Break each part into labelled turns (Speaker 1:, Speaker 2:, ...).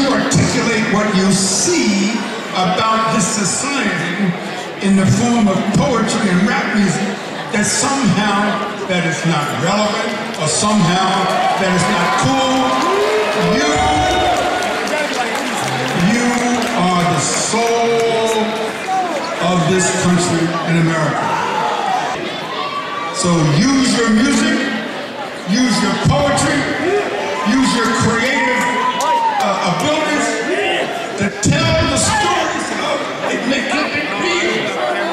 Speaker 1: articulate what you see about this society in the form of poetry and rap music that somehow that is not relevant or somehow that is not cool. You, you are the soul of this country and America. So use your music, use your poetry, use your creative uh, abilities to tell the stories of it make it real.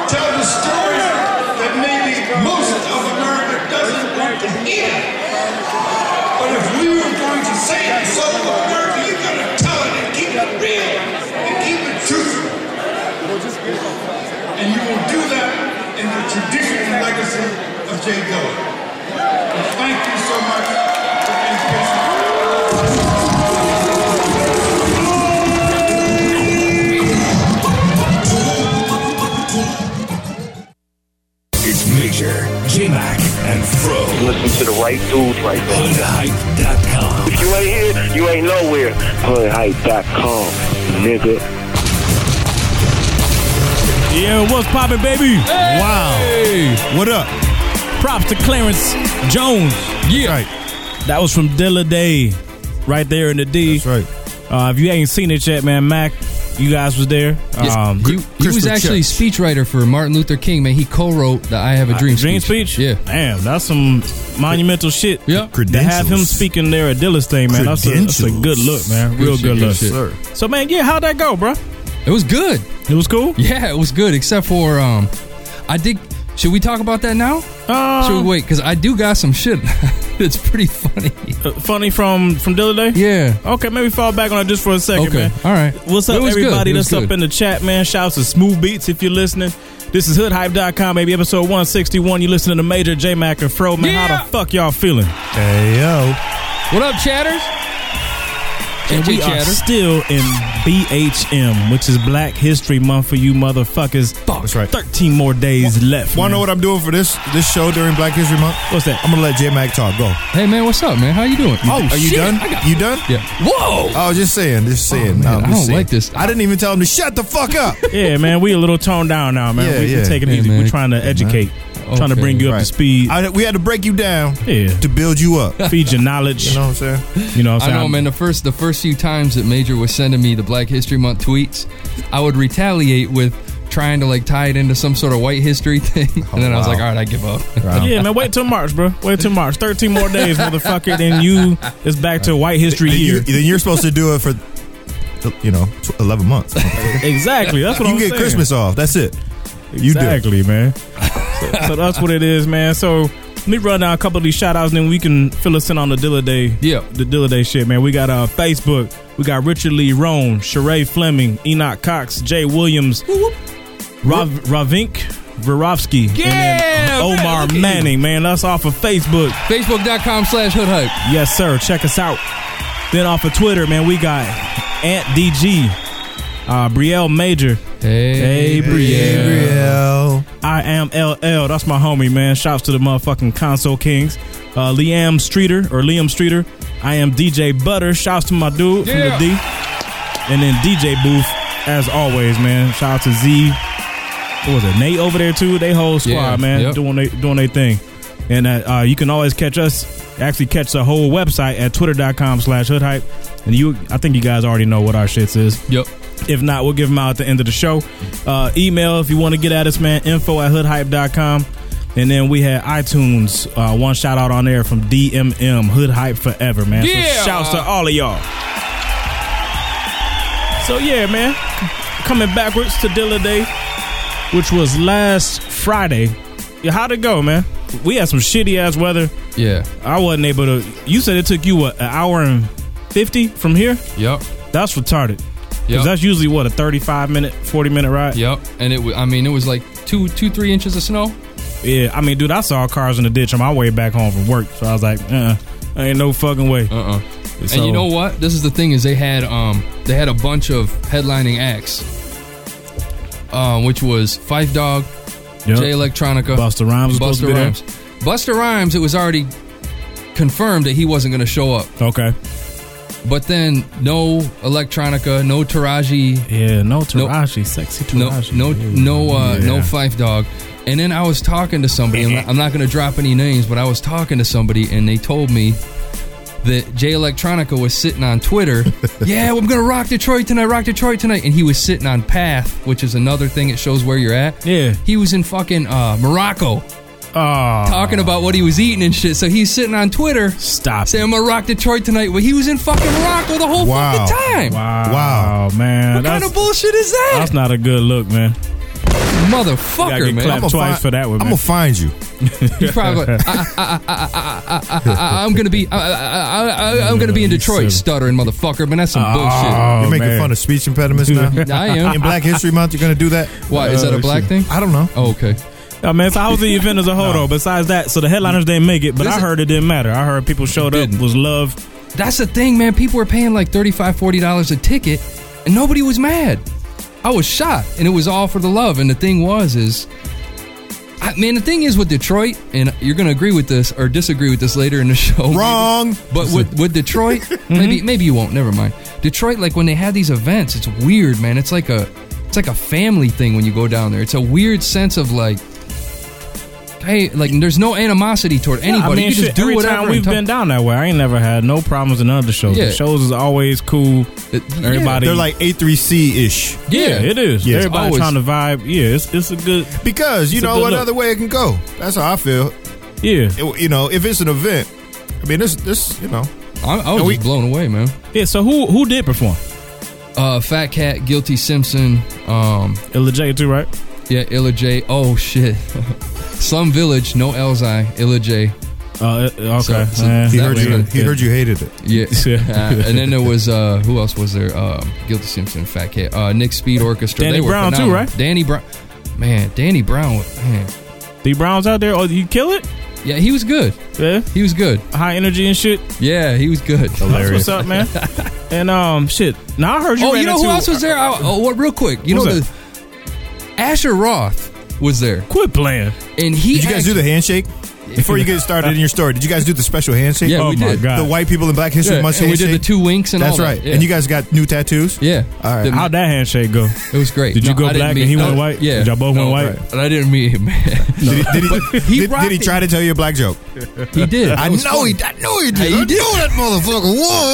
Speaker 1: Tell the stories that maybe most of America doesn't want to hear. But if we were going to say it, so America, you gotta tell it and keep it real and keep it truthful. And you will do that in the tradition and legacy of Jay Dillon. And thank you so much for being patient.
Speaker 2: It's Major, J-Mac, and Fro
Speaker 3: Listen to the right dudes right there.
Speaker 2: on Hype.com.
Speaker 3: You ain't here, you ain't nowhere. Hoodhype.com, nigga.
Speaker 4: Yeah, what's poppin', baby?
Speaker 5: Wow. What up?
Speaker 4: Props to Clarence Jones.
Speaker 5: Yeah.
Speaker 4: That was from Dilla Day, right there in the D.
Speaker 5: That's right.
Speaker 4: Uh, if you ain't seen it yet, man, Mac, you guys was there.
Speaker 6: Yes,
Speaker 4: Um,
Speaker 6: he, he was
Speaker 5: Crystal
Speaker 6: actually
Speaker 5: Church.
Speaker 6: speechwriter for Martin Luther King. Man, he co-wrote the "I Have a Dream"
Speaker 4: Uh, Dream
Speaker 6: speech.
Speaker 4: speech?
Speaker 6: Yeah,
Speaker 4: Damn, that's some monumental shit.
Speaker 6: Yeah.
Speaker 4: To have him
Speaker 5: Credentials.
Speaker 4: speaking there at Dilla's thing, man, that's a, that's a good look, man. Real
Speaker 6: Good shit,
Speaker 4: good
Speaker 6: good
Speaker 4: look.
Speaker 6: shit.
Speaker 5: Sir.
Speaker 4: So, man, yeah, how'd that go, bro?
Speaker 6: it was good.
Speaker 4: It was cool?
Speaker 6: Yeah, it was good. Except for, um, I did. Should we talk about that now?
Speaker 4: Uh,
Speaker 6: should we wait? Because I do got some shit that's pretty funny.
Speaker 4: uh, funny from, from Dilla Day?
Speaker 6: Yeah.
Speaker 4: Okay, maybe fall back on it just for a second,
Speaker 6: Okay.
Speaker 4: man.
Speaker 6: All right.
Speaker 4: What's
Speaker 6: It
Speaker 4: up,
Speaker 6: was good.
Speaker 4: everybody
Speaker 6: It was
Speaker 4: that's up
Speaker 6: good.
Speaker 4: in the chat, man? Shouts to Smooth Beats if you're listening. This is HoodHype.com, baby, episode 161. You're listening to Major J Mac and Fro, man.
Speaker 6: Yeah.
Speaker 4: How the fuck y'all feeling?
Speaker 5: Hey, yo.
Speaker 6: What up, chatters?
Speaker 4: And we are
Speaker 6: Chatter.
Speaker 4: still in BHM, which is Black History Month for you motherfuckers.
Speaker 5: That's right.
Speaker 4: 13 more days left.
Speaker 5: Want to know
Speaker 4: man.
Speaker 5: what I'm doing for this this show during Black History Month?
Speaker 4: What's that?
Speaker 5: I'm gonna let J Mac talk. Go.
Speaker 6: Hey, man, what's up, man? How you doing?
Speaker 5: oh, are you
Speaker 6: shit,
Speaker 5: done?
Speaker 6: I got-
Speaker 5: You done?
Speaker 6: yeah. Whoa.
Speaker 5: I was Oh, just saying. Just
Speaker 4: Oh,
Speaker 5: saying.
Speaker 6: man,
Speaker 5: No,
Speaker 6: I
Speaker 5: just
Speaker 6: don't
Speaker 5: saying.
Speaker 6: like this.
Speaker 5: I didn't even tell him to shut the fuck up.
Speaker 4: yeah, man, we a little toned down now, man.
Speaker 5: Yeah,
Speaker 4: we
Speaker 5: yeah.
Speaker 4: can take it
Speaker 6: Hey,
Speaker 4: easy.
Speaker 6: man.
Speaker 4: We're trying to educate, trying to
Speaker 6: Okay,
Speaker 4: bring you up
Speaker 5: Right.
Speaker 4: to speed,
Speaker 5: I, we had to break you down
Speaker 4: Yeah.
Speaker 5: to build you up. You
Speaker 4: feed your knowledge.
Speaker 5: know what I'm saying?
Speaker 4: You know what I'm
Speaker 6: I
Speaker 4: saying?
Speaker 6: know, man. The first, the first few times that Major was sending me the Black History Month tweets, I would retaliate with trying to like tie it into some sort of white history thing, and then I was
Speaker 5: wow.
Speaker 6: like, all right, I give up.
Speaker 4: Yeah, man, wait till March, bro. Wait till March. 13 more days, motherfucker. Then you is back to White History
Speaker 5: Then, you,
Speaker 4: Year.
Speaker 5: then you're supposed to do it for, you know, tw- 11 months. you
Speaker 4: Exactly. That's what I'm
Speaker 5: get
Speaker 4: saying.
Speaker 5: Christmas off. That's it. You do.
Speaker 4: Exactly, man. So, so that's what it is, man. So let me run down a couple of these shout outs and then we can fill us in on the Dilla Day.
Speaker 6: Yeah.
Speaker 4: The Dilla Day shit, man. We got uh, Facebook. We got Richard Lee Roan, Sheree Fleming, Enoch Cox, Jay Williams, Rav, Ravink Virovsky, and
Speaker 6: Yeah,
Speaker 4: then
Speaker 6: man,
Speaker 4: Omar
Speaker 6: look at you.
Speaker 4: Manning, man. That's off of Facebook.
Speaker 6: Facebook.com slash hood hype.
Speaker 4: Yes, sir. Check us out. Then off of Twitter, man, we got Aunt DG, uh, Brielle Major, Hey, Brielle.
Speaker 5: Gabriel.
Speaker 4: I am LL. That's my homie, man. Shouts to the motherfucking console kings. Uh, Liam Streeter or Liam Streeter. I am DJ Butter. Shouts to my dude
Speaker 6: Yeah.
Speaker 4: from the D. And then DJ Booth, as always, man. Shout out to Z. What was it? Nate over there too. They whole squad,
Speaker 6: Yeah,
Speaker 4: man,
Speaker 6: yep.
Speaker 4: doing they, doing their thing. And uh, uh, you can always catch us. Actually, catch the whole website at twitter.com slash hood hype. And you, I think you guys already know what our shits is.
Speaker 6: Yep.
Speaker 4: If not, we'll give them out at the end of the show. Uh, email if you want to get at us, man, info at hoodhype.com. And then we had iTunes, uh, one shout out on there from DMM, Hood Hype Forever, man.
Speaker 6: Yeah.
Speaker 4: So shouts to all of y'all. So, yeah, man, coming backwards to Dilla Day, which was last Friday. Yeah, how'd it go, man? We had some shitty ass weather.
Speaker 6: Yeah.
Speaker 4: I wasn't able to. You said it took you, what, an hour and 50 from here?
Speaker 6: Yep.
Speaker 4: That's retarded. Because
Speaker 6: Yep.
Speaker 4: that's usually what a thirty-five minute, forty-minute ride.
Speaker 6: yep. And it, wa- I mean, it was like two, two, three inches of snow.
Speaker 4: Yeah, I mean, dude, I saw cars in the ditch on my way back home from work, so I was like, uh, uh ain't no fucking way.
Speaker 6: Uh. uh
Speaker 4: So-
Speaker 6: and you know what? This is the thing: is they had um they had a bunch of headlining acts, um, which was Fife Dog,
Speaker 4: Yep.
Speaker 6: Jay Electronica,
Speaker 4: Busta Rhymes was supposed to
Speaker 6: Busta
Speaker 4: be there.
Speaker 6: Rhymes. Busta Rhymes. It was already confirmed that he wasn't going to show up.
Speaker 4: Okay,
Speaker 6: But then no electronica, no Taraji,
Speaker 4: Yeah, no Taraji, sexy
Speaker 6: no
Speaker 4: Taraji.
Speaker 6: no no uh, no
Speaker 4: Yeah.
Speaker 6: Fife Dog. And then I was talking to somebody. I'm not, I'm not going to drop any names, but I was talking to somebody, and they told me that Jay Electronica was sitting on Twitter. yeah, I'm going to rock Detroit tonight. Rock Detroit tonight. And he was sitting on Path, which is another thing. It shows where you're at.
Speaker 4: Yeah.
Speaker 6: He was in fucking uh, Morocco
Speaker 4: Aw,
Speaker 6: talking about what he was eating and shit. So he's sitting on Twitter
Speaker 4: stop.
Speaker 6: saying I'm gonna rock Detroit tonight, but he was in fucking Morocco the whole
Speaker 5: Wow.
Speaker 6: fucking time.
Speaker 4: Wow,
Speaker 5: Wow.
Speaker 4: man,
Speaker 6: What
Speaker 4: that's,
Speaker 6: kind of bullshit is that,
Speaker 4: that's not a good look, man. Gotta
Speaker 6: motherfucker,
Speaker 4: get
Speaker 6: man?
Speaker 4: clapped.
Speaker 5: I'ma
Speaker 4: Twice
Speaker 5: fi-
Speaker 4: for that one, man.
Speaker 5: I'm gonna find you.
Speaker 6: He's probably like, "Uh, I, I, I, I, I, I, I, uh, I'm gonna be, I, I, I, I, uh, I'm gonna be in
Speaker 4: You
Speaker 6: Detroit,
Speaker 4: silly.
Speaker 6: stuttering motherfucker. Man, that's some
Speaker 4: Oh,
Speaker 5: You're making
Speaker 4: man.
Speaker 5: fun of speech impediments now.
Speaker 6: bullshit. I
Speaker 5: In
Speaker 6: am.
Speaker 5: Black History Month, you're gonna do that?
Speaker 6: Why is that a black thing?
Speaker 5: I don't know.
Speaker 6: Oh, okay.
Speaker 4: I mean, so how was the event as a whole, though? Besides that, so the headliners didn't make it, but I
Speaker 6: Listen-
Speaker 4: heard it didn't matter. I heard people showed up,
Speaker 6: Didn't.
Speaker 4: was love.
Speaker 6: That's the thing, man. People were paying like $35, $40 a ticket, and nobody was mad. I was shot, and it was all for the love. And the thing was, is, I, man, the thing is with Detroit, and you're going to agree with this or disagree with this later in the show.
Speaker 5: Wrong.
Speaker 6: But with, with Detroit,
Speaker 4: Mm-hmm.
Speaker 6: maybe maybe you won't. Never mind. Detroit, like when they had these events, it's weird, man. It's like a it's like a family thing when you go down there. It's a weird sense of like, hey, like there's no animosity toward anybody.
Speaker 4: I mean,
Speaker 6: you can
Speaker 4: shit,
Speaker 6: just do
Speaker 4: every
Speaker 6: whatever.
Speaker 4: time
Speaker 6: and
Speaker 4: we've
Speaker 6: talk-
Speaker 4: been down that way, I ain't never had no problems in other shows.
Speaker 6: Yeah.
Speaker 4: The shows is always cool.
Speaker 6: It- yeah.
Speaker 4: Everybody,
Speaker 5: They're like A3C ish.
Speaker 4: yeah,
Speaker 6: yeah,
Speaker 4: it is.
Speaker 5: Yeah.
Speaker 4: Everybody
Speaker 6: Always.
Speaker 4: trying to vibe. Yeah, it's, it's a good,
Speaker 5: Because you
Speaker 4: It's a
Speaker 5: know
Speaker 4: good
Speaker 5: what
Speaker 4: look.
Speaker 5: other way it can go. That's how I feel.
Speaker 4: yeah.
Speaker 5: It- you know, if it's an event, I mean, this, this, you know,
Speaker 6: I, I was
Speaker 5: And we-
Speaker 6: just blown away, man.
Speaker 4: Yeah, so who who did perform?
Speaker 6: Uh, Fat Cat, Guilty Simpson, um,
Speaker 4: Illa J too, right?
Speaker 6: yeah, Illa J. Oh shit, Slum Village, no Elzai, Illa J.
Speaker 4: Uh, it- okay.
Speaker 6: So- so
Speaker 4: man.
Speaker 5: he
Speaker 6: That
Speaker 5: heard
Speaker 6: was
Speaker 5: you.
Speaker 6: good.
Speaker 5: He heard you hated it.
Speaker 6: Yeah,
Speaker 4: Yeah.
Speaker 6: Uh, and then there was uh, who else was there? Uh, Guilty Simpson, Fat Cat, uh, Nick Speed Orchestra.
Speaker 4: Danny
Speaker 6: They were
Speaker 4: Brown, too,
Speaker 6: phenomenal.
Speaker 4: right?
Speaker 6: Danny Brown, man, Danny Brown, was- man,
Speaker 4: The Browns out there. Oh, you kill it?
Speaker 6: yeah, he was good.
Speaker 4: Yeah.
Speaker 6: He was good.
Speaker 4: High energy and shit.
Speaker 6: Yeah, he was good.
Speaker 4: That's what's up, man. and um, shit. Now I heard you.
Speaker 6: Oh,
Speaker 4: ran
Speaker 6: you know
Speaker 4: into, uh,
Speaker 6: who else was there? I, oh, what? Real quick, you
Speaker 4: Who's
Speaker 6: know
Speaker 4: that?
Speaker 6: the Asher Roth was there,
Speaker 4: Quit playing.
Speaker 6: and he
Speaker 5: Did you guys do the handshake? Before you get started in your story, did you guys do the special handshake?
Speaker 6: Yeah,
Speaker 4: oh
Speaker 6: we
Speaker 4: my
Speaker 6: did.
Speaker 4: god.
Speaker 5: The white people in Black History
Speaker 6: Yeah,
Speaker 5: Month
Speaker 6: and we
Speaker 5: handshake.
Speaker 6: did the two winks and
Speaker 5: That's
Speaker 6: all
Speaker 5: right.
Speaker 6: that. Yeah.
Speaker 5: And you guys got new tattoos?
Speaker 6: yeah,
Speaker 5: All right.
Speaker 6: The-
Speaker 4: How'd that handshake go?
Speaker 6: It was great.
Speaker 4: Did you go
Speaker 6: I didn't
Speaker 4: black and
Speaker 6: meet-
Speaker 4: he
Speaker 6: no,
Speaker 4: went white?
Speaker 6: Yeah,
Speaker 4: Did y'all both went
Speaker 6: No,
Speaker 4: white?
Speaker 6: right. And I didn't meet him.
Speaker 5: Did he, did he,
Speaker 6: he
Speaker 5: did,
Speaker 6: rocked
Speaker 5: did he
Speaker 6: it.
Speaker 5: try to tell you a black joke?
Speaker 6: he did.
Speaker 5: I
Speaker 6: That
Speaker 5: know
Speaker 6: was funny.
Speaker 5: he. I know he did.
Speaker 6: He
Speaker 5: I
Speaker 6: did.
Speaker 5: know that motherfucker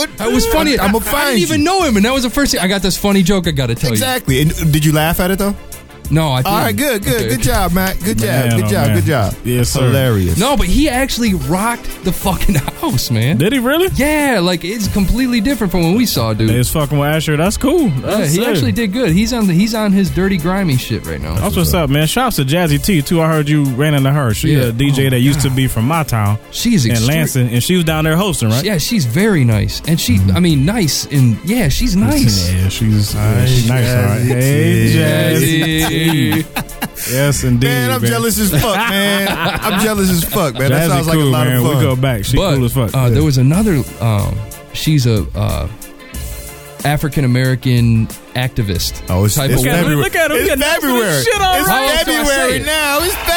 Speaker 5: would.
Speaker 6: That was funny.
Speaker 5: I'm
Speaker 6: I-
Speaker 5: gonna find
Speaker 6: I didn't
Speaker 5: you.
Speaker 6: even know him, and that was the first thing. I got this funny joke I got to tell
Speaker 5: Exactly. And did you laugh at it though?
Speaker 6: you. No, I didn't.
Speaker 5: All right. Good. Good.
Speaker 6: Okay.
Speaker 5: Good job, Matt. Good job.
Speaker 4: Man,
Speaker 5: good
Speaker 4: oh,
Speaker 5: job.
Speaker 4: man.
Speaker 5: Good job.
Speaker 4: Yes, sir.
Speaker 5: Hilarious.
Speaker 6: No, but he actually rocked the fucking house, man.
Speaker 4: Did he really?
Speaker 6: Yeah, like it's completely different from when we saw, dude.
Speaker 4: It's fucking with Asher. That's cool.
Speaker 6: yeah,
Speaker 4: That's
Speaker 6: he
Speaker 4: sick.
Speaker 6: actually did good. He's on the he's on his dirty grimy shit right now.
Speaker 4: That's what's up, man. Shouts to Jazzy T too. I heard you ran into her. She
Speaker 6: Yeah.
Speaker 4: a DJ that used to be from my town
Speaker 6: She's
Speaker 4: in
Speaker 6: extre-
Speaker 4: Lansing, and she was down there hosting, right?
Speaker 6: Yeah, she's very nice, and she I mean nice and yeah, she's nice.
Speaker 4: Yeah, she's, yeah, she's nice. All right.
Speaker 5: Jazzy
Speaker 4: Hey,
Speaker 5: T.
Speaker 4: Jazzy T.
Speaker 6: Jazzy.
Speaker 4: Yes, indeed.
Speaker 5: Man, I'm
Speaker 4: baby.
Speaker 5: jealous as fuck, man. I'm jealous as fuck, man.
Speaker 4: Jazzy
Speaker 5: That sounds like
Speaker 4: cool,
Speaker 5: a lot
Speaker 4: man.
Speaker 5: of fun.
Speaker 4: We go back. She
Speaker 6: but
Speaker 4: cool as fuck.
Speaker 6: Uh, there was another. Um, she's a uh, African American activist.
Speaker 5: Oh, it's,
Speaker 6: type
Speaker 5: it's
Speaker 6: of woman.
Speaker 5: February.
Speaker 4: Look at him. He
Speaker 5: It's
Speaker 4: got nasty
Speaker 5: February.
Speaker 4: shit all
Speaker 5: it's
Speaker 6: right. Oh, so I say
Speaker 5: February
Speaker 6: it.
Speaker 5: now. It's February,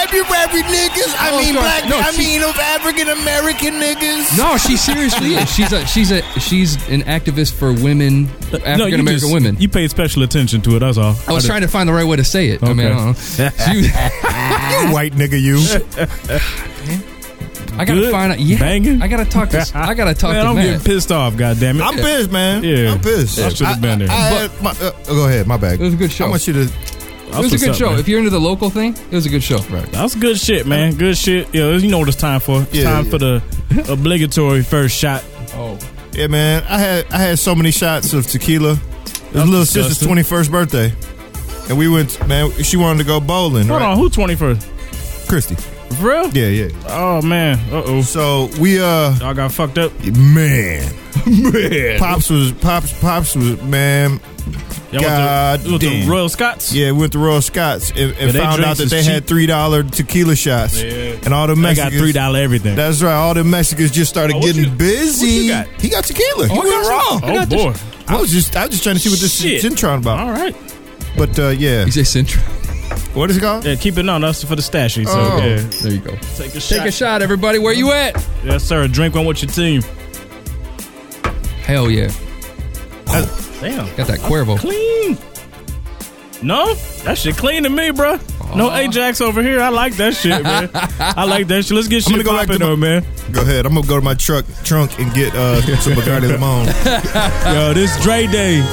Speaker 5: niggas. I
Speaker 6: Oh,
Speaker 5: mean,
Speaker 6: sorry.
Speaker 5: black.
Speaker 6: No,
Speaker 5: I
Speaker 6: she-
Speaker 5: mean, of African American niggas.
Speaker 6: No, she seriously is. She's a she's a she's an activist for women,
Speaker 4: No,
Speaker 6: African
Speaker 4: you
Speaker 6: American
Speaker 4: just-
Speaker 6: women.
Speaker 4: You paid special attention to it. That's all.
Speaker 6: I was trying to find the right way to say it. I mean, I don't know. She-
Speaker 5: You white nigga, you.
Speaker 6: I gotta
Speaker 4: Good.
Speaker 6: find out. Yeah,
Speaker 4: Banging.
Speaker 6: I gotta talk to. I gotta talk
Speaker 4: man,
Speaker 6: to
Speaker 4: I'm
Speaker 6: Matt.
Speaker 4: getting pissed off. Goddamn it.
Speaker 5: I'm pissed, man.
Speaker 4: Yeah.
Speaker 5: I'm pissed.
Speaker 4: Yeah, I should've been there.
Speaker 5: I, had my, uh, go ahead, my bad.
Speaker 6: It was a good show.
Speaker 5: I want you to.
Speaker 6: It was a good show.
Speaker 4: Man.
Speaker 6: If you're into the local thing, it was a good show. Right.
Speaker 4: That's good shit, man. Good shit. Yeah, you know what it's time for. It's
Speaker 5: Yeah,
Speaker 4: time
Speaker 5: yeah.
Speaker 4: for the obligatory first shot.
Speaker 6: Oh,
Speaker 5: Yeah, man. I had I had so many shots of tequila. It was
Speaker 4: That's
Speaker 5: little
Speaker 4: disgusting.
Speaker 5: sister's twenty first birthday, and we went. Man, she wanted to go bowling.
Speaker 4: Hold
Speaker 5: right?
Speaker 4: on, who twenty first?
Speaker 5: Christy.
Speaker 4: For real?
Speaker 5: Yeah, yeah.
Speaker 4: Oh man. Uh oh.
Speaker 5: So we uh,
Speaker 4: Y'all got fucked up.
Speaker 5: man, man. Pops was pops pops was man.
Speaker 4: Y'all
Speaker 5: God
Speaker 4: with the, with the
Speaker 5: damn.
Speaker 4: Royal Scots.
Speaker 5: Yeah, we went to Royal Scott's and, and
Speaker 4: they
Speaker 5: found out
Speaker 4: drinks
Speaker 5: that
Speaker 4: is
Speaker 5: they had
Speaker 4: cheap.
Speaker 5: three dollar tequila shots,
Speaker 4: Yeah.
Speaker 5: and all the
Speaker 4: They
Speaker 5: Mexicans
Speaker 4: got three dollar everything.
Speaker 5: That's right. All the Mexicans just started
Speaker 4: Oh, what
Speaker 5: getting
Speaker 4: you-
Speaker 5: busy.
Speaker 4: what you got?
Speaker 5: He got tequila.
Speaker 6: I
Speaker 5: you went
Speaker 6: got
Speaker 5: wrong.
Speaker 6: some- I
Speaker 4: oh
Speaker 6: got
Speaker 4: boy.
Speaker 6: this-
Speaker 5: I was just, I was just trying to see what this
Speaker 4: Shit.
Speaker 5: is Cintron about.
Speaker 4: All right.
Speaker 5: But uh, yeah,
Speaker 6: you say Central?
Speaker 5: what is it called?
Speaker 4: Yeah, keep it on. That's for the stashy. So
Speaker 5: Oh.
Speaker 4: yeah.
Speaker 6: There you go.
Speaker 4: Take a shot.
Speaker 6: Take a shot, everybody. Where you at?
Speaker 4: Yes, sir. Drink one with your team.
Speaker 6: Hell yeah.
Speaker 4: Damn.
Speaker 6: Got that Cuervo.
Speaker 4: Clean. No, that shit clean to me, bro. No Ajax over here. I like that shit, man. I like that shit. Let's get shit
Speaker 5: gonna go back
Speaker 4: popping
Speaker 5: to my-
Speaker 4: though, man.
Speaker 5: Go ahead. I'm gonna go to my truck trunk and get uh, some Bacardi Limon.
Speaker 4: Yo, this Dre Day.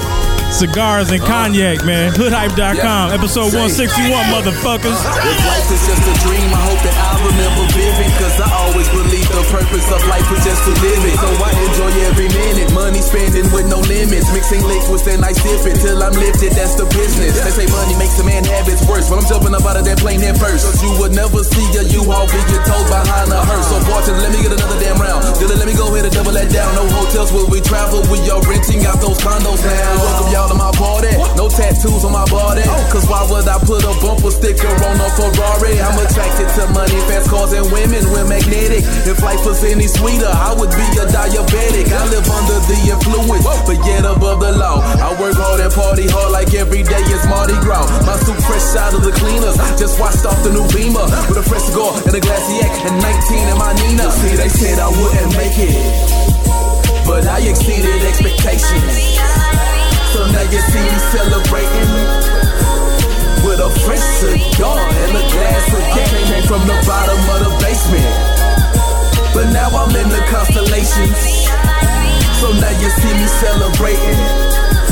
Speaker 4: Cigars and cognac, man. Hoodhype.com, episode 161, motherfuckers.
Speaker 7: If life is just a dream, I hope that I remember vivid. Cause I always believe the purpose of life is just to live it. So I enjoy every minute. Money spending with no limits. Mixing liquids, then I sip it till I'm lifted. That's the business. They say money makes a man have his worst. But I'm jumping up out of that plane head first. Cause you would never see a U-Haul being towed behind a hearse. So bartender, let me get another damn round. Dylan, let me go ahead and double that down. No hotels will we travel. We are renting out those condos now. Welcome y'all to my party. No tattoos on my body. Cause why would I put a bumper sticker on a Ferrari? I'm attracted to money, fast cars, and women. We're magnetic. If life was any sweeter, I would be a diabetic. I live under the influence, but yet above the law. I work hard and party hard like every day is Mardi Gras. My suit fresh out of the cleaners. Just washed off the new beamer with a fresh cigar and a glassy yak and 19 in my Nina. See, they said I wouldn't make it, but I exceeded expectations. So now you see me celebrating with a fresh cigar and a glass of yak. I Came from the bottom of the basement, but now I'm in the constellations. So now you see me celebrating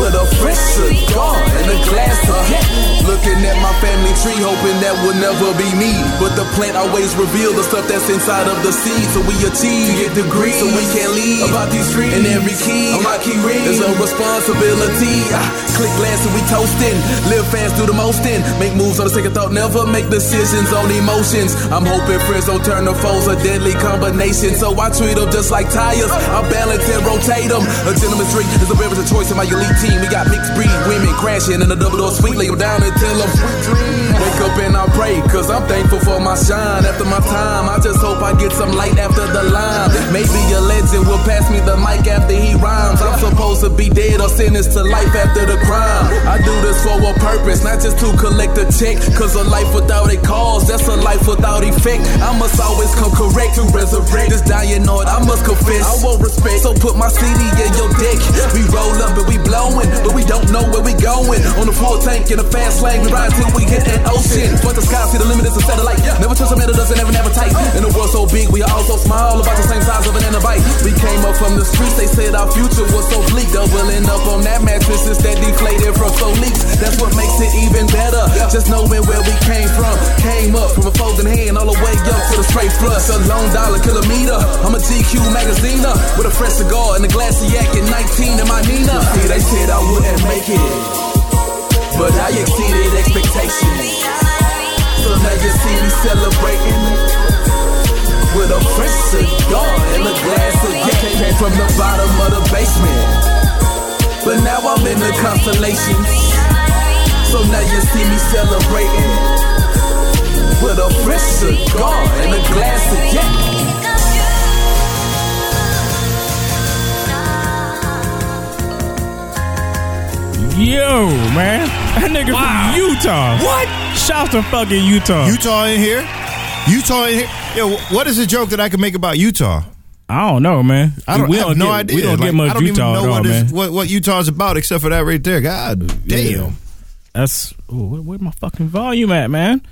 Speaker 7: with a fresh cigar and a glass of yak. Looking at my family tree, hoping that will never be me. But the plant always reveals the stuff that's inside of the seed. So we achieve, get degrees, so we can leave. About these trees, and every key, on my key ring is a responsibility. Ah, click last and we toasting. Live fast, do the most in. Make moves on the second thought, never make decisions on emotions. I'm hoping friends don't turn to foes, a deadly combination. So I treat them just like tires. I balance and rotate them. A gentleman's drink is a beverage of choice in my elite team. We got mixed breed women crashing in a double door suite. Lay them down and tell them, wake up and I pray. Cause I'm thankful for my shine after my time. I just hope I get some light after the line. Maybe a legend will pass me the mic after he rhymes. I'm supposed to be dead or sentenced to life after the crime. I do this for a purpose, not just to collect a check. Cause a life without a cause, that's a life without effect. I must always come correct to resurrect this dying art. I must confess, I won't respect. So put my CD in your deck. We roll up and we blowing, but we don't know where we going. On the full tank in the fast lane, we ride till we hit that ocean. Fuck the sky, see the limit is a satellite. Never trust a man that doesn't ever advertise. In a world so big, we are all so small, about the same size of an antibite. We came up from the streets, they said our future was so bleak. Doubling up on that mattress is that deflated from so leaks. That's what makes it even better. Just knowing where we came from. Came up from a folding hand all the way up to the straight flush. A lone dollar kilometer. I'm a GQ magaziner with a fresh cigar and a glass of yak and 19 in my Nina. See, they said I wouldn't make it, but I exceeded expectations. So now you see me celebrating with a fresh cigar and a glass of yak. Came from the bottom of the basement, but now I'm in the constellations. So now you see me celebrating with a fresh cigar and a glass of yak.
Speaker 4: Yo, man. That nigga from Utah. What? Shout to fucking Utah.
Speaker 5: Utah in here. Utah in here. Yo, what is the joke that I can make about Utah?
Speaker 4: I don't know, Oh, man.
Speaker 5: I don't
Speaker 4: we
Speaker 5: have
Speaker 4: don't
Speaker 5: no
Speaker 4: get,
Speaker 5: idea.
Speaker 4: We don't
Speaker 5: Like,
Speaker 4: get much
Speaker 5: I don't
Speaker 4: Utah
Speaker 5: even know
Speaker 4: at all,
Speaker 5: what, is-
Speaker 4: man.
Speaker 5: what what Utah's about except for that right there. God damn.
Speaker 4: Yeah. That's ooh, where, where my fucking volume at, man?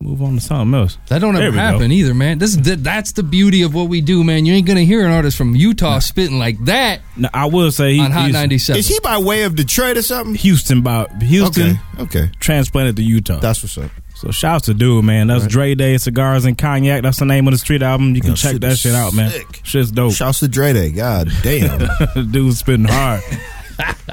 Speaker 4: Move on to something else.
Speaker 6: That don't
Speaker 4: There
Speaker 6: ever
Speaker 4: we go.
Speaker 6: happen either, man. This that, that's the beauty of what we do, man. You ain't gonna hear an artist from Utah spitting like that
Speaker 4: Now, I will say he,
Speaker 6: on Hot
Speaker 4: he's-
Speaker 6: ninety seven.
Speaker 5: Is he by way of Detroit or something?
Speaker 4: Houston, about Houston
Speaker 5: Okay. Okay.
Speaker 4: transplanted to Utah.
Speaker 5: That's what's up.
Speaker 4: so shouts to dude, man. That's Dre Day Cigars and Cognac. That's the name of the street album. You can
Speaker 5: Yo,
Speaker 4: check
Speaker 5: shit
Speaker 4: that
Speaker 5: is
Speaker 4: shit out, man.
Speaker 5: sick.
Speaker 4: Shit's dope.
Speaker 5: Shouts to Dre Day. God damn.
Speaker 4: Dude's spitting hard.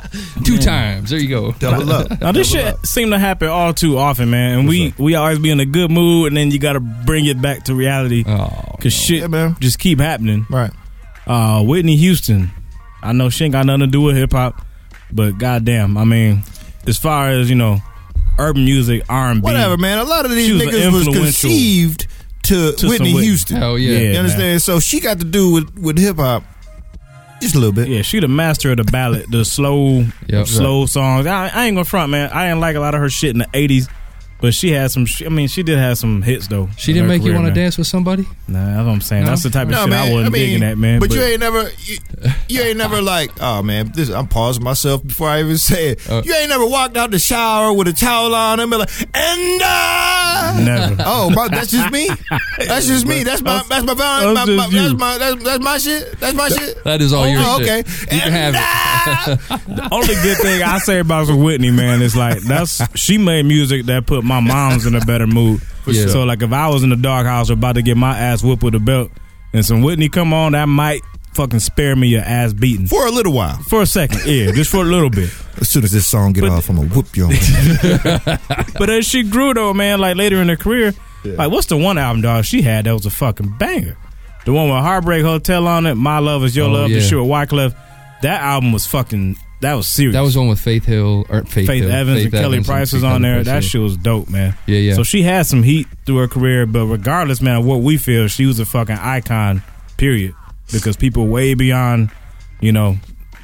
Speaker 6: Two times. There you go.
Speaker 5: Double up.
Speaker 4: Now this shit seem to happen all too often, man. And we we always be in a good mood, and then you got to bring it back to reality
Speaker 6: Oh,
Speaker 4: because shit
Speaker 5: Yeah, man.
Speaker 4: just keep happening.
Speaker 5: Right.
Speaker 4: Uh, Whitney Houston. I know she ain't got nothing to do with hip hop, but goddamn, I mean, as far as you know, urban music, R and B,
Speaker 5: Whatever, man. A lot of these
Speaker 4: She was
Speaker 5: niggas was
Speaker 4: influential
Speaker 5: conceived to,
Speaker 4: some
Speaker 5: Whitney
Speaker 4: Whitney.
Speaker 5: Houston.
Speaker 6: Hell yeah.
Speaker 4: Yeah.
Speaker 5: You understand?
Speaker 4: man.
Speaker 5: So she got to do with, with hip hop just a little bit.
Speaker 4: Yeah, she the master of the ballad, the slow,
Speaker 6: Yep.
Speaker 4: slow songs. I, I ain't gonna front, man. I didn't like a lot of her shit in the '80s, But she had some. sh- I mean, she did have some hits though.
Speaker 6: She
Speaker 4: in
Speaker 6: didn't
Speaker 4: her
Speaker 6: make you
Speaker 4: career,
Speaker 6: want to
Speaker 4: man.
Speaker 6: dance with somebody?
Speaker 4: Nah, that's what I'm saying.
Speaker 6: No?
Speaker 4: That's the type of shit I wasn't digging at, man.
Speaker 5: But, you ain't never, you, you ain't never like, oh man, this, I'm pausing myself before I even say it.
Speaker 6: Uh.
Speaker 5: you ain't never walked out the shower with a towel on and be like, and uh,
Speaker 4: Never.
Speaker 5: Oh, bro, that's just me. That's just me. That's my that's my
Speaker 4: That's
Speaker 5: Valentine. My, my,
Speaker 4: just you.
Speaker 5: that's my that's, that's my shit. That's my shit.
Speaker 6: That is all
Speaker 5: oh,
Speaker 6: your
Speaker 5: oh,
Speaker 6: shit.
Speaker 5: okay.
Speaker 6: You can
Speaker 5: And,
Speaker 6: have
Speaker 5: uh,
Speaker 4: Only good thing I say about Whitney, man, is like that's she made music that put my mom's in a better mood.
Speaker 6: sure.
Speaker 4: So like if I was in the doghouse about to get my ass whipped with a belt and some Whitney come on, that might fucking spare me your ass beating. For,
Speaker 5: for a little while.
Speaker 4: a second. Yeah, just for a little bit.
Speaker 5: As soon as this song get
Speaker 4: But-
Speaker 5: off, I'm gonna whoop you. On.
Speaker 4: But as she grew though, man, like later in her career, like what's the one album dog she had that was a fucking banger? The one with Heartbreak Hotel on it, My Love Is Your
Speaker 6: Oh,
Speaker 4: Love,
Speaker 6: yeah.
Speaker 4: the shit with Wyclef. That album was fucking that was serious.
Speaker 6: That was one with Faith Hill or Faith,
Speaker 4: Faith
Speaker 6: Hill,
Speaker 4: Evans and Kelly
Speaker 6: Evans
Speaker 4: Price
Speaker 6: and
Speaker 4: was on
Speaker 6: Kelly
Speaker 4: there.
Speaker 6: Price,
Speaker 4: That
Speaker 6: yeah.
Speaker 4: shit was dope, man.
Speaker 6: Yeah, yeah.
Speaker 4: So she had some heat through her career, but regardless, man, what we feel, she was a fucking icon, period. Because people way beyond, you know,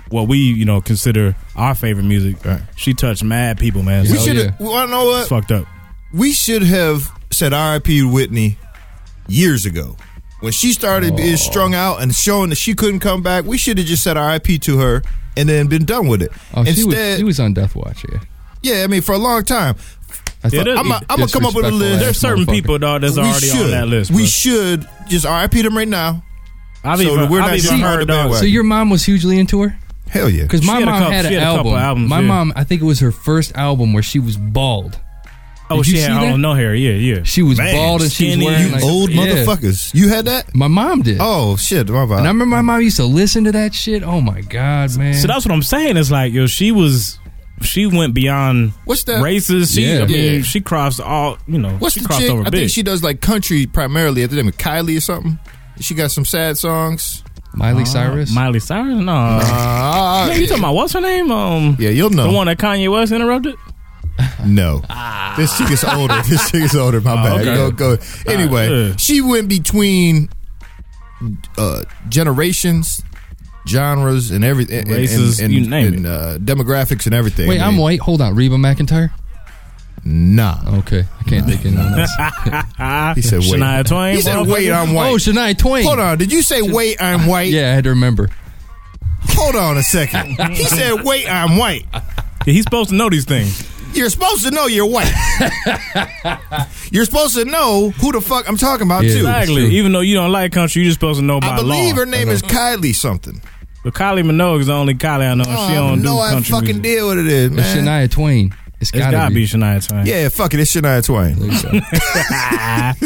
Speaker 4: what we, you know, consider our favorite music.
Speaker 5: Right.
Speaker 4: She touched mad people, man.
Speaker 5: we
Speaker 4: So
Speaker 5: should.
Speaker 6: yeah.
Speaker 5: have Well, I know
Speaker 4: it's
Speaker 5: what
Speaker 4: fucked up.
Speaker 5: we should have said. R.I.P. Whitney years ago when she started being strung out and showing that she couldn't come back. We should have just said R.I.P. to her and then been done with it.
Speaker 6: Oh, she was,
Speaker 5: Instead,
Speaker 6: she was on Death Watch, yeah.
Speaker 5: yeah, I mean, for a long time.
Speaker 6: I
Speaker 4: Yeah,
Speaker 6: thought-
Speaker 4: there's-
Speaker 5: I'm gonna come up with a
Speaker 6: Disrespectful
Speaker 5: list.
Speaker 6: ass
Speaker 4: There's certain
Speaker 6: motherfucker.
Speaker 4: people, dog, that's
Speaker 5: we
Speaker 4: already
Speaker 5: should.
Speaker 4: on that list.
Speaker 5: We
Speaker 4: bro.
Speaker 5: should just R.I.P. them right now.
Speaker 4: I've
Speaker 5: so
Speaker 4: even,
Speaker 5: we're
Speaker 4: I've
Speaker 5: not
Speaker 4: even
Speaker 5: even
Speaker 4: heard,
Speaker 5: heard
Speaker 4: dog,
Speaker 5: about
Speaker 6: So your mom was hugely into her?
Speaker 5: Hell yeah.
Speaker 6: Because my
Speaker 4: She had a
Speaker 6: mom
Speaker 4: couple-
Speaker 6: had
Speaker 4: she
Speaker 6: an
Speaker 4: had a couple
Speaker 6: album.
Speaker 4: albums,
Speaker 6: my
Speaker 4: yeah.
Speaker 6: mom, I think it was her first album where she was bald.
Speaker 4: Oh,
Speaker 6: Did you
Speaker 4: she
Speaker 6: see
Speaker 4: had, oh,
Speaker 6: that?
Speaker 4: no hair. Yeah, yeah.
Speaker 6: She was
Speaker 4: Man,
Speaker 6: bald and she was
Speaker 4: skinny.
Speaker 6: wearing
Speaker 4: You
Speaker 6: like,
Speaker 5: Old
Speaker 6: yeah.
Speaker 5: motherfuckers. You had that?
Speaker 6: My mom did.
Speaker 5: Oh shit, my bad.
Speaker 6: And I remember my mom used to listen to that shit. Oh my god, man!
Speaker 4: So that's what I'm saying. It's like, yo, she was, she went beyond
Speaker 5: What's that-
Speaker 4: races. She,
Speaker 6: Yeah.
Speaker 4: I mean,
Speaker 5: Yeah.
Speaker 4: she crossed all, you know,
Speaker 5: What's
Speaker 4: she
Speaker 5: the
Speaker 4: crossed
Speaker 5: chick?
Speaker 4: over
Speaker 5: I
Speaker 4: big.
Speaker 5: think she does like country primarily. I think with Kylie or something. She got some sad songs.
Speaker 6: Miley
Speaker 4: Uh-huh.
Speaker 6: Cyrus.
Speaker 4: Uh, Miley Cyrus? No.
Speaker 5: Ah,
Speaker 4: No, you talking about what's her name? Um,
Speaker 5: Yeah, you'll know.
Speaker 4: the one that Kanye West interrupted. Ah,
Speaker 5: No, Ah. this chick is older. This chick is older. My bad.
Speaker 4: okay.
Speaker 5: Go go. Anyway,
Speaker 4: yeah.
Speaker 5: she went between uh, generations, genres, and everything. and- and-
Speaker 4: Races,
Speaker 5: and,
Speaker 4: you name
Speaker 5: and, Uh, demographics and everything.
Speaker 6: Wait,
Speaker 5: I
Speaker 6: I'm
Speaker 5: mean,
Speaker 6: white. Hold on, Reba McIntyre.
Speaker 5: Nah.
Speaker 6: Okay, I can't think of none of this.
Speaker 4: Ah,
Speaker 5: He said, wait.
Speaker 4: Shania Twain.
Speaker 5: He said,
Speaker 4: motherfucker.
Speaker 5: "Wait, I'm white."
Speaker 6: Oh, Shania Twain.
Speaker 5: Hold on. Did you say wait? I'm white.
Speaker 6: Yeah, I had to remember.
Speaker 5: Hold on a second. He said wait. I'm white.
Speaker 4: Yeah, he's supposed to know these things.
Speaker 5: You're supposed to know you're white. you're supposed to know who the fuck I'm talking about
Speaker 6: Yeah.
Speaker 5: too.
Speaker 6: That's
Speaker 4: Exactly.
Speaker 6: true.
Speaker 4: Even though you don't like country, you're just supposed to know by
Speaker 5: I believe
Speaker 4: law.
Speaker 5: her name is Kylie something.
Speaker 4: But Kylie Minogue is the only Kylie I know. and
Speaker 5: Oh,
Speaker 4: she
Speaker 5: I
Speaker 4: don't
Speaker 5: no
Speaker 4: do country.
Speaker 5: fucking
Speaker 4: music.
Speaker 5: deal what it is,
Speaker 6: It's
Speaker 5: man.
Speaker 6: Shania Twain. It's
Speaker 4: It's
Speaker 6: gotta, be.
Speaker 4: Shania Twain.
Speaker 5: Yeah, fuck it. It's Shania Twain.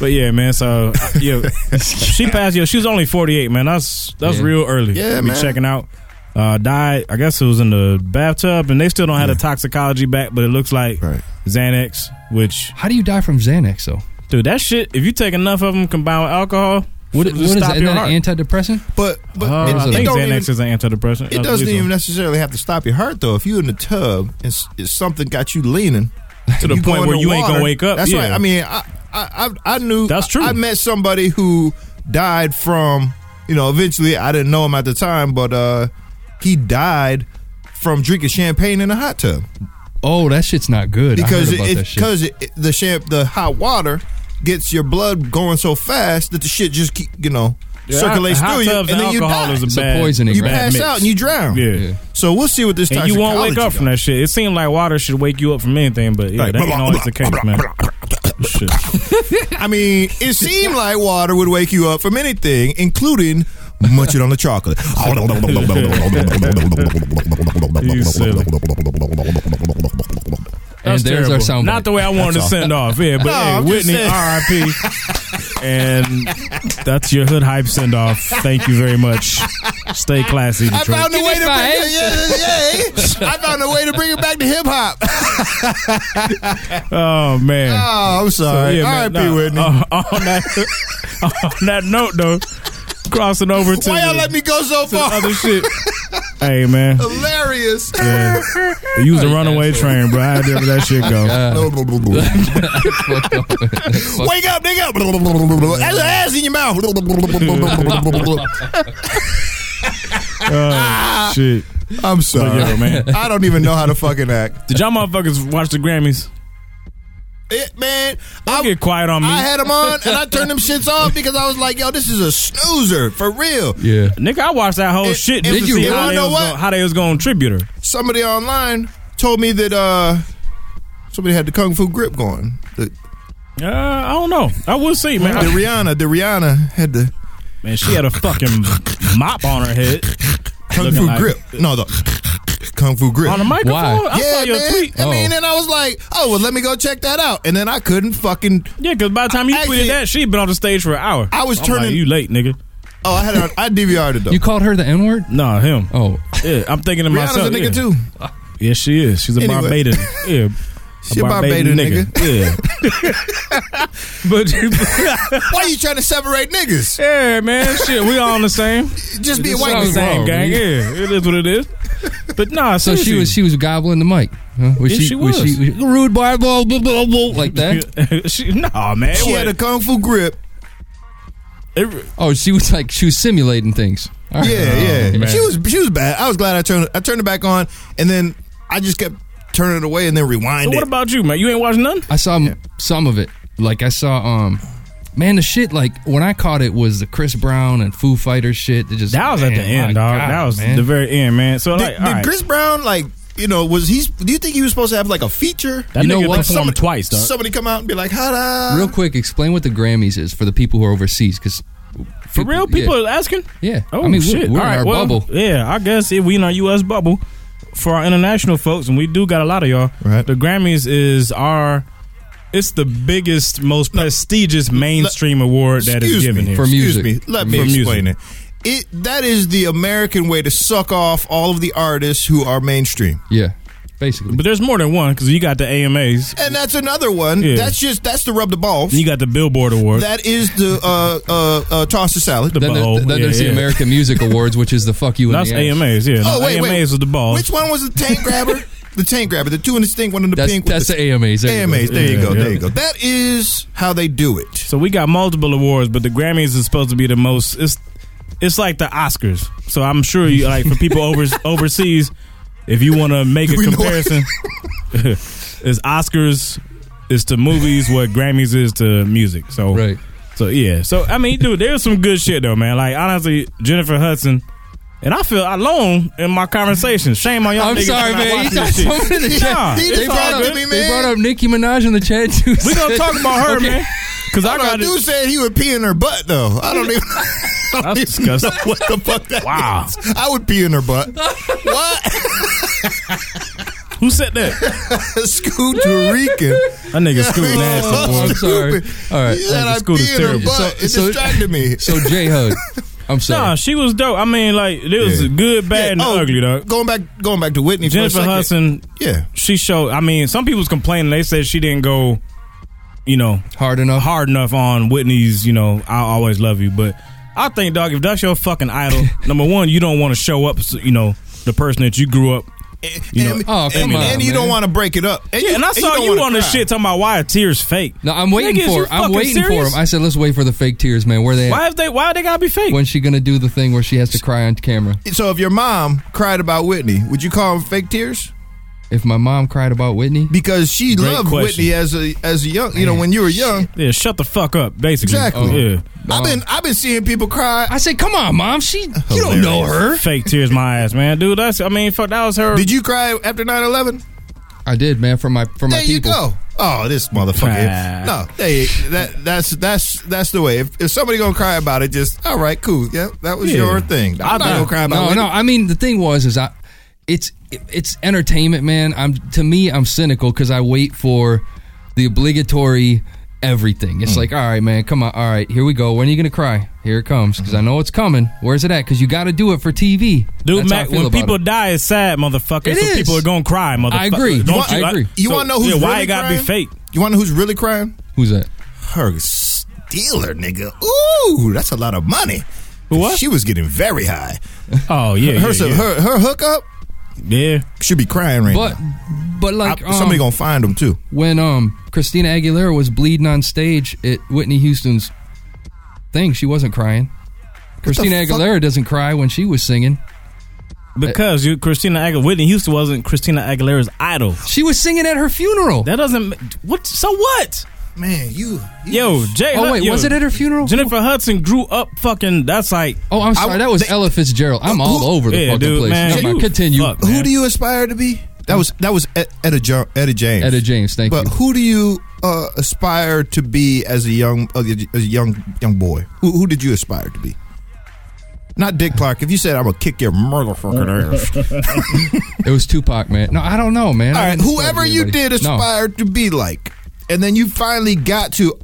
Speaker 4: But yeah, man. So yo, she passed. Yo, she was only forty eight, man. That's that's
Speaker 6: Yeah.
Speaker 4: real early.
Speaker 5: Yeah,
Speaker 4: to be
Speaker 5: man.
Speaker 4: Checking out. Uh, died. I guess it was in the bathtub, and they still don't have the toxicology back, but it looks like
Speaker 5: Right.
Speaker 4: Xanax. Which,
Speaker 6: How do you die from Xanax though?
Speaker 4: dude, that shit. If you take enough of them combined with alcohol,
Speaker 6: What,
Speaker 4: it'll
Speaker 6: what is
Speaker 4: stop
Speaker 6: that? Isn't
Speaker 4: your
Speaker 6: that
Speaker 4: heart.
Speaker 6: an antidepressant?
Speaker 5: But but
Speaker 4: Uh,
Speaker 5: it,
Speaker 4: I
Speaker 5: it
Speaker 4: think
Speaker 5: don't
Speaker 4: Xanax
Speaker 5: even,
Speaker 4: is an antidepressant.
Speaker 5: it
Speaker 4: I
Speaker 5: doesn't
Speaker 4: believe
Speaker 5: even
Speaker 4: so.
Speaker 5: necessarily have to stop your heart though. If you in the tub and, s- and something got you leaning
Speaker 4: to the
Speaker 5: you go
Speaker 4: point
Speaker 5: in
Speaker 4: where
Speaker 5: the
Speaker 4: you ain't gonna
Speaker 5: water,
Speaker 4: wake up.
Speaker 5: That's
Speaker 4: yeah.
Speaker 5: right. I mean, I I I, I knew
Speaker 4: That's true.
Speaker 5: I, I met somebody who died from you know. Eventually, I didn't know him at the time, but uh, he died from drinking champagne in a hot tub
Speaker 6: Oh, that shit's not good.
Speaker 5: because
Speaker 6: I heard about
Speaker 5: it
Speaker 6: that shit.
Speaker 5: because the champ the hot water gets your blood going so fast that the shit just keep you know
Speaker 4: Yeah,
Speaker 5: circulates
Speaker 4: hot
Speaker 5: through you
Speaker 4: tubs
Speaker 5: and then you
Speaker 4: alcohol
Speaker 5: die.
Speaker 4: is a
Speaker 6: It's a
Speaker 4: bad-
Speaker 6: poisoning,
Speaker 5: you
Speaker 6: bad
Speaker 5: pass
Speaker 4: mix.
Speaker 5: out and you drown.
Speaker 4: Yeah.
Speaker 6: Yeah.
Speaker 5: So we'll see what this
Speaker 4: And you won't wake up from that shit. It seemed like water should wake you up from anything, but yeah,
Speaker 5: Like,
Speaker 4: that ain't
Speaker 5: blah, blah,
Speaker 4: always the case,
Speaker 5: blah, blah,
Speaker 4: man.
Speaker 5: blah,
Speaker 4: Shit.
Speaker 5: I mean, it seemed like water would wake you up from anything, including munching on the chocolate.
Speaker 4: You silly.
Speaker 6: and
Speaker 4: That's
Speaker 6: there's
Speaker 4: terrible.
Speaker 6: our sound.
Speaker 4: Not
Speaker 6: bite.
Speaker 4: the way I wanted to send off. Yeah, but
Speaker 5: No,
Speaker 4: hey,
Speaker 5: I'm just
Speaker 4: Whitney,
Speaker 5: saying.
Speaker 4: R.I.P. and that's your hood hype send off. Thank you very much. Stay classy,
Speaker 5: I
Speaker 4: Detroit.
Speaker 5: found a way to bring it. Yeah, yeah, yeah. I found a way to bring it back to hip hop.
Speaker 4: Oh man.
Speaker 5: Oh, I'm sorry.
Speaker 4: yeah,
Speaker 5: All right,
Speaker 4: man,
Speaker 5: P.
Speaker 4: nah,
Speaker 5: Whitney.
Speaker 4: uh, on that on that note though, crossing over to
Speaker 5: Why y'all
Speaker 4: the-
Speaker 5: let me go so
Speaker 4: to the
Speaker 5: far?
Speaker 4: other shit. hey man,
Speaker 5: Hilarious. Oh,
Speaker 4: you was a runaway train, bro. I had to let that shit go.
Speaker 5: Wake
Speaker 6: Fuck up. Fuck.
Speaker 5: up, nigga. That's an ass in your mouth.
Speaker 4: Oh, shit,
Speaker 5: I'm
Speaker 4: But, yo,
Speaker 5: sorry.
Speaker 4: man.
Speaker 5: I don't even know how to fucking act.
Speaker 4: Did y'all motherfuckers watch the Grammys?
Speaker 5: It, man,
Speaker 4: Don't get quiet on me.
Speaker 5: I had them on and I turned them shits off because I was like, yo, this is a snoozer for real.
Speaker 6: Yeah.
Speaker 4: Nigga, I watched that whole
Speaker 5: And-
Speaker 4: shit
Speaker 5: and
Speaker 4: just to
Speaker 6: did you
Speaker 4: see how
Speaker 5: really
Speaker 4: they,
Speaker 5: know
Speaker 4: was
Speaker 5: what?
Speaker 4: gonna, how they was gonna tribute her.
Speaker 5: Somebody online told me that uh somebody had the kung fu grip going. The,
Speaker 4: Uh, I don't know. I will see,
Speaker 5: the
Speaker 4: man.
Speaker 5: Rihanna, the Rihanna had the
Speaker 4: man, she had a fucking mop on her head.
Speaker 5: kung
Speaker 4: Looking
Speaker 5: fu
Speaker 4: like-
Speaker 5: grip. No, the kung fu grip.
Speaker 4: On the microphone? I saw
Speaker 5: yeah,
Speaker 4: your
Speaker 5: man.
Speaker 4: tweet.
Speaker 5: I
Speaker 6: Oh.
Speaker 5: mean, and I was like, oh, well, let me go check that out. And then I couldn't fucking.
Speaker 4: Yeah, because by the time you
Speaker 5: Actually-
Speaker 4: tweeted that, she'd been off the stage for an hour.
Speaker 5: I was
Speaker 4: I'm
Speaker 5: turning-
Speaker 4: like, you late, nigga.
Speaker 5: Oh, I had it on- I DVR'd it though.
Speaker 6: You called her the N word?
Speaker 4: Nah, him.
Speaker 6: Oh.
Speaker 4: Yeah, I'm thinking to
Speaker 5: Rihanna's
Speaker 4: myself.
Speaker 5: a nigga
Speaker 4: yeah.
Speaker 5: too.
Speaker 4: Yes, she is. She's a
Speaker 5: Anyway.
Speaker 4: Barbadian. Yeah.
Speaker 5: She a Barbadian
Speaker 4: Yeah. but
Speaker 5: Why are you trying to separate niggas?
Speaker 4: yeah, man, shit, we all on the same.
Speaker 5: Just be a white.
Speaker 6: sounds
Speaker 5: nigga.
Speaker 4: Same
Speaker 6: wrong,
Speaker 4: gang.
Speaker 6: man.
Speaker 4: Yeah, it is what it is. But nah,
Speaker 6: So she was she was gobbling the mic. Huh? Was
Speaker 4: Yeah, she
Speaker 6: was she
Speaker 4: was.
Speaker 6: rude by blah, blah, blah, blah, like that?
Speaker 4: she, nah, man.
Speaker 5: She had a kung fu grip.
Speaker 4: it,
Speaker 6: Oh, she was like she was simulating things. All right.
Speaker 5: Yeah, yeah.
Speaker 6: Oh, man.
Speaker 5: She was she was bad. I was glad I turned I turned it back on, and then I just kept turning it away and then
Speaker 4: so
Speaker 5: rewind
Speaker 4: what
Speaker 5: it.
Speaker 4: about you, man? You ain't watching nothing?
Speaker 6: I saw m- some of it. Like I saw, um, man, the shit. Like when I caught it was the Chris Brown and Foo Fighters shit. That just
Speaker 4: That was at
Speaker 6: man,
Speaker 4: the end,
Speaker 6: my
Speaker 4: dog.
Speaker 6: God,
Speaker 4: that was
Speaker 6: man.
Speaker 4: the very end, man. So
Speaker 5: Did,
Speaker 4: like,
Speaker 5: did
Speaker 4: all right.
Speaker 5: Chris Brown like you know was he? Do you think he was supposed to have like a feature?
Speaker 4: that
Speaker 6: You know
Speaker 4: nigga
Speaker 6: what?
Speaker 4: performed
Speaker 6: Somebody-
Speaker 4: twice, dog.
Speaker 5: Somebody come out and be like, "Hada!"
Speaker 6: Real quick, explain what the Grammys is for the people who are overseas, because
Speaker 4: For real, people are asking.
Speaker 6: Yeah.
Speaker 4: Oh
Speaker 6: I mean, we're-
Speaker 4: shit!
Speaker 6: we're
Speaker 4: All
Speaker 6: in
Speaker 4: right,
Speaker 6: our
Speaker 4: well,
Speaker 6: bubble.
Speaker 4: Yeah, I guess if we in our U.S. bubble, for our international folks, and we do got a lot of y'all.
Speaker 5: Right.
Speaker 4: The Grammys is our. It's the biggest, most prestigious mainstream award that is
Speaker 5: Excuse
Speaker 4: given
Speaker 5: me.
Speaker 4: here.
Speaker 6: For
Speaker 5: Excuse
Speaker 6: music.
Speaker 5: me. Let me
Speaker 4: For music.
Speaker 5: explain it. It that is the American way to suck off all of the artists who are mainstream.
Speaker 6: Yeah, basically.
Speaker 4: But there's more than one because you got the AMAs,
Speaker 5: And that's another one.
Speaker 4: Yeah.
Speaker 5: That's just that's the rub the ball.
Speaker 4: and you got the Billboard Award.
Speaker 5: That is the uh, uh, uh, toss the salad.
Speaker 4: The
Speaker 6: then there-
Speaker 4: butthole.
Speaker 6: then
Speaker 4: Yeah,
Speaker 6: there's the
Speaker 4: yeah.
Speaker 6: American Music Awards, which is the fuck you. in
Speaker 4: That's
Speaker 6: the ass.
Speaker 4: AMAs. Yeah.
Speaker 5: oh
Speaker 4: No,
Speaker 5: wait,
Speaker 4: AMAs
Speaker 5: wait.
Speaker 4: was the ball.
Speaker 5: Which one was the tank grabber? the tank grabber. The two in the stink, one in the
Speaker 6: That's
Speaker 5: pink. with
Speaker 6: that's the, AMAs. There you go.
Speaker 5: AMAs. There you
Speaker 4: Yeah,
Speaker 5: go.
Speaker 4: yeah.
Speaker 5: There you go. That is how they do it.
Speaker 4: So we got multiple awards, but the Grammys is supposed to be the most. It's it's like the Oscars. So I'm sure you like for people over, overseas, if you want to make a
Speaker 5: we know it?
Speaker 4: comparison, is Oscars is to movies what Grammys is to music. So
Speaker 6: Right.
Speaker 4: So yeah. So I mean, dude, there's some good shit though, man. Like honestly, Jennifer Hudson. And I feel alone in my conversation. Shame on y'all.
Speaker 6: I'm
Speaker 4: niggas
Speaker 6: sorry,
Speaker 4: for not
Speaker 6: man. You
Speaker 4: watching
Speaker 6: got
Speaker 4: this shit.
Speaker 6: someone in the chat.
Speaker 4: Nah,
Speaker 5: He
Speaker 4: it's
Speaker 5: just
Speaker 6: They brought,
Speaker 5: talked
Speaker 4: all
Speaker 5: to
Speaker 4: good.
Speaker 5: me, man.
Speaker 6: up, they brought up Nicki Minaj in the chat too.
Speaker 4: We gonna talk about her,
Speaker 6: Okay.
Speaker 4: man. Cause I
Speaker 5: I don't
Speaker 4: got
Speaker 5: know, dude
Speaker 4: it.
Speaker 5: said he would pee in her butt though. I don't even. I don't
Speaker 4: That's
Speaker 5: even know
Speaker 4: disgusting.
Speaker 5: what the fuck that
Speaker 4: Wow.
Speaker 5: means. I would pee in her butt. what?
Speaker 4: Who said that?
Speaker 5: Scooter Rican.
Speaker 4: That nigga scooting ass up, boy.
Speaker 6: I'm sorry. All right.
Speaker 5: You said
Speaker 4: Like,
Speaker 5: I
Speaker 4: Scooter's
Speaker 5: pee in her
Speaker 4: terrible.
Speaker 5: butt.
Speaker 6: So-
Speaker 5: it
Speaker 6: so-
Speaker 5: distracted me.
Speaker 6: So J Hug, I'm
Speaker 4: Nah,
Speaker 6: sorry.
Speaker 4: she was dope. I mean, like it was
Speaker 5: Yeah.
Speaker 4: good, bad, and
Speaker 5: oh,
Speaker 4: ugly, dog.
Speaker 5: Going back, going back to Whitney. for
Speaker 4: Jennifer
Speaker 5: a second.
Speaker 4: Hudson,
Speaker 5: Yeah.
Speaker 4: she showed. I mean, some people was complaining. They said she didn't go, you know,
Speaker 6: Hard enough.
Speaker 4: hard enough on Whitney's. You know, I always love you, but I think, dog, if that's your fucking idol, number one, you don't want to show up. You know, the person that you grew up. You know,
Speaker 5: Eh, and,
Speaker 6: Oh, come
Speaker 5: and,
Speaker 6: on,
Speaker 5: and you
Speaker 6: man.
Speaker 5: don't want to break it up.
Speaker 4: yeah, and I
Speaker 5: and
Speaker 4: saw
Speaker 5: don't
Speaker 4: you,
Speaker 5: wanna
Speaker 4: on this
Speaker 5: cry.
Speaker 4: shit talking about why are tears fake.
Speaker 6: No, I'm waiting
Speaker 4: Nigga, is
Speaker 6: for.
Speaker 4: you
Speaker 6: it. I'm
Speaker 4: fucking
Speaker 6: waiting for
Speaker 4: serious?
Speaker 6: him. I said, let's wait for the fake tears, man. Where they?
Speaker 4: why
Speaker 6: At?
Speaker 4: is they? Why they gotta be fake?
Speaker 6: When's she gonna do the thing where she has to cry on camera?
Speaker 5: So if your mom cried about Whitney, would you call them fake tears?
Speaker 6: If my mom cried about Whitney,
Speaker 5: Because she
Speaker 4: Great
Speaker 5: loved
Speaker 4: question.
Speaker 5: Whitney as a as a young, you know, when you were young.
Speaker 4: yeah, shut the fuck up, basically.
Speaker 5: Exactly.
Speaker 4: Oh, Yeah.
Speaker 5: I've been I've been seeing people cry.
Speaker 6: I said, come on, mom. She, you don't know her.
Speaker 4: Fake tears, my ass, man, dude. That's. I mean, fuck, that was her.
Speaker 5: Did you cry after 9-11?
Speaker 6: I did, man. For my for my
Speaker 5: There you
Speaker 6: people.
Speaker 5: go. Oh, this
Speaker 4: Ah.
Speaker 5: motherfucker! No, they that that's that's that's the way. If, if somebody gonna cry about it, just all right, cool. Yeah, that was
Speaker 4: Yeah.
Speaker 5: your thing. I'm not
Speaker 4: I-
Speaker 5: gonna cry about
Speaker 6: No,
Speaker 5: it.
Speaker 6: no. I mean, the thing was, is I, it's it- it's entertainment, man. I'm to me, I'm cynical because I wait for the obligatory everything.
Speaker 5: Hmm.
Speaker 6: It's like, all right, man, come on, all right, here we go. When are you gonna cry? Here it comes because I know it's coming. Where's it at? Because you got to do it for TV,
Speaker 4: Dude,
Speaker 6: That's how I
Speaker 4: Mac,
Speaker 6: feel
Speaker 4: when
Speaker 6: about
Speaker 4: people
Speaker 6: it.
Speaker 4: die, it's sad, motherfucker.
Speaker 6: It
Speaker 4: so
Speaker 6: is.
Speaker 4: people are gonna cry, motherfucker.
Speaker 6: I agree. You
Speaker 4: Don't
Speaker 6: want-
Speaker 4: you?
Speaker 6: I agree.
Speaker 5: You
Speaker 4: so-
Speaker 5: wanna know who's
Speaker 4: yeah, why
Speaker 5: really
Speaker 4: it gotta be
Speaker 5: crying?
Speaker 4: fake?
Speaker 5: You want to know who's really crying?
Speaker 6: Who's that?
Speaker 5: Her Steeler, nigga. Ooh, that's a lot of money.
Speaker 4: Who what?
Speaker 5: She was getting very high.
Speaker 4: Oh yeah,
Speaker 5: her,
Speaker 4: yeah, yeah.
Speaker 5: her her hookup
Speaker 4: yeah.
Speaker 5: should be crying right
Speaker 6: But
Speaker 5: now.
Speaker 6: but like
Speaker 5: I-
Speaker 6: um,
Speaker 5: somebody gonna find them too.
Speaker 6: when um Christina Aguilera was bleeding on stage at Whitney Houston's thing, she wasn't crying. Christina
Speaker 5: fuck?
Speaker 6: Aguilera doesn't cry when she was singing.
Speaker 4: because you Christina Aguilera, Whitney Houston wasn't Christina Aguilera's idol.
Speaker 6: She was singing at her funeral.
Speaker 4: That doesn't what. So what?
Speaker 5: Man, you. you
Speaker 4: Yo, Jay.
Speaker 6: oh
Speaker 4: Hud-
Speaker 6: wait,
Speaker 4: yo,
Speaker 6: was it at her funeral?
Speaker 4: Jennifer Hudson grew up fucking. That's like
Speaker 6: oh, I'm sorry.
Speaker 5: I-
Speaker 6: that was
Speaker 5: they-
Speaker 6: Ella Fitzgerald. I'm all
Speaker 5: who-
Speaker 6: over the
Speaker 4: yeah,
Speaker 6: fucking
Speaker 4: dude,
Speaker 6: place.
Speaker 4: man.
Speaker 6: Come on,
Speaker 4: you-
Speaker 6: continue.
Speaker 4: fuck,
Speaker 5: Who
Speaker 4: man.
Speaker 5: do you aspire to be? That was that was Ed- Etta, jo- Etta James.
Speaker 6: Etta James, thank
Speaker 5: but
Speaker 6: you.
Speaker 5: who do you uh, aspire to be as a young uh, as a young young boy? Who, who did you aspire to be? Not Dick Clark. If you said I'm gonna kick your motherfucking ass,
Speaker 6: It was Tupac, man. No, I don't know, man.
Speaker 5: all
Speaker 6: I
Speaker 5: right.
Speaker 6: didn't fuck
Speaker 5: Whoever you
Speaker 6: anybody.
Speaker 5: did
Speaker 6: No.
Speaker 5: aspire to be like, and then you finally got to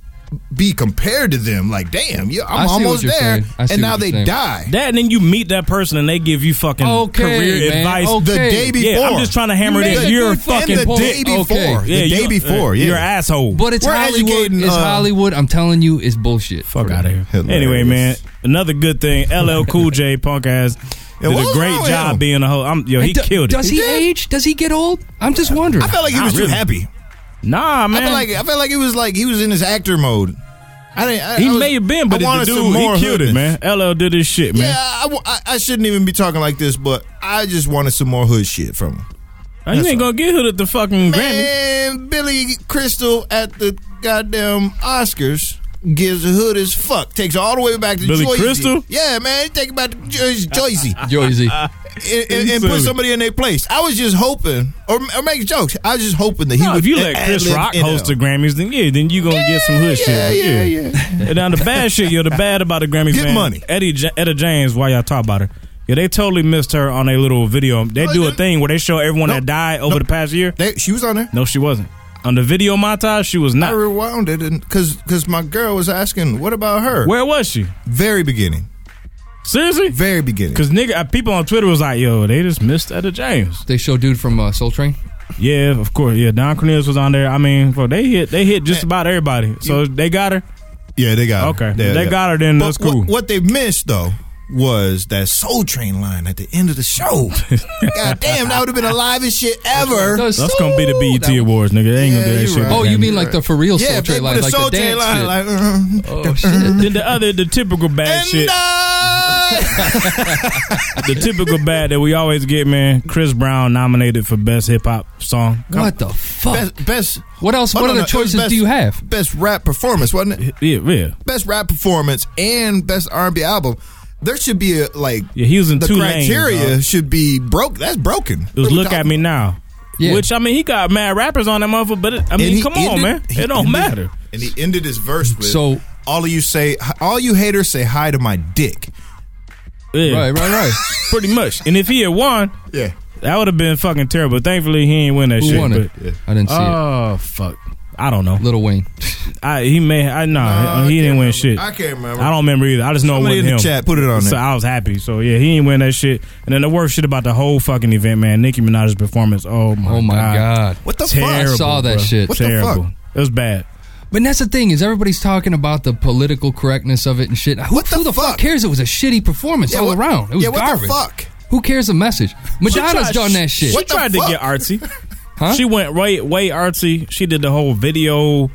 Speaker 5: be compared to them. Like, damn, yeah,
Speaker 6: I see
Speaker 5: I'm
Speaker 6: what
Speaker 5: almost
Speaker 6: you're
Speaker 5: there,
Speaker 6: saying. I see
Speaker 5: and
Speaker 6: what
Speaker 5: now
Speaker 6: you're
Speaker 5: they
Speaker 6: saying.
Speaker 5: die.
Speaker 4: that? And then you meet that person and they give you fucking
Speaker 6: Okay,
Speaker 4: career
Speaker 6: man.
Speaker 4: advice.
Speaker 6: Okay.
Speaker 5: The day before,
Speaker 4: Yeah, I'm just trying to hammer
Speaker 6: You
Speaker 4: it.
Speaker 6: made
Speaker 4: in.
Speaker 6: a
Speaker 4: You're a
Speaker 6: good
Speaker 4: fucking
Speaker 5: and the
Speaker 4: dick.
Speaker 5: day before,
Speaker 6: Okay.
Speaker 5: the
Speaker 4: Yeah,
Speaker 5: day
Speaker 4: you-
Speaker 5: before,
Speaker 4: uh,
Speaker 5: yeah,
Speaker 4: You're an asshole.
Speaker 6: But it's
Speaker 5: We're
Speaker 6: Hollywood.
Speaker 5: educating,
Speaker 6: It's
Speaker 5: uh,
Speaker 6: Hollywood. I'm telling you, it's bullshit.
Speaker 4: Fuck out of here.
Speaker 5: Hilarious.
Speaker 4: Anyway, man, another good thing. LL Cool J, punk ass,
Speaker 5: Yeah,
Speaker 4: did
Speaker 5: what
Speaker 4: a
Speaker 5: was wrong
Speaker 4: great
Speaker 5: with
Speaker 4: job
Speaker 5: him?
Speaker 4: being a hoe. I'm, yo, he
Speaker 6: Do-
Speaker 4: killed
Speaker 6: Does
Speaker 4: it.
Speaker 6: he,
Speaker 5: He did.
Speaker 6: age? Does he get old? I'm just wondering.
Speaker 5: I felt like he
Speaker 4: Not
Speaker 5: was
Speaker 4: really.
Speaker 5: too happy.
Speaker 4: Nah, man.
Speaker 5: I felt like I felt like it was like he was in his actor mode. I didn't. I,
Speaker 4: he
Speaker 5: I was-
Speaker 4: may have been,
Speaker 5: I
Speaker 4: but the
Speaker 5: wanted some
Speaker 4: dude,
Speaker 5: more
Speaker 4: he killed it,
Speaker 5: hoodness.
Speaker 4: man. LL did his shit,
Speaker 5: Yeah,
Speaker 4: man.
Speaker 5: I, wa- I- I shouldn't even be talking like this, but I just wanted some more hood shit from him.
Speaker 4: Uh, you
Speaker 5: that's
Speaker 4: ain't
Speaker 5: all.
Speaker 4: gonna get hood at the fucking Grammy.
Speaker 5: Man, Billy Crystal at the goddamn Oscars gives a hood as fuck. Takes all the way back to
Speaker 4: Billy
Speaker 5: Joyzy.
Speaker 4: Crystal?
Speaker 5: Yeah, man, he take it back to Joyzy, Joyzy
Speaker 6: Joyzy.
Speaker 5: and, and, and put somebody in their place. I was just hoping, or, or make jokes. I was just hoping that he
Speaker 4: No,
Speaker 5: would.
Speaker 4: if you let Chris
Speaker 5: ad-lib
Speaker 4: Rock
Speaker 5: in
Speaker 4: host the
Speaker 5: there.
Speaker 4: Grammys, then yeah, then you gonna get some hood
Speaker 5: yeah,
Speaker 4: shit.
Speaker 5: yeah,
Speaker 4: And now the bad shit, yo, the bad about the Grammys,
Speaker 5: Get
Speaker 4: man.
Speaker 5: money.
Speaker 4: Eddie J- Etta James, why y'all talk about her? Yeah, they totally missed her on a little video. They do a thing where they show everyone that died over
Speaker 5: Oh, Nope.
Speaker 4: the past year.
Speaker 5: They, she was on there.
Speaker 4: No, she wasn't. On the video montage, she was
Speaker 5: I
Speaker 4: not.
Speaker 5: rewound it and because because my girl was asking, "What about her?"
Speaker 4: Where was she?
Speaker 5: Very beginning,
Speaker 4: Seriously?
Speaker 5: very beginning.
Speaker 4: Cause nigga, uh, people on Twitter was like, "Yo, they just missed Etta James."
Speaker 6: They show dude from uh, Soul Train.
Speaker 4: Yeah, of course. Yeah, Don Cornelius was on there. I mean, bro, they hit, they hit just about everybody. So they got her.
Speaker 5: yeah, they got her.
Speaker 4: Okay,
Speaker 5: Yeah,
Speaker 4: they
Speaker 5: yeah.
Speaker 4: got her. Then
Speaker 5: But
Speaker 4: that's
Speaker 5: what-
Speaker 4: cool.
Speaker 5: What, they missed though was that Soul Train line at the end of the show. God damn, that would have been the livest shit ever.
Speaker 4: That's gonna be the BET
Speaker 6: That-
Speaker 4: Awards, nigga. They ain't gonna do
Speaker 5: Yeah,
Speaker 4: that
Speaker 5: you
Speaker 4: shit.
Speaker 5: right.
Speaker 6: Oh, you mean
Speaker 5: You're
Speaker 6: like the
Speaker 5: right.
Speaker 6: for real
Speaker 5: Yeah,
Speaker 6: Soul
Speaker 5: if they
Speaker 6: Train
Speaker 5: put
Speaker 6: line,
Speaker 5: a
Speaker 6: like
Speaker 5: Soul
Speaker 6: the
Speaker 5: Train
Speaker 6: dance
Speaker 5: line,
Speaker 6: shit.
Speaker 5: like, uh,
Speaker 6: oh shit.
Speaker 4: Then the other, the typical bad
Speaker 5: and
Speaker 4: shit, the typical bad that we always get, man. Chris Brown nominated for best hip hop song. Come-
Speaker 6: What the fuck?
Speaker 5: best, best.
Speaker 6: What else?
Speaker 5: oh,
Speaker 6: what
Speaker 5: no,
Speaker 6: other
Speaker 5: no, it was
Speaker 6: choices
Speaker 5: best-
Speaker 6: do you have?
Speaker 5: Best rap performance, wasn't it?
Speaker 4: Yeah, yeah,
Speaker 5: Best rap performance and best R&B album. There should be a like.
Speaker 4: yeah. He was in
Speaker 5: the
Speaker 4: two
Speaker 5: criteria
Speaker 4: lanes. dog.
Speaker 5: should be broke. That's broken.
Speaker 4: It was look at me now.
Speaker 6: Yeah.
Speaker 4: Which I mean, he got mad rappers on that motherfucker, but it, I mean,
Speaker 5: And he
Speaker 4: come on,
Speaker 5: ended-
Speaker 4: man,
Speaker 5: he
Speaker 4: it don't
Speaker 5: ended-
Speaker 4: matter.
Speaker 5: And he ended his verse with
Speaker 6: So-
Speaker 5: all of you say all you haters say hi to my dick.
Speaker 4: Yeah,
Speaker 6: Right, right, right.
Speaker 4: pretty much. And if he had won,
Speaker 5: Yeah.
Speaker 4: that would have been fucking terrible. Thankfully, he ain't win that
Speaker 6: Who
Speaker 4: shit.
Speaker 6: won it?
Speaker 4: but-
Speaker 6: I didn't see
Speaker 4: Oh fuck, I don't know.
Speaker 6: it. Little Wayne.
Speaker 4: I he may I nah,
Speaker 5: I
Speaker 4: he didn't win
Speaker 5: can't remember.
Speaker 4: shit.
Speaker 5: I can't remember.
Speaker 4: I don't remember either. I just know
Speaker 5: Somebody
Speaker 4: it
Speaker 5: in
Speaker 4: wasn't
Speaker 5: the
Speaker 4: him.
Speaker 5: chat, put it on
Speaker 4: So
Speaker 5: there.
Speaker 4: I was happy. So yeah, he ain't win that shit. And then the worst shit about the whole fucking event, man. Nicki Minaj's performance. Oh my,
Speaker 6: Oh my god.
Speaker 5: What the
Speaker 4: Terrible,
Speaker 6: I saw that
Speaker 4: bruh.
Speaker 6: shit.
Speaker 5: What the
Speaker 4: Terrible.
Speaker 5: fuck?
Speaker 4: It was bad.
Speaker 6: But that's the thing is everybody's talking about the political correctness of it and shit. Who,
Speaker 5: What the
Speaker 6: who the
Speaker 5: fuck?
Speaker 6: cares? It was a shitty performance
Speaker 5: Yeah,
Speaker 6: all
Speaker 5: what-
Speaker 6: around. It was
Speaker 5: yeah, what the
Speaker 6: garbage.
Speaker 5: fuck?
Speaker 6: Who cares the message? Madonna's
Speaker 4: tried-
Speaker 6: done that shit.
Speaker 4: She
Speaker 5: What the
Speaker 4: tried to
Speaker 5: fuck?
Speaker 4: get artsy.
Speaker 6: Huh?
Speaker 4: She went way way artsy. She did the whole video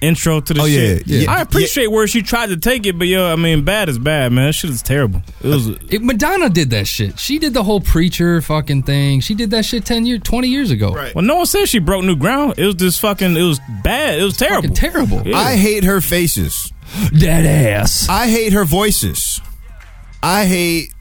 Speaker 4: intro to the
Speaker 5: Oh, yeah,
Speaker 4: shit.
Speaker 5: yeah.
Speaker 4: I appreciate where she tried to take it, but yo, I mean, bad is bad, man. That shit is terrible. It was
Speaker 6: It, Madonna did that shit. She did the whole preacher fucking thing. She did that shit 10 years, 20 years ago.
Speaker 5: Right.
Speaker 4: well, no one said she broke new ground. It was just fucking. It was bad. It was terrible.
Speaker 6: Fucking terrible.
Speaker 4: Yeah.
Speaker 5: I hate her faces.
Speaker 6: Dead ass.
Speaker 5: I hate her voices. I hate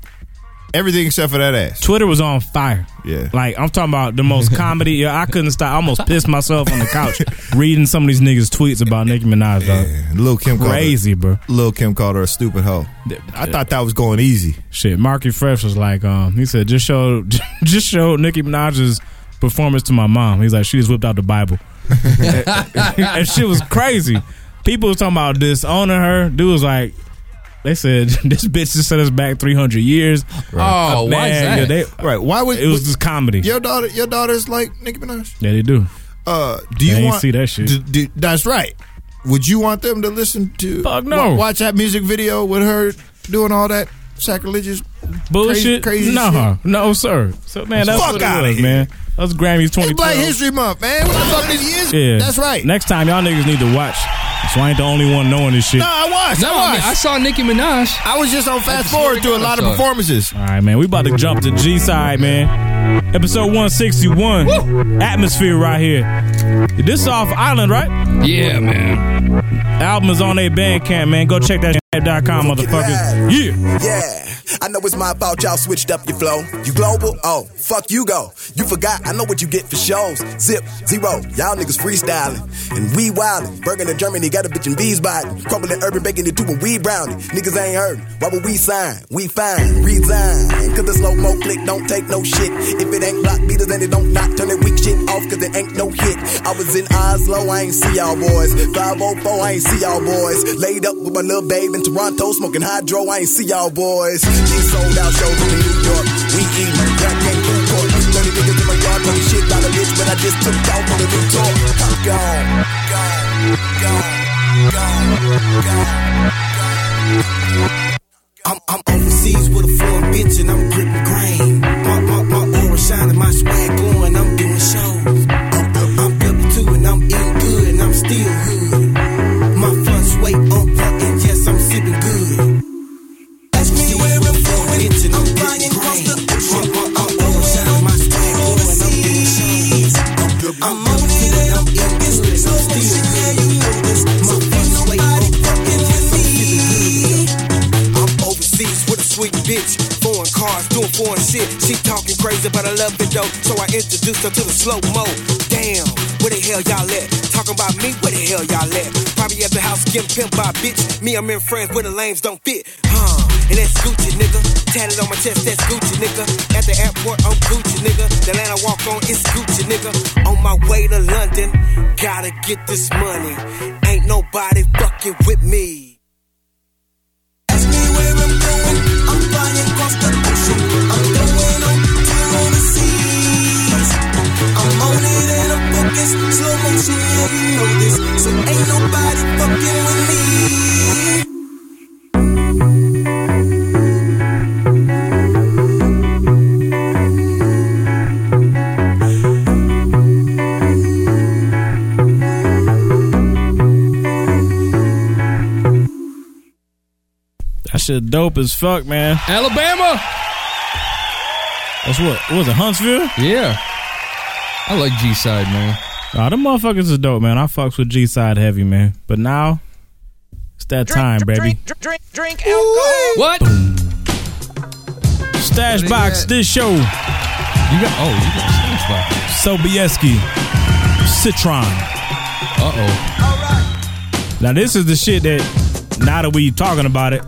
Speaker 5: everything except for that ass.
Speaker 4: Twitter was on fire.
Speaker 5: Yeah.
Speaker 4: Like I'm talking about the most comedy. Yeah, I couldn't stop. I almost pissed myself on the couch reading some of these niggas tweets about Nicki Minaj. Dog.
Speaker 5: Man, Lil Kim
Speaker 4: Crazy, bro.
Speaker 5: Called her, Lil Kim called her a stupid hoe. I thought that was going easy.
Speaker 4: Shit, Marky Fresh was like, um, he said, just show, just show Nicki Minaj's performance to my mom. He's like, she just whipped out the Bible, and shit was crazy. People was talking about disowning her. Dude was like, they said this bitch just sent us back three hundred years.
Speaker 6: Oh, why is that?
Speaker 4: yeah, they,
Speaker 5: Right? Why would
Speaker 4: it was just comedy.
Speaker 5: your daughter? Your daughter's like Nicki Minaj.
Speaker 4: Yeah, they do.
Speaker 5: Uh, do you
Speaker 4: I ain't
Speaker 5: want
Speaker 4: see that shit.
Speaker 5: d- d- that's right. Would you want them to listen to?
Speaker 4: Fuck no.
Speaker 5: wa- watch that music video with her doing all that sacrilegious
Speaker 4: bullshit.
Speaker 5: Crazy- crazy
Speaker 4: no, no, sir. So man, that's
Speaker 5: Fuck
Speaker 4: what it
Speaker 5: outta
Speaker 4: was,
Speaker 5: here.
Speaker 4: man. That's Grammys
Speaker 5: It's
Speaker 4: twenty
Speaker 5: Black
Speaker 4: twelve.
Speaker 5: History Month, man. What the fuck is years?
Speaker 4: Yeah,
Speaker 5: That's right.
Speaker 4: Next time, y'all niggas need to watch So I ain't the only one knowing this shit.
Speaker 5: No, I watched.
Speaker 6: No,
Speaker 5: I
Speaker 6: I, mean,
Speaker 5: watched.
Speaker 6: I saw Nicki Minaj.
Speaker 5: I was just on fast
Speaker 6: swear to
Speaker 5: forward through a
Speaker 6: God,
Speaker 5: lot of
Speaker 6: I saw it.
Speaker 5: performances.
Speaker 4: All right, man. We about to jump to G side, man. Episode 161. Atmosphere right here. This off Island, right?
Speaker 6: Yeah, man.
Speaker 4: Album is on their Bandcamp, man. Go check that shit.com, motherfuckers. Yeah.
Speaker 8: Yeah, I know it's my fault y'all switched up your flow. You global? Oh, fuck you go. You forgot, I know what you get for shows. Zip, zero, y'all niggas freestyling. And we wildin'. Bergen to Germany, got a bitch in bees biting. Crumbling urban bacon into a weed brownie. Niggas ain't heard. Why would we sign? We fine, resign. Cause the slow mo click don't take no shit. If it ain't block beaters, then it don't knock. Turn that weak shit off, cause it ain't no hit. I was in Oslo, I ain't see y'all boys. 504, I ain't see y'all boys. Laid up with my little babe in Toronto, smoking hydro, I ain't see y'all boys. She sold out shows in New York. We eat my crack and food court. 30 niggas in my yard, talking shit about a bitch, but I just took out on a new tour. I'm gone, gone, gone, gone, gone. I'm, I'm overseas with a foreign bitch and I'm gripping grain. My, my, my aura shining, my swag going, I'm doing shows. I'm, I'm, I'm W2 and I'm eating good and I'm still good. My front sway on front and yes, I'm sipping good. Ask me where I'm from, bitch, and I'm flying across the ocean. My, my, my aura shining, my swag going, I'm doing shows. I'm on it and I'm in business, I'm still good. My front sway on front and yes, I'm sipping good. I'm overseas with a sweet bitch. Foreign cars, doing foreign shit. She talking crazy, but I love it though. So I introduced her to the slow mo. Damn, where the hell y'all at? Talking about me, where the hell y'all at? Probably at the house getting pimped by a bitch. Me, I'm in France where the lames don't fit. Huh. And that's Gucci, nigga. Tatted on my chest, that's Gucci, nigga. At the airport, I'm Gucci, nigga. The land I walk on is Gucci, nigga. On my way to London, gotta get this money. Ain't nobody fucking with me. Ask me where I'm going. I'm flying across the ocean. I'm going on down on the seas. I'm on it and I'm focused. Slow motion, yeah, you know this. So ain't nobody fucking with me.
Speaker 4: That shit dope as fuck, man.
Speaker 6: Alabama.
Speaker 4: That's what? What was it, Huntsville?
Speaker 6: Yeah. I like G side, man.
Speaker 4: Nah, them motherfuckers is dope, man. I fucks with G side heavy, man. But now, it's that time, baby.
Speaker 6: What? You
Speaker 4: Stash
Speaker 6: What is
Speaker 4: box,
Speaker 6: that?
Speaker 4: this show.
Speaker 6: got? Oh, you got snatch back.
Speaker 4: Sobieski. Citron.
Speaker 6: Uh oh.
Speaker 4: Now this is the shit that now that we talking about it,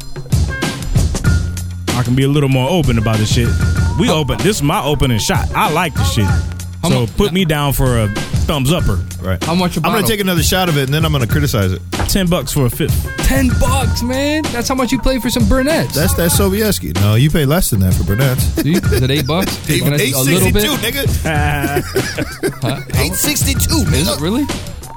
Speaker 4: I can be a little more open about this shit. We open. This is my opening shot. I like this shit. So
Speaker 6: mu-
Speaker 4: put me down for a thumbs upper.
Speaker 5: Right.
Speaker 6: How much a
Speaker 5: I'm gonna
Speaker 6: bottle?
Speaker 5: take another shot of it and then I'm gonna criticize it.
Speaker 4: Ten bucks for a fifth.
Speaker 6: Ten bucks, man. That's how much you play for some brunettes.
Speaker 5: That's that Sobieski. No, you pay less than that for Burnett's.
Speaker 6: See? Is it eight bucks? When I- a little bit.
Speaker 5: nigga.
Speaker 6: Huh?
Speaker 5: Eight sixty-two,
Speaker 6: Is it really?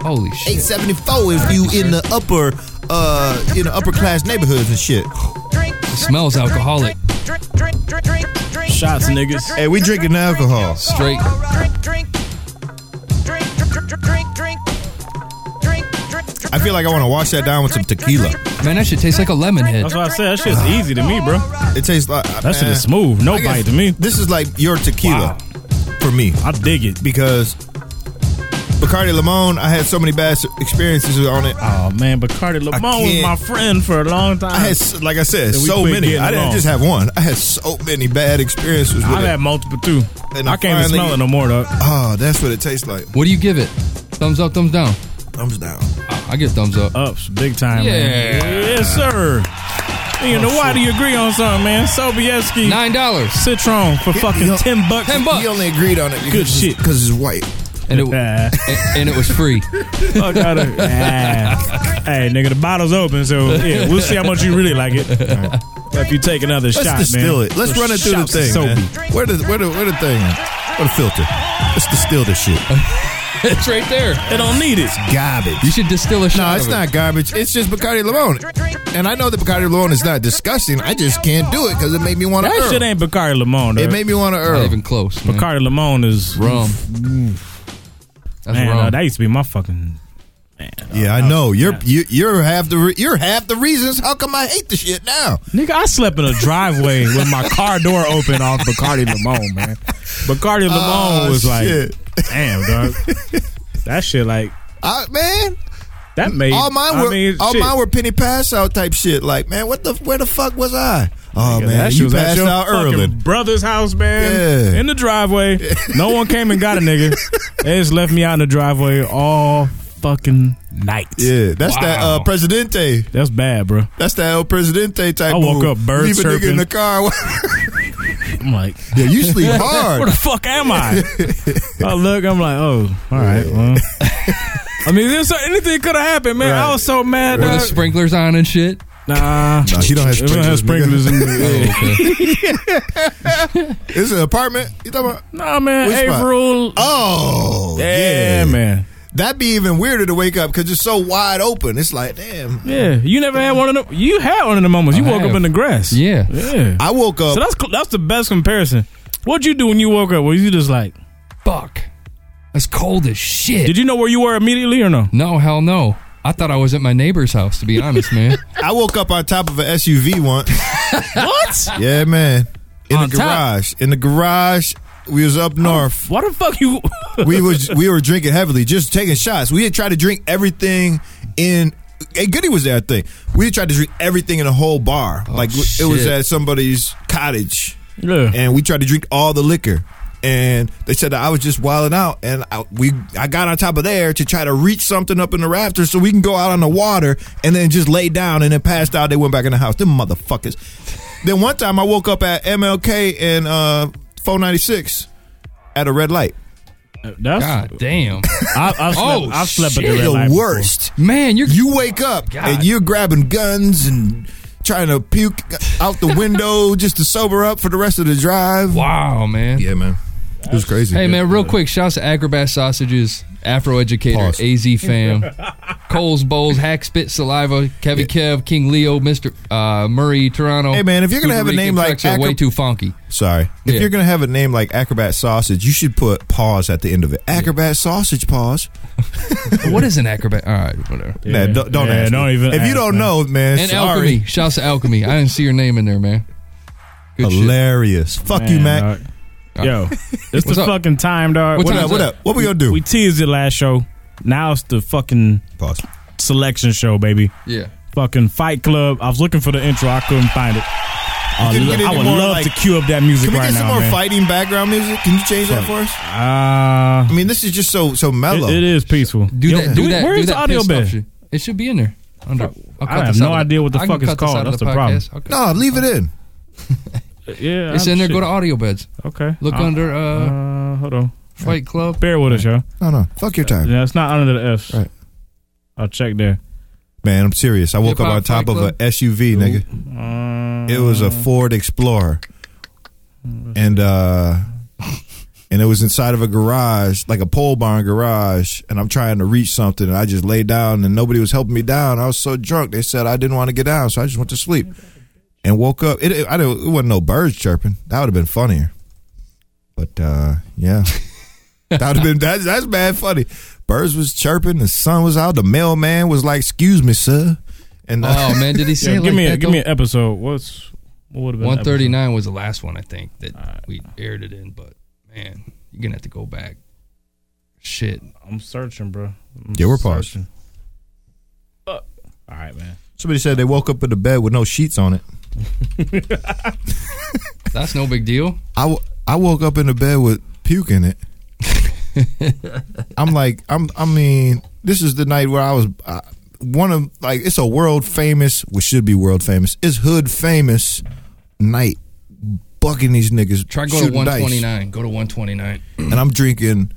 Speaker 6: Holy
Speaker 5: Eight
Speaker 6: shit!
Speaker 5: seventy-four if you in the upper, uh, in the upper class neighborhoods and shit.
Speaker 6: It smells alcoholic.
Speaker 4: Shots, niggas.
Speaker 5: Hey, we drinking alcohol.
Speaker 6: Straight.
Speaker 5: I feel like I want to wash that down with some tequila.
Speaker 6: Man, that shit tastes like a lemon head.
Speaker 4: That's what I said. That shit's easy to me, bro.
Speaker 5: It tastes like that
Speaker 4: That shit is smooth. No bite to me.
Speaker 5: This is like your tequila
Speaker 4: Wow.
Speaker 5: for me.
Speaker 4: I dig it.
Speaker 5: because Bacardi Limon, I had so many bad experiences on it.
Speaker 4: Oh man, Bacardi Limon was
Speaker 5: can't-
Speaker 4: my friend for a long time.
Speaker 5: I had, s- like I said,
Speaker 4: Then we
Speaker 5: so
Speaker 4: quit
Speaker 5: many.
Speaker 4: getting
Speaker 5: I
Speaker 4: it
Speaker 5: didn't
Speaker 4: on.
Speaker 5: just have one. I had so many bad experiences with
Speaker 4: I've
Speaker 5: it.
Speaker 4: had multiple too.
Speaker 5: And
Speaker 4: I can't even
Speaker 5: finally-
Speaker 4: smell it no more, though.
Speaker 5: oh, that's what it tastes like.
Speaker 6: What do you give it? Thumbs up, thumbs down.
Speaker 5: Thumbs down.
Speaker 6: I, I get thumbs up.
Speaker 4: Ups, big time. man.
Speaker 6: Yeah.
Speaker 4: yes, sir. You know why do you agree on something, man? Sobieski.
Speaker 6: Nine dollars.
Speaker 4: Citron for fucking
Speaker 5: yo.
Speaker 4: ten bucks.
Speaker 6: Ten bucks.
Speaker 5: He only agreed on it because
Speaker 4: Good shit.
Speaker 5: because it's white.
Speaker 6: And it, and,
Speaker 4: Ah,
Speaker 6: and it was free.
Speaker 4: fuck out of ah. Hey, nigga, the bottle's open, so yeah, we'll see how much you really like it. If you take another
Speaker 5: Let's
Speaker 4: shot,
Speaker 5: distill
Speaker 4: man.
Speaker 5: it. Let's
Speaker 4: So
Speaker 5: run it through the
Speaker 4: shots of
Speaker 5: thing.
Speaker 4: Sobe.
Speaker 5: Man. Where the where the where the thing? Where the filter? Let's distill this shit.
Speaker 6: it's right there.
Speaker 4: They don't need it.
Speaker 6: You
Speaker 5: Garbage.
Speaker 6: should distill a shot.
Speaker 5: No, it's
Speaker 6: of it.
Speaker 5: not garbage. It's just Bacardi Limon. And I know that Bacardi Limon is not disgusting. I just can't do it because it made me want to.
Speaker 4: That
Speaker 5: Earl.
Speaker 4: shit ain't Bacardi Limon, though.
Speaker 5: It made me want to
Speaker 6: Not
Speaker 5: Earl.
Speaker 6: even close. Man.
Speaker 4: Bacardi Limon is
Speaker 6: Rum. That's
Speaker 4: Man, uh,
Speaker 6: rum.
Speaker 4: that used to be my fucking Man,
Speaker 5: Yeah,
Speaker 4: uh,
Speaker 5: I know. You're
Speaker 4: yeah.
Speaker 5: you, you're half the re- you're half the reasons. How come I hate the shit now?
Speaker 4: Nigga, I slept in a driveway with my car door open off Bacardi Limon, man. Bacardi
Speaker 8: Ah,
Speaker 4: Limon
Speaker 5: Oh,
Speaker 4: was like,
Speaker 5: shit.
Speaker 4: damn, dog. That shit, like,
Speaker 5: I, man,
Speaker 4: that made
Speaker 5: all mine
Speaker 4: I
Speaker 5: were
Speaker 4: mean,
Speaker 5: all
Speaker 4: shit.
Speaker 5: mine were penny pass out type shit. Like, man, what the where the fuck was I? Oh
Speaker 4: Nigga,
Speaker 5: man,
Speaker 4: that shit
Speaker 5: you
Speaker 4: was at
Speaker 5: passed
Speaker 4: your
Speaker 5: out
Speaker 4: fucking
Speaker 5: early.
Speaker 4: Brother's house, man.
Speaker 5: Yeah.
Speaker 4: In the driveway. No one came and got a nigga. They just left me out in the driveway all fucking night.
Speaker 5: Yeah, that's that
Speaker 4: Wow.
Speaker 5: uh, Presidente.
Speaker 4: That's bad, bro.
Speaker 5: That's that El Presidente type.
Speaker 4: I woke
Speaker 5: move.
Speaker 4: up bird
Speaker 5: Leave a nigga
Speaker 4: chirping.
Speaker 5: in the car.
Speaker 4: I'm like,
Speaker 5: yeah, you sleep
Speaker 4: where
Speaker 5: hard.
Speaker 4: the fuck am I? I look, I'm like, oh, all right. Well. I mean, there's, anything could have happened, man. I
Speaker 5: Right.
Speaker 4: was so mad.
Speaker 6: Were the
Speaker 4: dog.
Speaker 6: sprinkler's on and shit?
Speaker 4: Nah.
Speaker 5: No, he don't have
Speaker 4: We don't have
Speaker 5: sprinklers,
Speaker 4: sprinklers in
Speaker 6: Oh, okay.
Speaker 5: It's an apartment. You talking about?
Speaker 4: Nah, man.
Speaker 5: Which spot?
Speaker 4: April.
Speaker 5: Oh,
Speaker 4: yeah, man.
Speaker 5: That'd be even weirder to wake up because it's so wide open. It's like, damn.
Speaker 4: Yeah. You never had one of them. You had one of the moments. You
Speaker 6: I
Speaker 4: woke
Speaker 6: have.
Speaker 4: up in the grass.
Speaker 6: Yeah.
Speaker 4: Yeah.
Speaker 5: I woke up.
Speaker 4: so that's cl- that's the best comparison. What'd you do when you woke up? Were you just like,
Speaker 6: Fuck. That's cold as shit.
Speaker 4: did you know where you were immediately or no?
Speaker 6: no, hell no. I thought I was at my neighbor's house, to be honest, man.
Speaker 5: I woke up on top of an SUV once.
Speaker 4: What?
Speaker 5: yeah, man. In
Speaker 6: On
Speaker 5: the
Speaker 6: top?
Speaker 5: garage. In the garage. We was up north.
Speaker 4: Why the fuck you?
Speaker 5: we was we were drinking heavily, just taking shots. We had tried to drink everything in. Hey, Goody was there, I think. We had tried to drink everything in a whole bar. like it was
Speaker 6: shit.
Speaker 5: at somebody's cottage.
Speaker 4: Oh, yeah.
Speaker 5: and we tried to drink all the liquor. And they said that I was just wilding out, and I, we I got on top of there to try to reach something up in the rafters so we can go out on the water, and then just lay down, and then passed out. They went back in the house. Them motherfuckers. then one time I woke up at MLK and uh, 496 at a red light.
Speaker 4: Uh, That's.
Speaker 6: God damn.
Speaker 4: I, I slept,
Speaker 6: Oh,
Speaker 4: I slept at
Speaker 6: shit.
Speaker 4: the red
Speaker 5: the
Speaker 4: light. before.
Speaker 5: worst.
Speaker 6: Man, you're
Speaker 5: You wake up
Speaker 6: God.
Speaker 5: and you're grabbing guns and trying to puke out the window just to sober up for the rest of the drive.
Speaker 6: Wow, man.
Speaker 5: Yeah, man. It was crazy.
Speaker 6: Hey man, real quick, shouts to Acrobat Sausages, Afro Educator,
Speaker 5: Pause.
Speaker 6: AZ Fam, Coles Bowls, Hack Spit Saliva, Kevy Kev, King Leo, Mister uh, Murray, Toronto.
Speaker 5: Hey, man, if you're gonna have a
Speaker 6: Puerto
Speaker 5: name
Speaker 6: Rican
Speaker 5: like
Speaker 6: Tricks are way
Speaker 5: Acro-
Speaker 6: too funky.
Speaker 5: Sorry. If
Speaker 6: Yeah.
Speaker 5: you're going to have a name like Acrobat Sausage, you should put pause at the end of it. Acrobat Sausage pause.
Speaker 6: what is an acrobat? All right, whatever.
Speaker 5: Nah, don't don't
Speaker 4: Yeah,
Speaker 5: ask
Speaker 4: don't
Speaker 5: me.
Speaker 4: even
Speaker 5: If you
Speaker 4: ask,
Speaker 5: don't
Speaker 4: man.
Speaker 5: know, man,
Speaker 6: And
Speaker 5: sorry.
Speaker 6: Alchemy, shouts to Alchemy. I didn't see your name in there, man. Good shit.
Speaker 5: Hilarious. Fuck you,
Speaker 4: Man, uh,
Speaker 5: Mac.
Speaker 4: dog. Yo, it's
Speaker 6: What's
Speaker 4: the
Speaker 6: up?
Speaker 4: fucking time, dog.
Speaker 6: What
Speaker 5: What
Speaker 6: time's
Speaker 5: up? What
Speaker 6: up?
Speaker 5: up? What we going to do?
Speaker 4: We teased it last show. Now it's the fucking
Speaker 5: pause.
Speaker 4: selection show, baby.
Speaker 6: Yeah.
Speaker 4: Fucking Fight Club. I was looking for the intro. I couldn't find it. I,
Speaker 5: couldn't
Speaker 4: lo-
Speaker 5: get any
Speaker 4: I would
Speaker 5: more,
Speaker 4: love
Speaker 5: like-
Speaker 4: to cue up that music
Speaker 5: Can we
Speaker 4: right
Speaker 5: get some
Speaker 4: now,
Speaker 5: more
Speaker 4: man.
Speaker 5: fighting background music? Can you change that for us?
Speaker 4: Ah,
Speaker 6: Uh,
Speaker 5: I mean, this is just so so mellow.
Speaker 4: it, it is peaceful.
Speaker 6: Do
Speaker 4: Yo,
Speaker 6: that. Do
Speaker 4: we-
Speaker 6: that.
Speaker 4: Where
Speaker 6: do
Speaker 4: is
Speaker 6: that
Speaker 4: the audio
Speaker 6: pissed off
Speaker 4: bed?
Speaker 6: shit. It should be in there. Under. I'll
Speaker 4: I
Speaker 6: cut
Speaker 4: have
Speaker 6: this
Speaker 4: no
Speaker 6: out of
Speaker 4: idea what the
Speaker 6: I can
Speaker 4: fuck it's
Speaker 6: cut this
Speaker 4: called.
Speaker 6: out of
Speaker 4: That's the problem.
Speaker 6: podcast. I'll cut-
Speaker 5: No, leave it in.
Speaker 4: Yeah,
Speaker 6: It's
Speaker 4: I'm-
Speaker 6: in there.
Speaker 4: shit.
Speaker 6: Go to audio beds.
Speaker 4: Okay.
Speaker 6: Look
Speaker 4: Uh,
Speaker 6: under uh,
Speaker 4: Uh, hold on.
Speaker 6: Fight Club.
Speaker 4: Bear with us, y'all.
Speaker 5: No, no. Fuck your time.
Speaker 4: Yeah, it's not under the F's.
Speaker 5: Right.
Speaker 4: I'll check there.
Speaker 5: Man, I'm serious. I woke
Speaker 6: Hip
Speaker 5: up
Speaker 6: Hop
Speaker 5: on top
Speaker 6: Fight
Speaker 5: of a
Speaker 6: Club? Uh.
Speaker 5: SUV, nigga. It was a Ford Explorer, and uh, and it was inside of a garage, like a pole barn garage. And I'm trying to reach something, and I just lay down, and nobody was helping me down. I was so drunk. They said I didn't want to get down, so I just went to sleep, and woke up. It, it- I didn't, it wasn't no birds chirping. That would have been funnier, but uh, yeah, that would have been that's that's bad funny. Birds was chirping, the sun was out. The mailman was like, "Excuse me, sir," and uh,
Speaker 6: Oh man, did he say
Speaker 4: Yeah,
Speaker 6: it
Speaker 4: give
Speaker 6: like
Speaker 4: me a,
Speaker 6: that,
Speaker 4: give me
Speaker 6: though?
Speaker 4: an episode. What's what would have been
Speaker 6: One
Speaker 4: episode?
Speaker 6: thirty nine was the last one I think that we aired it in, but man, you're gonna have to go back. Shit.
Speaker 4: I'm searching, bro. I'm
Speaker 5: Yeah, we're paused.
Speaker 4: searching. Fuck. All right, man.
Speaker 5: Somebody said they woke up in the bed with no sheets on it.
Speaker 6: That's no big deal.
Speaker 5: I, w- I woke up in the bed with puke in it. I'm like I'm I mean this is the night where I was uh, one of like it's a world famous which should be world famous it's hood famous night bucking these niggas
Speaker 6: Try to go to
Speaker 5: shooting
Speaker 6: one
Speaker 5: dice.
Speaker 6: twenty nine. Go to one twenty nine.
Speaker 5: and I'm drinking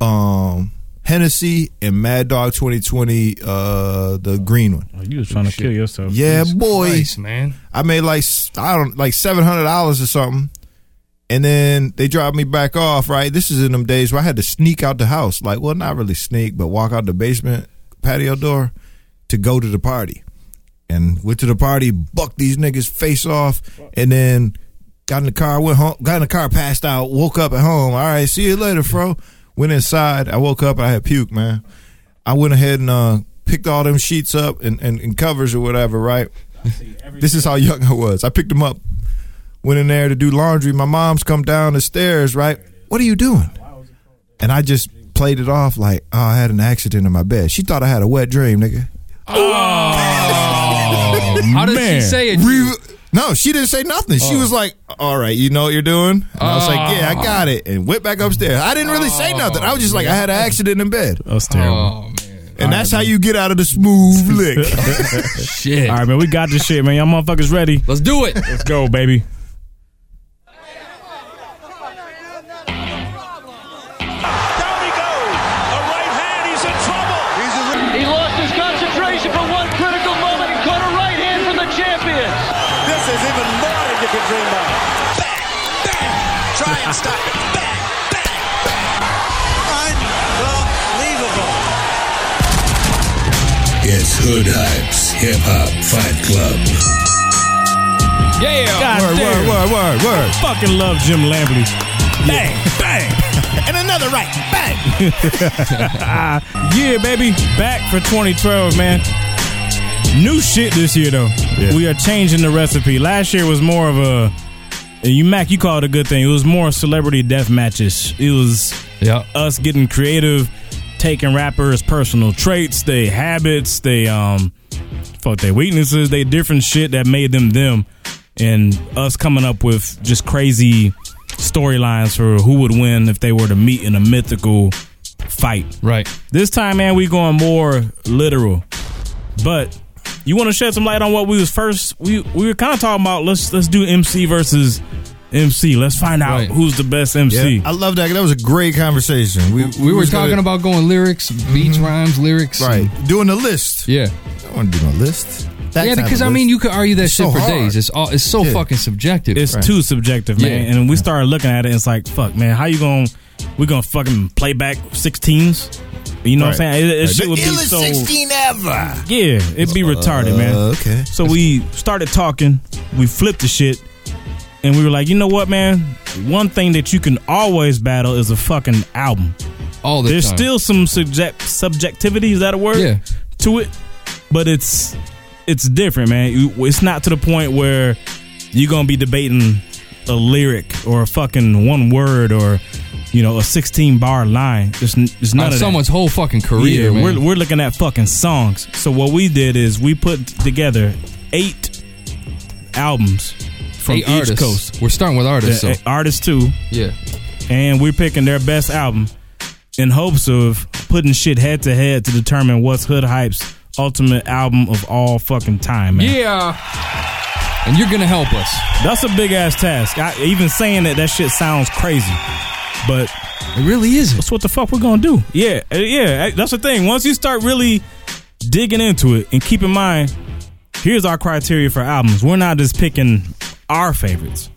Speaker 5: um Hennessy and Mad Dog 2020 uh the green one
Speaker 4: Oh, you was trying to kill yourself.
Speaker 5: yeah boy
Speaker 6: Nice, man.
Speaker 5: I made like s- I don't like seven hundred dollars or something, and then they dropped me back off. Right, this is in them days where I had to sneak out the house. Like, well, not really sneak, but walk out the basement patio door to go to the party, and went to the party, bucked these niggas face off, and then got in the car, went home, got in the car, passed out, woke up at home. All right, see you later, fro. Went inside. I woke up. I had puke, man. I went ahead and uh, picked all them sheets up and, and, and covers or whatever, right? this is how young I was. I picked them up, went in there to do laundry. My mom's come down the stairs, right? What are you doing? And I just played it off like, oh, I had an accident in my bed. She thought I had a wet dream, nigga.
Speaker 4: oh.
Speaker 6: How did
Speaker 4: Man.
Speaker 6: she say it? Oh.
Speaker 5: Re- Oh, no, she didn't say nothing. She was like, "All right, you know what you're doing." And I was like, "Yeah, I got it," and went back upstairs. I didn't really say nothing. I was just like, "I had an accident in bed,"
Speaker 4: That's terrible.
Speaker 6: oh man,
Speaker 5: and that's how you get out of the smooth lick.
Speaker 6: shit!
Speaker 4: All right, man, we got this shit, man. Y'all motherfuckers ready?
Speaker 6: Let's do it.
Speaker 4: Let's go, baby.
Speaker 2: Down he goes. A right hand. He's in trouble.
Speaker 9: He lost his concentration for one critical moment and caught a right hand from the champions.
Speaker 10: This is even more than you could dream of. Bang! Bang! Try and stop it. Bang! Bang! Bang! Unbelievable.
Speaker 2: It's Hood Hype's Hip Hop Fight Club.
Speaker 6: Yeah.
Speaker 4: God damn.
Speaker 5: word, word, word, word, word.
Speaker 4: Fucking love Jim Lambley. Bang, bang, and another right. Bang. yeah, baby. Back for 2012, man. New shit this year though.
Speaker 5: Yeah.
Speaker 4: We are changing the recipe. Last year was more of a you Mac, you call it a good thing. It was more celebrity death matches. It was
Speaker 6: Yeah.
Speaker 4: us getting creative, taking rappers' personal traits, they habits, they um, fuck their weaknesses, they different shit that made them them, and us coming up with just crazy storylines for who would win if they were to meet in a mythical fight.
Speaker 6: Right.
Speaker 4: This time, man, we going more literal. But you want to shed some light on what we was first? We we were kind of talking about let's let's do MC versus MC. Let's find out
Speaker 6: Right.
Speaker 4: who's the best MC.
Speaker 5: Yeah, I love that. That was a great conversation. We
Speaker 6: We were
Speaker 5: was
Speaker 6: talking
Speaker 5: gonna-
Speaker 6: about going lyrics, beats, rhymes, lyrics.
Speaker 5: right doing the list.
Speaker 6: Yeah.
Speaker 5: I don't want to do no list. That
Speaker 6: yeah,
Speaker 5: type
Speaker 6: because
Speaker 5: of
Speaker 6: I mean,
Speaker 5: list.
Speaker 6: you could argue that
Speaker 5: It's
Speaker 6: shit
Speaker 5: so
Speaker 6: for
Speaker 5: hard.
Speaker 6: days. It's all it's so
Speaker 5: Yeah.
Speaker 6: fucking subjective.
Speaker 4: it's too subjective, man.
Speaker 6: Yeah.
Speaker 4: And we started looking at it, and it's like, fuck, man, how you going? to We gonna fucking play back sixteens? You know what I'm
Speaker 5: Right.
Speaker 4: saying? It, it
Speaker 5: Right.
Speaker 4: shit
Speaker 5: The
Speaker 4: would be
Speaker 5: illest
Speaker 4: so
Speaker 5: 16 ever.
Speaker 4: yeah, it'd be retarded, man.
Speaker 5: Uh, okay.
Speaker 4: So we started talking. We flipped the shit, and we were like, you know what, man? One thing that you can always battle is a fucking album.
Speaker 6: all the
Speaker 4: There's
Speaker 6: time.
Speaker 4: still some subject subjectivity. Is that a word?
Speaker 6: Yeah.
Speaker 4: To it, but it's it's different, man. You- It's not to the point where you're gonna be debating a lyric or a fucking one word or you know a 16 bar line. There's, n- there's none
Speaker 6: on
Speaker 4: of that.
Speaker 6: someone's whole fucking career.
Speaker 4: Yeah,
Speaker 6: man.
Speaker 4: we're we're looking at fucking songs. So what we did is we put together eight albums from
Speaker 6: Eight
Speaker 4: each
Speaker 6: artists.
Speaker 4: coast,
Speaker 6: We're starting with
Speaker 4: Yeah,
Speaker 6: artists.
Speaker 4: eh,
Speaker 6: so.
Speaker 4: artists too,
Speaker 6: Yeah.
Speaker 4: and we're picking their best album in hopes of putting shit head to head to determine what's Hood Hype's ultimate album of all fucking time. Man.
Speaker 6: Yeah. And you're gonna help us.
Speaker 4: that's a big ass task. I, even saying that, that shit sounds crazy, but
Speaker 6: It really isn't.
Speaker 4: that's what the fuck we're gonna do. Yeah, uh, yeah, uh, that's the thing. Once you start really digging into it, and keep in mind, here's our criteria for albums. We're not just picking our favorites.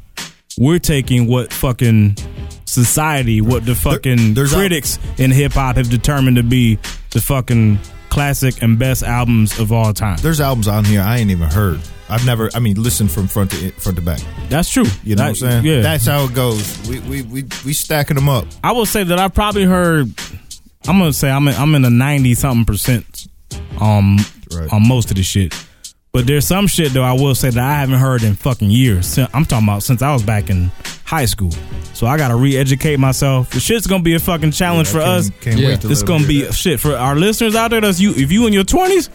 Speaker 4: We're taking what fucking society, what the fucking
Speaker 5: there's al-
Speaker 4: critics in hip hop have determined to be the fucking classic and best albums of all time.
Speaker 5: There's albums on here I ain't even heard. I've never. I mean, listen from front to front to back.
Speaker 4: That's true.
Speaker 5: You know
Speaker 4: That-
Speaker 5: what I'm saying?
Speaker 4: Yeah.
Speaker 5: That's how it goes. We we we we stacking them up.
Speaker 4: I will say that I probably heard. I'm gonna say I'm in, I'm in the ninety something percent, um,
Speaker 5: Right.
Speaker 4: on most of the shit. But there's some shit though I will say that I haven't heard in fucking years. Sin- I'm talking about since I was back in high school. So I gotta re-educate myself. The shit's gonna be a fucking challenge
Speaker 5: I
Speaker 4: for
Speaker 5: can't-
Speaker 4: us.
Speaker 5: Can't
Speaker 6: Yeah.
Speaker 5: wait to
Speaker 4: It's
Speaker 5: let 'em
Speaker 4: gonna
Speaker 5: hear
Speaker 4: be
Speaker 5: that.
Speaker 4: shit for our listeners out there. That's you. If you in your twenties,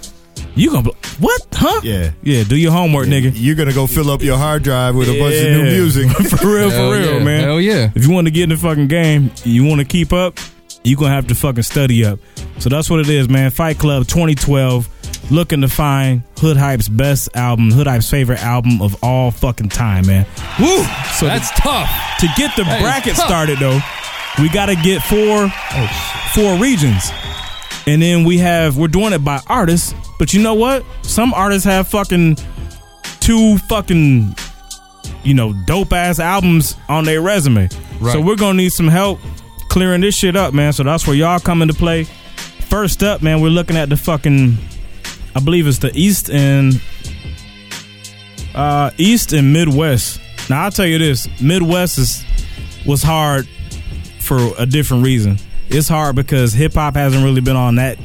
Speaker 4: you gonna be, like, what? Huh?
Speaker 5: Yeah.
Speaker 4: Yeah. Do your homework, nigga.
Speaker 5: You're gonna go fill up your hard drive with a bunch of
Speaker 4: Yeah.
Speaker 5: new music.
Speaker 4: for real,
Speaker 6: Hell
Speaker 4: for real,
Speaker 6: yeah.
Speaker 4: man.
Speaker 6: Hell yeah.
Speaker 4: If you want to get in the fucking game, you want to keep up, you going to have to fucking study up. So that's what it is, man. Fight Club 2012, looking to find Hood Hype's best album, Hood Hype's favorite album of all fucking time, man.
Speaker 6: Woo!
Speaker 4: So
Speaker 6: That's tough.
Speaker 4: To get the
Speaker 6: That is
Speaker 4: bracket
Speaker 6: tough.
Speaker 4: started, though, we got to get four,
Speaker 6: Oh,
Speaker 4: four regions. And then we have, we're doing it by artists, but you know what? Some artists have fucking two fucking you know dope ass albums on their resume.
Speaker 6: Right.
Speaker 4: So we're gonna need some help clearing this shit up, man. So that's where y'all come into play. First up, man, we're looking at the fucking I believe it's the East and uh East and Midwest. Now I'll tell you this, Midwest is was hard for a different reason. It's hard because hip hop hasn't really been on that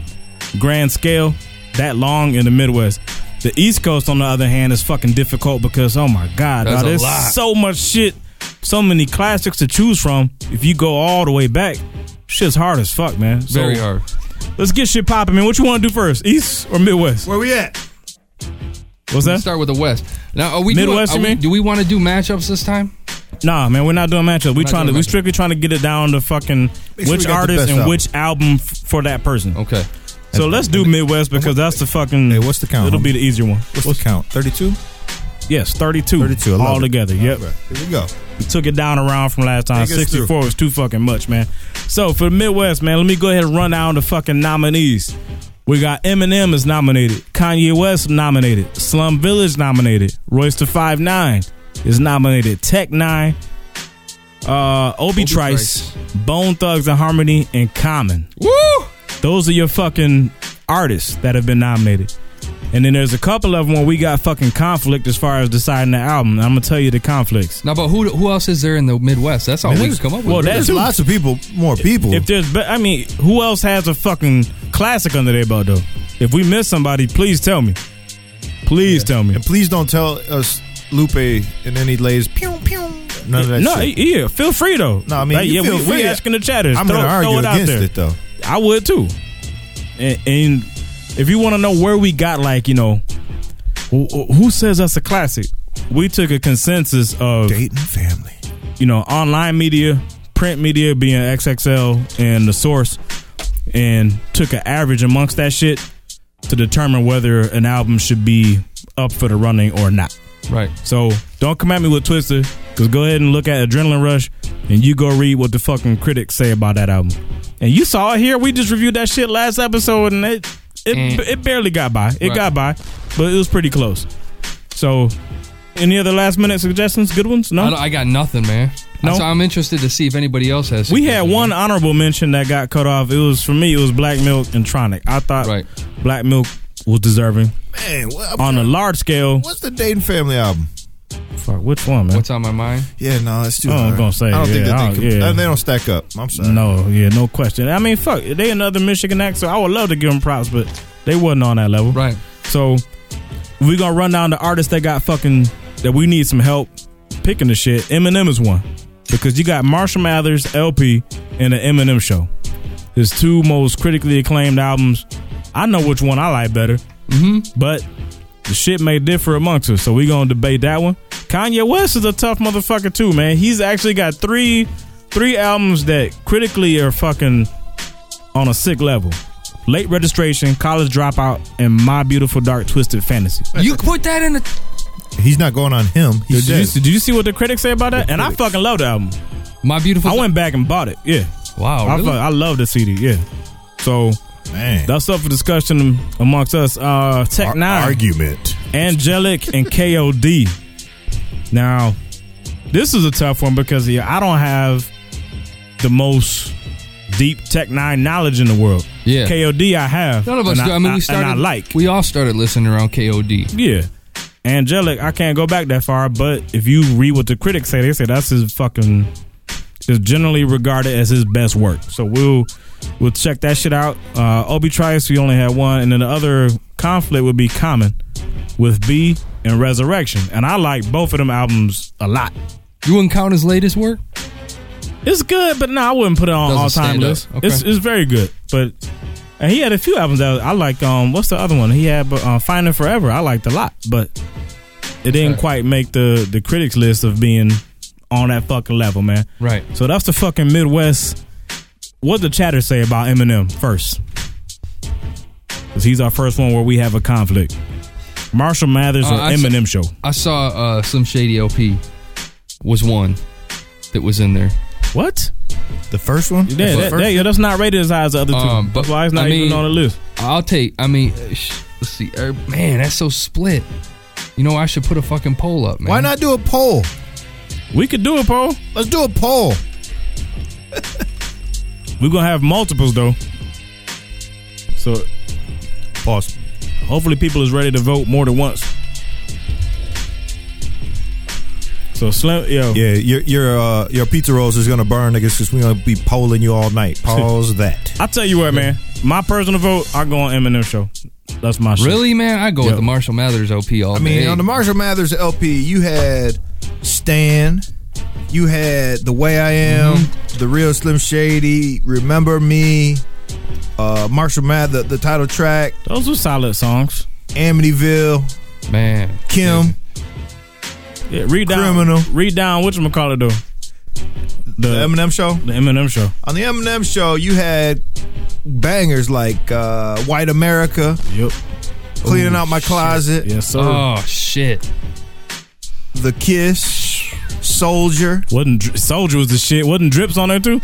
Speaker 4: grand scale that long in the Midwest. The East Coast, on the other hand, is fucking difficult because oh my god,
Speaker 6: There's
Speaker 4: dog,
Speaker 6: a
Speaker 4: there's
Speaker 6: lot.
Speaker 4: so much shit, so many classics to choose from. If you go all the way back, shit's hard as fuck, man. So,
Speaker 6: Very hard.
Speaker 4: Let's get shit popping, man. What you want to do first, East or Midwest?
Speaker 5: Where we at?
Speaker 4: What's
Speaker 6: Let's
Speaker 4: that?
Speaker 6: start with the West. Now, are we doing-
Speaker 4: Midwest,
Speaker 6: are
Speaker 4: you
Speaker 6: we-
Speaker 4: mean?
Speaker 6: Do we want to do matchups this time?
Speaker 4: Nah, man, we're not doing matchup. We
Speaker 6: not
Speaker 4: trying to
Speaker 6: doing
Speaker 4: we
Speaker 6: matchup.
Speaker 4: strictly trying to get it down to fucking
Speaker 5: sure we
Speaker 4: which
Speaker 5: got the
Speaker 4: artist
Speaker 5: best
Speaker 4: and
Speaker 5: album.
Speaker 4: which album f- for that person.
Speaker 6: Okay.
Speaker 4: So let's do Midwest because that's the fucking.
Speaker 5: Hey, what's the count,
Speaker 4: It'll be
Speaker 5: homie?
Speaker 4: the easier one.
Speaker 5: What's, the count? 32?
Speaker 4: Yes, 32.
Speaker 5: 32, I love
Speaker 4: all
Speaker 5: it.
Speaker 4: together. Yep.
Speaker 5: Okay, Here we go.
Speaker 4: We took it down around from last time.
Speaker 5: Take us
Speaker 4: 64
Speaker 5: through.
Speaker 4: was too fucking much, man. So for the Midwest, man, let me go ahead and run down the fucking nominees. We got Eminem is nominated, Kanye West nominated, Slum Village nominated, Royce to Five Nine is nominated, Tech Nine, uh, Obi,
Speaker 6: Obi
Speaker 4: Trice,
Speaker 6: Trice.
Speaker 4: Bone Thugs and Harmony, and Common.
Speaker 6: Woo!
Speaker 4: Those are your fucking artists that have been nominated. And then there's a couple of them where we got fucking conflict as far as deciding the album. I'm gonna tell you the conflicts.
Speaker 6: Now, but who who else is there in the Midwest? That's all we can come up with.
Speaker 4: Well, that-
Speaker 5: Oh,
Speaker 4: That's
Speaker 5: There's
Speaker 4: who-
Speaker 5: lots of people, more people.
Speaker 4: If there's, be- I mean, who else has a fucking classic under their belt though? If we miss somebody, please tell me. Please tell me.
Speaker 5: and please don't tell us Lupe and any lays pew pew. None of that
Speaker 4: No,
Speaker 5: shit.
Speaker 4: e- yeah, feel free though.
Speaker 5: No, I mean,
Speaker 4: Like,
Speaker 5: you
Speaker 4: yeah,
Speaker 5: feel
Speaker 4: we,
Speaker 5: free.
Speaker 4: we asking the chatters.
Speaker 5: I'm
Speaker 4: throw,
Speaker 5: gonna
Speaker 4: throw
Speaker 5: argue
Speaker 4: it out
Speaker 5: against
Speaker 4: there.
Speaker 5: it though.
Speaker 4: I would too. And, and if you want to know where we got, like, you know, wh- wh- who says that's a classic? We took a consensus of
Speaker 5: Dayton family.
Speaker 4: you know, online media, print media being XXL and the source, and took an average amongst that shit to determine whether an album should be up for the running or not.
Speaker 6: right.
Speaker 4: So don't come at me with Twister, because go ahead and look at Adrenaline Rush and you go read what the fucking critics say about that album. And you saw it here. We just reviewed that shit last episode and it it,
Speaker 6: Mm.
Speaker 4: it barely got by. It
Speaker 6: Right.
Speaker 4: got by, but it was pretty close. So any other last minute suggestions? Good ones? No?
Speaker 6: I, don't- I got nothing, man.
Speaker 4: No?
Speaker 6: So I'm interested to see if anybody else has.
Speaker 4: We had
Speaker 6: suggestions.
Speaker 4: one honorable mention that got cut off. It was for me. It was Black Milk and Tronic. I thought
Speaker 6: Right.
Speaker 4: Black Milk was deserving
Speaker 5: Man, what,
Speaker 4: on a large scale.
Speaker 5: what's the Dayton family album?
Speaker 4: Fuck, which one, man?
Speaker 6: What's on my mind?
Speaker 5: Yeah, no, that's too.
Speaker 4: Oh, I'm
Speaker 5: hard.
Speaker 4: gonna say,
Speaker 5: I don't
Speaker 4: yeah,
Speaker 5: think
Speaker 4: I
Speaker 5: that
Speaker 4: don't-
Speaker 5: they, can,
Speaker 4: yeah.
Speaker 5: they don't stack up. I'm sorry.
Speaker 4: no, yeah, no question. I mean, fuck, they another Michigan act, so I would love to give them props, but they wasn't on that level.
Speaker 6: Right.
Speaker 4: So we gonna run down the artists that got fucking that we need some help picking the shit. Eminem is one because you got Marshall Mathers LP and the Eminem Show. His two most critically acclaimed albums. I know which one I like better, mm-hmm. but the shit may differ amongst us. So we gonna debate that one. Kanye West is a tough motherfucker too, man. He's actually got three three albums that critically are fucking on a sick level. Late registration, college dropout, and my beautiful dark twisted fantasy.
Speaker 6: You put that in the.
Speaker 5: He's not going on him. He
Speaker 4: Did you,
Speaker 5: says
Speaker 4: did you see what the critics say about that? And I fucking love the album.
Speaker 6: My beautiful.
Speaker 4: I went back and bought it. Yeah,
Speaker 6: Wow.
Speaker 4: I,
Speaker 6: really?
Speaker 4: fuck- I love the CD. Yeah, so
Speaker 5: man.
Speaker 4: that's up for discussion amongst us. Uh, Tech
Speaker 5: Ar-
Speaker 4: Nine,
Speaker 5: argument.
Speaker 4: Angelic, and K.O.D. Now, this is a tough one because yeah, I don't have the most deep Tech Nine knowledge in the world.
Speaker 6: Yeah.
Speaker 4: K.O.D. I have.
Speaker 6: None of us
Speaker 4: and
Speaker 6: do. I mean, we started.
Speaker 4: And I like.
Speaker 6: We all started listening around KOD.
Speaker 4: Yeah. Angelic, I can't go back that far, but if you read what the critics say, they say that's his fucking is generally regarded as his best work. So we'll we'll check that shit out. Uh Obi Trice, we only had one, and then the other conflict would be common with B and Resurrection. And I like both of them albums a lot.
Speaker 6: You wouldn't count his latest work.
Speaker 4: It's good, but no, I wouldn't put it on
Speaker 6: Doesn't
Speaker 4: all time
Speaker 6: stand up.
Speaker 4: list.
Speaker 6: Okay.
Speaker 4: It's it's very good, but and he had a few albums that I like. Um, what's the other one he had? But uh, Finding Forever, I liked a lot, but it didn't
Speaker 6: Okay.
Speaker 4: quite make the the critics list of being on that fucking level, man.
Speaker 6: Right.
Speaker 4: So that's the fucking Midwest. What the chatter say about Eminem first? Because he's our first one where we have a conflict. Marshall Mathers
Speaker 6: Uh,
Speaker 4: or
Speaker 6: I s-
Speaker 4: Eminem show?
Speaker 6: I saw uh, Slim Shady LP was one that was in there.
Speaker 4: What?
Speaker 5: The first one.
Speaker 4: Yeah,
Speaker 5: The
Speaker 4: that,
Speaker 5: first-
Speaker 4: that- yeah, that's not rated as high as the other two.
Speaker 6: Um, but
Speaker 4: that's why it's not
Speaker 6: I mean-
Speaker 4: even on the list.
Speaker 6: I'll take. I mean, uh, sh- let's see. Er, Man, that's so split. You know, I should put a fucking poll up, man.
Speaker 5: Why not do a poll?
Speaker 4: We could do it, Paul.
Speaker 5: Let's do a poll.
Speaker 4: We're gonna have multiples though. So
Speaker 5: Pause.
Speaker 4: hopefully people is ready to vote more than once. So Slim, yo,
Speaker 5: Yeah, your your uh, your pizza rolls is gonna burn, niggas. Cause we gonna be polling you all night. Pause that.
Speaker 4: I tell you what, man. My personal vote, I go on Eminem show. That's my shit.
Speaker 6: Really, man? I go
Speaker 4: Yeah.
Speaker 6: with the Marshall Mathers OP all
Speaker 5: I mean,
Speaker 6: day.
Speaker 5: on the Marshall Mathers LP, you had Stan, you had The Way I Am,
Speaker 4: Mm-hmm.
Speaker 5: The Real Slim Shady, Remember Me, uh, Marshall Mathers, the, the title track,
Speaker 4: Those were solid songs.
Speaker 5: Amityville,
Speaker 6: man.
Speaker 5: Kim.
Speaker 4: Yeah, read down,
Speaker 5: Criminal.
Speaker 4: Read down what you call it though. The,
Speaker 5: The Eminem Show.
Speaker 4: the Eminem show.
Speaker 5: On the Eminem Show, you had bangers like uh, White America,
Speaker 4: Yep.
Speaker 5: Cleaning Out My Closet,
Speaker 4: Yes, sir.
Speaker 6: Oh shit.
Speaker 5: The Kiss, Soldier.
Speaker 4: Wasn't Dri- Soldier was the shit? Wasn't Drips on there too?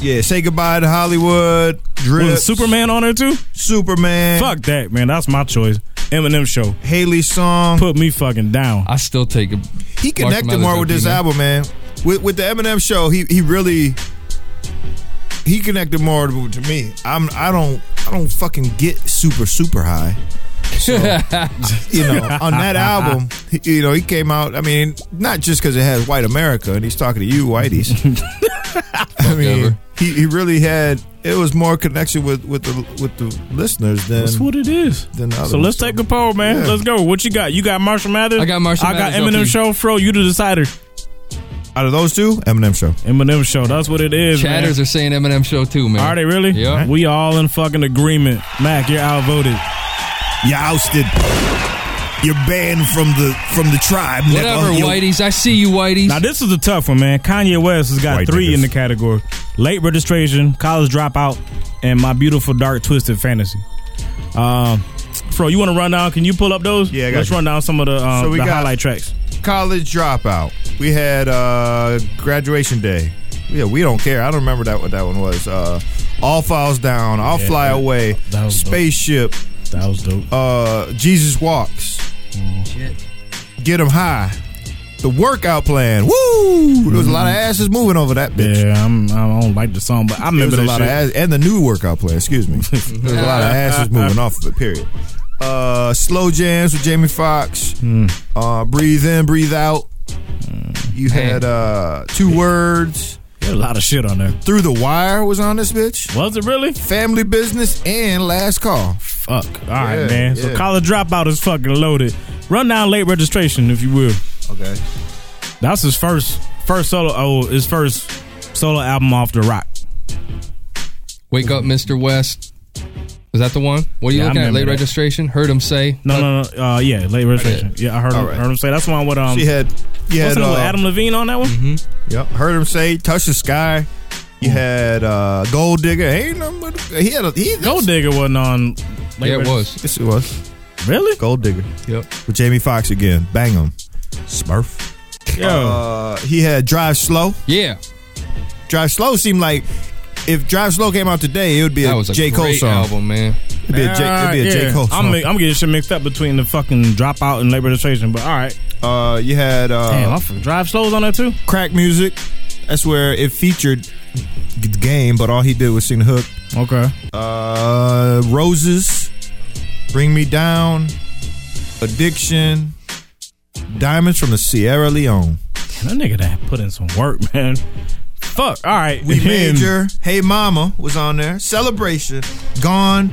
Speaker 5: Yeah, say goodbye to Hollywood. Drip,
Speaker 4: Wasn't Superman on there too?
Speaker 5: Superman.
Speaker 4: Fuck that, man. That's my choice. Eminem show.
Speaker 5: Haley song.
Speaker 4: Put me fucking down.
Speaker 6: I still take him.
Speaker 5: He connected
Speaker 6: Marshall
Speaker 5: more
Speaker 6: Mathers
Speaker 5: with
Speaker 6: LP,
Speaker 5: this
Speaker 6: man.
Speaker 5: album, man. With with the Eminem show, he he really he connected more to to me. I'm I don't I don't fucking get super super high. So, you know, on that album, he- you know, he came out. I mean, not just because it has White America and he's talking to you, Whiteys. I mean,
Speaker 6: Whatever.
Speaker 5: he, he really had. It was more connection with with the with the listeners than
Speaker 4: That's what it is.
Speaker 5: Then the other
Speaker 4: So let's
Speaker 5: one's
Speaker 4: take a poll, man.
Speaker 5: Yeah.
Speaker 4: Let's go. What you got? You got Marshall Mathers.
Speaker 6: I got Marshall
Speaker 4: I got
Speaker 6: Mathers,
Speaker 4: Eminem
Speaker 6: LP.
Speaker 4: show. Fro, you the decider.
Speaker 5: out of those two, Eminem show.
Speaker 4: Eminem show. That's what it is. man.
Speaker 6: Chatters are saying Eminem show too, man.
Speaker 4: Are they really?
Speaker 6: Yeah.
Speaker 4: We all in fucking agreement. Mac, you're outvoted.
Speaker 5: You're ousted. You're banned from the from the tribe. nigga.
Speaker 6: Whatever,
Speaker 5: Yo,
Speaker 6: Whiteys. I see you, Whiteys.
Speaker 4: Now this is a tough one, man. Kanye West has got
Speaker 5: White
Speaker 4: three
Speaker 5: niggas.
Speaker 4: in the category: late registration, college dropout, and my beautiful dark twisted fantasy. Um, Fro, you want to run down? Can you pull up those?
Speaker 5: Yeah, I got
Speaker 4: let's
Speaker 5: you.
Speaker 4: run down some of the, um,
Speaker 5: So we
Speaker 4: the
Speaker 5: got-
Speaker 4: highlight tracks.
Speaker 5: College dropout. We had uh, graduation day. Yeah, we don't care. I don't remember that what that one was. Uh, all falls down. I'll
Speaker 4: Yeah,
Speaker 5: fly
Speaker 4: that-
Speaker 5: away.
Speaker 4: that was dope.
Speaker 5: Spaceship.
Speaker 4: That was dope.
Speaker 5: Uh, Jesus walks.
Speaker 6: Shit.
Speaker 5: Get him high. The workout plan. Woo! There was a lot of asses moving over that bitch.
Speaker 4: Mm-hmm. Yeah, I'm, I don't like the song, but I
Speaker 5: There
Speaker 4: remember
Speaker 5: was a
Speaker 4: that
Speaker 5: lot
Speaker 4: shit.
Speaker 5: of ass, and the new workout plan. Excuse me. There's a lot of asses moving off of it. Period. Uh, slow jams with Jamie Foxx.
Speaker 4: Hmm.
Speaker 5: Uh, breathe in, breathe out. You had uh, two words.
Speaker 4: There's a lot of shit on there.
Speaker 5: Through the wire was on this bitch.
Speaker 4: Was it really?
Speaker 5: Family business and last call.
Speaker 4: Oh, Fuck. All right,
Speaker 5: Yeah,
Speaker 4: man. So
Speaker 5: yeah.
Speaker 4: college dropout is fucking loaded. Run down late registration, if you will.
Speaker 5: Okay.
Speaker 4: That's his first first solo. Oh, his first solo album off the rock.
Speaker 6: Wake up, Mr. West. Is that the one? What are you
Speaker 4: Yeah, I
Speaker 6: looking at?
Speaker 4: remember
Speaker 6: Late
Speaker 4: that.
Speaker 6: registration? Heard him say.
Speaker 4: No, no, no. Uh, yeah, late registration. Yeah, I heard him,
Speaker 5: Alright.
Speaker 4: heard him say that's the one with um.
Speaker 5: She had. You
Speaker 4: what's
Speaker 5: had
Speaker 4: the name
Speaker 5: uh,
Speaker 4: with Adam Levine on that one?
Speaker 6: Mm-hmm.
Speaker 5: Yep. Heard him say, "Touch the sky." You
Speaker 4: Hmm.
Speaker 5: had uh, Gold Digger. Ain't nothing but- he had a he.
Speaker 4: Gold Digger wasn't on. Late
Speaker 6: Yeah, it
Speaker 4: Regis-
Speaker 6: was.
Speaker 5: Yes, it was
Speaker 4: Really?
Speaker 5: Gold Digger
Speaker 6: Yep.
Speaker 5: with Jamie Foxx again. Bang him, Smurf.
Speaker 4: Yo,
Speaker 5: Uh, he had Drive Slow.
Speaker 6: Yeah.
Speaker 5: Drive Slow seemed like if Drive Slow came out today, it would be
Speaker 6: That
Speaker 5: a
Speaker 6: was a
Speaker 5: J. Cole
Speaker 6: great
Speaker 5: song.
Speaker 6: album, man.
Speaker 5: It'd be a J. It'd be a
Speaker 4: Alright,
Speaker 5: J.
Speaker 4: yeah.
Speaker 5: Cole
Speaker 4: I'm,
Speaker 5: song.
Speaker 4: mi- I'm getting shit mixed up between the fucking dropout and late registration, but all right.
Speaker 5: uh, you had uh,
Speaker 4: Damn, I fucking drive slows on that too.
Speaker 5: Crack Music. That's where it featured the game, but all he did was sing the hook.
Speaker 4: Okay.
Speaker 5: Uh, Roses, Bring Me Down, Addiction, Diamonds from the Sierra Leone,
Speaker 4: That nigga that put in some work, man. Fuck. All right.
Speaker 5: We
Speaker 4: And then-
Speaker 5: Major, Hey Mama was on there, Celebration, Gone,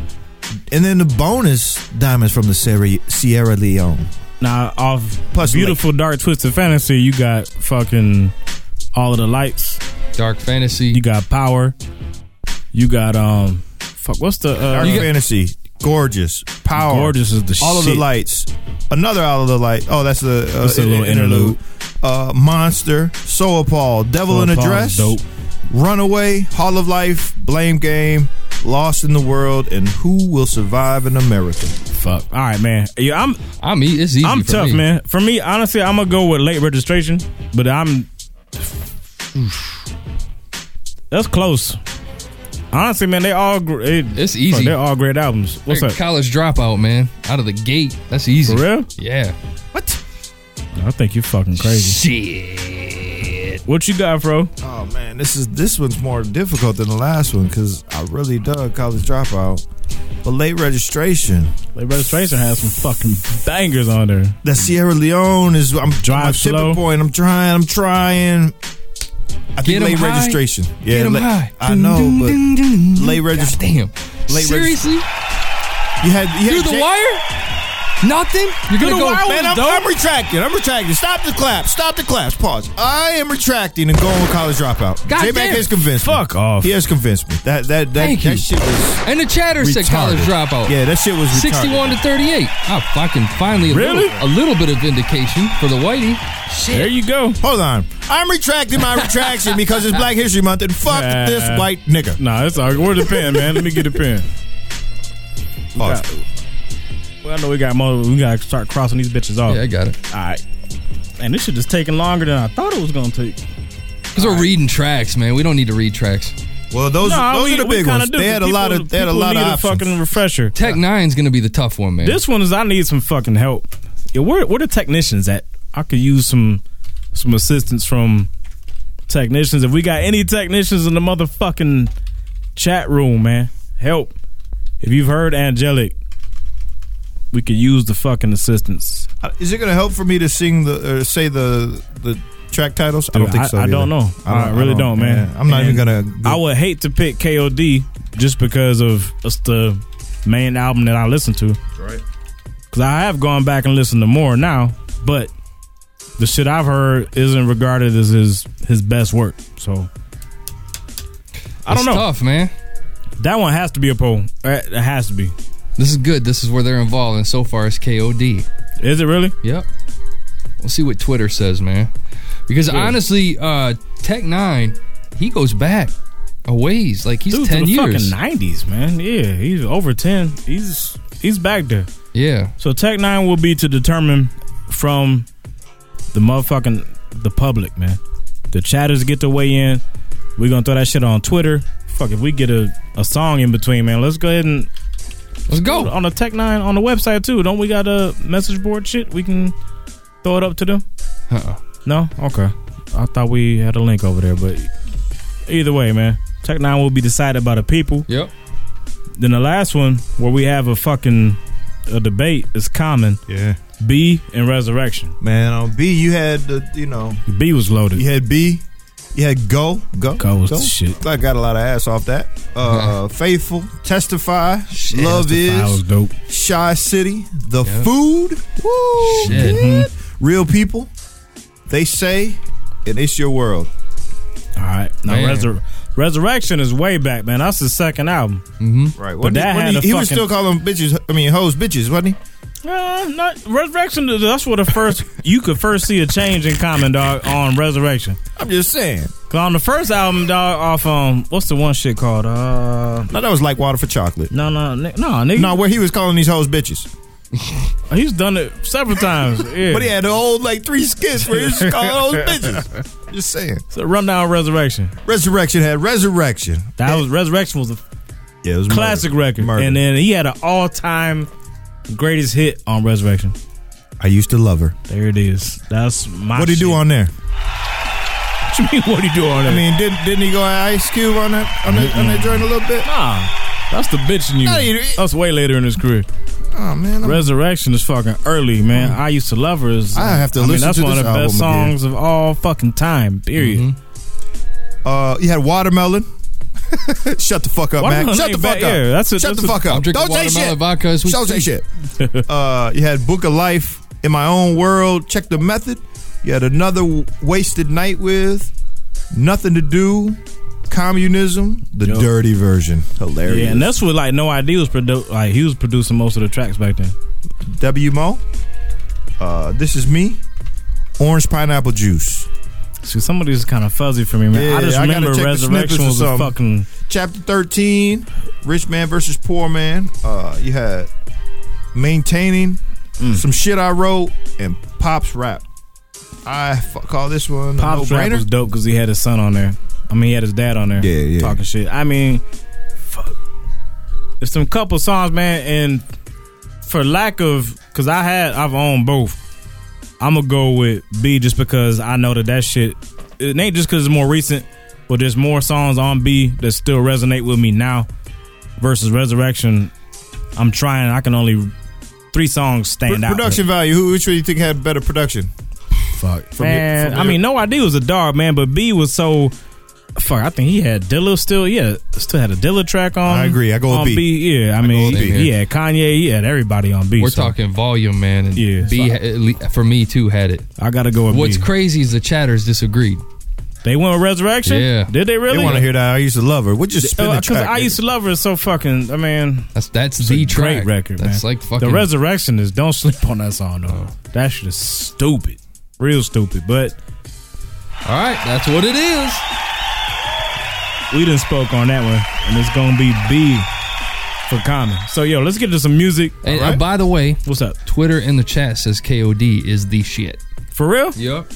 Speaker 5: and then the bonus Diamonds from the Sierra Sierra Leone.
Speaker 4: Now off
Speaker 5: Plus,
Speaker 4: beautiful dark twisted fantasy, you got fucking all of the lights.
Speaker 6: Dark Fantasy.
Speaker 4: You got power. You got um. Fuck. What's the uh,
Speaker 5: Dark Fantasy, Gorgeous, Power,
Speaker 4: Gorgeous is the
Speaker 5: All of
Speaker 4: shit.
Speaker 5: the lights, another All of the Light. Oh, that's the uh,
Speaker 4: That's a little interlude.
Speaker 5: Uh, Monster, So Appalled, Devil in a
Speaker 4: Paul's
Speaker 5: Dress,
Speaker 4: Dope.
Speaker 5: Runaway, Hall of Life, Blame Game, Lost in the World, and Who Will Survive in America?
Speaker 4: Fuck. All right, man. Yeah, I'm
Speaker 6: I'm e- it's easy.
Speaker 4: I'm
Speaker 6: for
Speaker 4: tough,
Speaker 6: me.
Speaker 4: man. For me, honestly, I'm gonna go with late registration, but I'm that's close. Honestly, man, they all gr- it,
Speaker 6: It's easy.
Speaker 4: They're all great albums. What's up?
Speaker 6: College dropout, man. Out of the gate. That's easy.
Speaker 4: For real?
Speaker 6: Yeah.
Speaker 5: What?
Speaker 4: I think you fucking crazy.
Speaker 6: Shit.
Speaker 4: What you got, bro?
Speaker 5: Oh man, this is this one's more difficult than the last one because I really dug College Dropout. But late registration.
Speaker 4: Late registration has some fucking bangers on there.
Speaker 5: That Sierra Leone is. I'm
Speaker 4: Drive
Speaker 5: my
Speaker 4: slow.
Speaker 5: tipping point. I'm trying. I'm trying. I
Speaker 6: Get
Speaker 5: think
Speaker 6: 'em
Speaker 5: late
Speaker 6: high.
Speaker 5: registration.
Speaker 6: Get 'em
Speaker 5: late-
Speaker 6: high.
Speaker 5: I know, but late registration.
Speaker 6: Damn.
Speaker 5: Late
Speaker 6: Seriously?
Speaker 5: You had you
Speaker 6: Through
Speaker 5: had
Speaker 6: the
Speaker 5: Jay-
Speaker 6: wire? Nothing? You're gonna
Speaker 5: Man,
Speaker 6: go.
Speaker 5: I'm, I'm retracting. I'm retracting. Stop the claps. Stop the claps. Pause. I am retracting and going with college dropout.
Speaker 6: God
Speaker 5: J
Speaker 6: damn.
Speaker 5: Mac has convinced me.
Speaker 4: Fuck off.
Speaker 5: He has convinced me. That that that,
Speaker 6: Thank
Speaker 5: that
Speaker 6: you.
Speaker 5: shit was
Speaker 6: And the chatter said
Speaker 5: retarded.
Speaker 6: college dropout.
Speaker 5: Yeah, that shit was retarded.
Speaker 6: 61 to 38. Oh, fucking finally a,
Speaker 4: Really?
Speaker 6: little, a little bit of vindication for the Whitey.
Speaker 4: There you go.
Speaker 5: Hold on. I'm retracting my retraction because it's Black History Month and fuck
Speaker 4: Nah.
Speaker 5: this white nigga.
Speaker 4: Nah, it's all right. Where's the pen, man? Let me get a pen.
Speaker 5: Pause.
Speaker 4: Well, I know we got more. We got to start crossing these bitches off.
Speaker 6: Yeah, I got it.
Speaker 4: All right. And this shit is taking longer than I thought it was going to take.
Speaker 6: Because we're reading tracks, man. We don't need to read tracks.
Speaker 5: Well, those those
Speaker 4: we-
Speaker 5: are the
Speaker 4: we
Speaker 5: big
Speaker 4: kinda
Speaker 5: ones.
Speaker 4: do,
Speaker 5: They had a
Speaker 4: 'cause
Speaker 5: lot
Speaker 4: people-
Speaker 5: of they had a
Speaker 4: people
Speaker 5: lot of
Speaker 4: need
Speaker 5: options.
Speaker 4: fucking refresher.
Speaker 6: Tech Nine's going to be the tough one, man.
Speaker 4: This one is I need some fucking help. Yeah, where where the technicians at? I could use some some assistance from technicians. If we got any technicians in the motherfucking chat room, man, help. If you've heard Angelic, we could use the fucking assistance.
Speaker 5: Uh, Is it going to help for me to sing the or say the the track titles? I don't
Speaker 4: Dude,
Speaker 5: think so.
Speaker 4: I,
Speaker 5: either.
Speaker 4: don't know. I, really don't, man.
Speaker 5: yeah. I'm not even
Speaker 4: And
Speaker 5: going to.
Speaker 4: I would hate to pick KOD just because of it's the main album that I listen to.
Speaker 5: Right.
Speaker 4: Because I have gone back and listened to more now, but the shit I've heard isn't regarded as his his best work. So I
Speaker 6: It's
Speaker 4: don't know.
Speaker 6: tough, man.
Speaker 4: That one has to be a poll. Uh, It has to be.
Speaker 6: This is good. This is where they're involved, and so far it's KOD.
Speaker 4: Is it really?
Speaker 6: Yep. We'll see what Twitter says, man. Because honestly, uh, Tech Nine, he goes back a ways. Like he's
Speaker 4: Dude, to
Speaker 6: ten
Speaker 4: the
Speaker 6: years.
Speaker 4: fucking nineties, man. Yeah, he's over ten. He's he's back there.
Speaker 6: Yeah.
Speaker 4: So Tech Nine will be to determine from the motherfucking the public, man. The chatters get to weigh in. We're gonna throw that shit on Twitter. Fuck, if we get a, a song in between, man, let's go ahead and
Speaker 6: Let's go.
Speaker 4: on the Tech Nine on the website too. Don't we got a message board shit? We can throw it up to them.
Speaker 6: Uh-uh.
Speaker 4: No, okay. I thought we had a link over there, but either way, man, Tech Nine will be decided by the people.
Speaker 6: Yep.
Speaker 4: Then the last one where we have a fucking a debate is common
Speaker 5: Yeah,
Speaker 4: B and resurrection.
Speaker 5: man. On B, you had the you know
Speaker 4: B was loaded.
Speaker 5: you had B, you had go go
Speaker 4: Go was the shit.
Speaker 5: I got a lot of ass off that.
Speaker 6: Uh-huh.
Speaker 5: Uh, faithful, testify,
Speaker 6: Shit.
Speaker 5: love
Speaker 4: That was
Speaker 5: is
Speaker 4: dope.
Speaker 5: shy city, the
Speaker 6: Yep.
Speaker 5: food, woo,
Speaker 6: Shit.
Speaker 4: Mm-hmm.
Speaker 5: real people. They say, and it's your world.
Speaker 4: All right, now
Speaker 6: Man.
Speaker 4: Resur- resurrection is way back, man. That's his second album.
Speaker 6: Mm-hmm.
Speaker 5: Right.
Speaker 4: But that had a
Speaker 5: he, he was
Speaker 4: fucking-
Speaker 5: still calling bitches. I mean, hoes bitches, wasn't he?
Speaker 4: Uh, not resurrection. That's where the first you could first see a change in common dog on resurrection.
Speaker 5: I'm just saying.
Speaker 4: Cause on the first album, dog, off um, what's the one shit called? Uh,
Speaker 5: No, that was like water for chocolate.
Speaker 4: no, no, ni- no, nigga,
Speaker 5: No, where he was calling these hoes bitches.
Speaker 4: he's done it several times. Yeah,
Speaker 5: But he had the old like three skits where he was just calling hoes bitches. Just saying.
Speaker 4: so rundown resurrection.
Speaker 5: Resurrection had resurrection.
Speaker 4: That was resurrection was a
Speaker 5: Yeah, it was
Speaker 4: classic
Speaker 5: murder.
Speaker 4: record,
Speaker 5: Murder.
Speaker 4: and then he had an all time greatest hit on resurrection.
Speaker 5: I used to love her.
Speaker 4: There it is. That's my.
Speaker 5: What would he do
Speaker 4: shit.
Speaker 5: on there?
Speaker 4: What you mean? What he do on that?
Speaker 5: I mean, didn't didn't he go Ice Cube on that on that, on that joint a little bit?
Speaker 4: nah, that's the bitch in you.
Speaker 5: Not either.
Speaker 4: That's way later in his career.
Speaker 5: Oh man, I'm- Mm.
Speaker 4: Resurrection is fucking early, man. I used to love her. Is,
Speaker 5: I have to
Speaker 4: I mean,
Speaker 5: listen
Speaker 4: that's
Speaker 5: to
Speaker 4: one
Speaker 5: this
Speaker 4: of the best
Speaker 5: album again.
Speaker 4: songs of all fucking time. Period.
Speaker 5: uh, you had watermelon. Shut the fuck up,
Speaker 4: Watermelon
Speaker 5: Mac. Shut
Speaker 4: ain't
Speaker 5: the fuck
Speaker 4: bad.
Speaker 5: up.
Speaker 4: Yeah, that's it.
Speaker 5: Shut
Speaker 4: That's
Speaker 5: the
Speaker 4: a-
Speaker 5: fuck
Speaker 6: I'm
Speaker 5: up.
Speaker 6: drinking
Speaker 5: Don't say
Speaker 6: watermelon
Speaker 5: shit.
Speaker 6: vodka. as we
Speaker 5: Don't say
Speaker 6: speak.
Speaker 5: shit. uh, you had Book of Life in my own world. Check the method. You had another W- wasted night with nothing to do. Communism, the
Speaker 4: Yo.
Speaker 5: dirty version, hilarious.
Speaker 4: Yeah, and that's what like No Idea was produ- like he was producing most of the tracks back then.
Speaker 5: W Mo. Uh, this is me. Orange pineapple juice.
Speaker 4: See, some of these is kind of fuzzy for me, man.
Speaker 5: Yeah,
Speaker 4: I just
Speaker 5: I gotta
Speaker 4: remember
Speaker 5: check the snippets
Speaker 4: Resurrection
Speaker 5: or
Speaker 4: was a
Speaker 5: something.
Speaker 4: fucking
Speaker 5: Chapter thirteen, rich man versus poor man. Uh, you had maintaining
Speaker 4: Mm.
Speaker 5: some shit I wrote and pops rap. I f- call this one
Speaker 4: pop
Speaker 5: no
Speaker 4: rap was dope because he had his son on there. I mean, he had his dad on there.
Speaker 5: Yeah, yeah.
Speaker 4: talking shit. I mean, fuck. It's some couple songs, man, and for lack of, because I had, I've owned both. I'm gonna go with B just because I know that that shit. It ain't just because it's more recent, but there's more songs on B that still resonate with me now versus Resurrection. I'm trying. I can only three songs stand out.
Speaker 5: production value. Who which one do you think had better production? Fuck. From your-
Speaker 4: man,
Speaker 5: from
Speaker 4: I
Speaker 5: your-
Speaker 4: mean, no idea was a dog, man, but B was so. Fuck, I think he had Dilla still. Yeah, still had a Dilla track on.
Speaker 5: I agree. I go with
Speaker 4: on
Speaker 5: B.
Speaker 4: Yeah, I, mean,
Speaker 6: with B.
Speaker 4: he had Kanye. He had everybody on B.
Speaker 6: We're
Speaker 4: so
Speaker 6: talking volume, man. And
Speaker 4: Yeah.
Speaker 6: B, at le- for me too, had it.
Speaker 4: I gotta go with
Speaker 6: What's
Speaker 4: B.
Speaker 6: crazy is the chatters disagreed.
Speaker 4: they went with Resurrection.
Speaker 6: Yeah.
Speaker 4: did they really?
Speaker 5: They want to hear that I used to love her. Would you spin the
Speaker 4: Because
Speaker 5: track?
Speaker 4: uh, I
Speaker 5: nigga?
Speaker 4: used to love her so fucking. I mean,
Speaker 6: That's that's
Speaker 4: it's
Speaker 6: the
Speaker 4: a
Speaker 6: track.
Speaker 4: great record.
Speaker 6: That's
Speaker 4: man.
Speaker 6: like fucking. Oh.
Speaker 4: the resurrection is. Don't sleep on that song though. That shit is stupid, real stupid. But
Speaker 6: All right, that's what it is.
Speaker 4: we didn't spoke on that one, and it's gonna be B for common. So yo, let's get to some music.
Speaker 6: And
Speaker 4: All
Speaker 6: uh,
Speaker 4: right?
Speaker 6: by the way,
Speaker 4: What's up?
Speaker 6: Twitter in the chat says KOD is the shit.
Speaker 4: For real?
Speaker 6: Yep.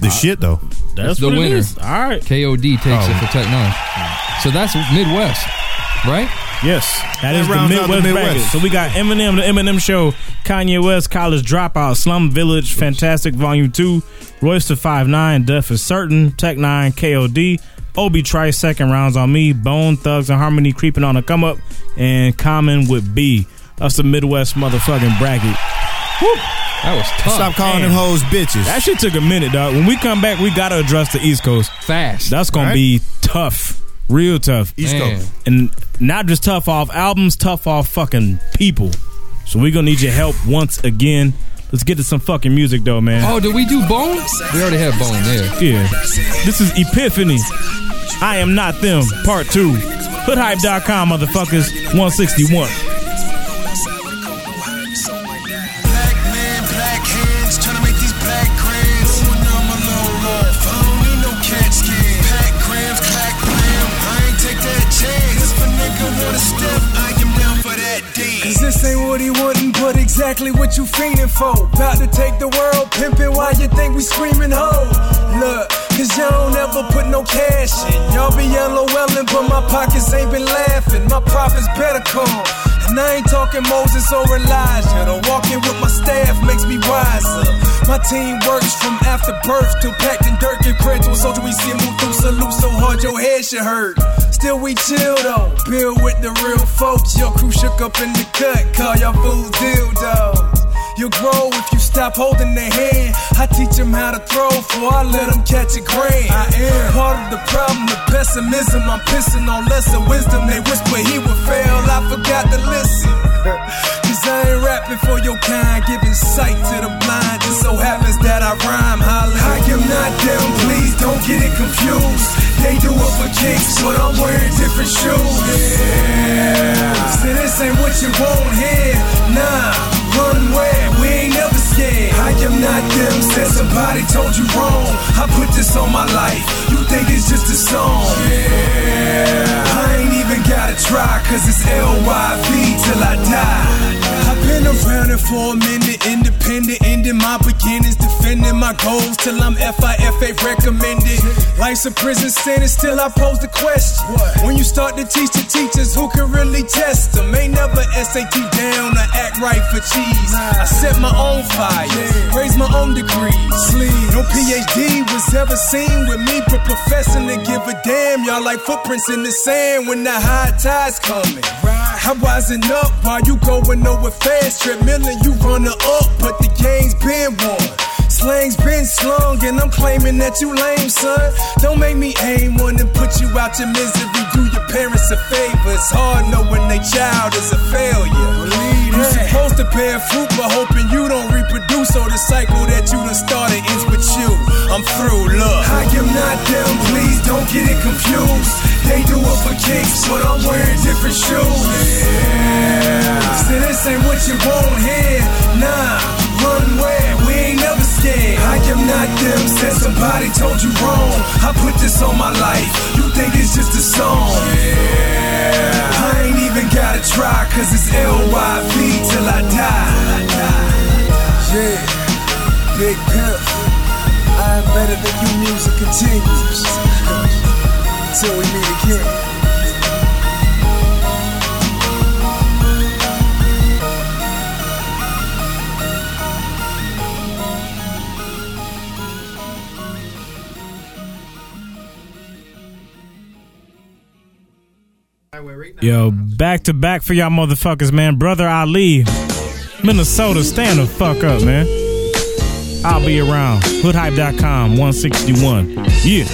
Speaker 5: the shit though.
Speaker 4: Uh, That's
Speaker 6: the
Speaker 4: what it
Speaker 6: winner.
Speaker 4: is. All right.
Speaker 6: KOD takes
Speaker 5: Oh.
Speaker 6: it for Tech Nine. So that's Midwest, right?
Speaker 4: Yes, that is
Speaker 5: That
Speaker 4: the
Speaker 5: rounds out
Speaker 4: Midwest,
Speaker 5: the Midwest.
Speaker 4: bracket. So we got Eminem, the Eminem Show, Kanye West, College Dropout, Slum Village, Fantastic Volume Two, Royce to Five Nine, Death is Certain, Tech Nine, K.O.D. Obi Trice, second rounds on me, Bone Thugs and Harmony creeping on a come up, and Common with B. That's the Midwest motherfucking bracket.
Speaker 6: That was tough.
Speaker 5: Stop calling
Speaker 4: man.
Speaker 5: them hoes bitches.
Speaker 4: That shit took a minute, dog. When we come back, we gotta address the East Coast.
Speaker 6: fast.
Speaker 4: That's gonna
Speaker 5: All right.
Speaker 4: be tough, real tough.
Speaker 5: East
Speaker 6: Man.
Speaker 5: Coast.
Speaker 4: and not just tough off albums, tough off fucking people. So we're gonna need your help once again. Let's get to some fucking music though, man.
Speaker 6: Oh, did we do Bone? We already had Bone there.
Speaker 4: Yeah. This is Epiphany. I am not them, part two. Hoodhype.com, motherfuckers, 161.
Speaker 11: Black man, black hands, tryna make these black grands. Going on my low roll, I don't need no cat scan. Pack grams, clack blam, I ain't take that chance. If a nigga wanna step, I am down for that dance. Cause this ain't what he wantin', but exactly what you fiendin' for. About to take the world, pimpin' while you think we screamin' ho. Look, cause y'all don't ever put no cash in. Y'all be LOLin', but my pockets ain't been laughin'. My profits better come. And I ain't talking Moses or Elijah. The walking with my staff makes me wiser. My team works from after birth till packed in dirt get gradual. Soldier we see move through salute so hard your head should hurt. Still we chill though. Build with the real folks. Your crew shook up in the cut. Call y'all fools dildos. You'll grow if you stop holding their hand. I teach them how to throw before I let them catch a grand. I am part of the problem with pessimism. I'm pissing on lesser wisdom. They whisper he would fail. I forgot to listen. Cause I ain't rapping for your kind, giving sight to the blind. Just so happens that I rhyme. Holla. I am not them, please don't get it confused. They do it for kicks, but I'm wearing different shoes. Yeah. See, this ain't what you want here. Nah. Run where we ain't never scared. I am not them, said somebody told you wrong. I put this on my life, you think it's just a song. Yeah. I ain't even gotta try, cause it's LYV till I die. I've been around it for a minute, independent, ending my beginnings, defending my goals till I'm FIFA recommended. Life's a prison sentence, still I pose the question. When you start to teach the teachers, who can really test them? Ain't never SAT down or act right for cheese. I set my own fire, raise my own degrees. No PhD was ever seen with me, but professing to give a damn. Y'all like footprints in the sand when the high tide's coming. I rising up while you going nowhere fast. Treadmilling, you runner up, but the game's been won. Slang's been slung, and I'm claiming that you lame, son. Don't make me aim one and put you out your misery. Do your parents a favor. It's hard knowing they child is a failure. You supposed to bear fruit, but hoping you don't reproduce. So the cycle that you done started ends with you. I'm through, look. I am not them, please don't get it confused. They do it for kicks, but I'm wearing different shoes. Yeah. See, this ain't what you want here. Nah run where we ain't never scared. I am not them, said somebody told you wrong. I put this on my life, you think it's just a song. Yeah. I ain't even gotta try, cause it's LYV till I die. Yeah, big pimp. I'm better than you, music continues. Till we meet again.
Speaker 5: All
Speaker 12: highway right now.
Speaker 4: Yo, back to back for y'all motherfuckers, man. Brother Ali, Minnesota, stand the fuck up, man. I'll be around. Hoodhype.com 161. Yeah.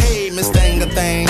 Speaker 13: Hey, Miss Danga Thing,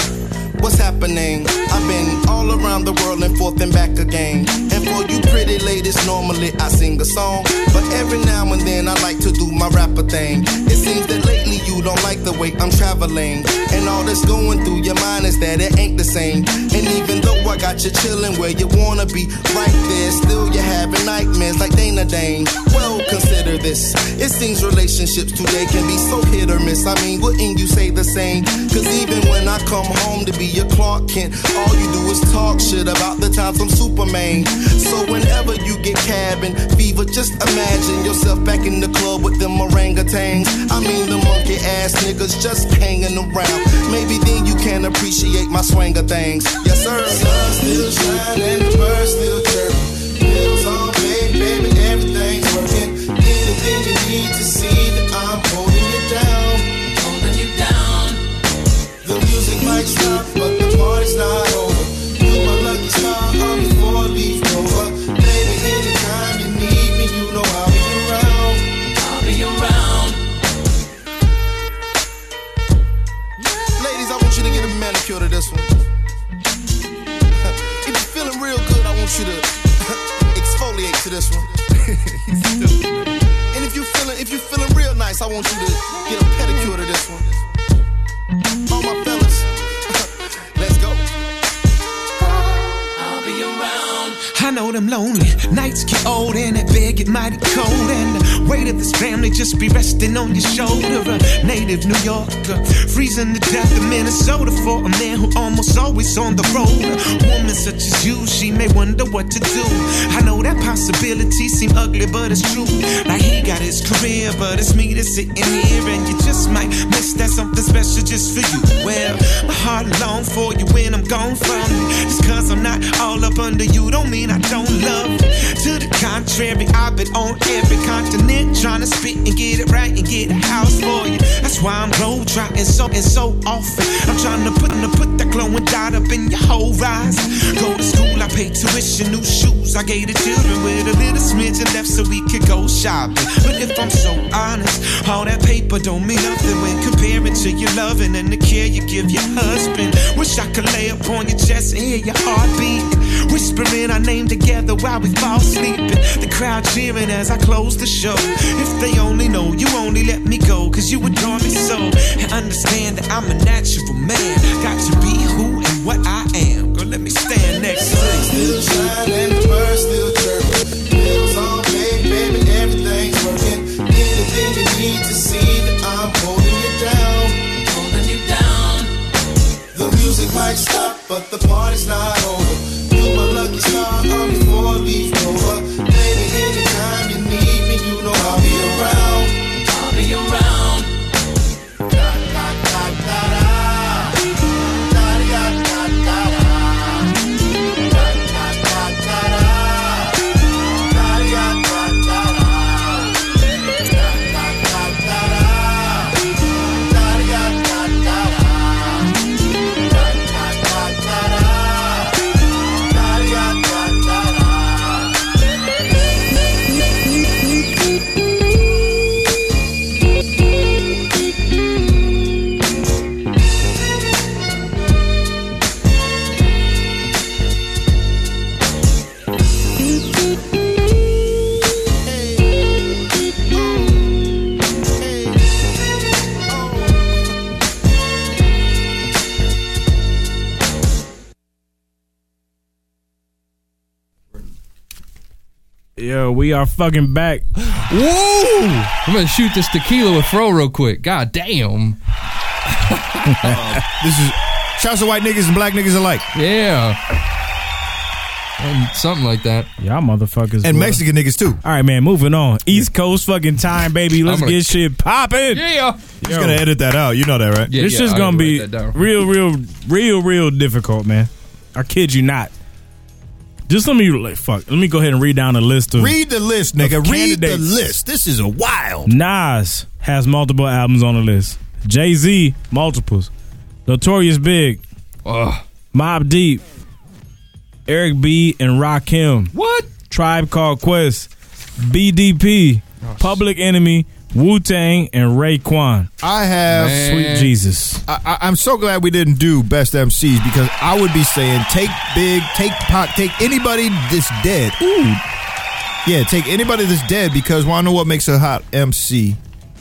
Speaker 13: what's happening? I've been all around the world and forth and back again. And for you pretty ladies, normally I sing a song. But every now and then I like to do my rapper thing. It seems that lately you don't like the way I'm traveling. And all that's going through your mind is that it ain't the same. And even though I got you chilling where you wanna be, right there, still you're having nightmares like Dana Dane. Well, consider this. It seems relationships today can be so hit or miss. I mean, wouldn't you say the same? Cause even when I come home to be your Clark Kent, all you do is talk shit about the times I'm Superman. So whenever you get cabin fever, just imagine yourself back in the club with them orangutans. I mean, the monkey ass niggas just hanging around. Maybe then you can appreciate my swing of things. Yes, sir. Sun still shining, the birds still chirping. Bills all paid, baby, everything's working. Anything you need to see that I'm holding you down. Holding you down. The music might stop, but the party's not over. You my lucky star, I'm the four-leaf clover. Baby, anytime you need me, you know I'll be around. I'll be around. Ladies, I want you to get a manicure to this one. if you're feeling real good, I want you to exfoliate to this one. and if you feeling if you feeling real nice, I want you to get a pedicure to this one. All my fellas, let's go. I'll be around.
Speaker 14: I know them lonely nights get old and that bed get mighty cold and the weight of this family just be resting on your shoulder. A native New Yorker, freezing to death in Minnesota for a man who almost always on the road. A woman such as you, she may wonder what to do. I know that possibility seem ugly, but it's true. Like he got his career, but it's me that's sitting here and you just might miss that something special just for you. Well, my heart long for you when I'm gone from you. Just cause I'm not all up under you don't mean I don't love you. To the contrary, I've been on every continent trying to spit and get it right and get a house for you. That's why I'm road trotting so and so often. I'm trying to put to put that glowing dot up in your whole eyes. Go to school, I pay tuition, new shoes I gave the children with a little smidgen left so we could go shopping. But if I'm so honest, all that paper don't mean nothing when comparing to your loving and the care you give your husband. Wish I could lay upon your chest and hear your heartbeat. Whispering our name together while we fall sleeping. The crowd cheering as I close the show. If they only know, you only let me go, cause you adore me so. And understand that I'm a natural man. Got to be who and what I am. Girl, let me stand next to you.
Speaker 13: Still shining, the birds still chirping. Bills all paid, baby, everything's working. Anything you need to see that I'm holding you down. Holding you down. The music might stop, but the party's not over. You my lucky star, I'm the four-leaf clover. Baby, anytime you need me, you know I'll be around. I'll be around. Da, da, da, da, da. Da, da, da, da, da. Da, da, da, da, da. Da, da, da, da, da. Da, da, da, da, da. Da, da, da, da, da.
Speaker 4: Yo, we are fucking back. Woo!
Speaker 6: I'm gonna shoot this tequila with Fro real quick. God
Speaker 5: Um,
Speaker 6: damn.
Speaker 5: this is shouts to white niggas and black niggas alike.
Speaker 6: Yeah. Something like that.
Speaker 4: Y'all motherfuckers.
Speaker 5: And
Speaker 4: bro.
Speaker 5: Mexican niggas too.
Speaker 4: All right, man. Moving on. East Coast fucking time, baby. Let's
Speaker 5: gonna-
Speaker 4: get shit popping.
Speaker 6: Yeah.
Speaker 5: He's gonna edit that out. You know that, right?
Speaker 4: this shit's gonna be real, real, real, real difficult, man. I kid you not. Just let me like, fuck. Let me go ahead and read down the list of
Speaker 5: Read the list,
Speaker 4: of
Speaker 5: nigga. Read the
Speaker 4: candidates.
Speaker 5: list. This is a wild.
Speaker 4: Nas has multiple albums on the list. Jay Z multiples. Notorious Big. Mob Deep. Eric B and Rakim.
Speaker 6: What?
Speaker 4: Tribe Called Quest. BDP. Public Enemy. Wu Tang and Raekwon.
Speaker 5: I have
Speaker 4: Sweet Jesus.
Speaker 5: I, I, I'm so glad we didn't do best MCs because I would be saying take Big, take Pop, take anybody that's dead. Ooh, yeah, take anybody that's dead because well, I know what makes a hot MC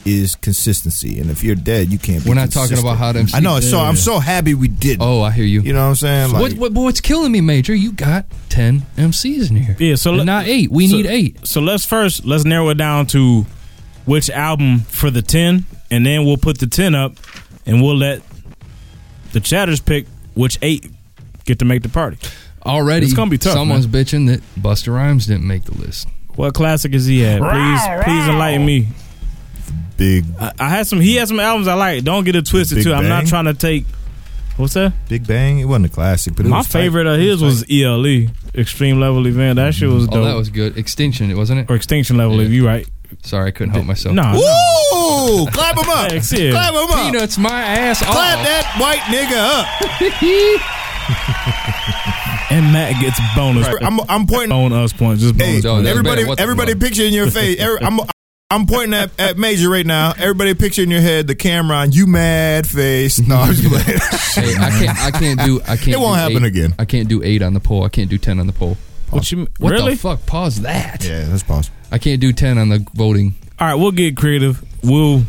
Speaker 5: is consistency, and if you're dead, you can't. be
Speaker 6: We're not talking
Speaker 5: consistent.
Speaker 6: about hot MC.
Speaker 5: I know. So I'm
Speaker 6: Yeah.
Speaker 5: so happy we did.
Speaker 6: Oh, I hear you.
Speaker 5: You know what I'm saying? Like,
Speaker 6: what, what, but what's killing me, Major? You got ten MCs in here.
Speaker 4: Yeah, so
Speaker 6: And
Speaker 4: let-
Speaker 6: not eight. We
Speaker 4: so-
Speaker 6: need eight.
Speaker 4: So let's first let's narrow it down to which album for the ten, and then we'll put the ten up, and we'll let the chatters pick which eight get to make the party.
Speaker 6: Already,
Speaker 4: it's gonna be tough.
Speaker 6: Someone's
Speaker 4: man.
Speaker 6: bitching that Buster Rhymes didn't make the list.
Speaker 4: What classic is he at? Please, please enlighten me.
Speaker 5: Big.
Speaker 4: I, I had some. He had some albums I like. Don't get it twisted
Speaker 5: Big
Speaker 4: too. I'm not
Speaker 5: Bang?
Speaker 4: trying to take. What's that?
Speaker 5: Big Bang. It wasn't a classic, but it
Speaker 4: My
Speaker 5: was tight.
Speaker 4: favorite of his was ELE, Extreme Level Event. That shit was dope.
Speaker 6: Oh, that was good. Extinction, it wasn't it?
Speaker 4: Or Extinction Level, if you right.
Speaker 6: Sorry, I couldn't help myself.
Speaker 4: No.
Speaker 5: Ooh, clap him up.
Speaker 4: Thanks, yeah.
Speaker 5: Clap him up.
Speaker 6: Peanuts, my ass off.
Speaker 5: Clap that white nigga up.
Speaker 4: And Matt gets bonus.
Speaker 5: I'm, I'm pointing.
Speaker 4: on us points. Just
Speaker 5: Hey,
Speaker 4: bonus points.
Speaker 5: everybody, everybody, picture in your face. Every, I'm, I'm pointing at, at Major right now. Everybody, picture in your head the camera on you mad face. No, I'm just playing.
Speaker 6: Hey, I can't. I can't do. I can't.
Speaker 5: It won't
Speaker 6: do
Speaker 5: happen
Speaker 6: eight.
Speaker 5: again.
Speaker 6: I can't do eight on the poll. I can't do ten on the poll.
Speaker 4: What you
Speaker 6: What
Speaker 4: really?
Speaker 6: the fuck? Pause that.
Speaker 5: Yeah, that's possible.
Speaker 6: I can't do ten on the voting.
Speaker 4: All right, we'll get creative. We'll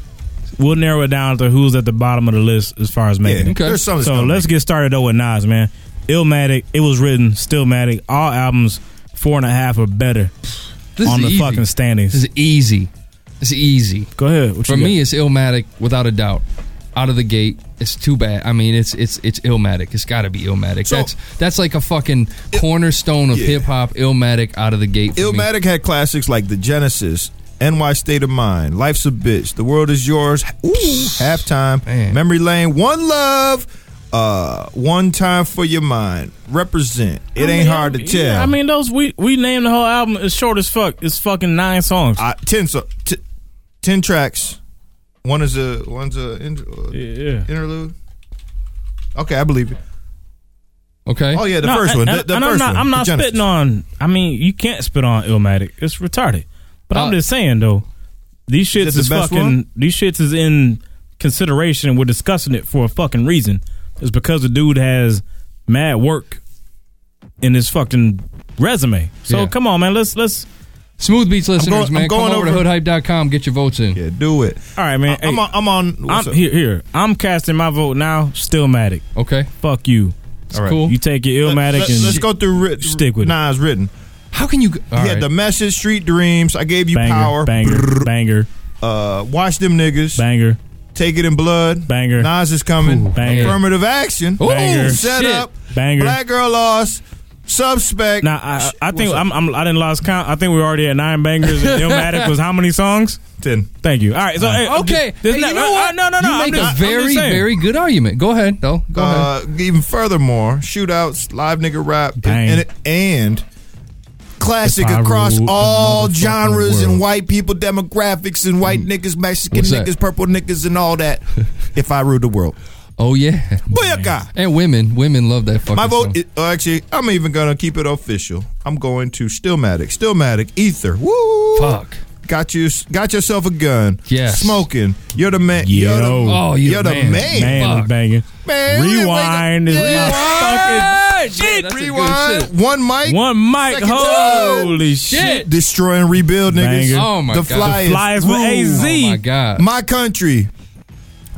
Speaker 4: we'll narrow it down to who's at the bottom of the list as far as making it.
Speaker 5: Yeah, okay. there's some that's
Speaker 4: so
Speaker 5: gonna
Speaker 4: let's get started though with Nas, man. Illmatic, it was written, Stillmatic, all albums four and a half or better
Speaker 6: This
Speaker 4: on
Speaker 6: is
Speaker 4: the
Speaker 6: easy.
Speaker 4: fucking standings.
Speaker 6: This is easy. This is easy.
Speaker 4: Go ahead. What
Speaker 6: For
Speaker 4: you got?
Speaker 6: me, it's Illmatic without a doubt. Out of the gate, it's too bad. I mean, it's it's it's Illmatic. It's got to be Illmatic.
Speaker 5: So-
Speaker 6: that's that's like a fucking cornerstone of
Speaker 5: Yeah.
Speaker 6: hip hop. Illmatic out of the gate. for me.
Speaker 5: Illmatic had classics like The Genesis, NY State of Mind, Life's a Bitch, The World Is Yours, Ooh, Halftime,
Speaker 6: Man.
Speaker 5: Memory Lane, One Love, uh, One Time for Your Mind, Represent. It ain't hard to tell.
Speaker 4: Oh, Yeah, I mean, those we we named the whole album. It's short as fuck. It's fucking nine songs.
Speaker 5: I, ten, so, t- ten tracks. One is a one's a in- uh,
Speaker 4: yeah.
Speaker 5: interlude. Okay, I believe it.
Speaker 6: Okay.
Speaker 5: Oh yeah, the
Speaker 4: No,
Speaker 5: first
Speaker 4: and-
Speaker 5: one.
Speaker 4: and-
Speaker 5: The, the
Speaker 4: and
Speaker 5: first
Speaker 4: I'm not,
Speaker 5: one.
Speaker 4: I'm
Speaker 5: the
Speaker 4: not
Speaker 5: Genesis.
Speaker 4: spitting on. I mean, you can't spit on Illmatic. It's retarded. But I'm
Speaker 6: Uh,
Speaker 4: just saying though, these shits
Speaker 5: it
Speaker 4: is,
Speaker 5: the best
Speaker 4: fucking.
Speaker 5: one?
Speaker 4: These shits is in consideration. We're discussing it for a fucking reason. It's because the dude has mad work in his fucking resume. So
Speaker 6: Yeah.
Speaker 4: come on, man. Let's let's.
Speaker 6: Smooth Beats listeners,
Speaker 5: I'm
Speaker 6: man,
Speaker 5: going
Speaker 6: come over,
Speaker 5: over-
Speaker 6: to hoodhype.com, get your votes in.
Speaker 5: Yeah, do it.
Speaker 4: All right, man.
Speaker 5: I'm
Speaker 4: Hey,
Speaker 5: on. I'm on.
Speaker 4: I'm,
Speaker 5: What's up?
Speaker 4: here. Here. I'm casting my vote now. Stillmatic.
Speaker 6: Okay.
Speaker 4: Fuck you.
Speaker 6: It's
Speaker 5: All right.
Speaker 6: cool.
Speaker 4: You take your
Speaker 5: Let,
Speaker 4: Illmatic
Speaker 5: let,
Speaker 4: and
Speaker 5: let's go through. Writ,
Speaker 4: stick with it.
Speaker 5: Nas written.
Speaker 6: How can you? g- All
Speaker 5: he had
Speaker 6: right.
Speaker 5: the message, street dreams. I gave you
Speaker 4: banger,
Speaker 5: power.
Speaker 4: banger,
Speaker 5: Brrr.
Speaker 4: banger,
Speaker 5: Uh, watch them niggas.
Speaker 4: banger,
Speaker 5: Take it in blood.
Speaker 4: Banger.
Speaker 5: Nas is coming.
Speaker 4: Ooh, banger.
Speaker 5: Affirmative action.
Speaker 6: Ooh,
Speaker 4: Banger.
Speaker 5: Set
Speaker 6: shit.
Speaker 5: up.
Speaker 4: banger.
Speaker 5: Black girl lost. Suspect.
Speaker 4: Now I, I
Speaker 5: What's
Speaker 4: think
Speaker 5: up?
Speaker 4: I'm, I'm I didn't lost count. I think we were already at nine bangers. And Illmatic was how many songs?
Speaker 5: ten.
Speaker 4: Thank you. All right. So hey,
Speaker 6: Okay.
Speaker 4: this
Speaker 6: Hey,
Speaker 4: not-
Speaker 6: you know
Speaker 4: uh,
Speaker 6: what?
Speaker 4: no, no, no.
Speaker 6: You
Speaker 4: I'm
Speaker 6: make
Speaker 4: just- I'm just
Speaker 6: a very,
Speaker 4: saying.
Speaker 6: very good argument. Go ahead, though. Go ahead.
Speaker 5: Uh, even furthermore, shootouts, live nigga rap, and,
Speaker 4: Bang.
Speaker 5: and, and classic
Speaker 4: If I
Speaker 5: across
Speaker 4: ruled the
Speaker 5: all
Speaker 4: motherfucking
Speaker 5: genres
Speaker 4: world. Mm.
Speaker 5: and white people demographics and white niggas, Mexican
Speaker 6: What's that?
Speaker 5: niggas, purple niggas, and all that. if I ruled the world,
Speaker 6: Oh yeah.
Speaker 5: booyaka!
Speaker 6: And women, women love that fucking.
Speaker 5: My
Speaker 6: song.
Speaker 5: vote. Is, oh, actually, I'm even gonna keep it official. I'm going to Stillmatic, Stillmatic, Ether. Woo!
Speaker 6: Fuck.
Speaker 5: Got you. Got yourself a gun.
Speaker 6: Yes.
Speaker 5: Smoking. You're the man. You're the,
Speaker 4: Yo.
Speaker 6: Oh, you're
Speaker 5: you're,
Speaker 6: the
Speaker 5: the
Speaker 6: man.
Speaker 5: man.
Speaker 4: man
Speaker 6: Fuck.
Speaker 4: was banging.
Speaker 5: Man,
Speaker 4: Rewind is
Speaker 5: yeah.
Speaker 4: my fucking shit.
Speaker 6: That's a good
Speaker 5: Rewind.
Speaker 6: shit.
Speaker 5: One mic.
Speaker 4: One mic.
Speaker 5: Second
Speaker 4: Holy shit.
Speaker 5: Destroy and rebuild, niggas.
Speaker 4: Banger.
Speaker 6: Oh, my
Speaker 5: the
Speaker 6: God. The
Speaker 5: Flyest.
Speaker 4: Flies with
Speaker 5: Ooh.
Speaker 4: AZ.
Speaker 6: Oh my god.
Speaker 5: My country.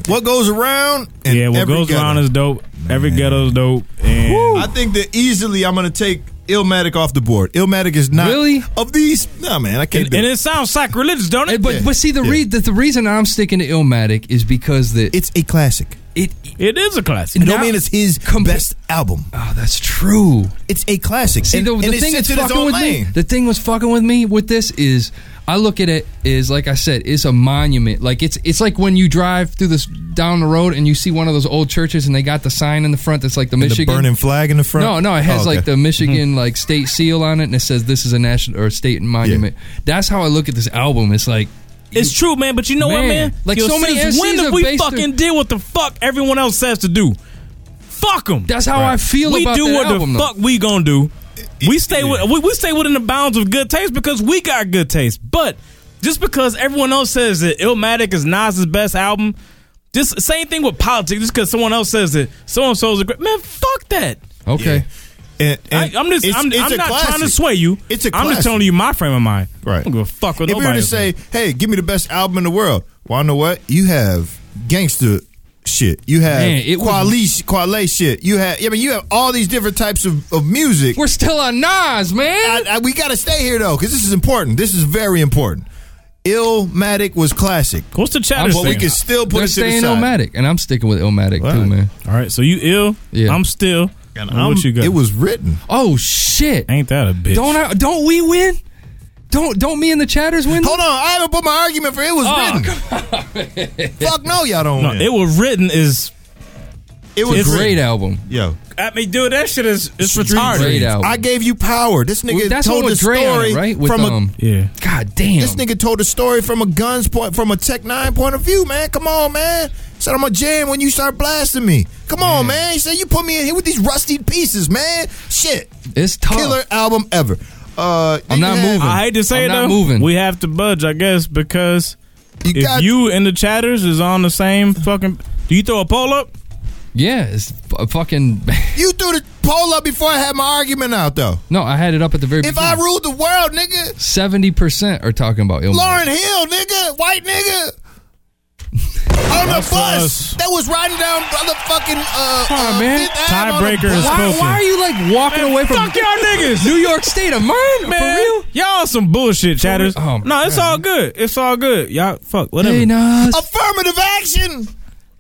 Speaker 5: What goes around? And
Speaker 4: Yeah, what
Speaker 5: every
Speaker 4: goes
Speaker 5: ghetto.
Speaker 4: around is dope. Every ghetto's dope. And
Speaker 5: I think that easily I'm gonna take Illmatic off the board. Illmatic is not
Speaker 6: Really?
Speaker 5: of these. Nah, man, I can't.
Speaker 4: and,
Speaker 5: do
Speaker 4: and
Speaker 5: it.
Speaker 4: it sounds sacrilegious, don't
Speaker 6: Hey,
Speaker 4: it?
Speaker 6: but but see the, re- the the reason I'm sticking to Illmatic is because that
Speaker 5: It's a classic.
Speaker 6: It
Speaker 4: it is a classic.
Speaker 5: It don't mean it's his best album.
Speaker 6: Oh, that's true.
Speaker 5: It's a classic.
Speaker 6: See,
Speaker 5: And-
Speaker 6: the, the
Speaker 5: and it
Speaker 6: thing
Speaker 5: sits
Speaker 6: that's
Speaker 5: in its
Speaker 6: fucking
Speaker 5: own
Speaker 6: with me.
Speaker 5: lane.
Speaker 6: The thing was fucking with me with this is I look at it is like I said, it's a monument. Like it's it's like when you drive through this down the road and you see one of those old churches and they got the sign in the front that's like the
Speaker 5: And the
Speaker 6: Michigan
Speaker 5: burning flag in the front?
Speaker 6: No, no, it
Speaker 5: Oh,
Speaker 6: has
Speaker 5: okay.
Speaker 6: like the Michigan like state seal on it and it says this is a national or state monument. That's how I look at this album. It's like
Speaker 4: It's true, man. But you know what,
Speaker 6: Man,
Speaker 4: man?
Speaker 6: like,
Speaker 4: Yo,
Speaker 6: so many
Speaker 4: since when
Speaker 6: MCs
Speaker 4: have
Speaker 6: are
Speaker 4: we
Speaker 6: based
Speaker 4: fucking
Speaker 6: in-
Speaker 4: did what the fuck everyone else says to do? Fuck them.
Speaker 6: That's how Right. I feel
Speaker 4: We
Speaker 6: about
Speaker 4: do
Speaker 6: that
Speaker 4: what
Speaker 6: album,
Speaker 4: the
Speaker 6: though.
Speaker 4: fuck we gonna do. We stay with we, we stay within the bounds of good taste because we got good taste. But just because everyone else says that Illmatic is Nas's best album, just same thing with politics. Just because someone else says that so and so is a great man, fuck that.
Speaker 6: Okay.
Speaker 5: And,
Speaker 4: I, am just
Speaker 5: it's-
Speaker 4: I'm,
Speaker 5: it's
Speaker 4: I'm
Speaker 5: a
Speaker 4: not trying to
Speaker 5: classic.
Speaker 4: sway you.
Speaker 5: It's a
Speaker 4: I'm just
Speaker 5: classic.
Speaker 4: telling you my frame of mind.
Speaker 5: Right.
Speaker 4: I don't give a fuck with
Speaker 5: if you were
Speaker 4: nobody.
Speaker 5: to
Speaker 4: else.
Speaker 5: say, "Hey, give me the best album in the world," well, I know what you have: gangster shit. You have
Speaker 6: Man, it was-
Speaker 5: Kwale, sh- Kwale shit. You have. I mean, you have all these different types of, of music.
Speaker 6: We're still on Nas, man.
Speaker 5: I, I, we got to stay here though, because this is important. This is very important. Illmatic was classic.
Speaker 4: What's the
Speaker 6: I'm
Speaker 4: chatter?
Speaker 5: But we
Speaker 4: saying?
Speaker 5: can still put
Speaker 6: They're
Speaker 5: it to the
Speaker 6: staying
Speaker 5: side.
Speaker 6: Illmatic, and I'm sticking with Illmatic too, man.
Speaker 4: All right, so you ill?
Speaker 6: Yeah.
Speaker 4: I'm still.
Speaker 5: And
Speaker 4: Well, what
Speaker 5: I'm-
Speaker 4: you got?
Speaker 5: It was written.
Speaker 6: Oh shit!
Speaker 4: Ain't that a bitch?
Speaker 6: Don't I, don't we win? Don't don't me and the chatters win? Oh,
Speaker 5: Hold on, I haven't put my argument for it was written. Fuck no, y'all don't.
Speaker 4: no,
Speaker 5: win.
Speaker 4: it was written is.
Speaker 5: It was
Speaker 6: It's a great
Speaker 5: written.
Speaker 6: album.
Speaker 5: Yo,
Speaker 4: I mean, dude, that shit is it's retarded.
Speaker 6: Great album.
Speaker 5: I gave you power. This nigga
Speaker 6: Well, that's
Speaker 5: told
Speaker 6: one
Speaker 5: the
Speaker 6: with Dre on
Speaker 5: story
Speaker 6: it, right? With,
Speaker 5: from a
Speaker 6: um,
Speaker 4: Yeah,
Speaker 6: God damn.
Speaker 5: This nigga told a story from a guns point, from a Tech Nine point of view, man. Come on, man. Said I'm a jam when you start blasting me. Come on, man. He said you put me in here with these rusty pieces, man. Shit,
Speaker 6: it's tough.
Speaker 5: killer album ever. Uh,
Speaker 6: I'm not moving.
Speaker 4: I hate to say
Speaker 6: I'm
Speaker 4: it
Speaker 6: not
Speaker 4: though.
Speaker 6: moving.
Speaker 4: We have to budge, I guess, because
Speaker 5: You
Speaker 4: if
Speaker 5: got
Speaker 4: you and the chatters is on the same fucking, do you throw a poll up?
Speaker 6: Yeah, it's f- uh, fucking.
Speaker 5: you threw the poll up before I had my argument out though.
Speaker 6: no, I had it up at the very.
Speaker 5: If I ruled the world, nigga,
Speaker 6: seventy percent are talking about Illmatic.
Speaker 5: Lauren Hill, nigga, white nigga. On the
Speaker 4: That's us.
Speaker 5: bus that was riding down motherfucking uh,
Speaker 6: Come on,
Speaker 5: uh,
Speaker 6: man.
Speaker 5: Fifth Ave on the
Speaker 4: Tiebreaker is
Speaker 5: bus.
Speaker 6: why,
Speaker 4: spoken.
Speaker 6: why are you like walking away from
Speaker 4: Fuck y'all niggas,
Speaker 6: New York State of mind,
Speaker 4: man.
Speaker 6: For real?
Speaker 4: Y'all some bullshit chatters.
Speaker 6: Oh,
Speaker 4: no, it's
Speaker 6: God.
Speaker 4: all good. It's all good. Y'all fuck whatever.
Speaker 6: Hey, Nas.
Speaker 5: Affirmative action.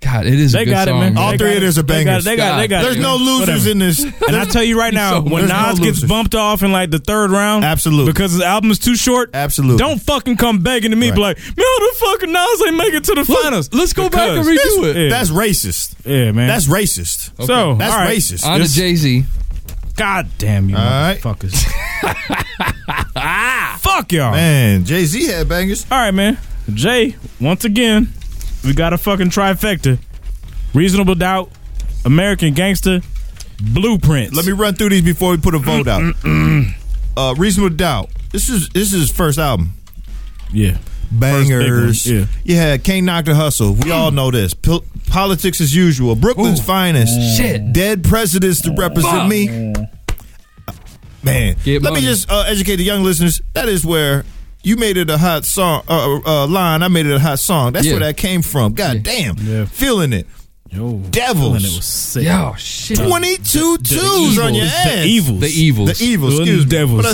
Speaker 6: God, it is a
Speaker 4: They
Speaker 6: good
Speaker 4: got it,
Speaker 6: song.
Speaker 4: man.
Speaker 5: All
Speaker 4: They
Speaker 5: three
Speaker 4: got
Speaker 5: of these
Speaker 4: it.
Speaker 5: are
Speaker 4: They got it.
Speaker 5: bangers.
Speaker 4: They got it. They got it.
Speaker 5: There's no losers
Speaker 4: Whatever.
Speaker 5: in this.
Speaker 4: And I tell you right now,
Speaker 6: so-
Speaker 4: when
Speaker 5: there's no
Speaker 4: Nas gets
Speaker 5: losers.
Speaker 4: bumped off in like the third round,
Speaker 5: Absolutely.
Speaker 4: because his album is too short,
Speaker 5: Absolutely.
Speaker 4: don't fucking come begging to me, be like, man, how the fuck Nas ain't make it to the finals?
Speaker 6: let's go back and
Speaker 4: Because-
Speaker 6: redo it.
Speaker 4: Yeah,
Speaker 5: That's racist.
Speaker 4: yeah, man.
Speaker 5: That's racist.
Speaker 4: so
Speaker 5: That's
Speaker 4: all right.
Speaker 5: racist.
Speaker 6: On to
Speaker 4: This-
Speaker 6: Jay Z.
Speaker 4: God damn you,
Speaker 5: All right.
Speaker 4: motherfuckers! fuck y'all.
Speaker 5: Man, Jay Z had bangers.
Speaker 4: All right, man. Jay, once again, we got a fucking trifecta: reasonable doubt, American gangster, blueprints.
Speaker 5: Let me run through these before we put a vote out. uh, Reasonable doubt. This is this is his first album.
Speaker 4: yeah.
Speaker 5: Bangers.
Speaker 4: big one,
Speaker 5: You had Can't Knock the Hustle. We all know this. Pol- politics as usual. Brooklyn's
Speaker 6: Ooh.
Speaker 5: finest.
Speaker 6: Shit.
Speaker 5: Dead presidents to represent
Speaker 6: Fuck.
Speaker 5: me. Man,
Speaker 6: Get
Speaker 5: let me
Speaker 6: money.
Speaker 5: just uh, educate the young listeners. That is where you made it a hot song uh, uh, line. I made it a hot song. That's
Speaker 6: Yeah.
Speaker 5: where that came from. God damn,
Speaker 4: Yeah.
Speaker 5: feeling it.
Speaker 4: Yo,
Speaker 5: Devils.
Speaker 4: and it was sick.
Speaker 6: Yo, shit.
Speaker 5: Twenty-two twos on your ass.
Speaker 4: The evils.
Speaker 6: The evils.
Speaker 5: The e- evils. Excuse me.
Speaker 4: devils.
Speaker 5: What I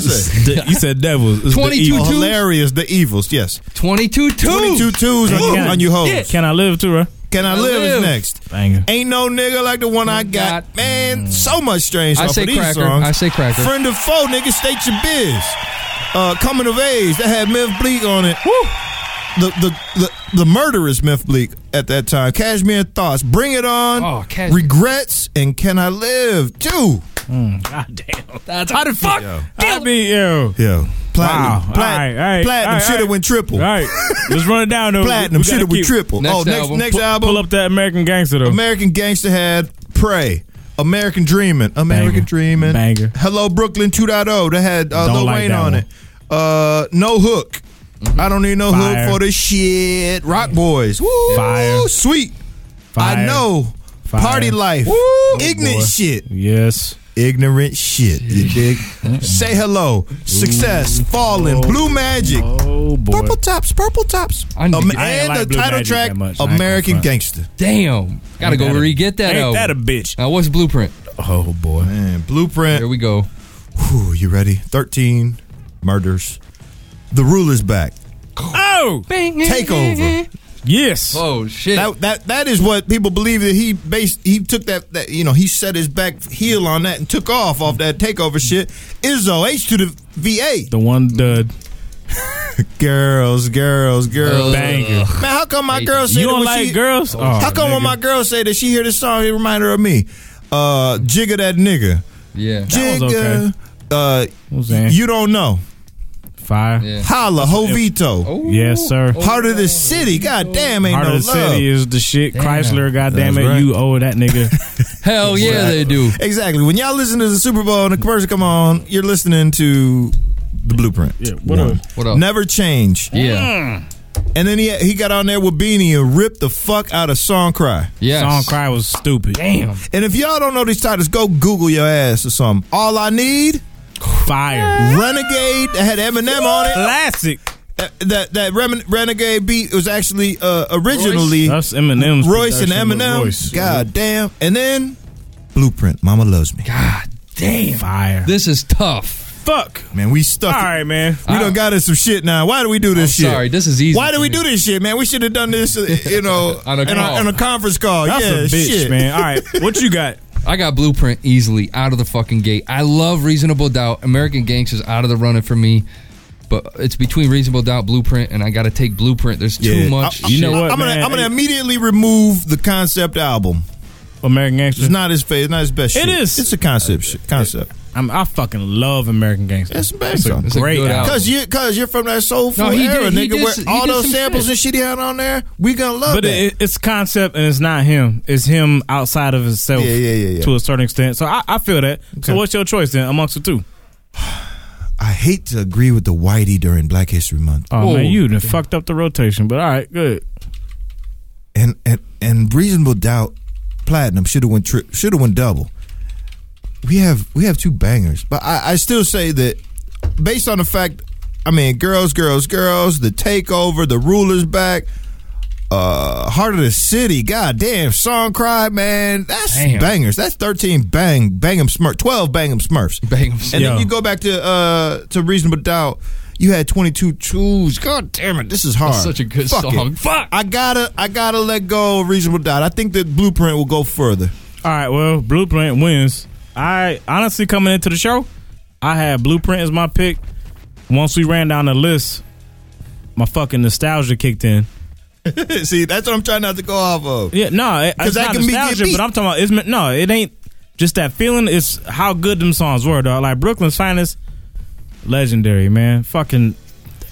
Speaker 5: say?
Speaker 4: The- you said devils. It's the
Speaker 6: 22
Speaker 4: evils.
Speaker 5: Oh,
Speaker 6: Twos?
Speaker 5: hilarious. The evils. Yes.
Speaker 6: 22
Speaker 5: Twenty-two twos on,
Speaker 4: Can I-
Speaker 5: on you hoes.
Speaker 4: Can I live too, bro?
Speaker 5: Can I
Speaker 6: Can I
Speaker 5: live,
Speaker 6: live?
Speaker 5: is next.
Speaker 4: Banger. Mm.
Speaker 5: Ain't no nigga like the one I got.
Speaker 6: Got-
Speaker 5: Man, so much strange
Speaker 6: I
Speaker 5: off
Speaker 6: say
Speaker 5: of these
Speaker 6: cracker.
Speaker 5: songs.
Speaker 6: I say cracker.
Speaker 5: Friend of foe, nigga, state your biz. Uh, coming of age, that had Myth Bleak on it. Woo! The, the the the murderous Myth Bleak at that time. Cashmere Thoughts, Bring It On,
Speaker 6: Oh, Cash-
Speaker 5: Regrets, and Can I Live too?
Speaker 6: Mm.
Speaker 4: God damn.
Speaker 6: That's how the fuck.
Speaker 4: I be yo.
Speaker 5: Yeah, platinum,
Speaker 4: Wow. all
Speaker 5: Plat-
Speaker 4: right, all right,
Speaker 5: platinum.
Speaker 4: all right,
Speaker 5: should have
Speaker 4: all right.
Speaker 5: went triple.
Speaker 4: All right. Let's run it down, though.
Speaker 5: Platinum
Speaker 4: We
Speaker 5: should
Speaker 4: gotta
Speaker 5: have went
Speaker 4: keep-
Speaker 5: triple.
Speaker 6: Next
Speaker 5: oh, next
Speaker 6: album.
Speaker 5: next album.
Speaker 4: Pull up that American Gangster, though.
Speaker 5: American Gangster had Pray. American Dreamin'. American
Speaker 4: Banger.
Speaker 5: Dreamin'.
Speaker 4: Banger.
Speaker 5: Hello Brooklyn 2.0. That had uh,
Speaker 4: Don't
Speaker 5: Lil
Speaker 4: like
Speaker 5: Wayne
Speaker 4: that
Speaker 5: on
Speaker 4: one.
Speaker 5: it. Uh, no Hook.
Speaker 6: Mm-hmm.
Speaker 5: I don't need no
Speaker 4: Fire.
Speaker 5: hook for the shit. Rock Boys. Woo,
Speaker 4: Fire.
Speaker 5: Sweet. I
Speaker 4: Fire.
Speaker 5: know.
Speaker 4: Fire.
Speaker 5: Party life.
Speaker 4: Woo.
Speaker 5: Ignorant
Speaker 4: boy.
Speaker 5: shit.
Speaker 4: yes.
Speaker 5: Ignorant shit. You dig? Say hello. Success. Fallen. Blue Magic.
Speaker 4: Oh boy.
Speaker 5: Purple tops, purple tops.
Speaker 6: I need-
Speaker 5: Um,
Speaker 6: I
Speaker 4: ain't
Speaker 5: and
Speaker 4: like
Speaker 5: the
Speaker 4: Blue
Speaker 5: title
Speaker 4: Magic
Speaker 5: track,
Speaker 4: that much. I ain't gonna
Speaker 5: American
Speaker 4: front.
Speaker 5: Gangster.
Speaker 6: Damn. Gotta go
Speaker 4: that a-
Speaker 6: re get that
Speaker 4: Ain't
Speaker 6: album.
Speaker 4: that a bitch?
Speaker 6: Now, what's Blueprint?
Speaker 4: Oh boy.
Speaker 5: Man, Blueprint.
Speaker 6: Here we go.
Speaker 5: Whew, you ready? 13 murders. The ruler's back.
Speaker 4: Oh.
Speaker 5: Takeover.
Speaker 4: Yes.
Speaker 6: Oh shit.
Speaker 5: That, that that is what people believe that he based. He took that that you know he set his back heel on that and took off off that takeover shit. Izzo H to the VA.
Speaker 4: The one the
Speaker 5: girls, girls, girls,
Speaker 4: banger.
Speaker 5: Man, how come my girl say
Speaker 4: You
Speaker 5: that
Speaker 4: don't
Speaker 5: when
Speaker 4: like
Speaker 5: she-
Speaker 4: girls? Oh,
Speaker 5: how come when
Speaker 4: nigga.
Speaker 5: my girl say that she hear this song, it remind her of me? Uh, jigger that nigga.
Speaker 6: Yeah.
Speaker 4: That
Speaker 5: Jigger.
Speaker 4: was okay.
Speaker 5: Uh,
Speaker 4: saying.
Speaker 5: you don't know.
Speaker 4: Fire.
Speaker 5: Holla, Jovito.
Speaker 6: Oh.
Speaker 4: Yes, sir.
Speaker 5: Heart of the city. God damn, ain't
Speaker 4: Heart
Speaker 5: no
Speaker 4: of the
Speaker 5: love.
Speaker 4: city is the shit.
Speaker 5: Damn.
Speaker 4: Chrysler, goddamn it,
Speaker 5: That's right.
Speaker 4: you owe that nigga.
Speaker 6: Hell yeah, they do.
Speaker 5: Exactly. When y'all listen to the Super Bowl and the commercial come on, you're listening to the Blueprint. Yeah.
Speaker 4: what up? Mm.
Speaker 6: What up?
Speaker 5: Never change.
Speaker 6: Yeah.
Speaker 5: And then he he got on there with Beanie and ripped the fuck out of Song Cry.
Speaker 6: Yes.
Speaker 4: Song cry was stupid.
Speaker 6: Damn.
Speaker 5: And if y'all don't know these titles, go Google your ass or something. All I need,
Speaker 4: fire,
Speaker 5: Renegade that had Eminem on it.
Speaker 4: classic.
Speaker 5: That that, that Remen- Renegade beat was actually uh, originally Royce,
Speaker 4: That's Eminem's.
Speaker 5: and
Speaker 4: production with
Speaker 5: Eminem.
Speaker 4: Royce.
Speaker 5: God damn. And then Blueprint, Mama loves me.
Speaker 6: God damn.
Speaker 4: Fire.
Speaker 6: This is tough.
Speaker 4: Fuck.
Speaker 5: Man, we stuck.
Speaker 4: All right, man.
Speaker 5: We done got us some shit now. Why do we do this
Speaker 6: I'm
Speaker 5: shit?
Speaker 6: sorry, this is easy
Speaker 5: Why do
Speaker 6: for
Speaker 5: we
Speaker 6: me.
Speaker 5: do this shit, man? We should have done this, uh, you know,
Speaker 6: On a
Speaker 5: in,
Speaker 6: call.
Speaker 5: in a conference call.
Speaker 4: That's
Speaker 5: yeah,
Speaker 4: a bitch,
Speaker 5: shit.
Speaker 4: man. All right, what you got?
Speaker 6: I got Blueprint easily out of the fucking gate. I love Reasonable Doubt. American Gangsters out of the running for me. But it's between Reasonable Doubt, Blueprint, and I got to take Blueprint. There's too
Speaker 5: Yeah.
Speaker 6: much.
Speaker 5: I- I-
Speaker 4: You know
Speaker 6: shit.
Speaker 4: what,
Speaker 5: I'm gonna
Speaker 4: man?
Speaker 5: I'm gonna immediately remove the concept album.
Speaker 4: American Gangster.
Speaker 5: It's not his face. Not his best.
Speaker 4: It
Speaker 5: shit.
Speaker 4: is.
Speaker 5: It's a concept. shit. Concept.
Speaker 4: I'm, I fucking love American Gangster.
Speaker 5: It's a bang song.
Speaker 6: It's a
Speaker 4: Great
Speaker 6: good
Speaker 4: album.
Speaker 5: Cause you, cause you're from that soulful
Speaker 6: No, he
Speaker 5: era,
Speaker 6: did- he
Speaker 5: nigga.
Speaker 6: did
Speaker 5: where
Speaker 6: s- he
Speaker 5: all
Speaker 6: did
Speaker 5: those
Speaker 6: some
Speaker 5: samples
Speaker 6: shit.
Speaker 5: and shit he had on there, we gonna love
Speaker 4: but
Speaker 5: that.
Speaker 4: it, it's concept and it's not him. It's him outside of himself.
Speaker 5: Yeah, yeah, yeah, yeah.
Speaker 4: To a certain extent. So I, I feel that. So
Speaker 5: Okay.
Speaker 4: what's your choice then amongst the two?
Speaker 5: I hate to agree with the Whitey during Black History Month,
Speaker 4: Oh,
Speaker 6: Oh,
Speaker 4: man, you done fucked up the rotation. But all right, good.
Speaker 5: and and and reasonable doubt, platinum should have went tri- should have went double. We have we have two bangers, but I, I still say that based on the fact, I mean, girls, girls, girls, the takeover, the rulers back. Uh, Heart of the City, goddamn, Song Cry, man, that's
Speaker 6: Damn.
Speaker 5: bangers. That's thirteen bang, bang 'em Smurf, twelve bang 'em Smurfs.
Speaker 6: Bang 'em
Speaker 5: And
Speaker 4: Yo.
Speaker 5: then you go back to uh to Reasonable Doubt. You had 22 twos. God damn it, this is hard.
Speaker 6: That's such a good
Speaker 5: Fuck it.
Speaker 6: song. Fuck.
Speaker 5: I gotta, I gotta let go of Reasonable Doubt. I think that Blueprint will go further.
Speaker 4: All right, well, Blueprint wins. I honestly coming into the show, I had Blueprint as my pick. Once we ran down the list, my fucking nostalgia kicked in.
Speaker 5: See, that's what I'm trying not to go off of.
Speaker 4: Yeah, no, it, it's
Speaker 5: Because that
Speaker 4: not
Speaker 5: can be- get
Speaker 4: nostalgia,
Speaker 5: beat.
Speaker 4: but I'm talking about it's meant- no, it ain't just that feeling. It's how good them songs were, dog. Like Brooklyn's finest, legendary man. Fucking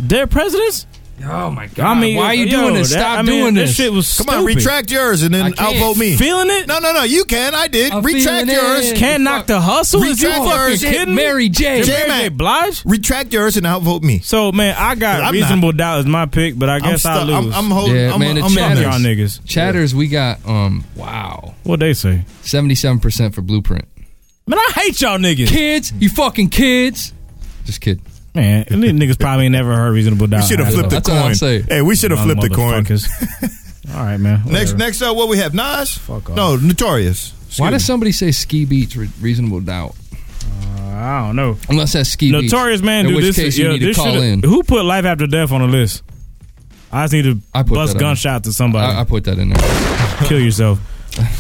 Speaker 4: their presidents.
Speaker 6: Oh my god!
Speaker 4: I mean,
Speaker 6: why are you
Speaker 4: yo,
Speaker 6: doing this?
Speaker 4: that-
Speaker 6: Stop
Speaker 4: I mean,
Speaker 6: doing this.
Speaker 4: shit was
Speaker 5: Come
Speaker 4: stupid.
Speaker 5: on, retract yours and
Speaker 6: I
Speaker 5: then
Speaker 6: can't.
Speaker 5: outvote me.
Speaker 4: Feeling it?
Speaker 5: No, no, no, you can. I did.
Speaker 6: I'm
Speaker 5: retract
Speaker 6: feeling
Speaker 5: yours.
Speaker 6: it.
Speaker 4: Can't knock the hustle. Is you
Speaker 5: Retract
Speaker 4: fucking
Speaker 5: yours.
Speaker 4: kidding me?
Speaker 6: Mary J.
Speaker 4: Mary J.
Speaker 5: J-Mac.
Speaker 4: Blige.
Speaker 5: Retract yours and outvote me.
Speaker 4: So man, I got
Speaker 5: I'm
Speaker 4: reasonable doubt as my pick, but I
Speaker 5: I'm,
Speaker 4: guess I
Speaker 5: stuck. I'm,
Speaker 4: lose.
Speaker 5: I'm holding.
Speaker 6: Yeah,
Speaker 5: I'm,
Speaker 6: man, the
Speaker 5: I'm on
Speaker 6: chat
Speaker 5: this.
Speaker 6: is-
Speaker 4: y'all niggas.
Speaker 6: Chatters, we got um. Wow,
Speaker 4: What they say?
Speaker 6: seventy-seven percent for Blueprint.
Speaker 4: Man, I hate y'all niggas.
Speaker 6: Kids, you fucking kids. Just kid.
Speaker 4: Man, and these niggas probably ain't never heard reasonable doubt.
Speaker 5: We should have
Speaker 4: That's
Speaker 5: flipped the
Speaker 6: That's all I'm saying.
Speaker 5: coin. Hey, we should have
Speaker 4: all.
Speaker 5: flipped the coin.
Speaker 4: Motherfuckers. All right, man.
Speaker 5: Next,
Speaker 4: whatever.
Speaker 5: next up, what we have? Nas.
Speaker 4: Fuck off.
Speaker 5: No, Notorious.
Speaker 6: Why
Speaker 5: Excuse
Speaker 6: does somebody say ski beats re- reasonable doubt?
Speaker 4: I don't know.
Speaker 6: Unless that's ski beats.
Speaker 4: Notorious man,
Speaker 6: in
Speaker 4: dude.
Speaker 6: which
Speaker 4: this
Speaker 6: case
Speaker 4: is,
Speaker 6: you
Speaker 4: yeah,
Speaker 6: need to
Speaker 4: this
Speaker 6: call
Speaker 4: shoulda-
Speaker 6: in.
Speaker 4: Who put life after death on the list? I just need to
Speaker 6: I put
Speaker 4: bust
Speaker 6: that on.
Speaker 4: gunshots to somebody.
Speaker 6: I, I put that in there.
Speaker 4: Kill yourself.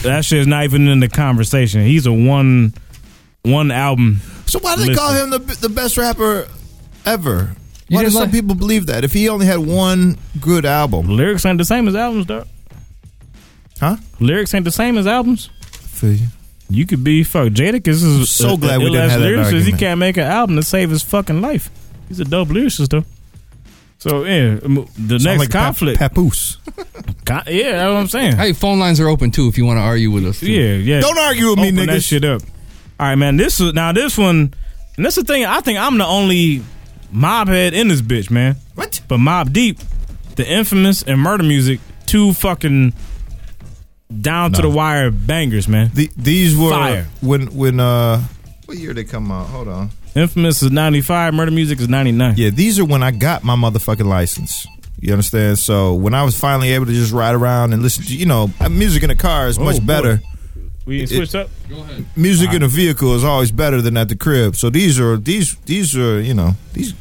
Speaker 4: that shit is not even in the conversation. He's a one, one album.
Speaker 5: me. So why do they call him the the best rapper ever?
Speaker 6: You
Speaker 5: Why do
Speaker 6: didn't
Speaker 5: some
Speaker 6: like-
Speaker 5: people believe that? If he only had one good album,
Speaker 4: Lyrics ain't the same as albums, dog.
Speaker 5: huh?
Speaker 4: Lyrics ain't the same as albums.
Speaker 5: Feel you.
Speaker 4: You could be fuck Jadakiss is
Speaker 5: so
Speaker 4: a- a
Speaker 5: glad we
Speaker 4: ill
Speaker 5: didn't
Speaker 4: ass
Speaker 5: have that
Speaker 4: lyricist. He
Speaker 5: argument.
Speaker 4: can't make an album to save his fucking life. He's a dope lyricist though. So yeah, m- the
Speaker 5: Sound
Speaker 4: next
Speaker 5: like Pap-
Speaker 4: conflict.
Speaker 5: Papoose.
Speaker 4: con- yeah, that's what I'm saying.
Speaker 6: Hey, phone lines are open too if you want to argue with us. Too.
Speaker 4: yeah, yeah.
Speaker 5: Don't argue with me,
Speaker 4: Open that
Speaker 5: niggas.
Speaker 4: shit up. All right, man. This is now this one. And that's the thing. I think I'm the only mob head in this bitch, man.
Speaker 5: What?
Speaker 4: But Mob Deep, the infamous and murder music, two fucking down to the wire bangers, man.
Speaker 5: The, these were
Speaker 4: Fire.
Speaker 5: when when uh what year they come out? Hold on.
Speaker 4: Infamous is 95, murder music is 99.
Speaker 5: Yeah, these are when I got my motherfucking license. You understand? So when I was finally able to just ride around and listen to, you know, music in a car is
Speaker 4: Oh,
Speaker 5: much
Speaker 4: boy.
Speaker 5: better.
Speaker 4: We
Speaker 5: It-
Speaker 4: switched up.
Speaker 5: Music in a vehicle is always better than at the crib. So these are these these are you know these.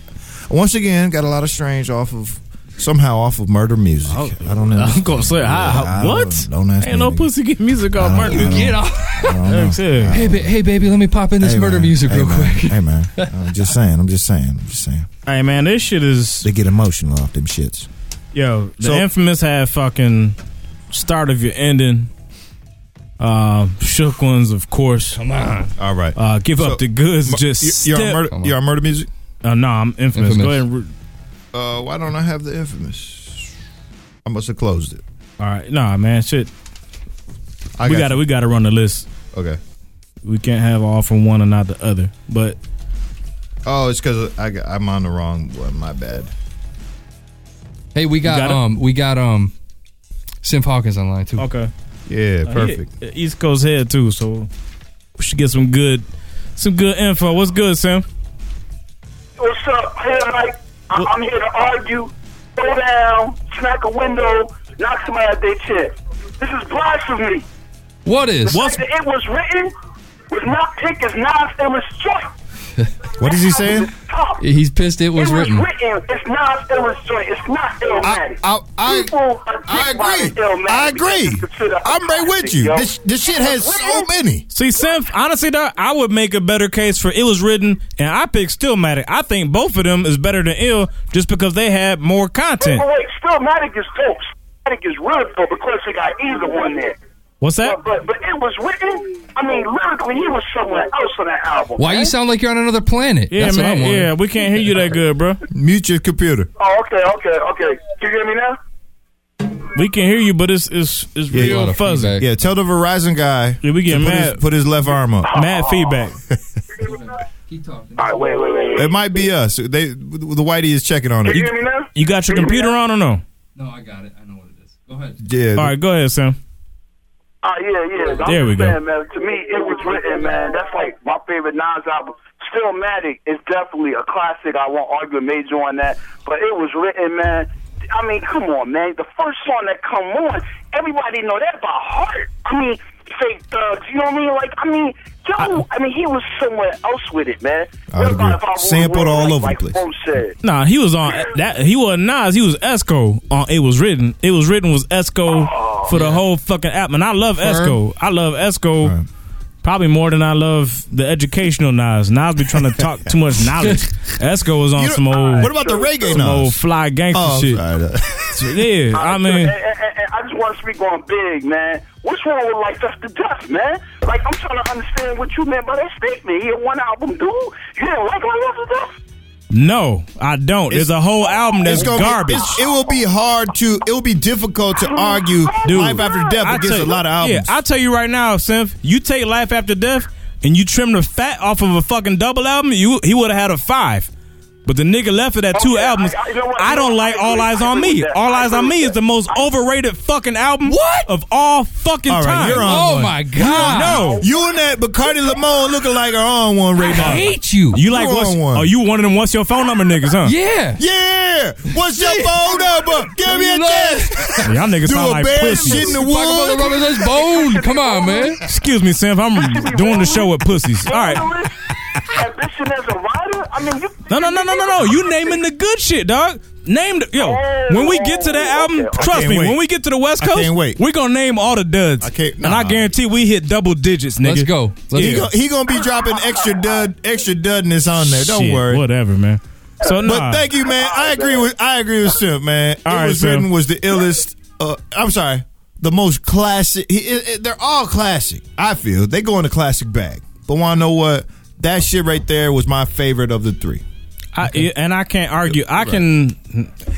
Speaker 5: Once again, got a lot of strange off of somehow off of murder music. I don't know.
Speaker 4: Oh, I'm gonna say, how,
Speaker 5: I
Speaker 4: how,
Speaker 5: don't-
Speaker 4: what?
Speaker 5: Don't, ask
Speaker 4: Ain't
Speaker 5: me.
Speaker 4: no pussy get music off murder.
Speaker 5: I don't-
Speaker 4: Get off.
Speaker 6: Hey, ba- hey, baby, let me pop in this
Speaker 5: Hey,
Speaker 6: murder
Speaker 5: man.
Speaker 6: music
Speaker 5: Hey,
Speaker 6: real
Speaker 5: man.
Speaker 6: quick.
Speaker 5: Hey man, I'm just saying. I'm just saying. I'm just saying.
Speaker 4: Hey man, this shit is.
Speaker 5: They get emotional off them shits.
Speaker 4: Yo, the
Speaker 5: So-
Speaker 4: infamous had fucking start of your ending. Uh, shook ones, of course. Come
Speaker 5: on. All right.
Speaker 4: Uh, give
Speaker 5: So,
Speaker 4: up the goods.
Speaker 5: mu-
Speaker 4: Just
Speaker 5: you- you're on
Speaker 4: step-
Speaker 5: murder- you're on murder music.
Speaker 4: Uh, no, I'm infamous. Go ahead. And re-
Speaker 5: Uh, why don't I have the infamous? I must have closed it.
Speaker 4: All right, nah, man, shit.
Speaker 5: I
Speaker 4: we
Speaker 5: got
Speaker 4: gotta
Speaker 5: you.
Speaker 4: we gotta run the list.
Speaker 5: Okay.
Speaker 4: We can't have all from one and not the other. But
Speaker 5: Oh, it's because I got, I'm on the wrong one. My bad.
Speaker 6: Hey, we got,
Speaker 4: got it?
Speaker 6: um, we got um, Simp Hawkins online too.
Speaker 4: Okay.
Speaker 5: Yeah,
Speaker 4: uh, he- uh, East Coast head too, so we should get some good some good info. What's good, Sam?
Speaker 15: What's up? Hey, Mike. I- I'm here to argue, go down, smack a window, knock somebody out their chair. This is blasphemy.
Speaker 6: What is?
Speaker 15: The fact that it was written was not taken as non-famous joint.
Speaker 5: What is he saying?
Speaker 6: He's pissed it was written.
Speaker 15: written. It's not Illmatic. joint. It's not Illmatic.
Speaker 5: I, I,
Speaker 15: I agree.
Speaker 5: I agree. I'm right with you. This this shit has so many.
Speaker 4: See, Sam, honestly, dog, I would make a better case for it was written, and I pick Stillmatic. I think both of them is better than Ill just because they had more
Speaker 15: Wait,
Speaker 4: content.
Speaker 15: wait, wait. Stillmatic is dope. Stillmatic is lyrical because they got either one there.
Speaker 4: What's that?
Speaker 15: But but it was written. I mean, lyrically, he was somewhere else on that album.
Speaker 6: Why you sound like you're on another planet?
Speaker 4: Yeah,
Speaker 6: That's what I
Speaker 4: man.
Speaker 6: wanted.
Speaker 4: Yeah, we can't hear you that good, bro.
Speaker 5: Mute your computer.
Speaker 15: Oh, okay, okay, okay. Can you hear me now?
Speaker 4: We can hear you, but it's it's it's real fuzzy.
Speaker 5: Yeah, tell the Verizon guy.
Speaker 4: Yeah, we getting
Speaker 5: to put
Speaker 4: mad-
Speaker 5: His, put his left arm up.
Speaker 4: Mad feedback.
Speaker 15: All right, wait, wait, wait.
Speaker 5: It might be us. They the whitey is checking on it.
Speaker 15: Can you hear me now?
Speaker 4: You got your computer on or no?
Speaker 5: Yeah.
Speaker 4: All right, go ahead, Sam.
Speaker 15: Ah, yeah, yeah. I'm
Speaker 4: There we
Speaker 15: just
Speaker 4: go.
Speaker 15: saying, Man, to me, it was written, man. That's like my favorite Nas album. Stillmatic is definitely a classic. I won't argue a major on that, but it was written, man. I mean, come on, man. The first song that come on, everybody know that by heart. I mean, fake thugs. You know what I mean? Like, I mean, yo, I, mean, he was somewhere else with it, man.
Speaker 5: I would agree. Sampled all over the place.
Speaker 15: Who said?
Speaker 4: Nah, he was on that. He wasn't Nas. He was Esco on. It was written. It was written was Esco for the
Speaker 5: Oh,
Speaker 4: whole fucking app. And I love Esco. I love Esco. Probably more than I love the educational Nas. Nas be trying to talk too much knowledge. Esco was on
Speaker 5: You know-
Speaker 4: some old.
Speaker 5: What about the reggae
Speaker 4: some
Speaker 5: Nas?
Speaker 4: old fly gangster
Speaker 5: Oh, I'm
Speaker 4: shit? yeah, I mean,
Speaker 15: And- and- and- and I just want to speak on big, man. What's wrong with like that's the death, man? Like I'm trying to understand what you meant by that statement. He a one album dude. You didn't like like that's the death.
Speaker 4: no, I don't. There's a whole album that's
Speaker 5: gonna be-
Speaker 4: garbage.
Speaker 5: it's- it will be hard to. It will be difficult to argue
Speaker 4: Dude,
Speaker 5: life after death
Speaker 4: I
Speaker 5: against
Speaker 4: tell-
Speaker 5: a lot of
Speaker 4: Yeah,
Speaker 5: albums.
Speaker 4: I tell you right now, Simp, you take Life After Death and you trim the fat off of a fucking double album, you he would have had a five. But the nigga left it at two albums. I, don't like All Eyes on Me. All Eyes on Me is the most overrated fucking album what? of all fucking
Speaker 5: All right,
Speaker 4: time.
Speaker 5: you're on Oh one.
Speaker 6: my God.
Speaker 4: No.
Speaker 5: You and that Bacardi Limon looking like are on one right now.
Speaker 6: hate you.
Speaker 4: You like
Speaker 5: You're
Speaker 4: what's
Speaker 5: on one.
Speaker 4: Oh, you one of them what's your phone number niggas, huh?
Speaker 6: Yeah.
Speaker 5: Yeah. What's your phone number? Give me a test.
Speaker 4: Y'all niggas
Speaker 5: Do
Speaker 4: sound
Speaker 5: a
Speaker 4: like
Speaker 5: bad
Speaker 4: pussies.
Speaker 5: shit in the
Speaker 6: Talk about the
Speaker 5: wood.
Speaker 6: rubber that's bone. Come on, man.
Speaker 4: Excuse me, Simp, I'm doing the show with pussies. All right.
Speaker 15: Ambition as a writer. I mean, you.
Speaker 4: No, no, no, no, no, no. You naming the good shit, dog. Name the yo. When we get to that album,
Speaker 15: okay.
Speaker 5: I
Speaker 4: trust
Speaker 5: can't
Speaker 4: me.
Speaker 5: wait.
Speaker 4: When we get to the West
Speaker 5: I
Speaker 4: Coast,
Speaker 5: can't wait.
Speaker 4: we're gonna name all the duds,
Speaker 5: I can't-
Speaker 4: and I
Speaker 5: nah.
Speaker 4: guarantee we hit double digits, nigga.
Speaker 6: Let's go. Let's
Speaker 5: He
Speaker 4: Yeah.
Speaker 5: gonna, he gonna be dropping extra dud, extra dudness on there. Don't
Speaker 4: Shit,
Speaker 5: worry.
Speaker 4: Whatever, man. So nah,
Speaker 5: But thank you, man. I agree with I agree with Simp, man. it
Speaker 4: right,
Speaker 5: was
Speaker 4: Simp.
Speaker 5: written was the illest. Uh, I'm sorry, the most classic. He, it, it- they're all classic. I feel they go in the classic bag. But want to know what? That shit right there was my favorite of the three.
Speaker 4: I, and I can't argue. I can.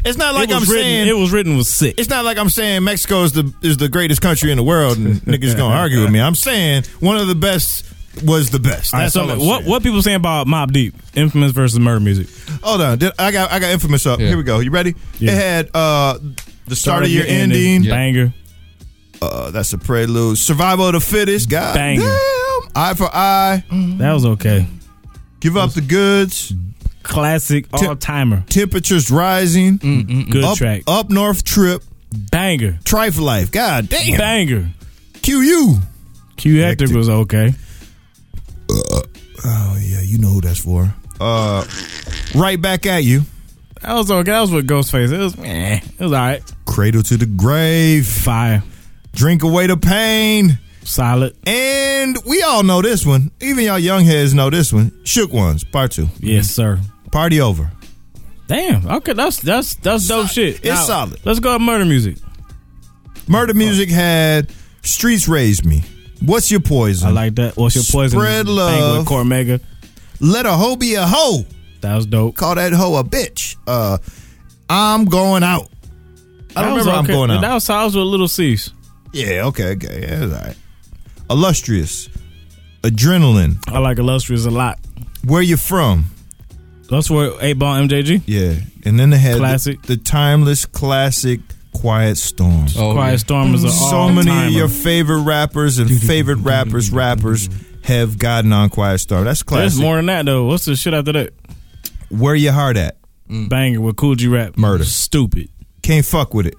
Speaker 5: It's not like
Speaker 4: it was
Speaker 5: I'm
Speaker 4: written,
Speaker 5: saying
Speaker 4: it was written was sick.
Speaker 5: It's not like I'm saying Mexico is the is the greatest country in the world and niggas gonna argue with me. I'm saying one of the best was the best.
Speaker 4: All right,
Speaker 5: That's
Speaker 4: so
Speaker 5: all I'm
Speaker 4: what
Speaker 5: saying.
Speaker 4: what people saying about Mob Deep, Infamous versus Murder Music?
Speaker 5: Hold on, did, I got I got infamous up.
Speaker 6: Yeah.
Speaker 5: Here we go. You ready?
Speaker 4: Yeah.
Speaker 5: It had uh, the start, of your ending.
Speaker 6: Yeah.
Speaker 4: banger.
Speaker 5: Uh, that's a prelude. Survival of the fittest. God
Speaker 4: Banger.
Speaker 5: damn. Eye for eye.
Speaker 4: That was okay.
Speaker 5: Give up the goods.
Speaker 4: Classic
Speaker 5: Tip-
Speaker 4: all timer.
Speaker 5: Temperatures rising.
Speaker 4: Good
Speaker 5: up,
Speaker 4: track.
Speaker 5: Up north trip.
Speaker 4: Banger.
Speaker 5: Trife life. God damn.
Speaker 4: Banger.
Speaker 5: QU.
Speaker 4: Q Hector
Speaker 5: Hectic.
Speaker 4: was okay.
Speaker 5: Oh yeah, you know who that's for. Uh, right Uh, back at you.
Speaker 4: That was okay. That was with Ghostface. It was meh. It was all right.
Speaker 5: Cradle to the grave.
Speaker 4: Fire.
Speaker 5: Drink away the pain.
Speaker 4: Solid.
Speaker 5: And we all know this one. Even y'all young heads know this one. Shook ones, part two.
Speaker 4: Yes, sir.
Speaker 5: Party over.
Speaker 4: Damn. Okay, that's that's that's dope shit.
Speaker 5: It's solid.
Speaker 4: Let's go with murder music.
Speaker 5: Murder music had Streets Raised Me. What's your poison?
Speaker 4: I like that. What's your poison?
Speaker 5: Spread
Speaker 4: Bang with
Speaker 5: love.
Speaker 4: Cormega.
Speaker 5: Let a hoe be a hoe.
Speaker 4: That was dope.
Speaker 5: Call that hoe a bitch. Uh, I'm going out. I don't
Speaker 4: That was
Speaker 5: remember
Speaker 4: okay.
Speaker 5: I'm going out.
Speaker 4: That was, I was with Little C's.
Speaker 5: Yeah, okay, okay. Yeah, that's all right. Illustrious. Adrenaline.
Speaker 4: I like Illustrious a lot.
Speaker 5: Where you from?
Speaker 4: That's where 8 Ball MJG.
Speaker 5: Yeah. And then they had the-
Speaker 4: Classic.
Speaker 5: The, timeless classic Quiet Storm.
Speaker 6: Oh,
Speaker 4: Quiet
Speaker 6: yeah.
Speaker 4: Storm is a
Speaker 5: so many of your favorite rappers and favorite rappers rappers have gotten on Quiet Storm. That's
Speaker 4: There's
Speaker 5: classic.
Speaker 4: more than that though. What's the shit after that? Mm.
Speaker 5: Where your heart at?
Speaker 4: Banger with Cool G Rap.
Speaker 5: Murder.
Speaker 4: Stupid.
Speaker 5: Can't fuck with it.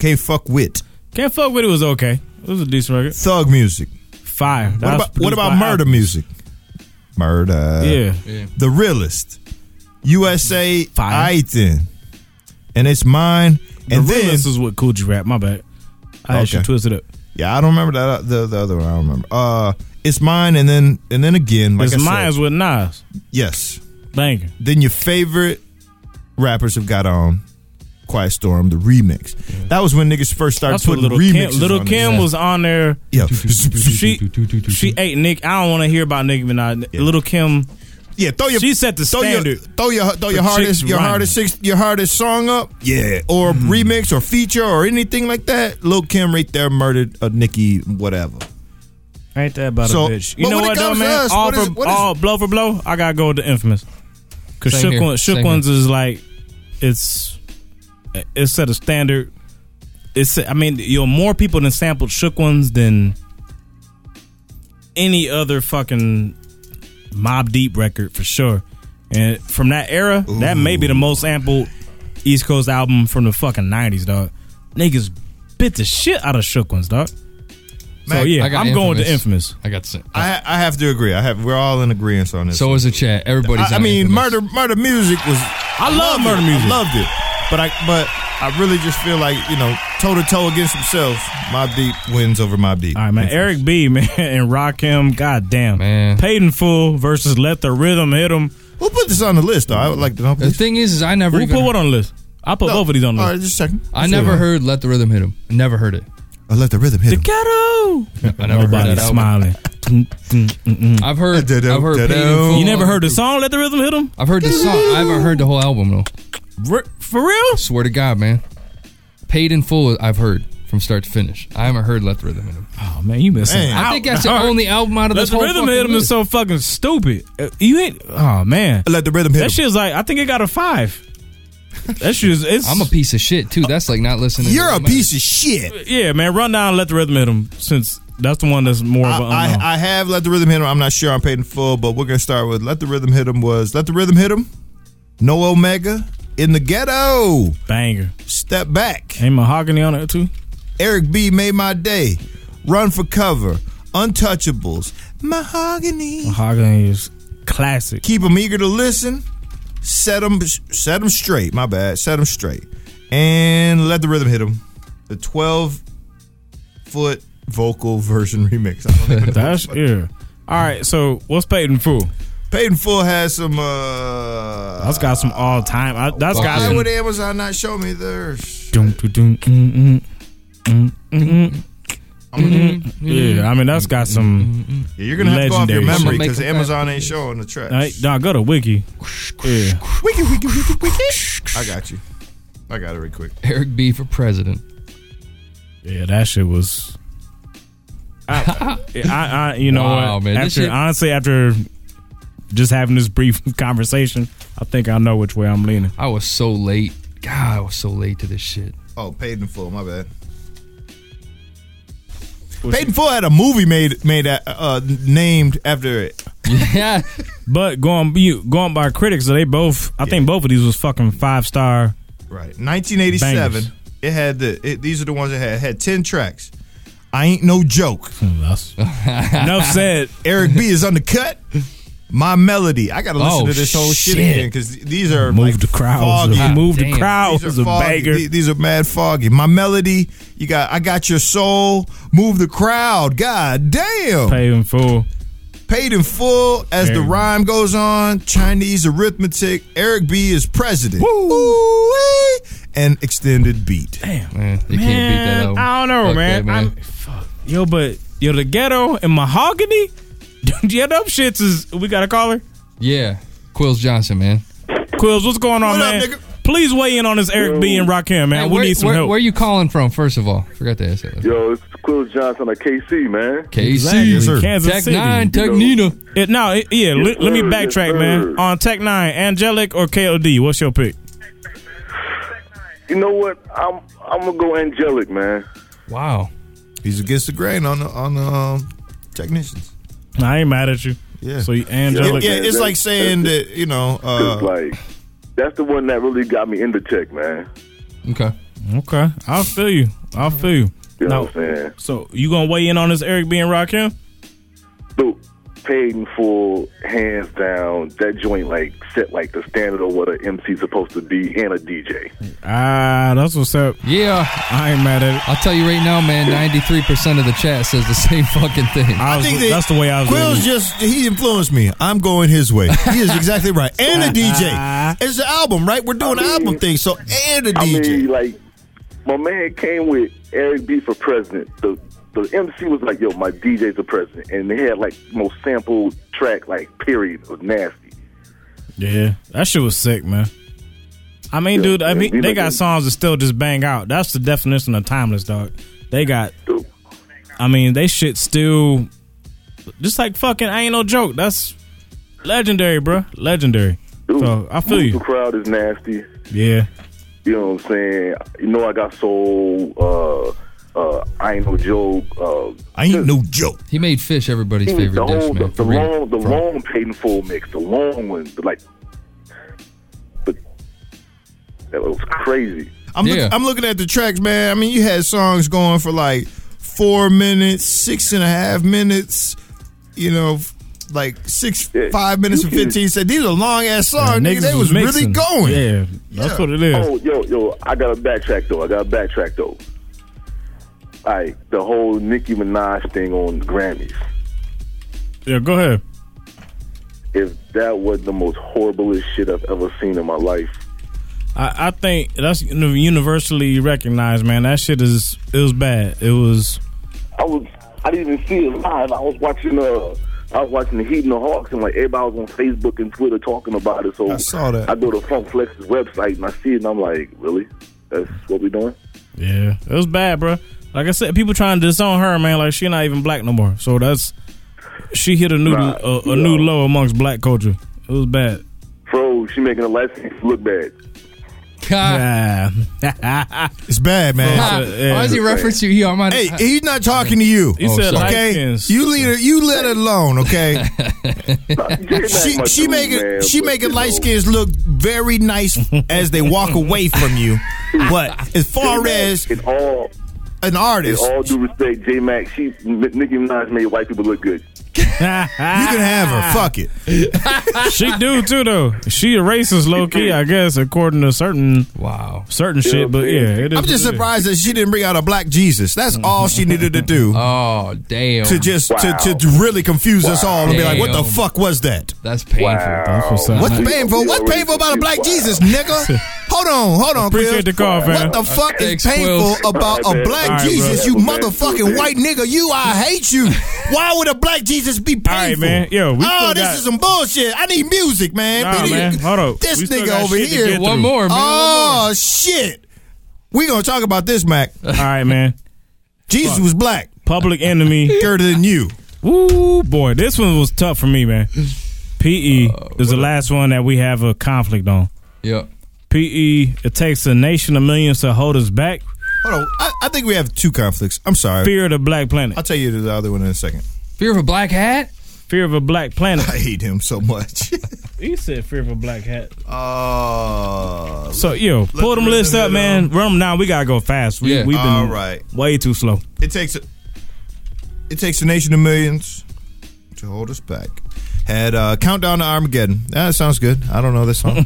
Speaker 5: Can't fuck with.
Speaker 4: Can't fuck with it was okay. It was a decent record.
Speaker 5: Thug music.
Speaker 4: Fire. That
Speaker 5: What
Speaker 4: was
Speaker 5: about, what
Speaker 4: produced
Speaker 5: about
Speaker 4: by
Speaker 5: murder
Speaker 4: Al-
Speaker 5: music? Murder.
Speaker 4: Yeah.
Speaker 5: The realist. USA
Speaker 4: Fire.
Speaker 5: Aithen. And it's mine.
Speaker 4: And
Speaker 5: And
Speaker 4: the
Speaker 5: then
Speaker 4: this is with Cool G Rap. My bad. I had you
Speaker 5: Okay.
Speaker 4: twisted up.
Speaker 5: Yeah, I don't remember that uh, the, the other one. I don't remember. Uh it's mine and then and then again. Like
Speaker 4: It's
Speaker 5: I said,
Speaker 4: mine with Nas.
Speaker 5: Yes.
Speaker 4: Banger.
Speaker 5: Then your favorite rappers have got on Quiet Storm, the remix. That was when niggas first started
Speaker 4: That's what
Speaker 5: putting
Speaker 4: Little
Speaker 5: remixes
Speaker 4: Kim. Little
Speaker 5: on
Speaker 4: Kim
Speaker 5: this.
Speaker 4: was on there.
Speaker 5: Yeah.
Speaker 4: She she ate Nick. I don't want to hear about Nicki Minaj. Little Kim.
Speaker 5: Yeah, throw your
Speaker 4: She set the
Speaker 5: throw your,
Speaker 4: standard.
Speaker 5: throw your throw your
Speaker 4: for
Speaker 5: hardest
Speaker 4: chicks
Speaker 5: your
Speaker 4: running. Mm-hmm.
Speaker 5: hardest six, your hardest song up. Yeah. Or remix or feature or anything like that. Lil Kim right there murdered a Nicki whatever.
Speaker 4: Ain't that about
Speaker 5: So-
Speaker 4: a bitch? You
Speaker 5: but
Speaker 4: know
Speaker 5: when it
Speaker 4: what though,
Speaker 5: comes to
Speaker 4: man?
Speaker 5: us,
Speaker 4: all
Speaker 5: what
Speaker 4: for
Speaker 5: is- what is-
Speaker 4: all blow for blow, I gotta go with the infamous. Cause
Speaker 6: Same
Speaker 4: shook
Speaker 6: here.
Speaker 4: ones, shook
Speaker 6: Same
Speaker 4: ones is like it's it set a standard. It's I mean, you know, more people than sampled shook ones than any other fucking mob deep record for sure. And from that era, that may be the most sampled East Coast album from the fucking nineties, dog. Niggas bit the shit out of shook ones, dog. so
Speaker 5: Mac,
Speaker 4: yeah,
Speaker 6: I got
Speaker 4: I'm going with the
Speaker 6: Infamous.
Speaker 4: infamous.
Speaker 6: I got to
Speaker 5: I ha- I have to agree. I have we're all in agreement on this.
Speaker 6: So is the chat. Everybody's.
Speaker 5: I, I
Speaker 6: on
Speaker 5: mean,
Speaker 6: Infamous.
Speaker 5: murder murder music was.
Speaker 4: I love murder music.
Speaker 5: I loved it, but I but I really just feel like you know toe to toe against themselves. Mob Deep wins over Mob Deep.
Speaker 4: All right, man. Eric B, man, and Rakim, goddamn.
Speaker 6: Man.
Speaker 4: Paid in full versus let the rhythm hit him.
Speaker 5: who put this on the list? Though I would like to know.
Speaker 6: The thing is, is I never
Speaker 4: Who
Speaker 6: even.
Speaker 4: put what on the list? I put both of these on the
Speaker 5: All
Speaker 4: list.
Speaker 5: right, just checking.
Speaker 6: I never heard "Let the Rhythm Hit Him." Never heard it.
Speaker 5: I Oh, let the rhythm hit. Him.
Speaker 4: Ghetto!
Speaker 6: I never
Speaker 4: Nobody's
Speaker 6: heard that album.
Speaker 4: smiling. Dun, dun, mm, mm.
Speaker 6: I've heard.
Speaker 5: Da-da-dum,
Speaker 6: I've heard. Paid in
Speaker 5: da-dum.
Speaker 6: Full.
Speaker 4: You never heard the song Let the Rhythm Hit Him?
Speaker 6: I've heard the song. I haven't heard the whole album though.
Speaker 4: R- For real?
Speaker 6: Swear to God, man. Paid in full. I've heard from start to finish. I haven't heard "Let the Rhythm Hit Him."
Speaker 4: Oh, man, you missing
Speaker 5: Man.
Speaker 4: out.
Speaker 6: I think that's the
Speaker 4: dog.
Speaker 6: only album out of
Speaker 4: Let
Speaker 6: this
Speaker 4: the
Speaker 6: whole
Speaker 4: Rhythm
Speaker 6: fucking
Speaker 4: Hit Him is
Speaker 6: list.
Speaker 4: so fucking stupid. Uh, You ain't. Oh, man.
Speaker 5: I let the rhythm hit.
Speaker 4: That
Speaker 5: him.
Speaker 4: shit's like, I think it got a five. That shit is. It's,
Speaker 6: I'm a piece of shit too. That's like not listening.
Speaker 5: You're
Speaker 6: to
Speaker 5: a piece of shit.
Speaker 4: Yeah, man, run down Let the Rhythm Hit Him since that's the one that's more
Speaker 5: I,
Speaker 4: of an unknown.
Speaker 5: I, I have let the rhythm hit him. I'm not sure I'm paid in full, but we're gonna start with let the rhythm hit him. Was let the rhythm hit him? No Omega in the ghetto.
Speaker 4: Banger.
Speaker 5: Step back.
Speaker 4: Ain't Mahogany on it, too?
Speaker 5: Eric B made my day. Run for cover. Untouchables. Mahogany.
Speaker 4: Mahogany is classic.
Speaker 5: Keep 'em eager to listen. Set 'em, set 'em straight. My bad. Set 'em straight. And let the rhythm hit 'em. The 12 foot vocal version remix. I don't even know.
Speaker 4: That's yeah. All right, so what's paid in full?
Speaker 5: Paid in Full has some. Uh,
Speaker 4: That's got some all time. I, that's got
Speaker 5: why
Speaker 4: some.
Speaker 5: would Amazon not show me theirs?
Speaker 4: Dun, dun, dun, mm, mm, mm, mm, mm. Yeah, I mean that's got some.
Speaker 5: Mm-hmm. Yeah, you're gonna have to go off your
Speaker 4: Legendary.
Speaker 5: memory
Speaker 6: Make
Speaker 5: because
Speaker 6: 'em
Speaker 5: Amazon ain't showing the tracks.
Speaker 4: Hey, dog, go to Wiki. Yeah,
Speaker 5: Wiki, wiki, wiki, wiki. I got you. I got it real quick.
Speaker 6: Eric B for president.
Speaker 4: yeah, that shit was. I, I, I you know
Speaker 6: Wow,
Speaker 4: what?
Speaker 6: man, this
Speaker 4: after
Speaker 6: shit-
Speaker 4: honestly, after just having this brief conversation, I think I know which way I'm leaning.
Speaker 6: I was so late. God, I was so late to this shit.
Speaker 5: Oh, Paid in Full. My bad. Paid in Full had a movie made made uh, uh, named after it.
Speaker 6: Yeah,
Speaker 4: But going you going by critics, they both. I think both of these was fucking five star.
Speaker 5: Right, 1987.
Speaker 4: Bangers.
Speaker 5: It had the. It, these are the ones that had it had ten tracks. I ain't no joke.
Speaker 4: Enough said.
Speaker 5: Eric B is undercut. My melody. I gotta listen
Speaker 4: Oh,
Speaker 5: to this whole shit,
Speaker 4: shit.
Speaker 5: again because these are
Speaker 4: Move
Speaker 5: like
Speaker 4: the crowds.
Speaker 5: foggy.
Speaker 4: Ah, Move the damn. crowds.
Speaker 5: These
Speaker 4: A
Speaker 5: are, foggy.
Speaker 4: banger.
Speaker 5: Th- these are mad foggy. My melody. You got. I got your soul. Move the crowd. God damn.
Speaker 4: Paid in full.
Speaker 5: Paid in full as the
Speaker 4: Eric B.
Speaker 5: rhyme goes on. Chinese arithmetic. Eric B is president. Woo. And extended beat.
Speaker 4: Damn.
Speaker 6: Man,
Speaker 5: they
Speaker 4: Man, I don't know, man. I'm, fuck. Yo, but yo, the ghetto and mahogany. yeah, them shits is. We got a caller.
Speaker 6: Yeah, Quills Johnson, man.
Speaker 4: Quills, what's going on, man? Please weigh in on this Eric B and Rakim, man.
Speaker 6: Hey,
Speaker 4: we
Speaker 6: where,
Speaker 4: need some
Speaker 6: where,
Speaker 4: help.
Speaker 6: Where are you calling from? First of all, forgot to ask that.
Speaker 8: Yo, it's Quill Johnson at KC, man.
Speaker 6: KC,
Speaker 4: Exactly. Kansas
Speaker 6: Tech
Speaker 4: City.
Speaker 6: Nine, Tech
Speaker 4: You know.
Speaker 6: Nina.
Speaker 4: It, no, it- yeah.
Speaker 8: Yes,
Speaker 4: let, let me
Speaker 8: sir. Yes,
Speaker 4: backtrack,
Speaker 8: sir.
Speaker 4: man. On Tech Nine, Angelic or KOD? What's your pick?
Speaker 8: You know what? I'm I'm gonna go angelic, man.
Speaker 6: Wow.
Speaker 5: He's against the grain on the on the um, technicians.
Speaker 4: I ain't mad at you.
Speaker 5: Yeah.
Speaker 4: So you Angelic.
Speaker 5: Yeah, yeah, it's like saying that you know. Uh,
Speaker 8: Cause like that's the one that really got me into tech, man.
Speaker 6: Okay.
Speaker 4: Okay, I'll feel you. I'll feel you.
Speaker 8: You
Speaker 4: No.
Speaker 8: know what I'm saying?
Speaker 4: So you gonna weigh in on this Eric B and Rakim?
Speaker 8: Dude, paid in full, hands down. That joint like set like the standard of what an MC's supposed to be and a DJ.
Speaker 4: Ah, that's what's up.
Speaker 6: Yeah,
Speaker 4: I ain't mad at it.
Speaker 6: I'll tell you right now, man. Ninety-three percent of the chat says the same fucking thing.
Speaker 5: I think that Quill's just he influenced me. I'm going his way. He is exactly right. And a
Speaker 4: Uh-huh.
Speaker 5: DJ. It's an album, right? We're doing an album thing. So and a
Speaker 8: I
Speaker 5: DJ.
Speaker 8: mean, like my man came with Eric B for president. The the MC was like, "Yo, my DJ's the president," and they had like most sampled track, like period, It was nasty.
Speaker 4: Yeah, that shit was sick, man. I mean,
Speaker 8: Yeah,
Speaker 4: dude, I
Speaker 8: yeah,
Speaker 4: mean,
Speaker 8: we
Speaker 4: they
Speaker 8: like
Speaker 4: got
Speaker 8: it.
Speaker 4: songs that still just bang out. That's the definition of timeless, dog. They got, I mean, they shit still, just like fucking, I ain't no joke. That's legendary, bro. Legendary. So I feel
Speaker 8: The
Speaker 4: you.
Speaker 8: crowd is nasty.
Speaker 4: Yeah.
Speaker 8: You know what I'm saying? You know I got soul. Uh, uh, I ain't no joke. Uh,
Speaker 5: I ain't no joke.
Speaker 6: He made fish everybody's
Speaker 8: he was the
Speaker 6: favorite dish,
Speaker 8: whole,
Speaker 6: man.
Speaker 8: the, the
Speaker 6: for real.
Speaker 8: long, the
Speaker 6: For-
Speaker 8: long Peyton Full mix, the long one, but like, but that was crazy.
Speaker 5: I'm, look, I'm looking at the tracks, man. I mean, you had songs going for like four minutes, six and a half minutes, you know, f- like six, five minutes and 15 seconds. These are long ass songs, nigga. They was really going.
Speaker 4: Yeah, that's what it is.
Speaker 8: Oh, yo, yo, I got to backtrack though. I got to backtrack though. All right, the whole Nicki Minaj thing on Grammys.
Speaker 4: Yeah, go ahead.
Speaker 8: If that was the most horriblest shit I've ever seen in my life,
Speaker 4: I, I think that's uni- universally recognized, man. That shit is, it was bad. It was,
Speaker 8: I was I didn't even see it live. I was watching uh I was watching the Heat and the Hawks and like everybody was on Facebook and Twitter talking about it. So I
Speaker 5: saw that.
Speaker 8: I go to Funk Flex's website and I see it and I'm like, really? That's what we doing?
Speaker 4: Yeah, it was bad, bro. Like I said, people trying to disown her, man. Like she not even black no more. So that's she hit a new
Speaker 8: Nah,
Speaker 4: a, a new low amongst black culture. It was bad.
Speaker 8: Fro, Oh, she making the license look bad.
Speaker 4: Yeah.
Speaker 5: it's bad, man.
Speaker 6: Nah, Why does he reference you? He, I'm not,
Speaker 5: Hey, he's not talking to you.
Speaker 6: He said light
Speaker 5: okay?
Speaker 6: skins.
Speaker 5: You leave her, you let it alone, okay? she
Speaker 8: my
Speaker 5: she
Speaker 8: dude,
Speaker 5: making
Speaker 8: man,
Speaker 5: she
Speaker 8: but,
Speaker 5: making
Speaker 8: you
Speaker 5: light
Speaker 8: know.
Speaker 5: skins look very nice as they walk away from you. But as far as
Speaker 8: in all
Speaker 5: an artist,
Speaker 8: in all due respect, J Mac, she M- Nicki Minaj made white people look good.
Speaker 4: you
Speaker 5: can have her. Fuck it.
Speaker 4: she do too though. She a racist low key, I guess, according to certain
Speaker 6: wow
Speaker 4: certain shit. But yeah, it is. what
Speaker 5: I'm just
Speaker 4: it is.
Speaker 5: surprised that she didn't bring out a black Jesus. That's all she needed to do.
Speaker 6: Oh damn!
Speaker 5: To just to, to really confuse us all and be like, what the
Speaker 6: Damn.
Speaker 5: fuck was that?
Speaker 6: That's painful.
Speaker 4: That's what's up.
Speaker 5: What's
Speaker 4: man.
Speaker 5: painful? What's painful about a black Jesus, nigga? Hold on, hold on.
Speaker 4: Appreciate
Speaker 5: Quills.
Speaker 4: the call, fam.
Speaker 5: What the fuck
Speaker 4: Thanks,
Speaker 5: is
Speaker 4: Quills.
Speaker 5: painful about
Speaker 4: All
Speaker 5: a
Speaker 4: right,
Speaker 5: black
Speaker 4: man. All right,
Speaker 5: Jesus?
Speaker 4: bro.
Speaker 5: You motherfucking white nigga. You, I hate you. Why would a black Jesus be painful?
Speaker 4: right, man. Yo, we
Speaker 5: oh,
Speaker 4: still
Speaker 5: this
Speaker 4: got-
Speaker 5: is some bullshit. I need music, man.
Speaker 4: Nah,
Speaker 5: This-
Speaker 4: man. Hold up.
Speaker 5: This
Speaker 4: We still
Speaker 5: nigga
Speaker 4: got
Speaker 5: over
Speaker 4: shit to
Speaker 5: here.
Speaker 4: get One through. more, man. One
Speaker 5: Oh shit. We gonna talk about this, Mac.
Speaker 4: All right, man.
Speaker 5: Jesus was black.
Speaker 4: Public enemy.
Speaker 5: Greater than you.
Speaker 4: Woo boy, this one was tough for me, man. PE is the last one that we have a conflict on.
Speaker 6: Yep.
Speaker 4: PE, E, it takes a nation of millions to hold us back.
Speaker 5: Hold on. I, I think we have two conflicts. I'm sorry.
Speaker 4: Fear of the black planet.
Speaker 5: I'll tell you the other one in a second.
Speaker 6: Fear of a black hat?
Speaker 4: Fear of a black planet.
Speaker 5: I hate him so much.
Speaker 4: he said fear of a black hat.
Speaker 9: Uh,
Speaker 5: Oh.
Speaker 4: So yo, pull them lists up, man. Run them down. We gotta go fast. We
Speaker 5: Yeah.
Speaker 4: we've been
Speaker 5: um, All right.
Speaker 4: way too slow.
Speaker 5: It takes a it takes a nation of millions to hold us back. had uh, Countdown to Armageddon. Ah, That sounds good. I don't know this song.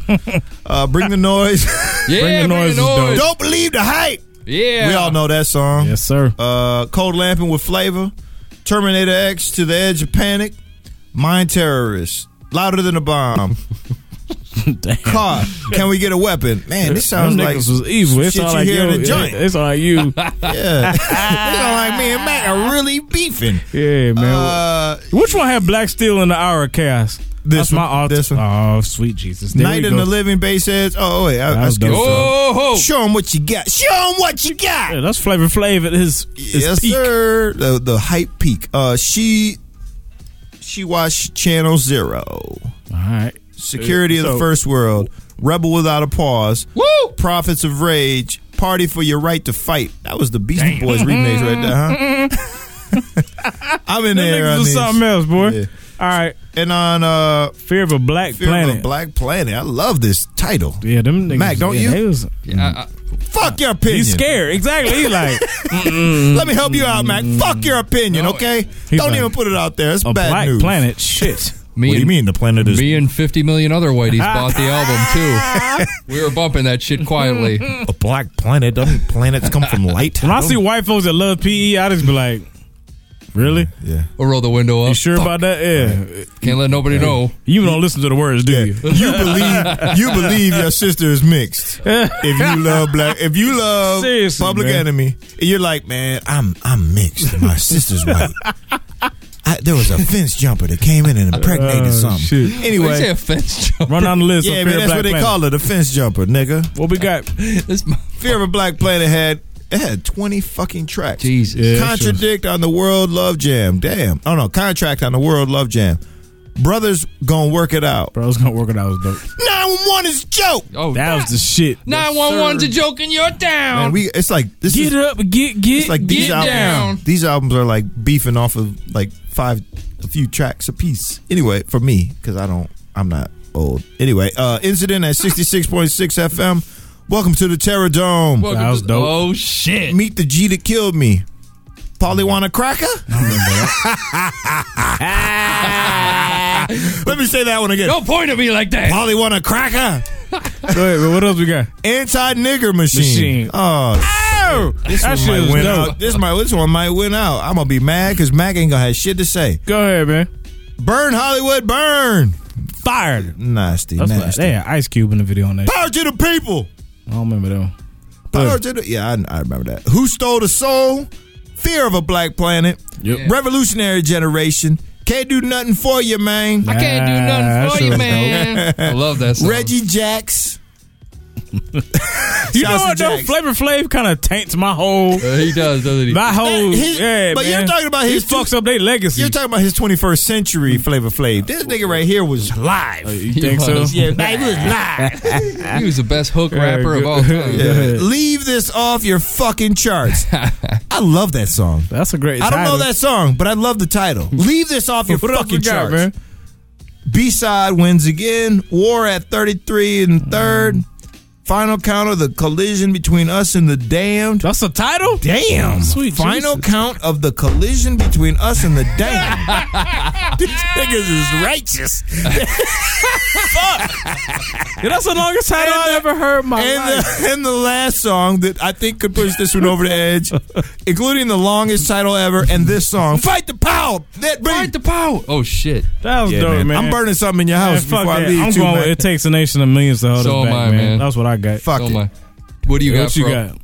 Speaker 5: uh, Bring the Noise.
Speaker 6: Yeah, Bring the Bring the Noise is dope. Noise.
Speaker 5: Don't believe the hype.
Speaker 6: Yeah.
Speaker 5: We all know that song.
Speaker 4: Yes, sir.
Speaker 5: Uh, Cold Lamping with Flavor. Terminator X to the Edge of Panic. Mind Terrorist. Louder than a bomb. Car, can we get a weapon? Man, this sounds
Speaker 4: Them
Speaker 5: like
Speaker 4: niggas was evil. It
Speaker 5: shit
Speaker 4: sound
Speaker 5: you
Speaker 4: like
Speaker 5: hear
Speaker 4: yo,
Speaker 5: in the joint.
Speaker 4: it- It's like you.
Speaker 5: yeah, it sound like me and Mac are really beefing.
Speaker 4: Yeah, man.
Speaker 5: Uh,
Speaker 4: Which one had Black Steel in the hour cast? This That's my all this Oh, sweet Jesus. There
Speaker 5: Night
Speaker 4: we
Speaker 5: in
Speaker 4: go.
Speaker 5: the Living Bass heads. Oh, wait.
Speaker 4: That
Speaker 5: I, I
Speaker 4: was
Speaker 5: skipped
Speaker 4: dope,
Speaker 5: some.
Speaker 4: though.
Speaker 5: Show them what you got. Show them what you got.
Speaker 4: Yeah, that's Flavor Flav at his, his
Speaker 5: yes,
Speaker 4: peak.
Speaker 5: sir. The, the hype peak. Uh, she she watched Channel Zero. All
Speaker 4: right.
Speaker 5: Security of the
Speaker 4: So-
Speaker 5: First World. Rebel Without a Pause.
Speaker 6: Woo!
Speaker 5: Prophets of Rage. Party for Your Right to Fight. That was the Beastie Boys remix right there, huh?
Speaker 16: Mm.
Speaker 5: I'm in
Speaker 4: Them
Speaker 5: there.
Speaker 4: niggas
Speaker 5: on
Speaker 4: was
Speaker 5: these.
Speaker 4: something else, boy. All right.
Speaker 5: And on uh
Speaker 4: Fear of a Black
Speaker 5: Fear
Speaker 4: Planet.
Speaker 5: of a Black Planet. I love this title.
Speaker 4: Yeah, them niggas.
Speaker 5: Mac, don't
Speaker 4: yeah,
Speaker 5: you?
Speaker 4: they was-
Speaker 5: Mm. Fuck your opinion.
Speaker 4: He's scared. Exactly. He's like,
Speaker 5: Let me help you out, Mac. Fuck your opinion, okay? Don't
Speaker 4: like,
Speaker 5: even put it out there. It's
Speaker 4: a
Speaker 5: bad
Speaker 4: black
Speaker 5: news.
Speaker 4: planet. Shit.
Speaker 6: Me
Speaker 5: what do you
Speaker 6: and-
Speaker 5: mean the planet is
Speaker 6: Me and 50 million other whiteys bought the album too. We were bumping that shit quietly.
Speaker 5: a black planet? Doesn't planets come from light?
Speaker 4: When I see white folks that love PE, I just be like, really?
Speaker 5: Yeah.
Speaker 6: Or roll the window up.
Speaker 4: You sure about that? Yeah.
Speaker 6: Can't let nobody know.
Speaker 4: You don't listen to the words, do you?
Speaker 5: you believe you believe your sister is mixed. If you love black, if you love
Speaker 4: Seriously,
Speaker 5: Public
Speaker 4: man.
Speaker 5: Enemy, and you're like, man, I'm I'm mixed. My sister's white. I, there was a fence jumper that came in and impregnated
Speaker 4: Oh,
Speaker 5: something.
Speaker 4: shit.
Speaker 5: Anyway,
Speaker 6: What'd you say, a fence jump?
Speaker 4: Run down the list.
Speaker 5: yeah,
Speaker 4: of Fear
Speaker 5: man, that's
Speaker 4: of Black
Speaker 5: what they
Speaker 4: Planet.
Speaker 5: call it, a fence jumper, nigga.
Speaker 4: What we got?
Speaker 6: This mo-
Speaker 5: Fear of a Black Planet had it had twenty fucking tracks.
Speaker 6: Jesus.
Speaker 4: Yeah, that shit was-
Speaker 5: Contradict on the World Love Jam. Damn. Oh no, contract on the World Love Jam. Brothers gonna work it out.
Speaker 4: Bro, I was gonna work it out. It was dope.
Speaker 5: Nine one one is a joke.
Speaker 6: Oh,
Speaker 4: That was the shit.
Speaker 6: 911's a joke and you're down.
Speaker 5: Man, we it's like this
Speaker 4: Get
Speaker 5: is
Speaker 4: up, get get
Speaker 5: it's like these
Speaker 6: get
Speaker 5: albums.
Speaker 6: down.
Speaker 5: These albums are like beefing off of like five, a few tracks a piece. Anyway, for me because I don't, I'm not old. Anyway, uh incident at sixty six point six FM. Welcome to the Terror Dome.
Speaker 6: Welcome
Speaker 4: That was
Speaker 6: to-
Speaker 4: dope.
Speaker 6: Oh, shit.
Speaker 5: Meet the G that killed me. Polly want a cracker? Let me say that one again.
Speaker 6: Don't point at me like that.
Speaker 5: Polly want a cracker?
Speaker 4: Go ahead, man, what else we got?
Speaker 5: Anti nigger machine.
Speaker 4: Machine.
Speaker 5: Oh,
Speaker 4: Oh,
Speaker 5: this
Speaker 4: that
Speaker 5: one
Speaker 4: shit
Speaker 5: might
Speaker 4: was
Speaker 5: win
Speaker 4: dope.
Speaker 5: out. This might this one might win out. I'm gonna be mad because Mac ain't gonna have shit to say.
Speaker 4: Go ahead, man.
Speaker 5: Burn Hollywood, burn.
Speaker 4: Fired.
Speaker 5: Nasty,
Speaker 4: That's what,
Speaker 5: nasty.
Speaker 4: they had Ice Cube in the video on that. uh,
Speaker 5: Power to the people.
Speaker 4: I don't remember that one.
Speaker 5: Power to the yeah. I, I remember that. Who stole the soul? Fear of a black planet.
Speaker 4: Yep.
Speaker 5: Revolutionary generation. Can't do nothing for you, man.
Speaker 6: I can't do
Speaker 4: Nah,
Speaker 6: nothing
Speaker 4: that
Speaker 6: for
Speaker 4: shit
Speaker 6: you,
Speaker 4: was dope.
Speaker 6: man. I love that song.
Speaker 5: Reggie Jacks.
Speaker 4: You know
Speaker 5: Shouts to
Speaker 4: what though?
Speaker 5: Jax.
Speaker 4: Flavor Flav kind of taints my whole,
Speaker 6: Uh, he does, doesn't he?
Speaker 4: my whole.
Speaker 5: his-
Speaker 4: yeah,
Speaker 5: but you're
Speaker 4: man.
Speaker 5: talking about
Speaker 4: he
Speaker 5: his two-
Speaker 4: fucks up their legacy.
Speaker 5: You're talking about his 21st century Flavor Flav. This nigga right here was live.
Speaker 4: Oh, you think
Speaker 6: He
Speaker 4: so?
Speaker 6: was.
Speaker 5: Yeah, man, he was live.
Speaker 6: He was the best hook rapper of
Speaker 4: good.
Speaker 6: all time.
Speaker 5: Yeah. Leave this off your fucking charts. I love that song.
Speaker 4: That's a great.
Speaker 5: I don't know
Speaker 4: title.
Speaker 5: that song, but I love the title. Leave this off your
Speaker 4: What else we
Speaker 5: fucking
Speaker 4: got,
Speaker 5: charts.
Speaker 4: man?
Speaker 5: B side wins again. War at 33
Speaker 4: Mm.
Speaker 5: and third. Final count of the collision between us and the damned.
Speaker 4: That's a title.
Speaker 5: Damn.
Speaker 4: Sweet
Speaker 5: Final
Speaker 4: Jesus.
Speaker 5: count of the collision between us and the damned. These niggas is righteous.
Speaker 4: Yeah, that's the longest title I've ever heard in my life.
Speaker 5: And the, and the last song that I think could push this one over the edge, including the longest title ever, and this song, "Fight the Power." That
Speaker 6: Fight the power. Oh shit.
Speaker 4: that was dope, man.
Speaker 5: I'm burning something in your
Speaker 4: Man,
Speaker 5: house
Speaker 4: fuck
Speaker 5: before
Speaker 4: that.
Speaker 5: I leave.
Speaker 4: I'm
Speaker 5: too,
Speaker 4: going.
Speaker 5: man.
Speaker 4: With, it takes a nation of millions to hold
Speaker 6: So
Speaker 4: us
Speaker 6: am
Speaker 4: back,
Speaker 6: I, man.
Speaker 4: That's what I got.
Speaker 5: Fuck
Speaker 6: Oh
Speaker 5: it.
Speaker 6: my. What do you got?
Speaker 4: what you
Speaker 6: bro?
Speaker 4: got?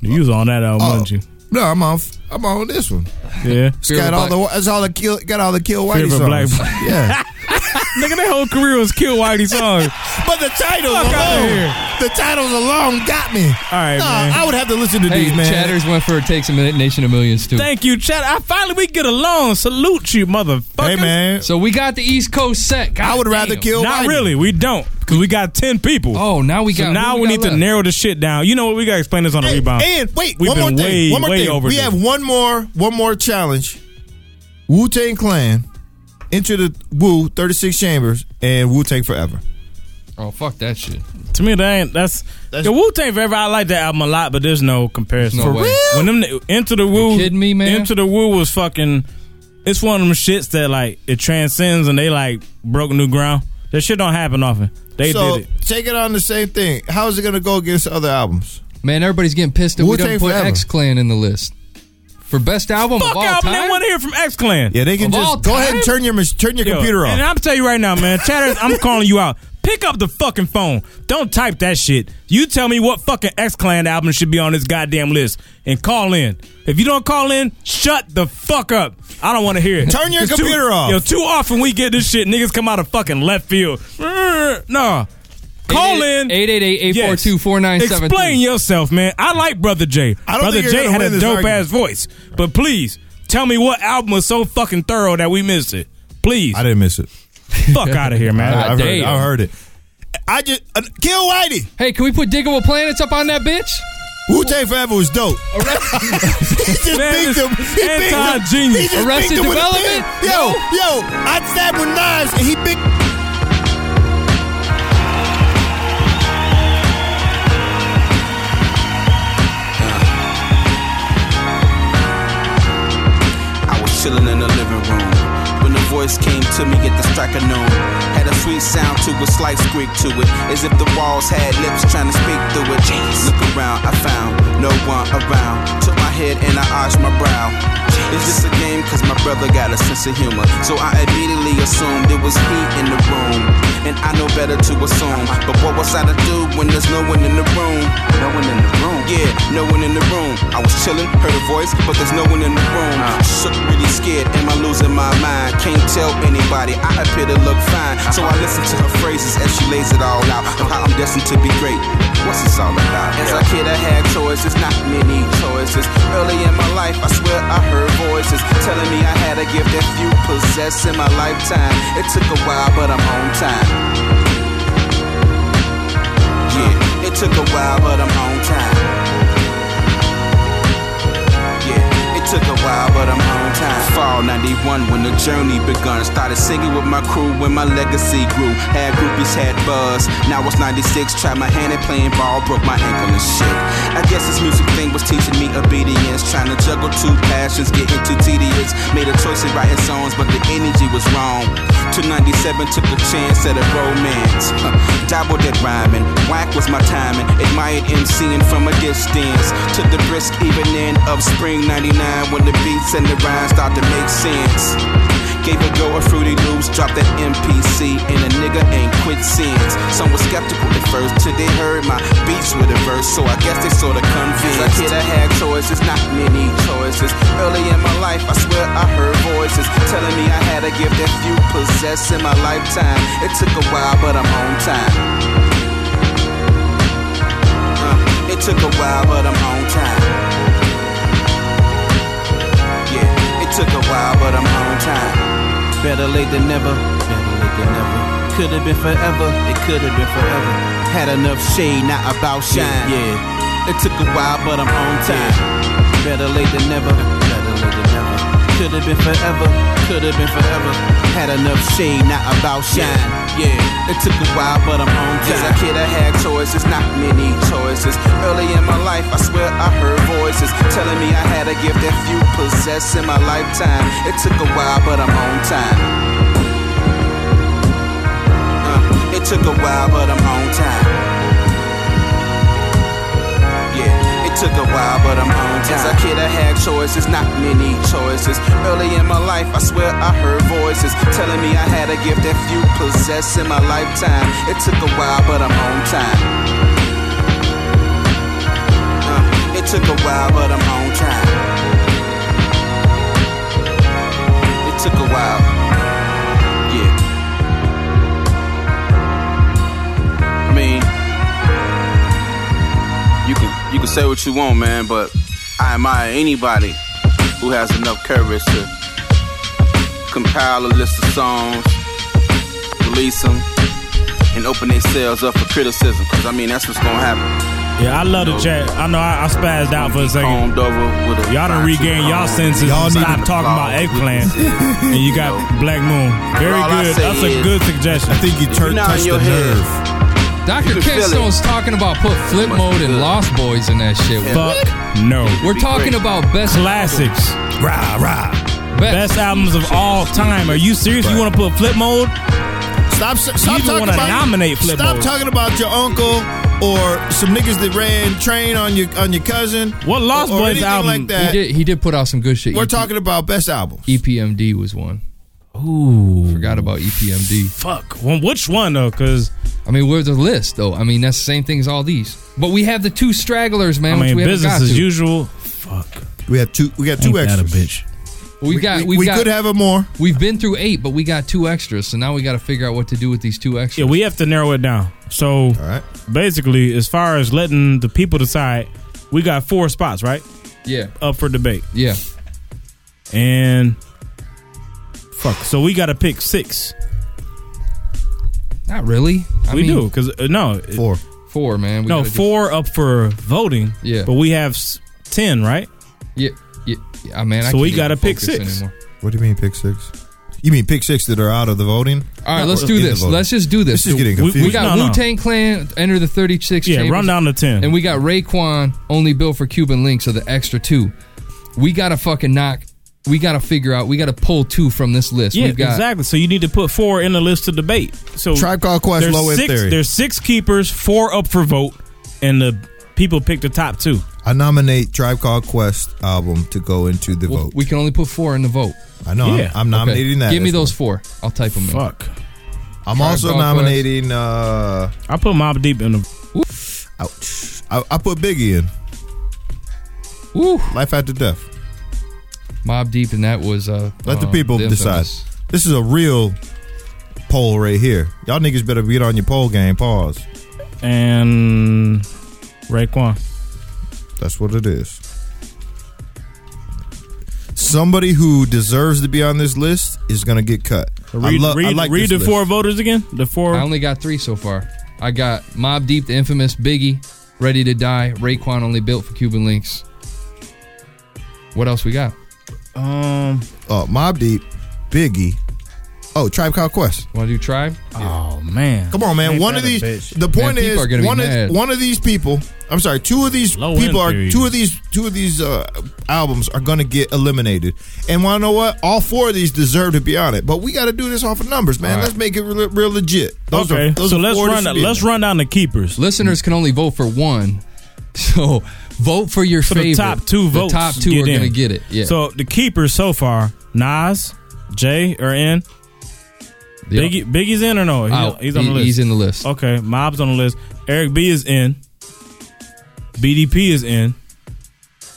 Speaker 4: You was on that album,
Speaker 5: Oh,
Speaker 4: wasn't you?
Speaker 5: No, I'm off. I'm on this one.
Speaker 4: Yeah.
Speaker 5: It's
Speaker 6: Fear
Speaker 5: got
Speaker 6: of
Speaker 5: all the. It's all the kill. Got all the kill
Speaker 4: Fear
Speaker 5: whitey
Speaker 4: of a black-
Speaker 5: songs. yeah,
Speaker 4: Nigga, that whole career was Kill Whitey songs.
Speaker 5: but the titles
Speaker 4: Fuck outta
Speaker 5: alone,
Speaker 4: here.
Speaker 5: the titles alone got me.
Speaker 4: All right,
Speaker 5: Nah,
Speaker 4: man.
Speaker 5: I would have to listen to
Speaker 6: Hey,
Speaker 5: these, man.
Speaker 6: Chatters went for it takes a minute. Nation of Millions too.
Speaker 4: Thank you, Chad. I finally we get along. Salute you, motherfucker.
Speaker 5: hey, man.
Speaker 6: so we got the East Coast set. God
Speaker 5: I would rather
Speaker 6: damn.
Speaker 5: kill.
Speaker 4: Not
Speaker 5: Whitey.
Speaker 4: really. We don't because we got ten people.
Speaker 6: Oh, now we
Speaker 4: so
Speaker 6: got.
Speaker 4: now
Speaker 6: who
Speaker 4: we,
Speaker 6: got
Speaker 4: need to
Speaker 6: left?
Speaker 4: narrow the shit down. You know what? We gotta explain this on the
Speaker 5: Hey,
Speaker 4: rebound.
Speaker 5: And wait,
Speaker 4: We've
Speaker 5: one more
Speaker 4: been
Speaker 5: thing.
Speaker 4: way,
Speaker 5: one more
Speaker 4: way
Speaker 5: thing.
Speaker 4: overdue.
Speaker 5: We have one more, one more challenge. Wu Tang Clan, Enter the Wu, 36 Chambers, and Wu Tang Forever.
Speaker 6: Oh fuck that shit.
Speaker 4: To me, that ain't that's,
Speaker 5: That's-
Speaker 4: the Wu Tang Forever. I like that album a lot, but there's no comparison.
Speaker 6: There's no For way. real?
Speaker 4: When them into the Wu,
Speaker 6: kidding me, man?
Speaker 4: Into the Wu was fucking it's one of them shits that like it transcends and they like broke new ground. That shit don't happen often. They
Speaker 5: so
Speaker 4: did it.
Speaker 5: take it on the same thing. How is it going to go against other albums?
Speaker 6: Man, everybody's getting pissed that we
Speaker 5: Wu-Tang
Speaker 6: don't put
Speaker 5: Forever.
Speaker 6: X Clan in the list for best album
Speaker 4: Fuck
Speaker 6: of all
Speaker 4: album. They
Speaker 6: time.
Speaker 4: want to hear from X Clan.
Speaker 5: Yeah, they can
Speaker 4: Of all
Speaker 5: just go ahead and
Speaker 4: time?
Speaker 5: turn your mach- turn your
Speaker 4: Yo,
Speaker 5: computer off.
Speaker 4: And I'm tell you right now, man, Chatters, I'm calling you out. Pick up the fucking phone. Don't type that shit. You tell me what fucking X Clan album should be on this goddamn list and call in. If you don't call in, shut the fuck up. I don't want to hear it.
Speaker 5: Turn your
Speaker 4: 'Cause too-
Speaker 5: computer off.
Speaker 4: Yo, too often we get this shit. Niggas come out of fucking left field. Nah. Call in
Speaker 6: 888-842-4973.
Speaker 4: Explain yourself, man. I like Brother J.
Speaker 6: I don't
Speaker 4: Brother
Speaker 6: think you're
Speaker 4: J
Speaker 6: gonna
Speaker 4: had
Speaker 6: win
Speaker 4: a
Speaker 6: this
Speaker 4: dope
Speaker 6: argument.
Speaker 4: ass voice. But please, tell me what album was so fucking thorough that we missed it. Please.
Speaker 5: I didn't miss it.
Speaker 4: Fuck out of here, man.
Speaker 5: I, have heard,
Speaker 4: Ah, Damn.
Speaker 5: I heard it. I just uh, kill Whitey.
Speaker 6: Hey, can we put Diggable Planets up on that bitch?
Speaker 5: Wu Tang Forever was dope. he just
Speaker 6: Man,
Speaker 5: picked
Speaker 6: this
Speaker 5: him. He picked him.
Speaker 6: anti-genius.
Speaker 5: He just
Speaker 6: Arrested
Speaker 5: picked him with a
Speaker 6: Development?
Speaker 5: pen. Yo, yo, I stabbed with knives and he picked.
Speaker 17: I was chilling in the living room when the voice came to me at the strike of noon. Had a sweet sound to it, slight squeak to it, as if the walls had lips trying to speak through it. Look around, I found no one around. Took my head and I arched my brow. Is this a game? Cause my brother got a sense of humor. So I immediately assumed it was he in the room. And I know better to assume. But what was I to do when there's no one in the room? No one in the room? Yeah, no one in the room. I was chilling, heard a voice, but there's no one in the room. Shook, really scared, am I losing my mind? Can't tell anybody, I appear to look fine. So I listen to her phrases as she lays it all out of how I'm destined to be great. What's this all about? As a kid, I had choices, not many choices. Early in my life, I swear I heard voices telling me I had a gift that few possess in my lifetime. It took a while, but I'm on time. Yeah, it took a while, but I'm on time. Yeah, it took a while, but I'm on time. Fall 91 when the journey begun. Started singing with my crew when my legacy grew. Had groupies, had buzz. Now it's 96. Tried my hand at playing ball, broke my ankle and shit. I guess this music thing was teaching me obedience. Trying to juggle two passions, getting too tedious. Made a choice in writing songs, but the energy was wrong. To 97, took a chance at a romance. Dabbled at rhyming, whack was my timing. Admired MCing from a distance. To the brisk evening of spring 99, when the beats and the rhymes start to make sense. Gave a go of Fruity Loops, dropped that MPC, and a nigga ain't quit since. Some were skeptical at first, till they heard my beats with a verse, so I guess they sorta convinced. As a kid, I had choices, not many choices. Early in my life, I swear I heard voices telling me I had a gift that few possess in my lifetime. It took a while, but I'm on time. Uh, it took a while, but I'm on time. Yeah, it took a while, but I'm on time. Better late than never. Better late than never. Could have been forever. It could have been forever. Had enough shade, not about shine. Yeah, It took a while, but I'm on time. Better late than never. Better late than never. Could have been forever. Could have been forever. Had enough shade, not about shine. Yeah, It took a while, but I'm on time. As a kid, I had choices, not many choices. Early in my life, I swear I heard voices telling me I had a gift that few possess in my lifetime. It took a while, but I'm on time. Uh, it took a while, but I'm on time. Yeah, it took a while, but I'm on time. As a kid, I had choices, not many choices. Early in my life, I swear I heard voices telling me I had a gift that few possess in my lifetime. It took a while, but I'm on time. Uh, it took a while, but I'm on time. It took a while. Yeah. I mean, you can you can say what you want, man, but I admire anybody who has enough courage to compile a list of songs, release them, and open themselves up for criticism. Cause I mean, that's what's gonna happen.
Speaker 4: Yeah, I love the chat. I know I, I spazzed out for a second. Y'all done regained y'all senses
Speaker 17: Y'all
Speaker 4: and
Speaker 17: need
Speaker 4: stopped
Speaker 17: to
Speaker 4: talking about
Speaker 17: follow
Speaker 4: eggplant. and you got Black Moon. Very
Speaker 17: All I
Speaker 4: good.
Speaker 17: say
Speaker 4: That's a
Speaker 17: is-
Speaker 4: good suggestion. I think you
Speaker 17: turned- Nah, touched your the head. nerve.
Speaker 6: Dr.
Speaker 17: can
Speaker 6: Ken
Speaker 17: feel it.
Speaker 6: Stone's talking about put flip mode and Lost Boys in that shit.
Speaker 17: Fuck
Speaker 6: What?
Speaker 4: no.
Speaker 6: We're talking about best
Speaker 4: classics.
Speaker 5: Rah rah.
Speaker 4: Best albums of all time. Are you serious? You want to put Flip Mode?
Speaker 5: Stop.
Speaker 4: you
Speaker 5: Stop
Speaker 4: even
Speaker 5: talking
Speaker 4: want to
Speaker 5: about
Speaker 4: nominate Flip
Speaker 5: Stop
Speaker 4: Mode.
Speaker 5: talking about your uncle or some niggas that ran train on your on your cousin.
Speaker 4: What Lost
Speaker 5: or, or
Speaker 4: Boys
Speaker 5: anything
Speaker 4: album-
Speaker 5: like that?
Speaker 6: He did, he did put out some good shit. E
Speaker 5: We're talking about best album.
Speaker 6: EPMD was one.
Speaker 4: Ooh,
Speaker 6: forgot about E EPMD.
Speaker 4: Fuck. Well, which one though? Because
Speaker 6: I mean, where's the list though? I mean, that's the same thing as all these. But we have the two stragglers, man.
Speaker 4: I
Speaker 6: which
Speaker 4: mean,
Speaker 6: we haven't
Speaker 4: business
Speaker 6: got
Speaker 4: as
Speaker 6: to.
Speaker 4: usual.
Speaker 5: We had two. We got two
Speaker 4: Ain't that a
Speaker 5: extras.
Speaker 6: We,
Speaker 5: We-
Speaker 6: got.
Speaker 5: we-
Speaker 6: We,
Speaker 5: we
Speaker 6: got,
Speaker 5: could have it more.
Speaker 6: We've been through eight, but we got two extras. So now we got to figure out what to do with these two extras.
Speaker 4: Yeah, we have to narrow it down. So basically, as far as letting the people decide, we got four spots, right?
Speaker 6: Yeah.
Speaker 4: Up for debate.
Speaker 6: Yeah.
Speaker 4: And fuck. So we got to pick six.
Speaker 6: Not really. I
Speaker 4: we
Speaker 6: mean-
Speaker 4: do because no
Speaker 5: four,
Speaker 6: four man. We
Speaker 4: no
Speaker 6: gotta do-
Speaker 4: four up for voting.
Speaker 6: Yeah.
Speaker 4: but we have s- ten, right?
Speaker 6: Yeah, yeah, yeah man. I
Speaker 4: so we
Speaker 6: can't
Speaker 4: got to
Speaker 6: even
Speaker 4: pick
Speaker 6: focus
Speaker 4: six.
Speaker 6: anymore.
Speaker 5: What do you mean pick six? You mean pick six that are out of the voting?
Speaker 6: All right,
Speaker 5: Not
Speaker 6: let's
Speaker 4: uh,
Speaker 5: in
Speaker 6: do
Speaker 5: the
Speaker 6: this.
Speaker 5: voting.
Speaker 6: Let's just do this.
Speaker 5: This is getting
Speaker 6: we,
Speaker 5: confusing.
Speaker 6: we got Wu Tang Clan enter the 36
Speaker 4: Yeah,
Speaker 6: chambers,
Speaker 4: run down to 10.
Speaker 6: And we got Raekwon only built for Cuban links, so the extra two. We got to fucking knock. We got to figure out. We got to pull two from this list.
Speaker 4: Yeah,
Speaker 6: We've got,
Speaker 4: exactly. So you need to put four in the list to debate. So
Speaker 5: Tribe Called Quest,
Speaker 4: there's
Speaker 5: Low End
Speaker 4: six,
Speaker 5: Theory.
Speaker 4: There's six keepers, four up for vote, and the people pick the top two.
Speaker 5: I nominate Tribe Called Quest album to go into the vote.
Speaker 6: We can only put four in the vote.
Speaker 5: I know. I'm- I'm, nominating that.
Speaker 6: Give me
Speaker 5: as
Speaker 6: those four. I'll type them in.
Speaker 4: Fuck.
Speaker 5: I'm
Speaker 6: Tribe
Speaker 5: also
Speaker 6: Called Quest.
Speaker 5: nominating. uh
Speaker 4: I put Mob Deep in the.
Speaker 5: Ouch! I, I put Biggie in.
Speaker 6: Woo.
Speaker 5: Life after death.
Speaker 6: Mob Deep, and that was. Uh,
Speaker 5: Let the
Speaker 6: uh,
Speaker 5: people decide.
Speaker 6: infamous.
Speaker 5: This is a real poll right here. Y'all niggas better get on your poll game. Pause.
Speaker 4: And Raekwon.
Speaker 5: That's what it is. Somebody who deserves to be on this list is gonna get cut.
Speaker 4: Read,
Speaker 5: I love.
Speaker 4: read,
Speaker 5: I like
Speaker 4: read the
Speaker 5: this list.
Speaker 4: four voters again. The four.
Speaker 6: I only got three so far. I got Mob Deep, the infamous Biggie, Ready to Die, Raekwon only built for Cuban links. What else we got?
Speaker 4: Um.
Speaker 5: Oh, Mob Deep, Biggie. Oh, Tribe Called Quest.
Speaker 6: Want to do Tribe?
Speaker 4: Oh man,
Speaker 5: Come on, man.
Speaker 6: Ain't
Speaker 5: one
Speaker 6: that
Speaker 5: of
Speaker 6: a
Speaker 5: these.
Speaker 6: bitch?
Speaker 5: The point
Speaker 6: Man, people are gonna
Speaker 5: is,
Speaker 6: be
Speaker 5: one
Speaker 6: mad.
Speaker 5: of, one of these people. I'm sorry. Two of these
Speaker 4: Low
Speaker 5: people
Speaker 4: end
Speaker 5: are.
Speaker 4: theory.
Speaker 5: Two of these. Two of these uh, albums are going to get eliminated. And want to know what? All four of these deserve to be on it. But we got to do this off of numbers, man.
Speaker 6: All right.
Speaker 5: Let's make it real, real legit. Those
Speaker 4: okay.
Speaker 5: are. Those
Speaker 4: so
Speaker 5: are
Speaker 4: let's
Speaker 5: four that
Speaker 4: run.
Speaker 5: should be in
Speaker 4: Let's
Speaker 5: there.
Speaker 4: run down the keepers.
Speaker 6: Listeners can only vote for one, so vote for your
Speaker 4: So
Speaker 6: favorite.
Speaker 4: the top two votes.
Speaker 6: The top two
Speaker 4: get
Speaker 6: are
Speaker 4: in.
Speaker 6: going to get it. Yeah.
Speaker 4: So the keepers so far: Nas, Jay, or in.
Speaker 6: Yeah.
Speaker 4: Biggie, Biggie's in or no? He's,
Speaker 6: Out.
Speaker 4: he's on
Speaker 6: Oh, He-
Speaker 4: the list.
Speaker 6: he's in the list.
Speaker 4: Okay, Mob's on the list. Eric B is in. BDP is in.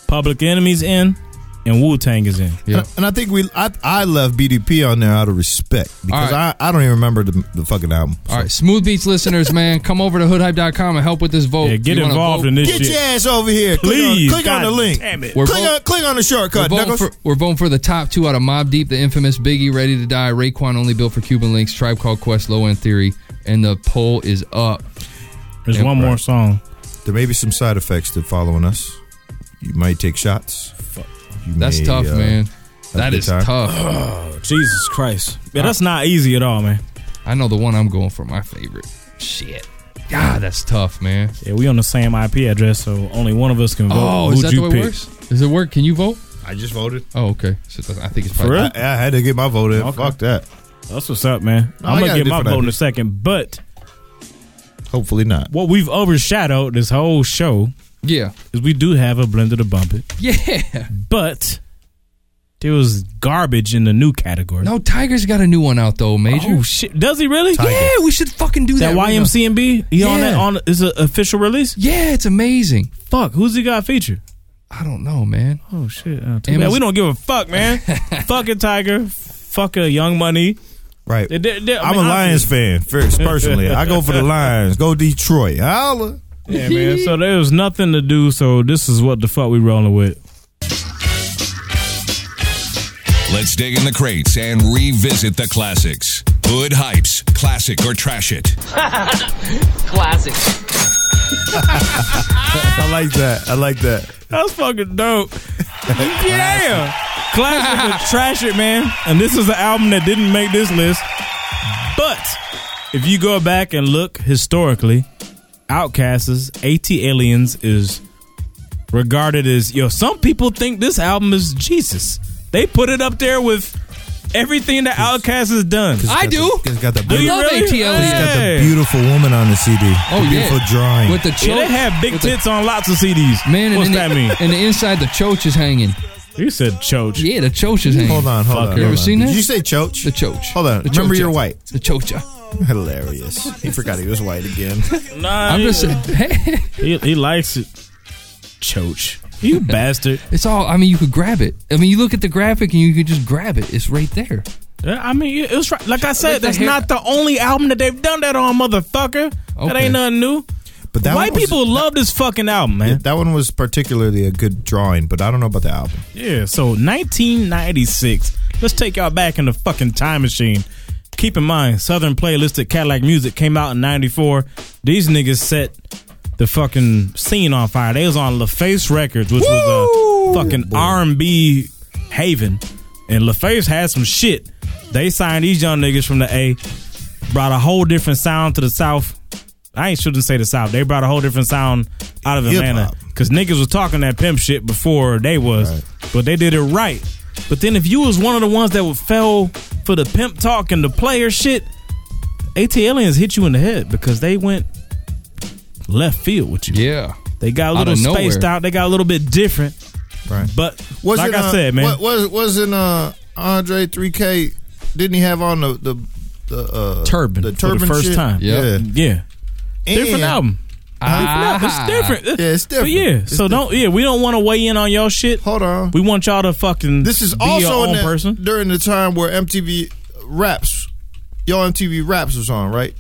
Speaker 4: Public Enemy's in, and Wu Tang is in.
Speaker 5: And- And I think we, I, I left BDP on there out of respect because
Speaker 6: right.
Speaker 5: I, I don't even remember the, the fucking album.
Speaker 6: All right, Smooth Beats listeners, man, come over to hoodhype.com and help with this vote.
Speaker 4: Yeah, get
Speaker 6: You wanna
Speaker 4: involved
Speaker 6: vote?
Speaker 4: in this
Speaker 5: Get
Speaker 4: shit.
Speaker 5: your ass over here!
Speaker 4: Please,
Speaker 5: click on, click on
Speaker 4: God
Speaker 5: the link.
Speaker 4: damn it.
Speaker 5: Click,
Speaker 6: We're both-
Speaker 5: on, click on the
Speaker 6: We're
Speaker 5: shortcut.
Speaker 6: voting,
Speaker 5: Knuckles.
Speaker 6: for, we're voting for the top two out of Mob Deep, the infamous Biggie, Ready to Die, Raekwon only built for Cuban links, Tribe Called Quest, Low End Theory, and the poll is up.
Speaker 4: There's
Speaker 6: Yeah,
Speaker 4: one more song.
Speaker 5: There may be some side effects to following us. You might take shots. You
Speaker 6: That's
Speaker 5: may,
Speaker 6: tough,
Speaker 5: uh,
Speaker 6: man.
Speaker 5: have a
Speaker 6: That
Speaker 5: good
Speaker 6: is
Speaker 5: time.
Speaker 6: tough.
Speaker 4: Jesus Christ, yeah, that's not easy at all, man.
Speaker 6: I know the one I'm going for, my favorite. Shit. God, that's tough, man.
Speaker 4: Yeah, we on the same IP address, so only one of us can vote.
Speaker 6: Oh, is
Speaker 4: Who'd
Speaker 6: that the
Speaker 4: you
Speaker 6: way
Speaker 4: pick?
Speaker 6: it works? Does it work? Can you vote?
Speaker 5: I just voted.
Speaker 6: Oh, okay. So it doesn't- I think it's
Speaker 4: For
Speaker 6: probably.
Speaker 4: real?
Speaker 5: I, I had to get my vote in. Fuck that.
Speaker 4: That's what's up, man.
Speaker 5: No, I
Speaker 4: I'm gonna
Speaker 5: got a
Speaker 4: get my
Speaker 5: different
Speaker 4: vote in
Speaker 5: idea.
Speaker 4: a second, but
Speaker 5: Hopefully not.
Speaker 4: what we've overshadowed this whole show
Speaker 6: Yeah.
Speaker 4: is we do have a blender to bump it,
Speaker 6: Yeah.
Speaker 4: but there was garbage in the new category.
Speaker 6: No, Tiger's got a new one out though, Major.
Speaker 4: Oh shit! Does he really?
Speaker 6: yeah, we should fucking do that.
Speaker 4: That
Speaker 6: right now.
Speaker 4: YMCMB? He on that
Speaker 6: Yeah.
Speaker 4: on is an official release?
Speaker 6: Yeah, it's amazing.
Speaker 4: Fuck, who's he got featured?
Speaker 6: I don't know, man.
Speaker 4: Oh shit! Uh, too
Speaker 6: Amaz-
Speaker 4: bad. we don't give a fuck, man. Fucking Tiger, fuck a Young Money.
Speaker 5: Right.
Speaker 4: They- they- they- I
Speaker 5: I'm
Speaker 4: mean,
Speaker 5: a Lions
Speaker 4: obviously-
Speaker 5: fan, first, personally. I go for the Lions. Go Detroit. Holla.
Speaker 4: Yeah, man. So there was nothing to do. So this is what the fuck we rolling with.
Speaker 18: Let's dig in the crates and revisit the classics. Hood Hypes, classic or trash it.
Speaker 19: Classic.
Speaker 5: I like that. I like that.
Speaker 4: That's fucking dope. yeah, classic of trash it, man. And this is an album that didn't make this list, but if you go back and look historically, Outcasts, AT Aliens is regarded as yo. Some people think this album is Jesus. They put it up there with everything that Outcast has done.
Speaker 6: I do.
Speaker 5: It's got the
Speaker 4: Do you
Speaker 5: beautiful,
Speaker 4: really?
Speaker 5: it's got
Speaker 4: Hey.
Speaker 5: the beautiful woman on the CD.
Speaker 6: Oh,
Speaker 5: the
Speaker 6: yeah.
Speaker 5: beautiful drawing
Speaker 6: With the choke.
Speaker 4: Yeah, they have big
Speaker 6: with the-
Speaker 4: tits on lots of CDs.
Speaker 6: Man, and
Speaker 4: what's
Speaker 6: then
Speaker 4: that
Speaker 6: the,
Speaker 4: mean?
Speaker 6: And the inside, the choach is hanging.
Speaker 4: You said choach.
Speaker 6: Yeah, the choach is hanging.
Speaker 5: Hold on, hold on.
Speaker 6: You ever
Speaker 5: hold on.
Speaker 6: seen that?
Speaker 5: Did you say choach?
Speaker 6: the choach.
Speaker 5: Hold on.
Speaker 6: The
Speaker 5: Remember
Speaker 6: chocha.
Speaker 5: you're white.
Speaker 6: The chocha.
Speaker 5: Hilarious. He forgot he was white again.
Speaker 4: Nah,
Speaker 6: I'm
Speaker 4: he-
Speaker 6: just saying.
Speaker 4: he, he likes it. Choach. You bastard.
Speaker 6: It's all. I mean, you could grab it. I mean, you look at the graphic and you could just grab it. It's right there.
Speaker 4: Yeah, I mean, it was right. like I
Speaker 6: Look
Speaker 4: said.
Speaker 6: at
Speaker 4: That's
Speaker 6: the hair.
Speaker 4: not the only album that they've done that on, motherfucker. That
Speaker 5: Okay.
Speaker 4: ain't nothing new.
Speaker 5: But that
Speaker 4: white
Speaker 5: one was-
Speaker 4: people love this fucking album, man.
Speaker 5: Yeah, that one was particularly a good drawing, but I don't know about the album.
Speaker 4: Yeah, so 1996. Let's take y'all back in the fucking time machine. Keep in mind, Southern playlist at Cadillac Music came out in 94. These niggas set the fucking scene on fire. They was on LaFace Records, which was a fucking R&B haven. And LaFace had some shit. They signed these young niggas from the A, brought a whole different sound to the South. I ain't shouldn't say the South. They brought a whole different sound out of
Speaker 5: Hip-hop.
Speaker 4: Atlanta. Cause niggas was talking that pimp shit before they was, but they did it right. But then if you was one of the ones that would fell for the pimp talk and the player shit, AT aliens hit you in the head because they went left field with you.
Speaker 6: Yeah,
Speaker 4: they got a
Speaker 6: Out
Speaker 4: little
Speaker 6: of
Speaker 4: spaced
Speaker 6: nowhere.
Speaker 4: out. They got a little bit different.
Speaker 5: Right.
Speaker 4: But
Speaker 5: Wasn't,
Speaker 4: like I
Speaker 5: uh,
Speaker 4: said, man,
Speaker 5: What, was, wasn't uh, Andre 3K, didn't he have on the, the, the uh,
Speaker 4: turban,
Speaker 5: The
Speaker 4: for
Speaker 5: turban
Speaker 4: the first
Speaker 5: shit?
Speaker 4: time.
Speaker 5: Yeah.
Speaker 4: yeah,
Speaker 5: And-
Speaker 4: different album.
Speaker 5: Ah.
Speaker 4: Different album. It's different.
Speaker 5: Yeah, it's different.
Speaker 4: But yeah,
Speaker 5: It's
Speaker 4: so don't. Yeah, we don't want to weigh in on your shit.
Speaker 5: Hold on.
Speaker 4: We want y'all to fucking.
Speaker 5: This is
Speaker 4: be
Speaker 5: also
Speaker 4: your
Speaker 5: in
Speaker 4: own
Speaker 5: that-
Speaker 4: person.
Speaker 5: during the time where MTV Raps, y'all MTV Raps was on, right?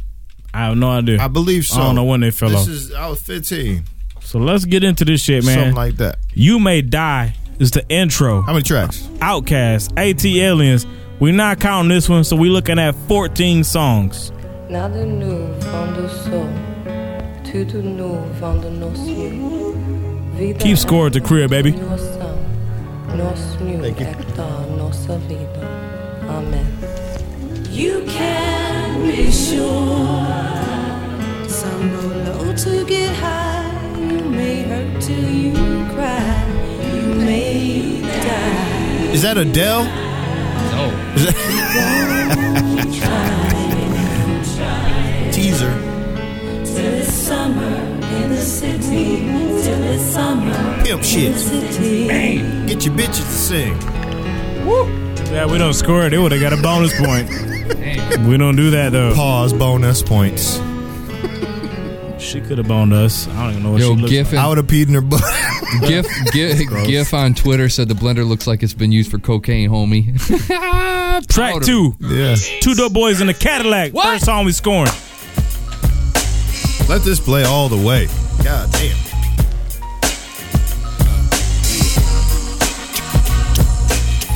Speaker 4: I have no idea.
Speaker 5: I believe so.
Speaker 4: I don't know when they fell
Speaker 5: this
Speaker 4: off.
Speaker 5: is I was 15,
Speaker 4: so let's get into this shit, man.
Speaker 5: something like that.
Speaker 4: You May Die is the intro. How
Speaker 5: many tracks?
Speaker 4: Outcast, AT Aliens. We're not counting this one, so we looking at 14 songs.
Speaker 13: Nada nu van de zon, tudo nu van de nos nieuw. Vida
Speaker 4: Keep score at the crib, baby.
Speaker 13: noção, nos nieuw hectare, nossa vida. Amen.
Speaker 20: You can be sure some go low to get high. You may hurt till you cry. You may die.
Speaker 5: Is that Adele?
Speaker 6: No.
Speaker 5: Is that- Teaser.
Speaker 20: Till it's summer in the city. Till it's summer.
Speaker 5: Pimp shit.
Speaker 20: In the city.
Speaker 5: Man, get your bitches to sing.
Speaker 4: Yeah, we don't score it. They would have got a bonus point. we don't do that though.
Speaker 5: Pause. Bonus points.
Speaker 4: She could have boned us. I don't even know what she
Speaker 6: Yo,
Speaker 4: looks
Speaker 6: Giffen.
Speaker 4: like.
Speaker 5: I would have peed in her butt.
Speaker 6: Gif, gif,
Speaker 5: Gross.
Speaker 6: gif on Twitter said the blender looks like it's been used for cocaine, homie.
Speaker 4: Track two.
Speaker 5: Yeah.
Speaker 4: Two dope boys in a Cadillac. First song we scoring.
Speaker 5: Let this play all the way. God damn.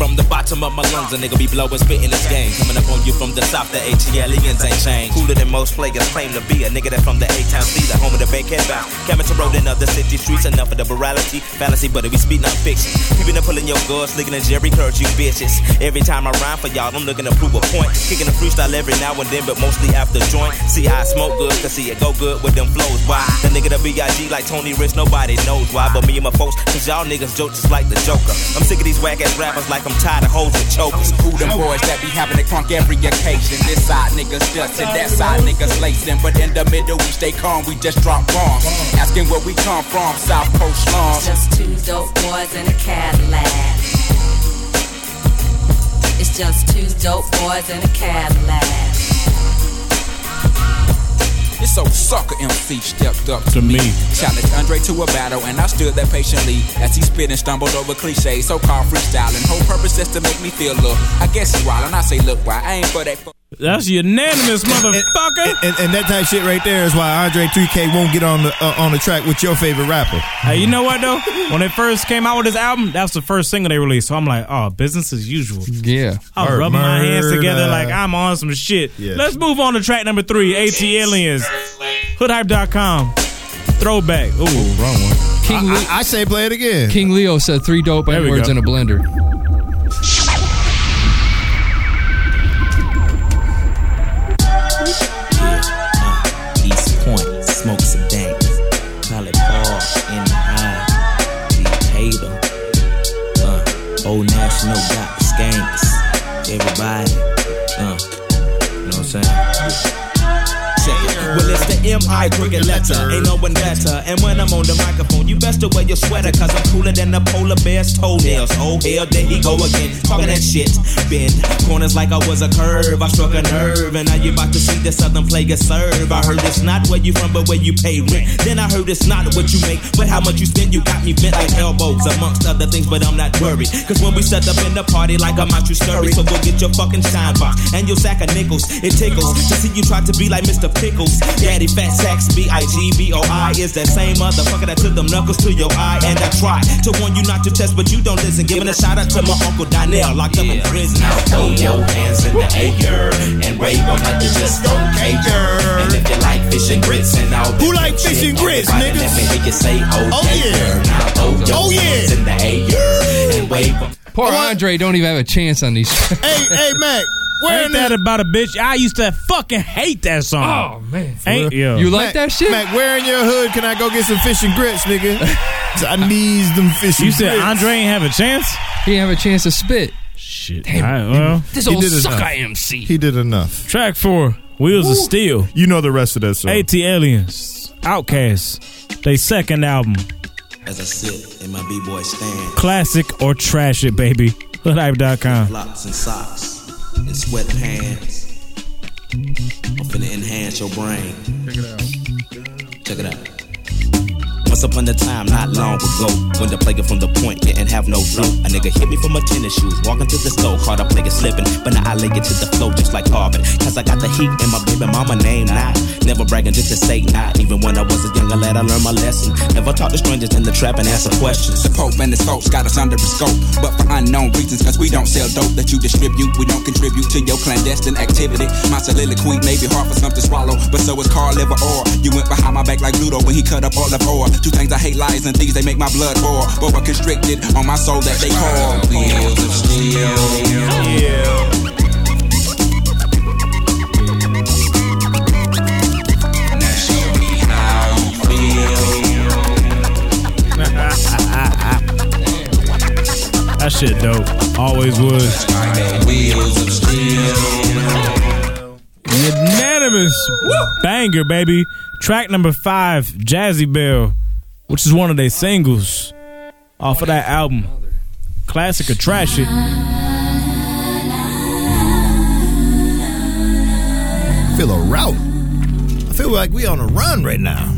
Speaker 21: From the bottom of my lungs, a nigga be blowing, spitting this game. Coming up on you from the south, the ATLians E ain't changed. Cooler than most players claim to be. A nigga that from the A-Town C, the home of the bankhead bound. Coming to road in other city streets, enough of the morality, fallacy, but if we speak not fiction. Peeping and pulling your guards, licking at Jerry Curls, you bitches. Every time I rhyme for y'all, I'm looking to prove a point. Kicking a freestyle every now and then, but mostly after joint. See, I smoke good, cause see it go good with them flows. Why? The nigga the B.I.G. like Tony Rich, nobody knows why. But me and my folks, cause y'all niggas joke just like the Joker. I'm sick of these whack ass rappers like I'm tired of hoes and chokers.
Speaker 22: Who them boys that be having to crunk every occasion? This side niggas dustin', that side niggas lacing. But in the middle, we stay calm, we just drop bombs. Asking where we come from, South Coast slums.
Speaker 20: Just two dope boys in a Cadillac. It's just two dope boys in a Cadillac.
Speaker 22: This old sucker MC stepped up to,
Speaker 4: To me.
Speaker 22: Challenged Andre to a battle, and I stood there patiently as he spit and stumbled over cliches. So called freestyling. Whole purpose just to make me feel look. I guess he wild, and I say, look, why I ain't for that. Fu-
Speaker 4: That's unanimous, motherfucker.
Speaker 5: And, and that type shit right there is why Andre 3K won't get on the uh, on the track with your favorite rapper.
Speaker 4: Hey, you know what though? When they first came out with this album, that was the first single they released. So I'm like, oh, business as usual.
Speaker 6: Yeah.
Speaker 4: I was rubbing my hands
Speaker 5: Murder.
Speaker 4: together like I'm on some shit.
Speaker 5: Yeah.
Speaker 4: Let's move on to track number three, AT Aliens. Hoodhype.com. Throwback. Ooh, wrong one.
Speaker 6: King, Le-
Speaker 5: I say play it again.
Speaker 6: King Leo said three dope
Speaker 4: There we
Speaker 6: N-words
Speaker 4: go.
Speaker 6: in a blender.
Speaker 21: East Point, smoke some dank. Pilot ball in the eye. We paid 'em. Uh, old National got
Speaker 1: thanks, everybody. Uh, you know what I'm saying?
Speaker 21: Check it. Well, it's the M.I. cricket letter. Ain't no one better. And when I'm on the microphone, you best to wear your sweater. Cause I'm cooler than a polar bear's toenails. Oh, hell, there he go again. Talking that shit. Bend corners like I was a curve. I struck a nerve. And now you about to see the southern player serve. I heard it's not where you from, but where you pay rent. Then I heard it's not what you make, but how much you spend. You got me bent like elbows, amongst other things. But I'm not worried. Cause when we set up in the party, like I'm out, you scurry. So go get your fucking shine box and your sack of nickels. It tickles to see you try to be like Mr. Pickles. Daddy Fat Sacks, B I G B O I is that same motherfucker that took them knuckles to your eye. And I try to warn you not to test, but you don't listen. Giving a shout out to my Uncle Donnell, locked up in prison. Now
Speaker 1: throw your hands in the air and wave 'em like you just don't care. And if you like fish and grits and all Who like fish and grits, niggas? Let me hear you say, oh, yeah. Now throw your
Speaker 6: Oh, yeah.
Speaker 1: hands in the air and wave 'em.
Speaker 6: Poor Andre don't even have a chance on these.
Speaker 4: hey, hey, Mac. Where Ain't that about a bitch? I used to fucking hate that song.
Speaker 6: Oh man,
Speaker 4: Ain't yo.
Speaker 5: Mac, Mac, where in your hood can I go get some fish and grits, nigga? I needs them fish
Speaker 4: You
Speaker 5: and grits.
Speaker 4: said Andre ain't have a chance?
Speaker 6: He ain't have a chance to spit.
Speaker 4: Shit.
Speaker 6: Damn.
Speaker 4: All right, well,
Speaker 6: This old sucker MC.
Speaker 5: He did enough.
Speaker 4: Track four, Wheels of Steel.
Speaker 5: You know the rest of that song.
Speaker 4: AT Aliens, Outkast, they second album,
Speaker 21: As I sit in my B-boy stand.
Speaker 4: classic or trash it, baby. Hoodhype.com.
Speaker 21: Flops and socks and sweatpants. I'm finna enhance your brain. Check it out. Check it out. Once upon a time, not long ago, when the player from the point didn't have no flow, a nigga hit me from my tennis shoes, walking to the store, caught a player slipping, but now I lay it to the floor just like Harvard, cause I got the heat and my baby mama name not, never bragging just to say not, even when I was a younger lad, I learned my lesson, never talk to strangers in the trap and answer questions.
Speaker 22: The Pope and his folks got us under his scope, but for unknown reasons, cause we don't sell dope that you distribute. We don't contribute to your clandestine activity. My soliloquy may be hard for some to swallow, but so is Carl Liver Orr. You went behind my back like Ludo when he cut up all of ore. Two things I hate lies and thieves, they make my blood boil. But are constricted on my soul that they call wheels of steel. Now show me how you
Speaker 4: That shit dope. Always was. Unanimous banger, baby. Track number five, Jazzy Bell, which is one of their singles off of that album. Classic or trash it.
Speaker 5: I feel a route. I feel like we on a run right now.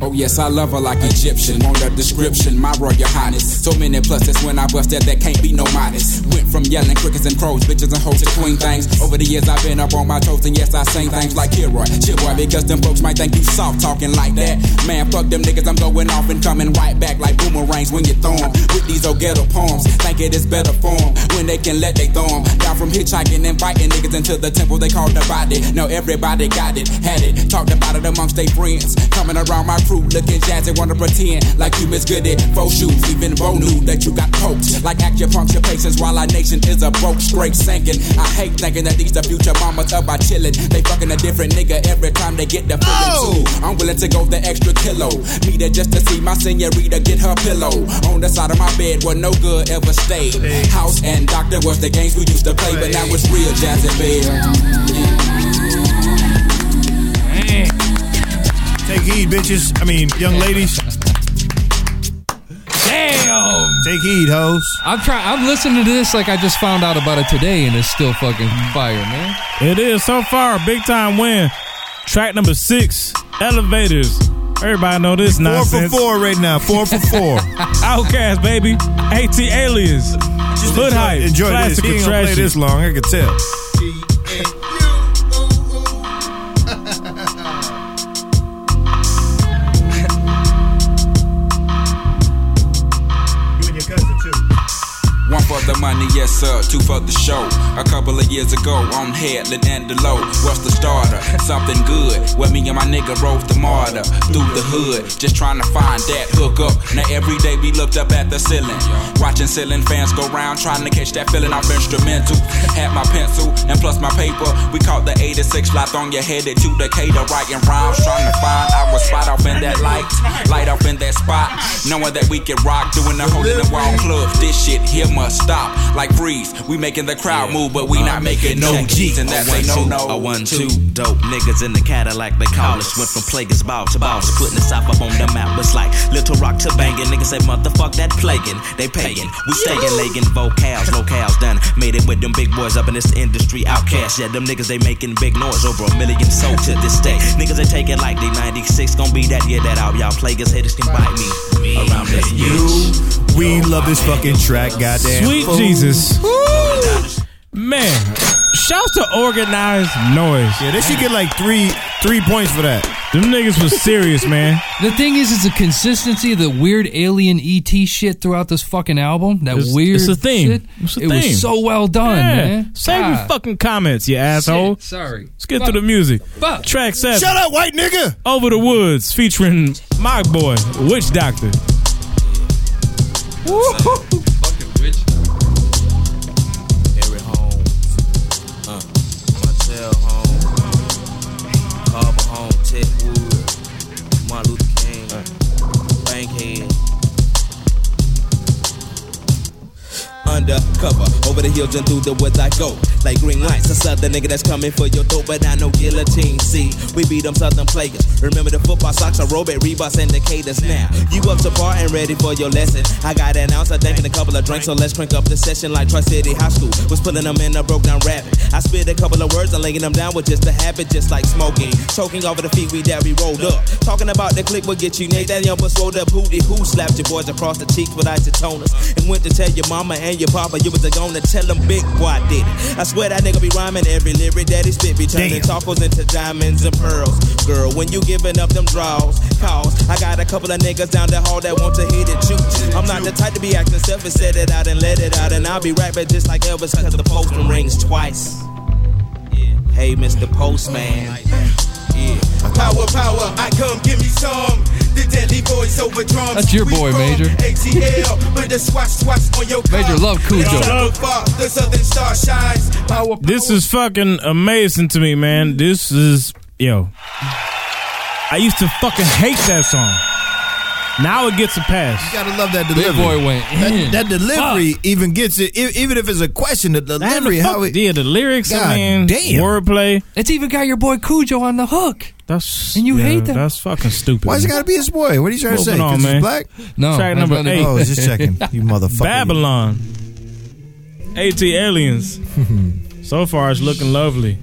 Speaker 22: Oh yes, I love her like Egyptian. On the description, my royal highness. So many pluses when I bust that that can't be no modest. Went from yelling crickets and crows, bitches and hoes to queen things. Over the years I've been up on my toes, and yes I sing things like Kilroy, shit boy, because them folks might think you soft talking like that. Man, fuck them niggas, I'm going off and coming right back like boomerangs when you throw 'em. With these old ghetto poems, think it is better form when they can let they throw 'em. Down from hitchhiking and fighting niggas into the temple they call the body. Now everybody got it, had it, talked about it amongst their friends. Coming around my crew, looking jazzy, wanna pretend like you miss good at faux shoes. Even Bo knew that you got poked, like acupuncture patients while our nation is a broke, straight sinking. I hate thinking that these the future mamas up by chillin'. They fucking a different nigga every time they get the feeling too. I'm willing to go the extra kilo. Me there just to see my senorita get her pillow on the side of my bed where no good ever stayed. House and doctor was the games we used to play, but now it's real jazz and bell.
Speaker 5: Take heed, bitches. I mean, young ladies. Damn. Take heed, hoes.
Speaker 6: I'm trying. I'm listening to this like I just found out about it today, and it's still fucking fire, man.
Speaker 4: It is so far a big time win. Track number six, Elevators. Everybody know this nonsense.
Speaker 5: Four for four right now. Four for four.
Speaker 4: Outcast, baby. AT Aliens. Hood
Speaker 5: enjoy,
Speaker 4: Hype.
Speaker 5: Enjoy this.
Speaker 4: Classic
Speaker 5: He
Speaker 4: or
Speaker 5: ain't gonna
Speaker 4: trash
Speaker 5: play
Speaker 4: it.
Speaker 5: this long. I can tell.
Speaker 22: One for the money yes sir, two for the show. A couple of years ago, on Headland and the low. What's the starter? Something good. Where me and my nigga rode the martyr through the hood, just trying to find that hook up. Now every day we looked up at the ceiling, watching ceiling fans go round, trying to catch that feeling off instrumental. Had my pencil and plus my paper. We caught the 86 lot on your head to Decatur, writing rhymes, trying to find our spot off in that light, light off in that spot. Knowing that we can rock, doing the hole in the wall club. This shit here must stop, like freeze. We making the crowd move, but we not making no G's, and that's
Speaker 21: A
Speaker 22: a no
Speaker 21: one,
Speaker 22: no.
Speaker 21: two, a one, two. Dope niggas in the Cadillac, they call us. Went from players ball to balls, putting the south up on the map. It's like Little Rock to banging. Niggas say, motherfuck that plaguing. They paying. We staying, legging vocals, locales done. Made it with them big boys up in this industry. Outcast, yeah, them niggas, they making big noise. Over a million sold to this day. Niggas, they take it like they 96. Gonna be that year that all y'all players haters can bite me. Around this
Speaker 5: You, we love this fucking track, goddamn.
Speaker 4: Sweet
Speaker 5: fool.
Speaker 4: Jesus. Man, shouts to organized noise.
Speaker 5: Yeah, they should get like three three points for that.
Speaker 4: Them niggas was serious, man.
Speaker 6: The thing is, it's a consistency of the weird alien ET shit throughout this fucking album. That
Speaker 4: It's-
Speaker 6: weird.
Speaker 4: It's a theme.
Speaker 6: shit.
Speaker 4: It's a
Speaker 6: it
Speaker 4: theme.
Speaker 6: was so well done,
Speaker 4: Yeah.
Speaker 6: man.
Speaker 4: Save your
Speaker 6: God.
Speaker 4: fucking comments, you asshole.
Speaker 6: Shit, sorry.
Speaker 4: Let's get
Speaker 6: Fuck.
Speaker 4: to the music.
Speaker 6: Fuck.
Speaker 4: Track seven.
Speaker 5: Shut up, white nigga.
Speaker 4: Over the woods, featuring my boy, Witch Doctor.
Speaker 3: Harry home. Uh, Martell home. Carver home. Ted Wood. Martin Luther King. Bankhead.
Speaker 21: undercover. Over the hills and through the woods I go. Like green lights, a southern nigga that's coming for your dope, but I know guillotine. See, we beat them southern players. Remember the football socks, a robot, Reeboks, and Decatur's now. You up to par and ready for your lesson. I got an ounce, I think, and a couple of drinks, so let's crank up the session like Tri City High School. Was pulling them in a broke down rapping. I spit a couple of words, I'm laying them down with just a habit, just like smoking. Choking over the feet we that we rolled up. Talking about the click will get you naked. That young but rolled up hootie who slapped your boys across the cheeks with isotoners. And went to tell your mama and your papa you was a gonna tell them big boy did it. I swear that nigga be rhyming every lyric that he spit be turning tacos into diamonds and pearls. Girl, when you giving up them draws, calls. I got a couple of niggas down the hall that want to hit it you. I'm not the type to be acting selfish, set it out and let it out. And I'll be right back just like Elvis, cause the postman rings twice. Hey, Mr. Postman.
Speaker 3: Power, power, I come, give me some. The deadly voice over drums.
Speaker 6: That's your
Speaker 3: We
Speaker 6: boy,
Speaker 3: from
Speaker 6: Major.
Speaker 3: ATL, with the swatch, swatch on your car.
Speaker 6: Major love Cujo.
Speaker 3: Southern far, The southern star shines. Power,
Speaker 4: This is fucking amazing to me, man. This is yo. I used to fucking hate that song. Now it gets a pass.
Speaker 5: You gotta love that
Speaker 4: Big
Speaker 5: delivery.
Speaker 4: boy went in.
Speaker 5: That, that delivery even gets it. e- Even if it's a question, the delivery, how it.
Speaker 4: Yeah, the lyrics,
Speaker 5: God
Speaker 4: I mean,
Speaker 5: damn.
Speaker 4: wordplay.
Speaker 6: It's even got your boy Cujo on the hook.
Speaker 4: That's
Speaker 6: and you
Speaker 4: yeah,
Speaker 6: hate that.
Speaker 4: That's fucking stupid.
Speaker 5: Why's it
Speaker 4: man.
Speaker 5: gotta be his boy? What are you trying to
Speaker 4: Moving
Speaker 5: say?
Speaker 4: on,
Speaker 5: 'Cause he's
Speaker 4: man.
Speaker 5: black?
Speaker 6: No,
Speaker 4: track
Speaker 6: that's
Speaker 4: number
Speaker 6: not it.
Speaker 4: eight.
Speaker 5: Oh, I was just checking. You motherfucker.
Speaker 4: Babylon. AT aliens. so far, it's looking lovely.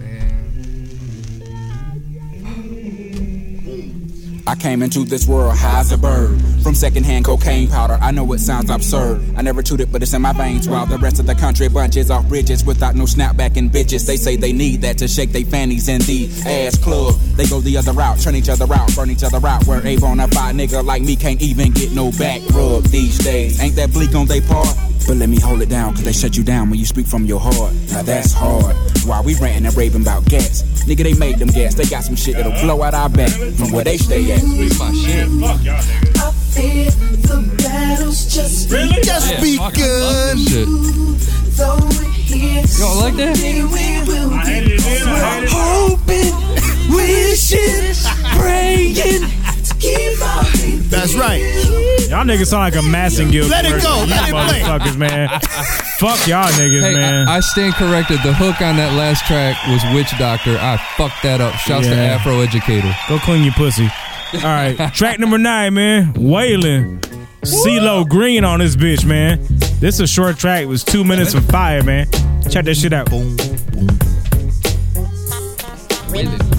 Speaker 22: I came into this world high as a bird from secondhand cocaine powder. I know it sounds absurd. I never chewed it, but it's in my veins. While the rest of the country bunches off bridges without no snapback and bitches. They say they need that to shake their fannies in the ass club. They go the other route, turn each other out, burn each other out. Where a bonafide nigga like me can't even get no back rub these days. Ain't that bleak on they part? But let me hold it down, cause they shut you down when you speak from your heart. Now that's hard. Why we ranting and raving about gas? Nigga, they made them gas. They got some shit that'll blow out our back from where they stay at. my shit.
Speaker 20: I fear the battle's just
Speaker 22: Really?
Speaker 20: Just
Speaker 22: Yeah,
Speaker 20: be
Speaker 22: fuck, I
Speaker 20: good. Though we're here
Speaker 6: Y'all like that?
Speaker 20: someday We will get we're hoping, wishing, praying to keep our faith.
Speaker 5: That's right.
Speaker 4: Y'all niggas sound like a Massengill.
Speaker 20: Let it
Speaker 4: commercial.
Speaker 20: go.
Speaker 4: You
Speaker 20: Let it play.
Speaker 4: motherfuckers, man. Fuck y'all niggas,
Speaker 6: Hey,
Speaker 4: man.
Speaker 6: I, I stand corrected. The hook on that last track was Witch Doctor. I fucked that up. Shouts to
Speaker 4: Yeah.
Speaker 6: Afro Educator.
Speaker 4: Go clean your pussy. All right, track number nine, man. Waylon. CeeLo Green on this bitch, man. This is a short track. It was two minutes of fire, man. Check that shit out.
Speaker 6: Waylon.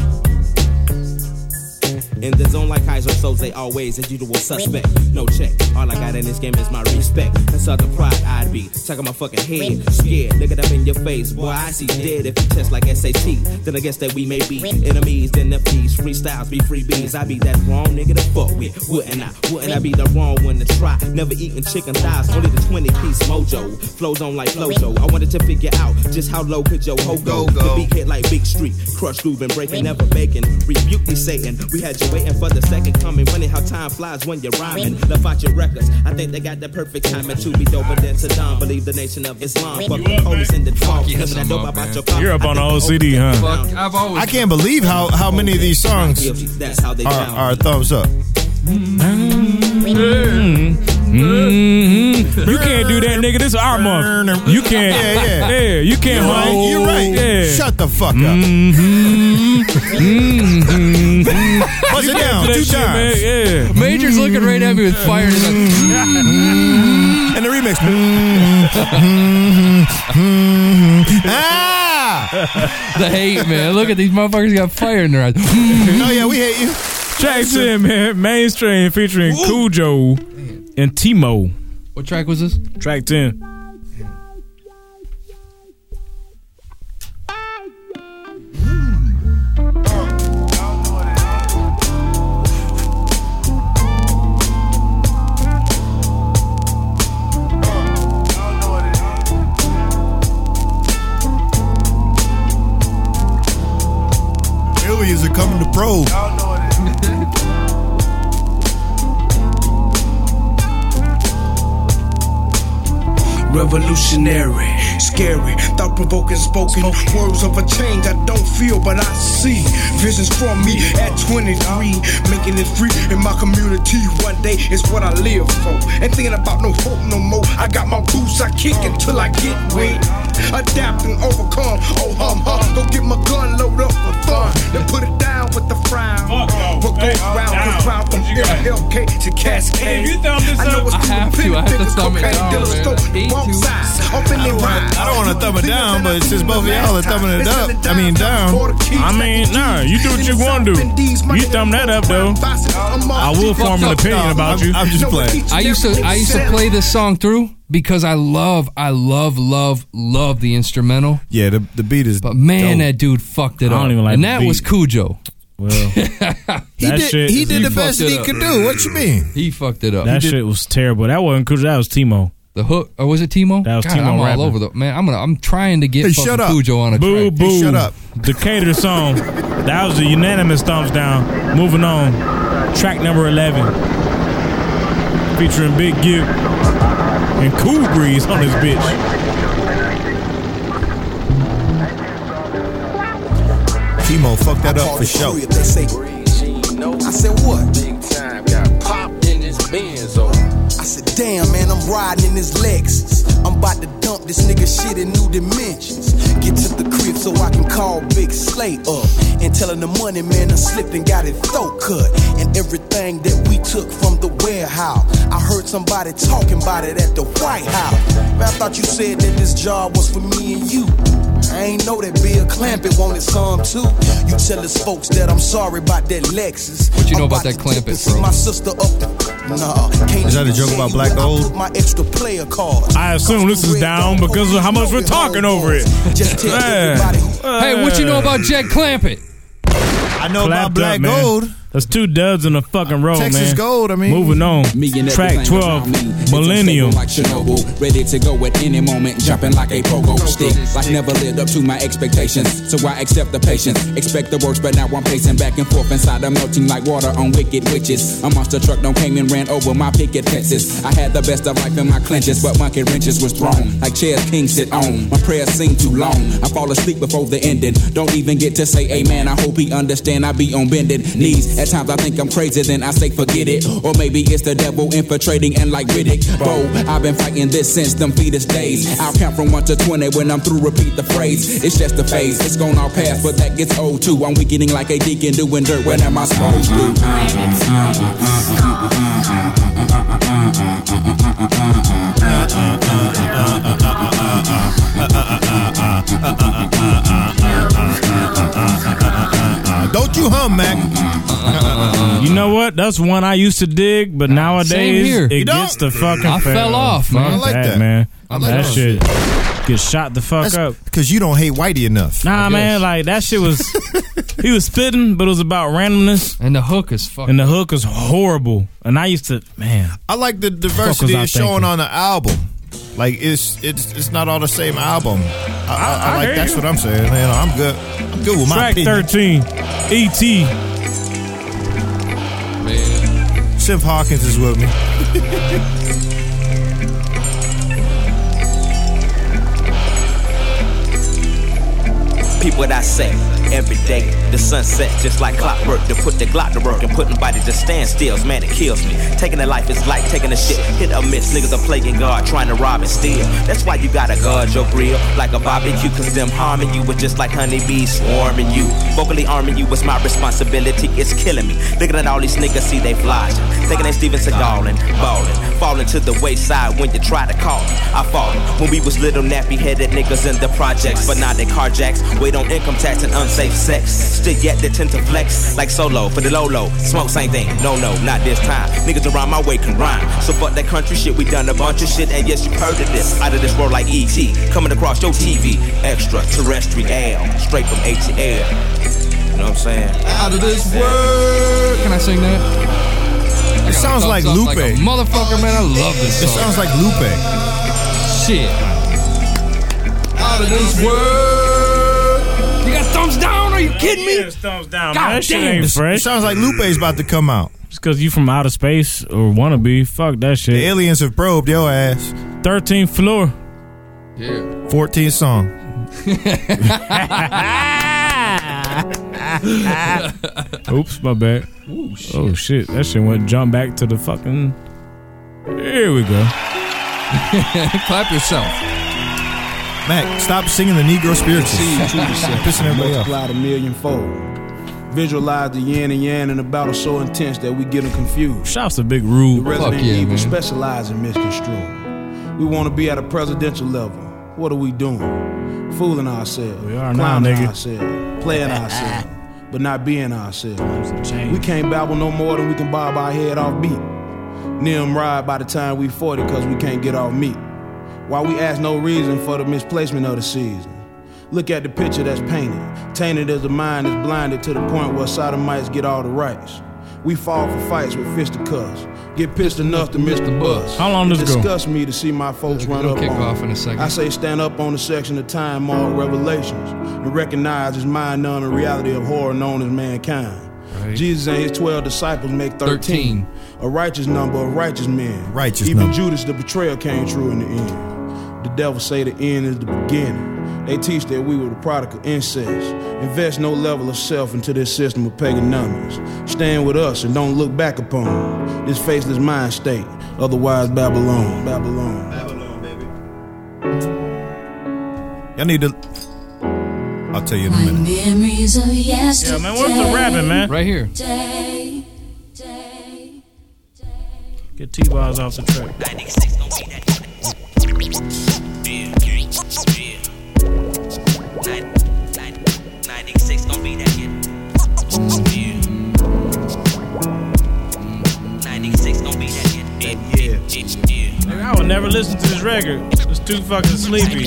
Speaker 21: In the zone like Kaiser, so they always a usual suspect. No check. All I got in this game is my respect. And Southern pride I'd be. Checking my fucking head. Scared. Look it up in your face. Boy, I see dead if you test like SAT. Then I guess that we may be enemies. Then if these freestyles be freebies, I be that wrong nigga to fuck with. Wouldn't I? Wouldn't I be the wrong one to try? Never eating chicken thighs. Only the 20 piece mojo. Flows on like Flojo. I wanted to figure out just how low could your hoe go. The beat hit like Big Street. Crush, grooving, breaking, never baking. Rebuke me, Satan. We had you waiting for the second coming. Funny how time flies when you're rhyming. Love out your records. I think they got the perfect timing to be doper than Saddam. Believe the nation of Islam. Fuck the police in the trunk. Living
Speaker 6: yes,
Speaker 21: that
Speaker 6: I'm
Speaker 21: dope
Speaker 6: up,
Speaker 21: about
Speaker 6: man.
Speaker 21: your pop.
Speaker 4: You're up
Speaker 21: I
Speaker 4: on the
Speaker 21: think
Speaker 4: whole CD,
Speaker 21: open the
Speaker 4: huh?
Speaker 21: mouth.
Speaker 6: I've always.
Speaker 5: I can't believe how, how many of these songs
Speaker 21: That's how they
Speaker 5: are,
Speaker 21: found
Speaker 5: are thumbs up.
Speaker 4: Mhm. Mm-hmm. You can't do that, nigga. This is our month. You can't.
Speaker 5: Yeah, yeah.
Speaker 4: Yeah, you can't.
Speaker 5: You're right.
Speaker 4: hold-
Speaker 5: You're right.
Speaker 4: Yeah. Mm-hmm.
Speaker 5: Shut the fuck up. Buzz it down
Speaker 6: That
Speaker 5: two
Speaker 6: shit,
Speaker 5: times.
Speaker 4: man,
Speaker 6: yeah. Major's looking right at me with fire in his eyes.
Speaker 5: And the remix. ah!
Speaker 6: The hate, man. Look at these motherfuckers got fire in their eyes. oh
Speaker 5: yeah, we hate you.
Speaker 4: Track ten, man. Mainstream featuring Cujo and Timo.
Speaker 6: What track was this?
Speaker 4: Track ten.
Speaker 5: Aliens are coming to probe.
Speaker 8: Revolutionary, scary, thought provoking spoken. Words of a change I don't feel, but I see. Visions from me at 23, making it free in my community. One day is what I live for. Ain't thinking about no hope no more. I got my boots, I kick until I get wet. Adapt and overcome. Oh, hum, hum. Go get my gun, load up for fun. Then put it down with the frown. What goes round comes round from LK to Cascade. I know it's
Speaker 6: to, I have to thumb it
Speaker 8: cocaine
Speaker 6: down,
Speaker 8: dealers
Speaker 6: man.
Speaker 8: throw both sides. Open and rhyme.
Speaker 5: I don't want to thumb it down, but since both of y'all are thumbing it up, I mean down.
Speaker 4: I mean, nah. You do what you want to do. You thumb that up though. I will form an opinion about you.
Speaker 6: I used to I used to play this song through because I love I love love love the instrumental.
Speaker 5: Yeah, the, the beat is.
Speaker 6: But man,
Speaker 5: dope.
Speaker 6: that dude fucked it
Speaker 5: I
Speaker 3: uh,
Speaker 6: up.
Speaker 5: don't even like
Speaker 6: and
Speaker 5: the
Speaker 6: that
Speaker 5: beat.
Speaker 6: was Cujo.
Speaker 4: Well, he
Speaker 5: did- he did the best he could do. What you mean?
Speaker 6: He fucked it up.
Speaker 4: That shit was terrible. That wasn't Cujo. That was Timo.
Speaker 6: The hook, or was it Timo?
Speaker 4: That was
Speaker 6: God,
Speaker 4: Timo
Speaker 6: I'm
Speaker 4: rapping.
Speaker 6: all over the man. I'm gonna. I'm trying to get fucking Cujo on a
Speaker 4: boo
Speaker 6: track.
Speaker 4: boo. Decatur song. that was a unanimous thumbs down. Moving on. Track number eleven, featuring Big Gip and Cool Breeze on this bitch.
Speaker 5: Timo fucked that up for sure.
Speaker 23: They say, I said, what? Big time, got popped in this Benz,
Speaker 24: I
Speaker 23: said, damn, man, I'm riding in this Lexus. I'm about to dump this nigga shit in new dimensions. Get to the crib so I can call Big Slate up and tell him the money, man, I slipped and got it throat cut. And everything that we took from the warehouse, I heard somebody talking about it at the White House. Man, I thought you said that this job was for me and you. I ain't know that Bill Clampett wanted some too. You tell his folks that I'm sorry about that Lexus.
Speaker 6: What you know about that Clampett,
Speaker 23: See my sister up. Nah, can't
Speaker 5: Is that a joke about black gold?
Speaker 23: put my extra player card.
Speaker 4: I assume this is down because of how much we're talking over it. Man.
Speaker 6: Hey, what you know about Jack Clampett?
Speaker 5: I know
Speaker 4: Clapped
Speaker 5: about black
Speaker 4: up, man.
Speaker 5: gold.
Speaker 4: That's two dubs in a fucking row,
Speaker 5: Texas
Speaker 4: man.
Speaker 5: gold, I mean.
Speaker 4: moving on.
Speaker 22: Me and
Speaker 4: Track
Speaker 22: everything around me.
Speaker 4: twelve,
Speaker 22: It's
Speaker 4: Millennium.
Speaker 22: unstable Like Chernobyl, ready to go at any moment, jumping like a pogo stick. Like never lived up to my expectations, so I accept the patience, expect the worst, but now I'm pacing back and forth inside. I'm melting like water on wicked witches. A monster truck don't came and ran over my picket fences. I had the best of life in my clenches, but monkey wrenches was thrown like chairs kings sit on. My prayers seem too long. I fall asleep before the ending. Don't even get to say amen. I hope he understand. I be on bended knees. At times I think I'm crazy, then I say forget it. Or maybe it's the devil infiltrating and like Riddick. Bo, I've been fighting this since them fetus days. I'll count from 1 to 20 when I'm through, repeat the phrase. It's just a phase, it's gonna all pass, but that gets old too. I'm weakening like a deacon doing dirt. When am I supposed
Speaker 5: Don't you hum, Mac.
Speaker 4: You know what? That's one I used to dig, but nowadays
Speaker 6: Same here.
Speaker 4: it
Speaker 6: You don't?
Speaker 4: gets the fucking.
Speaker 6: I
Speaker 4: fail.
Speaker 6: fell off,
Speaker 4: Fuck
Speaker 6: man. I like that.
Speaker 4: man.
Speaker 6: I like
Speaker 4: that
Speaker 6: that
Speaker 4: shit. Get shot the fuck up
Speaker 5: because you don't hate Whitey enough.
Speaker 4: Nah, man, like that shit was. he was spitting, but it was about randomness.
Speaker 6: And the hook is fucking.
Speaker 4: And the hook is horrible. And I used to, man.
Speaker 5: I like the diversity it's showing on the album. Like it's it's it's not all the same album. I, I, I,
Speaker 4: I
Speaker 5: like
Speaker 4: hear
Speaker 5: that's
Speaker 4: you.
Speaker 5: what I'm saying, man. I'm good. I'm good with my
Speaker 4: Track thirteen,
Speaker 5: opinion.
Speaker 4: E E.T.
Speaker 5: Man. Simp Hawkins is with me.
Speaker 21: Peep what I say every day. The sunset, just like clockwork, to put the Glock to work and putting bodies to standstills. Man, it kills me. Taking a life is like taking a shit. Hit or miss, niggas are playing God, trying to rob and steal. That's why you gotta guard your grill like a barbecue, cause them harming you was just like honeybees swarming you. Vocally arming you was my responsibility, it's killing me. Looking at all these niggas, see they flies. Thinking they Steven Seagal and ballin'. Falling to the wayside when you try to call me. I fall when we was little nappy headed niggas in the projects, but now they carjacks. Wait on income tax and unsafe sex. Still yet they tend to flex like solo for the low low. Smoke same thing. No no, not this time. Niggas around my way can rhyme. So fuck that country shit. We done a bunch of shit and yes you heard of this. Out of this world like ET coming across your TV. Extraterrestrial, straight from ATL. You know what I'm saying?
Speaker 6: Out of this world. Can I sing that?
Speaker 5: It sounds like Lupe.
Speaker 6: Like a motherfucker, man. I love this
Speaker 5: It
Speaker 6: song.
Speaker 5: sounds like Lupe.
Speaker 6: Shit. Out of this world. You got thumbs down? Are you kidding me?
Speaker 4: thumbs down.
Speaker 6: God
Speaker 4: that shit
Speaker 6: damn.
Speaker 4: ain't fresh.
Speaker 5: It sounds like Lupe's about to come out.
Speaker 4: Just because you from outer space or wanna be, fuck that shit. The
Speaker 5: aliens have probed your ass.
Speaker 4: 13th floor.
Speaker 6: Yeah.
Speaker 5: 14th song.
Speaker 4: Oops, my bad. Oh shit, that shit went jump back to the fucking. Here we go.
Speaker 6: Clap yourself.
Speaker 5: Mac, stop singing the Negro spiritual. Pissing everybody off.
Speaker 9: Multiplied a million fold. Visualize the yin and yang in a battle so intense that we get them confused.
Speaker 4: Shop's a big rule.
Speaker 9: The Resident
Speaker 4: Fuck yeah,
Speaker 9: Evil
Speaker 4: man.
Speaker 9: specialize in misconstruing. We want to be at a presidential level. What are we doing? Fooling ourselves. We
Speaker 4: are now,
Speaker 9: clowning
Speaker 4: nigga.
Speaker 9: ourselves. Playing ourselves. But not being ourselves. We can't babble no more than we can bob our head off beat. Nimrod by the time we 40 because we can't get off meat. Why we ask no reason for the misplacement of the season. Look at the picture that's painted. Tainted as the mind is blinded to the point where sodomites get all the rights. We fall for fights with fisticuffs. Get pissed enough to miss the bus.
Speaker 4: How long
Speaker 9: It
Speaker 4: does it go?
Speaker 9: disgusts me to see my folks run
Speaker 6: It'll
Speaker 9: up
Speaker 6: kick
Speaker 9: on
Speaker 6: off
Speaker 9: me.
Speaker 6: in a second.
Speaker 9: I say stand up on the section of time marked revelations and recognize as mind numb and reality of horror known as mankind. Jesus and his 12 disciples make 13, a righteous number of righteous men.
Speaker 5: Righteous
Speaker 9: Even
Speaker 5: number.
Speaker 9: Judas the betrayer came true in the end. The devil say the end is the beginning. They teach that we were the product of incest. Invest no level of self into this system of pagonomics. Stand with us and don't look back upon this faceless mind state. Otherwise, Babylon. Babylon. Babylon, baby.
Speaker 5: Y'all need to. I'll tell you in a minute.
Speaker 10: Memories of yesterday.
Speaker 4: man, where's the rapping, man? Right here.
Speaker 10: Day.
Speaker 4: Get T bars off the track. Nigga, I would never listen to this record. It's too fucking sleepy.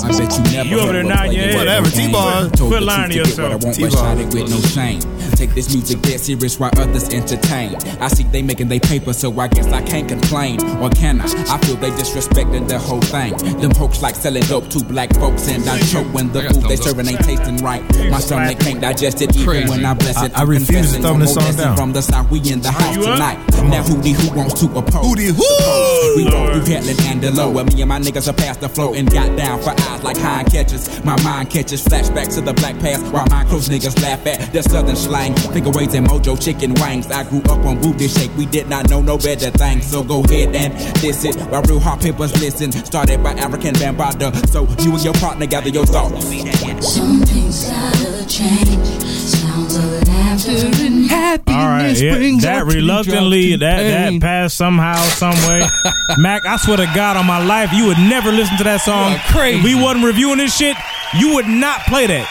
Speaker 22: I bet you never.
Speaker 4: You over there nodding your head. Whatever, T-Bar.
Speaker 22: Told
Speaker 4: Quit
Speaker 22: the
Speaker 4: lying
Speaker 22: truth get
Speaker 4: to
Speaker 22: what
Speaker 4: yourself.
Speaker 22: I want, but
Speaker 4: T-Bar.
Speaker 22: shot it with no shame. Take this music dead serious while others entertain. I see they making they paper, so I guess I can't complain. Or can I? I feel they disrespecting the whole thing. Them hoax like selling dope to black folks, and I choke when the food they serving ain't tasting right. My stomach can't digest it even when I bless it.
Speaker 5: I- I refuse to
Speaker 22: confessing,
Speaker 5: thumb
Speaker 22: no
Speaker 5: this
Speaker 22: more
Speaker 5: song
Speaker 22: dissing
Speaker 5: down.
Speaker 22: From the south, we in the house
Speaker 5: you up?
Speaker 22: tonight. Now who the who wants to oppose? Who the who? We roll through Headland and the low, and me and my niggas are past the flow and got down for eyes like high catches. My mind catches flashbacks to the black past while my close niggas laugh at the southern slang. Figurates and mojo chicken wings. I grew up on booty shake, we did not know no better thing. So go ahead and diss it while real hard papers listen. Started by African Bambada, so you and your partner gather your thoughts.
Speaker 10: Some things gotta change. Sounds of laughter and happiness.
Speaker 4: All right, yeah, that reluctantly, that that passed somehow, some way. Mac, I swear to God on my life, you would never listen to that song. If we wasn't reviewing this shit, you would not play that.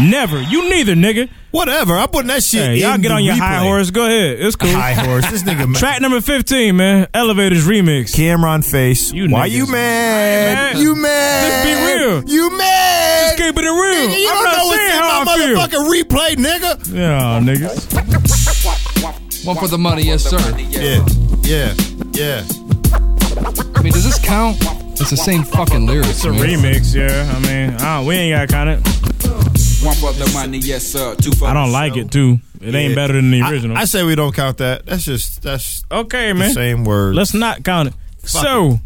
Speaker 4: Never. You neither, nigga.
Speaker 5: Whatever. I'm putting that shit.
Speaker 4: Hey, y'all
Speaker 5: in
Speaker 4: get
Speaker 5: the
Speaker 4: on your
Speaker 5: replay.
Speaker 4: high horse. Go ahead. It's cool.
Speaker 5: High horse. This nigga mad.
Speaker 4: Track number 15, man. Elevators remix.
Speaker 5: Cameron Face.
Speaker 4: You
Speaker 5: Why
Speaker 4: niggas.
Speaker 5: you mad?
Speaker 4: I ain't
Speaker 5: You mad?
Speaker 4: Just be real.
Speaker 5: You mad?
Speaker 4: Just keep it real.
Speaker 5: Nigga, you
Speaker 4: I'm
Speaker 5: don't
Speaker 4: not
Speaker 5: know what's
Speaker 4: saying
Speaker 5: in
Speaker 4: how
Speaker 5: my
Speaker 4: I feel.
Speaker 5: motherfucking replay, nigga.
Speaker 4: Yeah, niggas.
Speaker 6: One for the money, yes, sir.
Speaker 5: Yeah, yeah, yeah.
Speaker 6: I mean, does this count? It's the same fucking lyrics.
Speaker 4: It's a
Speaker 6: man.
Speaker 4: remix, yeah. I mean, I don't- we ain't got to count it.
Speaker 22: One for the money, yes sir. Two for
Speaker 4: I don't like it, too. It ain't
Speaker 5: Yeah.
Speaker 4: better than the
Speaker 5: I-
Speaker 4: original.
Speaker 5: I, say we don't count that. That's just that's
Speaker 4: okay,
Speaker 5: the
Speaker 4: man.
Speaker 5: Same word.
Speaker 4: Let's not count it. so,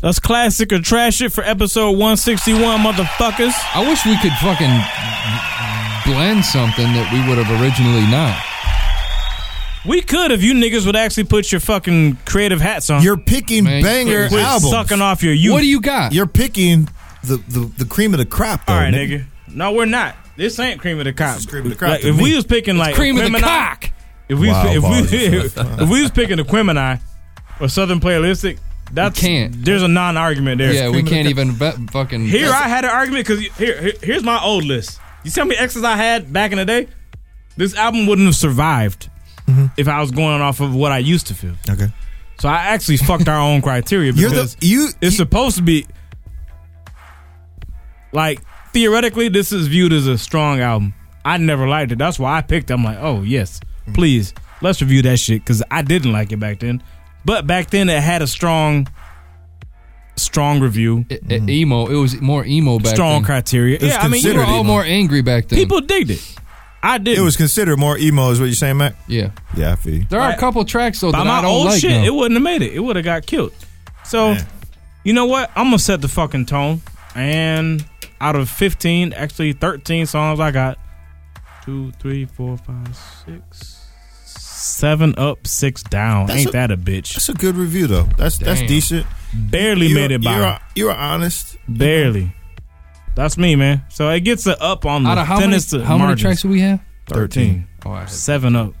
Speaker 4: that's classic or trash it for episode 161, motherfuckers.
Speaker 6: I wish we could fucking blend something that we would have originally not.
Speaker 4: We could if you niggas would actually put your fucking creative hats on.
Speaker 5: You're picking
Speaker 4: Man,
Speaker 5: banger
Speaker 4: quit
Speaker 5: albums.
Speaker 4: Sucking off your youth.
Speaker 6: got?
Speaker 5: You're picking the, the, the cream of the crop, though.
Speaker 4: All right,
Speaker 5: nigga.
Speaker 4: nigga. No, we're not. This ain't cream of the crop.
Speaker 5: cream of the crop
Speaker 4: Like,
Speaker 5: to
Speaker 4: if
Speaker 5: me.
Speaker 4: we was picking
Speaker 5: It's
Speaker 4: like
Speaker 5: cream of the
Speaker 4: Aquemini-
Speaker 5: cock.
Speaker 4: if we was,
Speaker 5: Wow,
Speaker 4: if
Speaker 5: bars.
Speaker 4: we if we was picking Aquemini or Southern Playalistic, that's
Speaker 6: can't.
Speaker 4: There's a non-argument there.
Speaker 6: yeah, we can't even bet fucking.
Speaker 4: Here I had an argument because here, here- here's my old list. You see how many X's I had back in the day? This album wouldn't have survived if I was going off of what I used to feel.
Speaker 5: Mm-hmm. Okay.
Speaker 4: So I actually fucked our own criteria
Speaker 5: You're the-
Speaker 4: because
Speaker 5: you
Speaker 4: it's supposed to be like theoretically this is viewed as a strong album. I never liked it. That's why I picked. it. I'm like, oh yes, please let's review that shit because I didn't like it back then. But back then it had a strong, strong review.
Speaker 6: emo. It was more emo back
Speaker 4: strong
Speaker 6: then.
Speaker 4: criteria. Yeah, I mean
Speaker 6: we
Speaker 4: you
Speaker 6: were all more angry back then.
Speaker 4: People digged it. I did.
Speaker 5: It was considered more emo, is what you're saying, Mac?
Speaker 6: Yeah.
Speaker 5: Yeah, I feel you.
Speaker 6: There are a couple tracks though
Speaker 4: By
Speaker 6: that
Speaker 4: my
Speaker 6: I don't
Speaker 4: old
Speaker 6: like.
Speaker 4: shit,
Speaker 6: now.
Speaker 4: it wouldn't have made it. It would have got killed. So, you know what? I'm gonna set the fucking tone. And out of 15, actually 13 songs, I got two, three, four, five, six, seven up, six down.
Speaker 5: That's
Speaker 4: Ain't
Speaker 5: a-
Speaker 4: that a bitch?
Speaker 5: That's a good review, though. That's that's
Speaker 4: Damn.
Speaker 5: decent.
Speaker 4: Barely
Speaker 5: You're-
Speaker 4: made it by.
Speaker 5: You're, you're honest.
Speaker 4: Barely. That's me, man. So it gets a up on the
Speaker 6: Out of how many,
Speaker 4: thinnest of
Speaker 6: how many
Speaker 4: margins.
Speaker 6: tracks do we have?
Speaker 4: 13.
Speaker 6: Oh, I had-
Speaker 4: Seven up.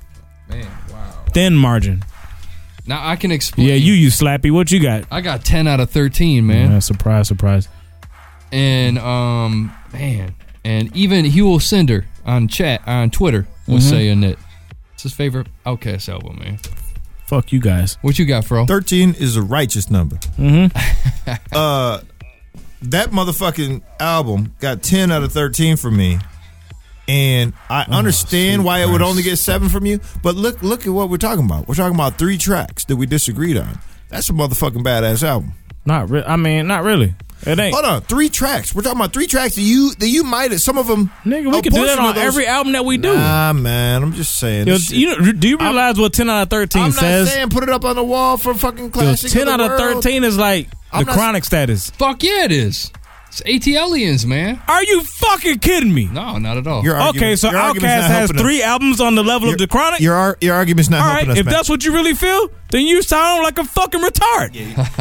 Speaker 6: Man, wow.
Speaker 4: Thin margin.
Speaker 6: Now I can explain.
Speaker 4: Yeah, you, you slappy. What you got?
Speaker 6: I got ten out of thirteen, man.
Speaker 4: Yeah, surprise, surprise.
Speaker 6: and um man and even Huel Cinder on chat on Twitter was
Speaker 4: Mhm.
Speaker 6: saying that it's his favorite Outcast album, man.
Speaker 4: Fuck you guys.
Speaker 6: What you got, Fro?
Speaker 5: 13 is a righteous number.
Speaker 4: Mm-hmm.
Speaker 5: uh, that motherfucking album got 10 out of 13 from me. And I
Speaker 4: Oh,
Speaker 5: understand why it would only get seven from you, but look, look at what we're talking about. We're talking about three tracks that we disagreed on. That's a motherfucking badass album.
Speaker 4: Not re- I mean, not really. It ain't.
Speaker 5: Hold on, three tracks. We're talking about three tracks that you that you might have. Some of them,
Speaker 4: nigga, we could do that on every album that we do.
Speaker 5: Nah, man, I'm just saying.
Speaker 4: Yo,
Speaker 5: this shit-
Speaker 4: you know, do you realize what 10 out of 13
Speaker 5: I'm
Speaker 4: says?
Speaker 5: not saying put it up on the wall for fucking
Speaker 4: Yo,
Speaker 5: classic.
Speaker 4: 10
Speaker 5: of
Speaker 4: out
Speaker 5: the
Speaker 4: of
Speaker 5: world.
Speaker 4: 13 is like
Speaker 5: I'm
Speaker 4: the
Speaker 5: not-
Speaker 4: chronic status.
Speaker 6: Fuck yeah, it is. It's ATLians, man.
Speaker 4: Are you fucking kidding me?
Speaker 6: No, not at all.
Speaker 5: Your argument-
Speaker 4: okay, so
Speaker 5: your argument's
Speaker 4: Outkast
Speaker 5: not
Speaker 4: has
Speaker 5: helping us.
Speaker 4: three albums on the level of the chronic?
Speaker 5: Your ar- your argument's not
Speaker 4: All
Speaker 5: helping
Speaker 4: right,
Speaker 5: us.
Speaker 4: if
Speaker 5: man.
Speaker 4: that's what you really feel, then you sound like a fucking retard.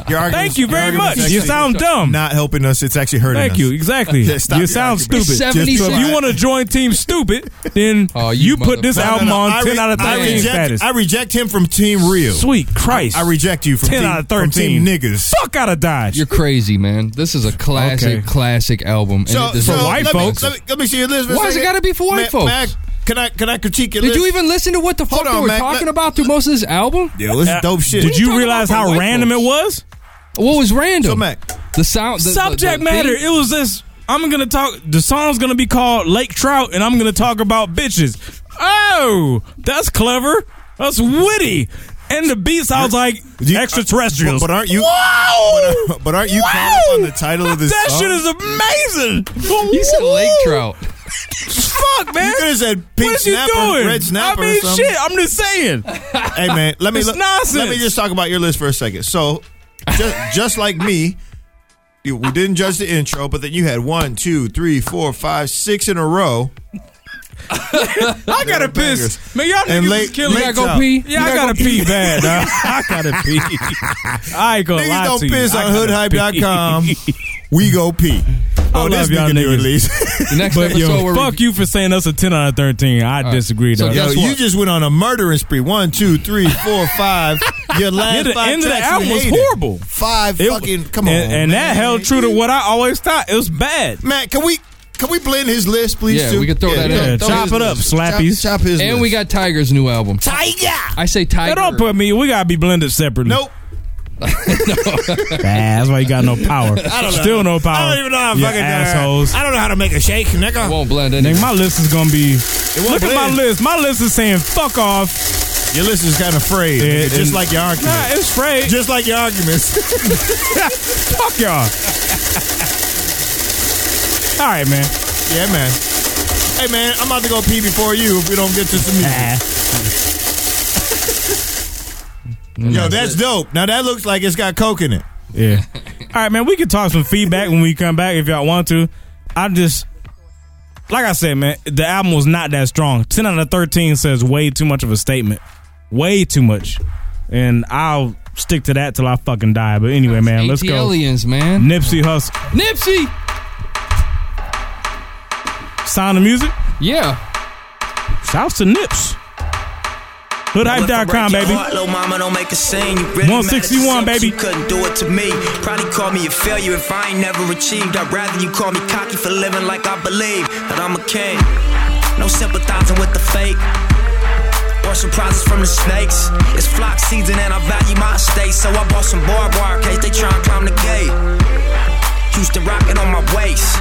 Speaker 5: Your argument's-
Speaker 4: Thank you
Speaker 5: your
Speaker 4: very much.
Speaker 5: argument's
Speaker 4: You
Speaker 5: actually
Speaker 4: sound dumb.
Speaker 5: Not helping us. It's actually hurting
Speaker 4: Thank
Speaker 5: us.
Speaker 4: you. Exactly.
Speaker 5: Yeah, stop
Speaker 4: you
Speaker 5: your
Speaker 4: sound
Speaker 5: argument.
Speaker 4: stupid. So if you want to join Team Stupid, then you, put this
Speaker 5: No, Oh, no,
Speaker 4: album
Speaker 5: no.
Speaker 4: on
Speaker 5: I
Speaker 4: 10
Speaker 5: re-
Speaker 4: out of
Speaker 5: I
Speaker 4: 13
Speaker 5: reject,
Speaker 4: status.
Speaker 5: I reject him from Team Real.
Speaker 4: Sweet Christ.
Speaker 5: I, I reject you from
Speaker 4: 10
Speaker 5: team,
Speaker 4: out of 13.
Speaker 5: from Team Niggas.
Speaker 4: Fuck out of Dodge.
Speaker 6: You're crazy, man. This is a classic,
Speaker 4: Okay.
Speaker 6: classic album. and
Speaker 5: So,
Speaker 6: it
Speaker 5: so
Speaker 6: deserves
Speaker 5: let,
Speaker 6: to be
Speaker 5: me,
Speaker 6: classic.
Speaker 5: let me let me see your list. for a
Speaker 6: Why has it
Speaker 5: second.
Speaker 6: gotta be for white
Speaker 5: Mac-
Speaker 6: folks?
Speaker 5: Mac, can I can I critique your
Speaker 6: Did
Speaker 5: list?
Speaker 6: you even listen to what the fuck
Speaker 5: Hold
Speaker 6: they
Speaker 5: on,
Speaker 6: were
Speaker 5: Mac.
Speaker 6: talking
Speaker 5: Let-
Speaker 6: about through most of this album?
Speaker 5: Yeah, well, it's
Speaker 4: Uh,
Speaker 5: dope shit.
Speaker 4: Did
Speaker 6: What are
Speaker 4: you
Speaker 6: you
Speaker 4: realize
Speaker 6: talking about
Speaker 4: how
Speaker 6: for white
Speaker 4: random it
Speaker 6: folks?
Speaker 4: was?
Speaker 6: What was random?
Speaker 5: So Mac,
Speaker 6: the sound, the, the-
Speaker 4: Subject
Speaker 6: the
Speaker 4: matter.
Speaker 6: thing-
Speaker 4: It was this. I'm gonna talk. The song's gonna be called Lake Trout, and I'm gonna talk about bitches. Oh, that's clever. That's witty. And the beats, I was like extraterrestrials.
Speaker 5: uh, But, but aren't you?
Speaker 4: Wow!
Speaker 5: But, but aren't you caught up on the title of this?
Speaker 4: that
Speaker 5: song?
Speaker 4: shit is amazing.
Speaker 6: He said lake trout.
Speaker 4: Fuck, man.
Speaker 5: You could have said pink
Speaker 4: what is
Speaker 5: snapper,
Speaker 4: you doing?
Speaker 5: red snapper.
Speaker 4: I mean,
Speaker 5: or something.
Speaker 4: shit. I'm just saying.
Speaker 5: hey man, let me
Speaker 4: It's
Speaker 5: look,
Speaker 4: nonsense.
Speaker 5: let me just talk about your list for a second. So, just just like me, you, we didn't judge the intro, but then you had one, two, three, four, five, six in a row.
Speaker 4: I gotta
Speaker 5: bangers.
Speaker 4: piss. Man, y'all
Speaker 5: And
Speaker 4: niggas is
Speaker 5: late-
Speaker 4: killing.
Speaker 5: late
Speaker 4: me.
Speaker 5: You gotta go pee?
Speaker 4: Yeah, I
Speaker 5: You gotta
Speaker 4: gotta
Speaker 5: go
Speaker 4: pee
Speaker 5: pee?
Speaker 4: bad. dog. I gotta pee. I ain't gonna
Speaker 5: Niggas
Speaker 4: lie
Speaker 5: don't
Speaker 4: to you.
Speaker 5: piss
Speaker 4: I
Speaker 5: on
Speaker 4: gotta pee.
Speaker 5: hoodhype.com. we go pee.
Speaker 4: I
Speaker 5: Oh, this
Speaker 4: love y'all
Speaker 5: nigga do
Speaker 4: niggas.
Speaker 5: at least.
Speaker 6: The next
Speaker 4: But
Speaker 6: episode,
Speaker 4: yo,
Speaker 6: we're
Speaker 4: fuck you for saying us a ten out of thirteen. I disagree.
Speaker 6: So
Speaker 4: dog.
Speaker 5: Yo,
Speaker 6: guess
Speaker 5: you
Speaker 6: what?
Speaker 5: just went on a murdering spree. One, two, three, four, five. Your last
Speaker 4: Yeah, the
Speaker 5: five
Speaker 4: end of the
Speaker 5: tracks we
Speaker 4: album was
Speaker 5: hated.
Speaker 4: horrible.
Speaker 5: Five
Speaker 4: It-
Speaker 5: fucking. Come on,
Speaker 4: and, and that
Speaker 5: man.
Speaker 4: held true to what I always thought. It was bad.
Speaker 5: Matt, can we Can we blend his list, please?
Speaker 6: yeah,
Speaker 5: too?
Speaker 6: we could throw that in. Throw his list.
Speaker 5: Chop, chop his
Speaker 6: and
Speaker 5: list.
Speaker 6: we got Tiger's new album.
Speaker 5: Tiger.
Speaker 6: I say Tiger.
Speaker 4: don't put me. We gotta be blended separately.
Speaker 5: Nope.
Speaker 4: that's why you got no power.
Speaker 1: I don't know.
Speaker 4: Still no power.
Speaker 1: I don't even know how to
Speaker 4: You
Speaker 1: fucking
Speaker 4: assholes.
Speaker 1: I don't know how to make a shake, nigga.
Speaker 6: Won't blend
Speaker 4: Nigga, my list is gonna be.
Speaker 1: won't
Speaker 4: Look at my
Speaker 1: blend.
Speaker 4: list. My list is saying fuck off.
Speaker 5: Your list is kind of frayed, nigga, just like your argument.
Speaker 4: Nah, it's frayed.
Speaker 5: Just like your arguments.
Speaker 4: fuck y'all. All right, man.
Speaker 5: Yeah, man. Hey, man, I'm about to go pee before you if we don't get to some music. Yo, that's dope. Now that looks like it's got coke in it.
Speaker 4: Yeah. All right, man. We can talk some feedback when we come back if y'all want to. I just, like I said, man, the album was not that strong. Ten out of thirteen says way too much of a statement. Way too much, and I'll stick to that till I fucking die. But anyway, man, let's go.
Speaker 6: Aliens, man.
Speaker 4: Nipsey Hussle.
Speaker 6: Nipsey.
Speaker 4: Sound of music.
Speaker 6: Yeah.
Speaker 4: Shouts to Nips. Hoodhype.com, baby.
Speaker 2: Hello, mama, don't make a scene. You really
Speaker 4: 161,
Speaker 2: mad at yourself, You couldn't do it to me. Probably call me a failure if I ain't never achieved. I'd rather you call me cocky for living like I believe that I'm a king. No sympathizing with the fake. Or surprises from the snakes. It's flock season and I value my estate. So I bought some barbed wire in case they try and climb the gate. Houston rocket on my waist.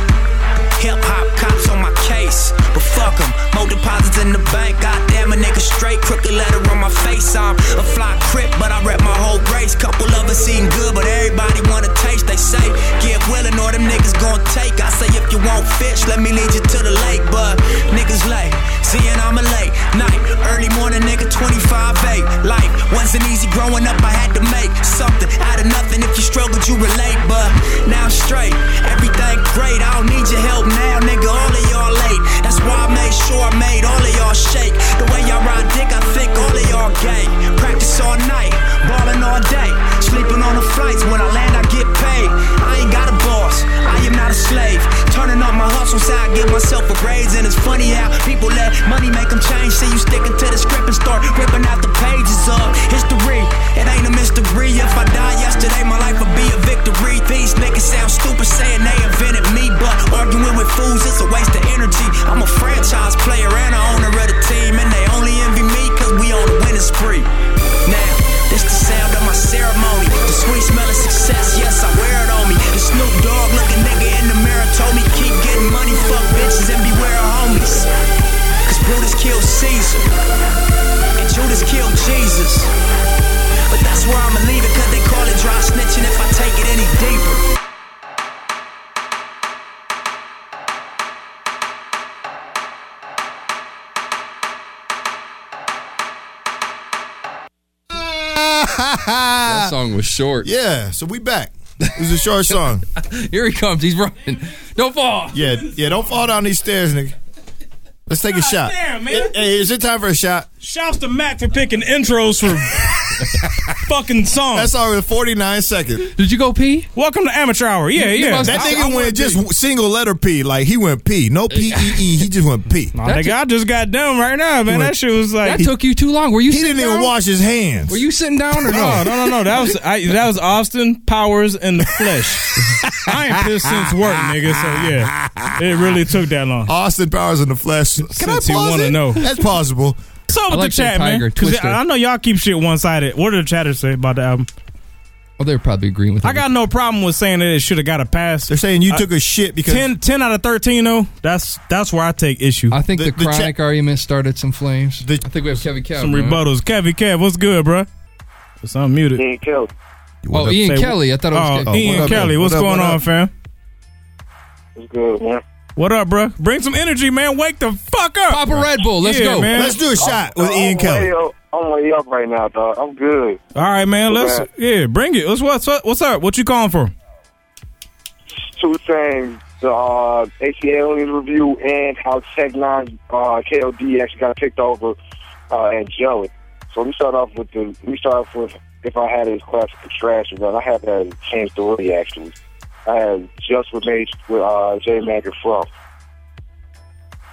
Speaker 2: Hip hop cops on my case, but fuck 'em. More deposits in the bank, goddamn a nigga straight. Crooked letter on my face, I'm a fly crip, but I rep my whole race. Couple of us eating good, but everybody wanna taste. They say, get willing or them niggas gon' take. I say, if you want fish, let me lead you to the lake, but niggas late. Seeing I'm a late night, early morning nigga 25 8. Life wasn't easy growing up, I had to make something out of nothing. If you struggled, you relate, but now I'm straight. Everything great, I don't need your help now, nigga. All of y'all late. That's why I made sure I made all of y'all shake. The way y'all ride dick, I think all of y'all gay. Practice all night, ballin' all day. Sleeping on the flights, when I land, I get paid. I ain't got a boss, I am not a slave. Turning on my hustle side, give myself a raise. And it's funny how people let money make them change. See you sticking to the script and start ripping out the pages of history. It ain't a mystery. If I die yesterday, my life would be a victory. These niggas sound stupid saying they invented me, but arguing with fools is a waste of energy. I'm a franchise player and a owner of the team, and they only envy me cause we on a winning spree. Now, this the sound of my ceremony. The sweet smell of success, yes, I wear it on me. The Snoop Dogg looking nigga in the mirror told me keep getting money, fuck bitches, and beware of homies. Cause Brutus killed Caesar, and Judas killed Jesus. But that's where I'ma leave it, cause they call it dry snitching if I take it any deeper.
Speaker 5: that
Speaker 6: song was short.
Speaker 5: Uh, Yeah, so we back. It was a short song.
Speaker 6: Here he comes. He's running. Don't fall.
Speaker 5: Yeah, yeah. Don't fall down these stairs, nigga. Let's take a shot.
Speaker 4: damn, man.
Speaker 5: Hey, Hey, is it time for a shot?
Speaker 4: Shouts to Matt for picking intros for fucking songs.
Speaker 5: That's already 49 seconds.
Speaker 6: Did you go pee?
Speaker 4: Welcome to Amateur Hour. Yeah, yeah.
Speaker 5: That nigga went just single letter P. Like he went P. No P E E. He just went P.
Speaker 4: Nah, nigga, I just got done right now, man. That shit was like
Speaker 6: That took you too long. Were you?
Speaker 5: He
Speaker 6: sitting
Speaker 5: didn't even
Speaker 6: down?
Speaker 5: wash his hands.
Speaker 6: Were you sitting down or
Speaker 4: No, no,
Speaker 6: no?
Speaker 4: no, no. That was I, that was Austin Powers in the flesh. I ain't pissed since work, nigga. So yeah, it really took that long.
Speaker 5: Austin Powers in the flesh. Can
Speaker 4: Since
Speaker 5: I
Speaker 4: you
Speaker 5: pause
Speaker 4: wanna
Speaker 5: it?
Speaker 4: know.
Speaker 5: That's possible.
Speaker 4: So with the chat, man. Because I know y'all keep shit one sided. What did the chatters say about the album?
Speaker 6: Well, they're Oh, probably agreeing with.
Speaker 4: I got no problem with saying that it should have got a pass. Uh, They're
Speaker 5: saying you took a shit because-
Speaker 4: 10, 10 out of thirteen though. That's that's where I take issue.
Speaker 6: I think the, chronic argument started some flames. I think we have Kevin Kev.
Speaker 4: some
Speaker 6: man.
Speaker 4: rebuttals. Kevy Kev, what's good, bro? It's unmuted.
Speaker 15: Ian Kelly.
Speaker 6: Oh, Ian Kelly. I thought it was
Speaker 4: Oh,
Speaker 6: Kev.
Speaker 4: Ian Kelly, what's going on, fam?
Speaker 15: It's good, man.
Speaker 4: What up, bro? Bring some energy, man. Wake the fuck up.
Speaker 6: Pop a Red Bull. Let's
Speaker 4: Yeah,
Speaker 6: go.
Speaker 4: man.
Speaker 15: I'm, I'm Way up, I'm way up right now, dog. I'm good.
Speaker 4: All right, man. Let's
Speaker 15: Okay.
Speaker 4: yeah, bring it. What's what's up? What's up? What you calling for?
Speaker 15: Two things: the uh, ACL Aliens review and how Tech Nine uh, KOD actually got picked over uh, and Joey. So we start off with the we start off with if I had it as classic or trash or not. I had that as changed the way actually. I had just with Mage with uh, J Mac and Fluff.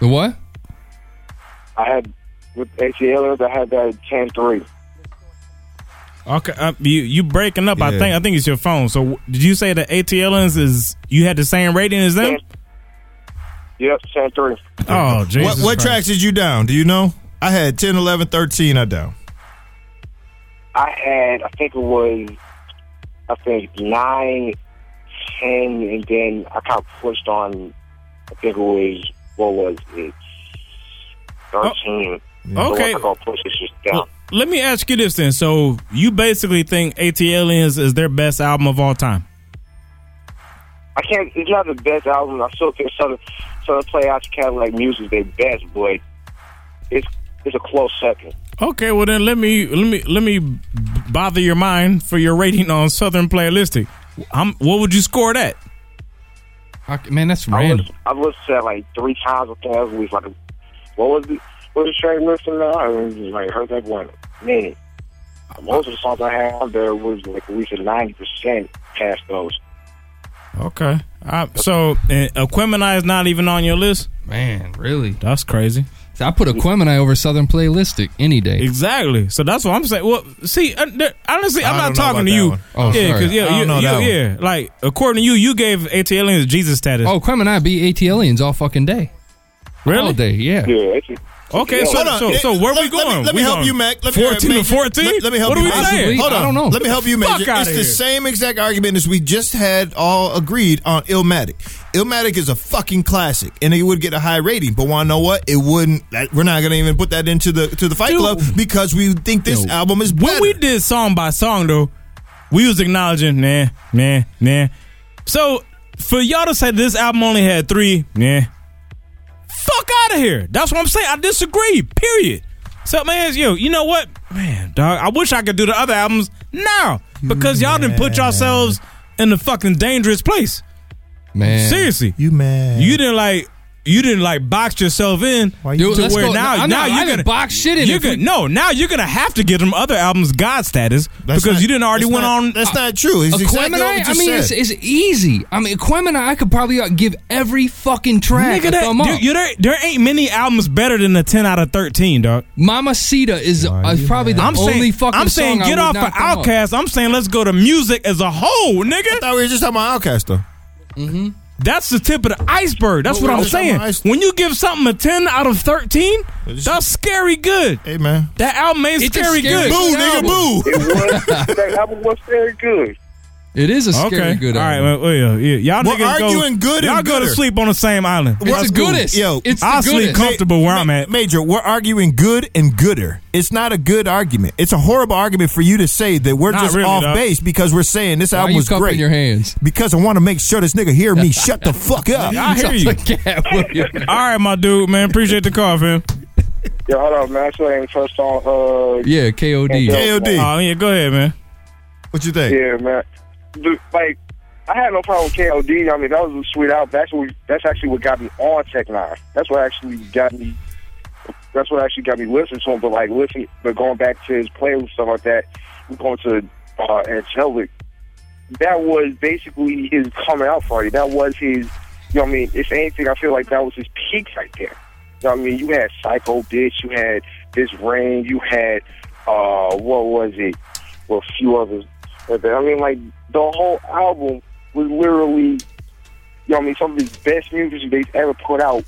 Speaker 6: The what?
Speaker 15: I had with ACL Aliens. I had that as ten three.
Speaker 4: Okay, uh, you you breaking up? I
Speaker 15: Yeah.
Speaker 4: think I think it's your phone. So w- did you say the ATLNs is you had the same rating as them?
Speaker 25: Yep, Chant 3.
Speaker 5: Oh,
Speaker 25: Jesus
Speaker 5: What, what
Speaker 25: Christ.
Speaker 5: tracks did you down? Do you know? I had 10, 11, 13 I down.
Speaker 25: I had, I think it was, I think nine, ten, and then I kind of pushed on. I think it was what was it? Thirteen. So
Speaker 4: okay.
Speaker 25: once I got pushed, it's just down.
Speaker 4: Let me ask you this then. So you basically think AT Aliens is their best album of all time?
Speaker 25: I can't. It's not the best album. I still think Southern Southern Play Out Cadillac music is their best, but it's it's a close second.
Speaker 4: Okay, well then let me let me let me b- bother your mind for your rating on Southern Playlistic. I'm, what would you score that?
Speaker 6: man, that's
Speaker 25: I was I listened to it like three times or four every week. Like, what was the what was the track listening to? I was just like heard that one. Man, most of the songs I had on there was like at least a ninety percent past those.
Speaker 4: Okay. Uh, so uh, Aquemini is not even on your list.
Speaker 6: Man, really?
Speaker 4: That's crazy.
Speaker 6: I put Aquemini over Southern Playlistic any day.
Speaker 4: Exactly. So that's what I'm saying. Well, see, uh, there- honestly, I'm
Speaker 6: I
Speaker 4: not
Speaker 6: don't know
Speaker 4: talking
Speaker 6: about
Speaker 4: to
Speaker 6: that
Speaker 4: you.
Speaker 6: one. Oh,
Speaker 4: yeah,
Speaker 6: sorry.
Speaker 4: yeah,
Speaker 6: I don't
Speaker 4: you-
Speaker 6: know
Speaker 4: you-
Speaker 6: that one.
Speaker 4: yeah. Like according to you, you gave AT Aliens Jesus status.
Speaker 6: Oh, Aquemini beat AT Aliens all fucking day. Oh,
Speaker 4: Really?
Speaker 6: All day, yeah.
Speaker 4: Okay, so,
Speaker 5: Hold on.
Speaker 4: so, so
Speaker 5: It-
Speaker 4: where
Speaker 5: let-
Speaker 4: we going?
Speaker 5: Let me, let me
Speaker 4: We
Speaker 5: help
Speaker 4: going
Speaker 5: you, Mac. Let me,
Speaker 4: Fourteen
Speaker 5: Major,
Speaker 4: to fourteen.
Speaker 5: Let, let me help
Speaker 4: what
Speaker 5: you.
Speaker 4: What are we
Speaker 5: Major.
Speaker 4: saying?
Speaker 5: Hold on. Let me help you, Major.
Speaker 4: Fuck outta
Speaker 5: It's the
Speaker 4: here.
Speaker 5: same exact argument as we just had all agreed on Illmatic. Illmatic is a fucking classic, and it would get a high rating. But want to know what? It wouldn't. That, we're not going to even put that into the to the Fight Club because we think this album is better.
Speaker 4: When we did song by song though, we was acknowledging, nah, nah, nah. So for y'all to say this album only had three, nah. Fuck out of here. That's what I'm saying. I disagree. Period. So man, yo, you know what, man, dog. I wish I could do the other albums now because y'all didn't put yourselves in the fucking dangerous place.
Speaker 6: Man.
Speaker 4: seriously,
Speaker 5: you man,
Speaker 4: you didn't like. You didn't like box yourself in
Speaker 6: you
Speaker 4: to
Speaker 6: Dude, let's
Speaker 4: where
Speaker 6: go-
Speaker 4: now,
Speaker 6: I know,
Speaker 4: now
Speaker 6: I
Speaker 4: you're
Speaker 6: didn't
Speaker 4: gonna
Speaker 6: box shit in
Speaker 4: You're
Speaker 6: if
Speaker 4: gonna,
Speaker 6: we-
Speaker 4: no, now you're gonna have to give them other albums God status because
Speaker 6: not-
Speaker 4: you didn't already
Speaker 6: that's
Speaker 4: went
Speaker 6: not-
Speaker 4: on. Uh,
Speaker 6: that's not true. It's exactly what we just I mean, said. it's- it's easy. I mean, Aquemini, I could probably uh, give every fucking track
Speaker 4: Nigga,
Speaker 6: a
Speaker 4: that,
Speaker 6: thumb up.
Speaker 4: dude, you, there, there ain't many albums better than a ten out of thirteen, dog.
Speaker 6: Mama Sita is uh, probably the
Speaker 4: I'm
Speaker 6: only
Speaker 4: saying,
Speaker 6: fucking
Speaker 4: I'm saying
Speaker 6: song I
Speaker 4: get
Speaker 6: would
Speaker 4: off
Speaker 6: not
Speaker 4: of
Speaker 6: thumb up.
Speaker 4: Outkast. I'm saying let's go to music as a whole, nigga. I
Speaker 5: thought we were just talking about Outkast though.
Speaker 6: Mm-hmm.
Speaker 4: That's the tip of the iceberg. That's
Speaker 5: Well,
Speaker 4: what
Speaker 5: we're
Speaker 4: I'm
Speaker 5: just talking
Speaker 4: saying.
Speaker 5: about ice-
Speaker 4: When you give something a ten out of thirteen, that's scary good.
Speaker 5: Hey man,
Speaker 4: that album ain't
Speaker 6: It's a
Speaker 4: scary,
Speaker 6: scary
Speaker 4: good.
Speaker 6: good album.
Speaker 4: boo.
Speaker 25: that album was very good.
Speaker 6: It is a scary
Speaker 4: okay.
Speaker 6: good
Speaker 4: All right,
Speaker 6: album.
Speaker 4: well, well, yeah, yeah. y'all
Speaker 6: We're
Speaker 4: niggas
Speaker 6: arguing
Speaker 4: go,
Speaker 6: good and
Speaker 4: Y'all go to
Speaker 6: gooder.
Speaker 4: sleep on the same island.
Speaker 6: It's
Speaker 4: That's
Speaker 6: the
Speaker 4: cool.
Speaker 6: goodest.
Speaker 5: Yo,
Speaker 6: It's the
Speaker 4: I sleep
Speaker 6: goodest.
Speaker 4: comfortable where I'm at.
Speaker 5: Major, we're arguing good and gooder. It's not a good argument. It's a horrible argument for you to say that we're
Speaker 4: Not
Speaker 5: just
Speaker 4: really,
Speaker 5: off
Speaker 4: dog.
Speaker 5: base because we're saying this
Speaker 4: Why
Speaker 5: album
Speaker 4: you
Speaker 5: was
Speaker 4: cupping
Speaker 5: great.
Speaker 4: your
Speaker 6: hands
Speaker 5: because I want to make sure this nigga hear me. Shut the fuck up.
Speaker 4: I hear you. All right, my dude, man. Appreciate the call, fam.
Speaker 25: Yo, hold on, man. I still ain't touched on. Uh,
Speaker 4: KOD. Oh yeah, go ahead, man.
Speaker 5: What you think?
Speaker 25: Yeah, man. Dude, like, I had no problem with KOD. I mean, that was a sweet album. That's what that's actually what got me on Tech Nine. That's what actually got me. That's what actually got me listening to him. But like, listen, but going back to his playlist and stuff like that, we going to uh, Angelic. That was basically his coming out party. That was his. You know what I mean? If anything, I feel like that was his peak right there. You know what I mean? You had Psycho Bitch, you had This Rain, you had uh what was it? Well, a few others. But then, I mean, like the whole album was literally, you know, what I mean, some of his best music they've ever put out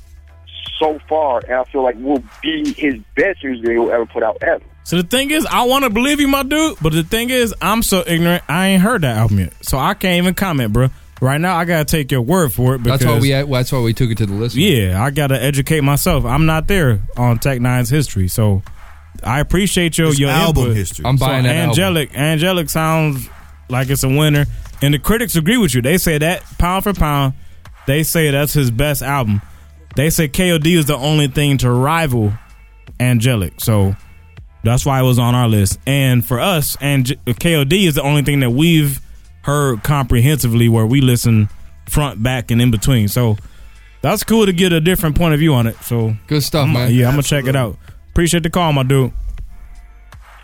Speaker 25: so far, and I feel like will be his best music he'll ever put out ever.
Speaker 4: So the thing is, I want to believe you, my dude. But the thing is, I'm so ignorant. I ain't heard that album yet, so I can't even comment, bro. Right now, I gotta take your word for it. Because
Speaker 6: That's why we at, that's why we took it to the list.
Speaker 4: Yeah, I gotta educate myself. I'm not there on Tech Nine's history, so I appreciate your
Speaker 6: It's
Speaker 4: your
Speaker 6: album
Speaker 4: input.
Speaker 6: history. I'm buying
Speaker 4: so
Speaker 6: that album.
Speaker 4: Angelic. Angelic sounds like it's a winner, and the critics agree with you. They say that pound for pound, they say that's his best album. They say KOD is the only thing to rival Angelic, so that's why it was on our list. And for us, and KOD is the only thing that we've heard comprehensively, where we listen front, back, and in between. So that's cool to get a different point of view on it. So
Speaker 6: good stuff, man.
Speaker 4: Yeah, I'm gonna check it out. Appreciate the call, my dude.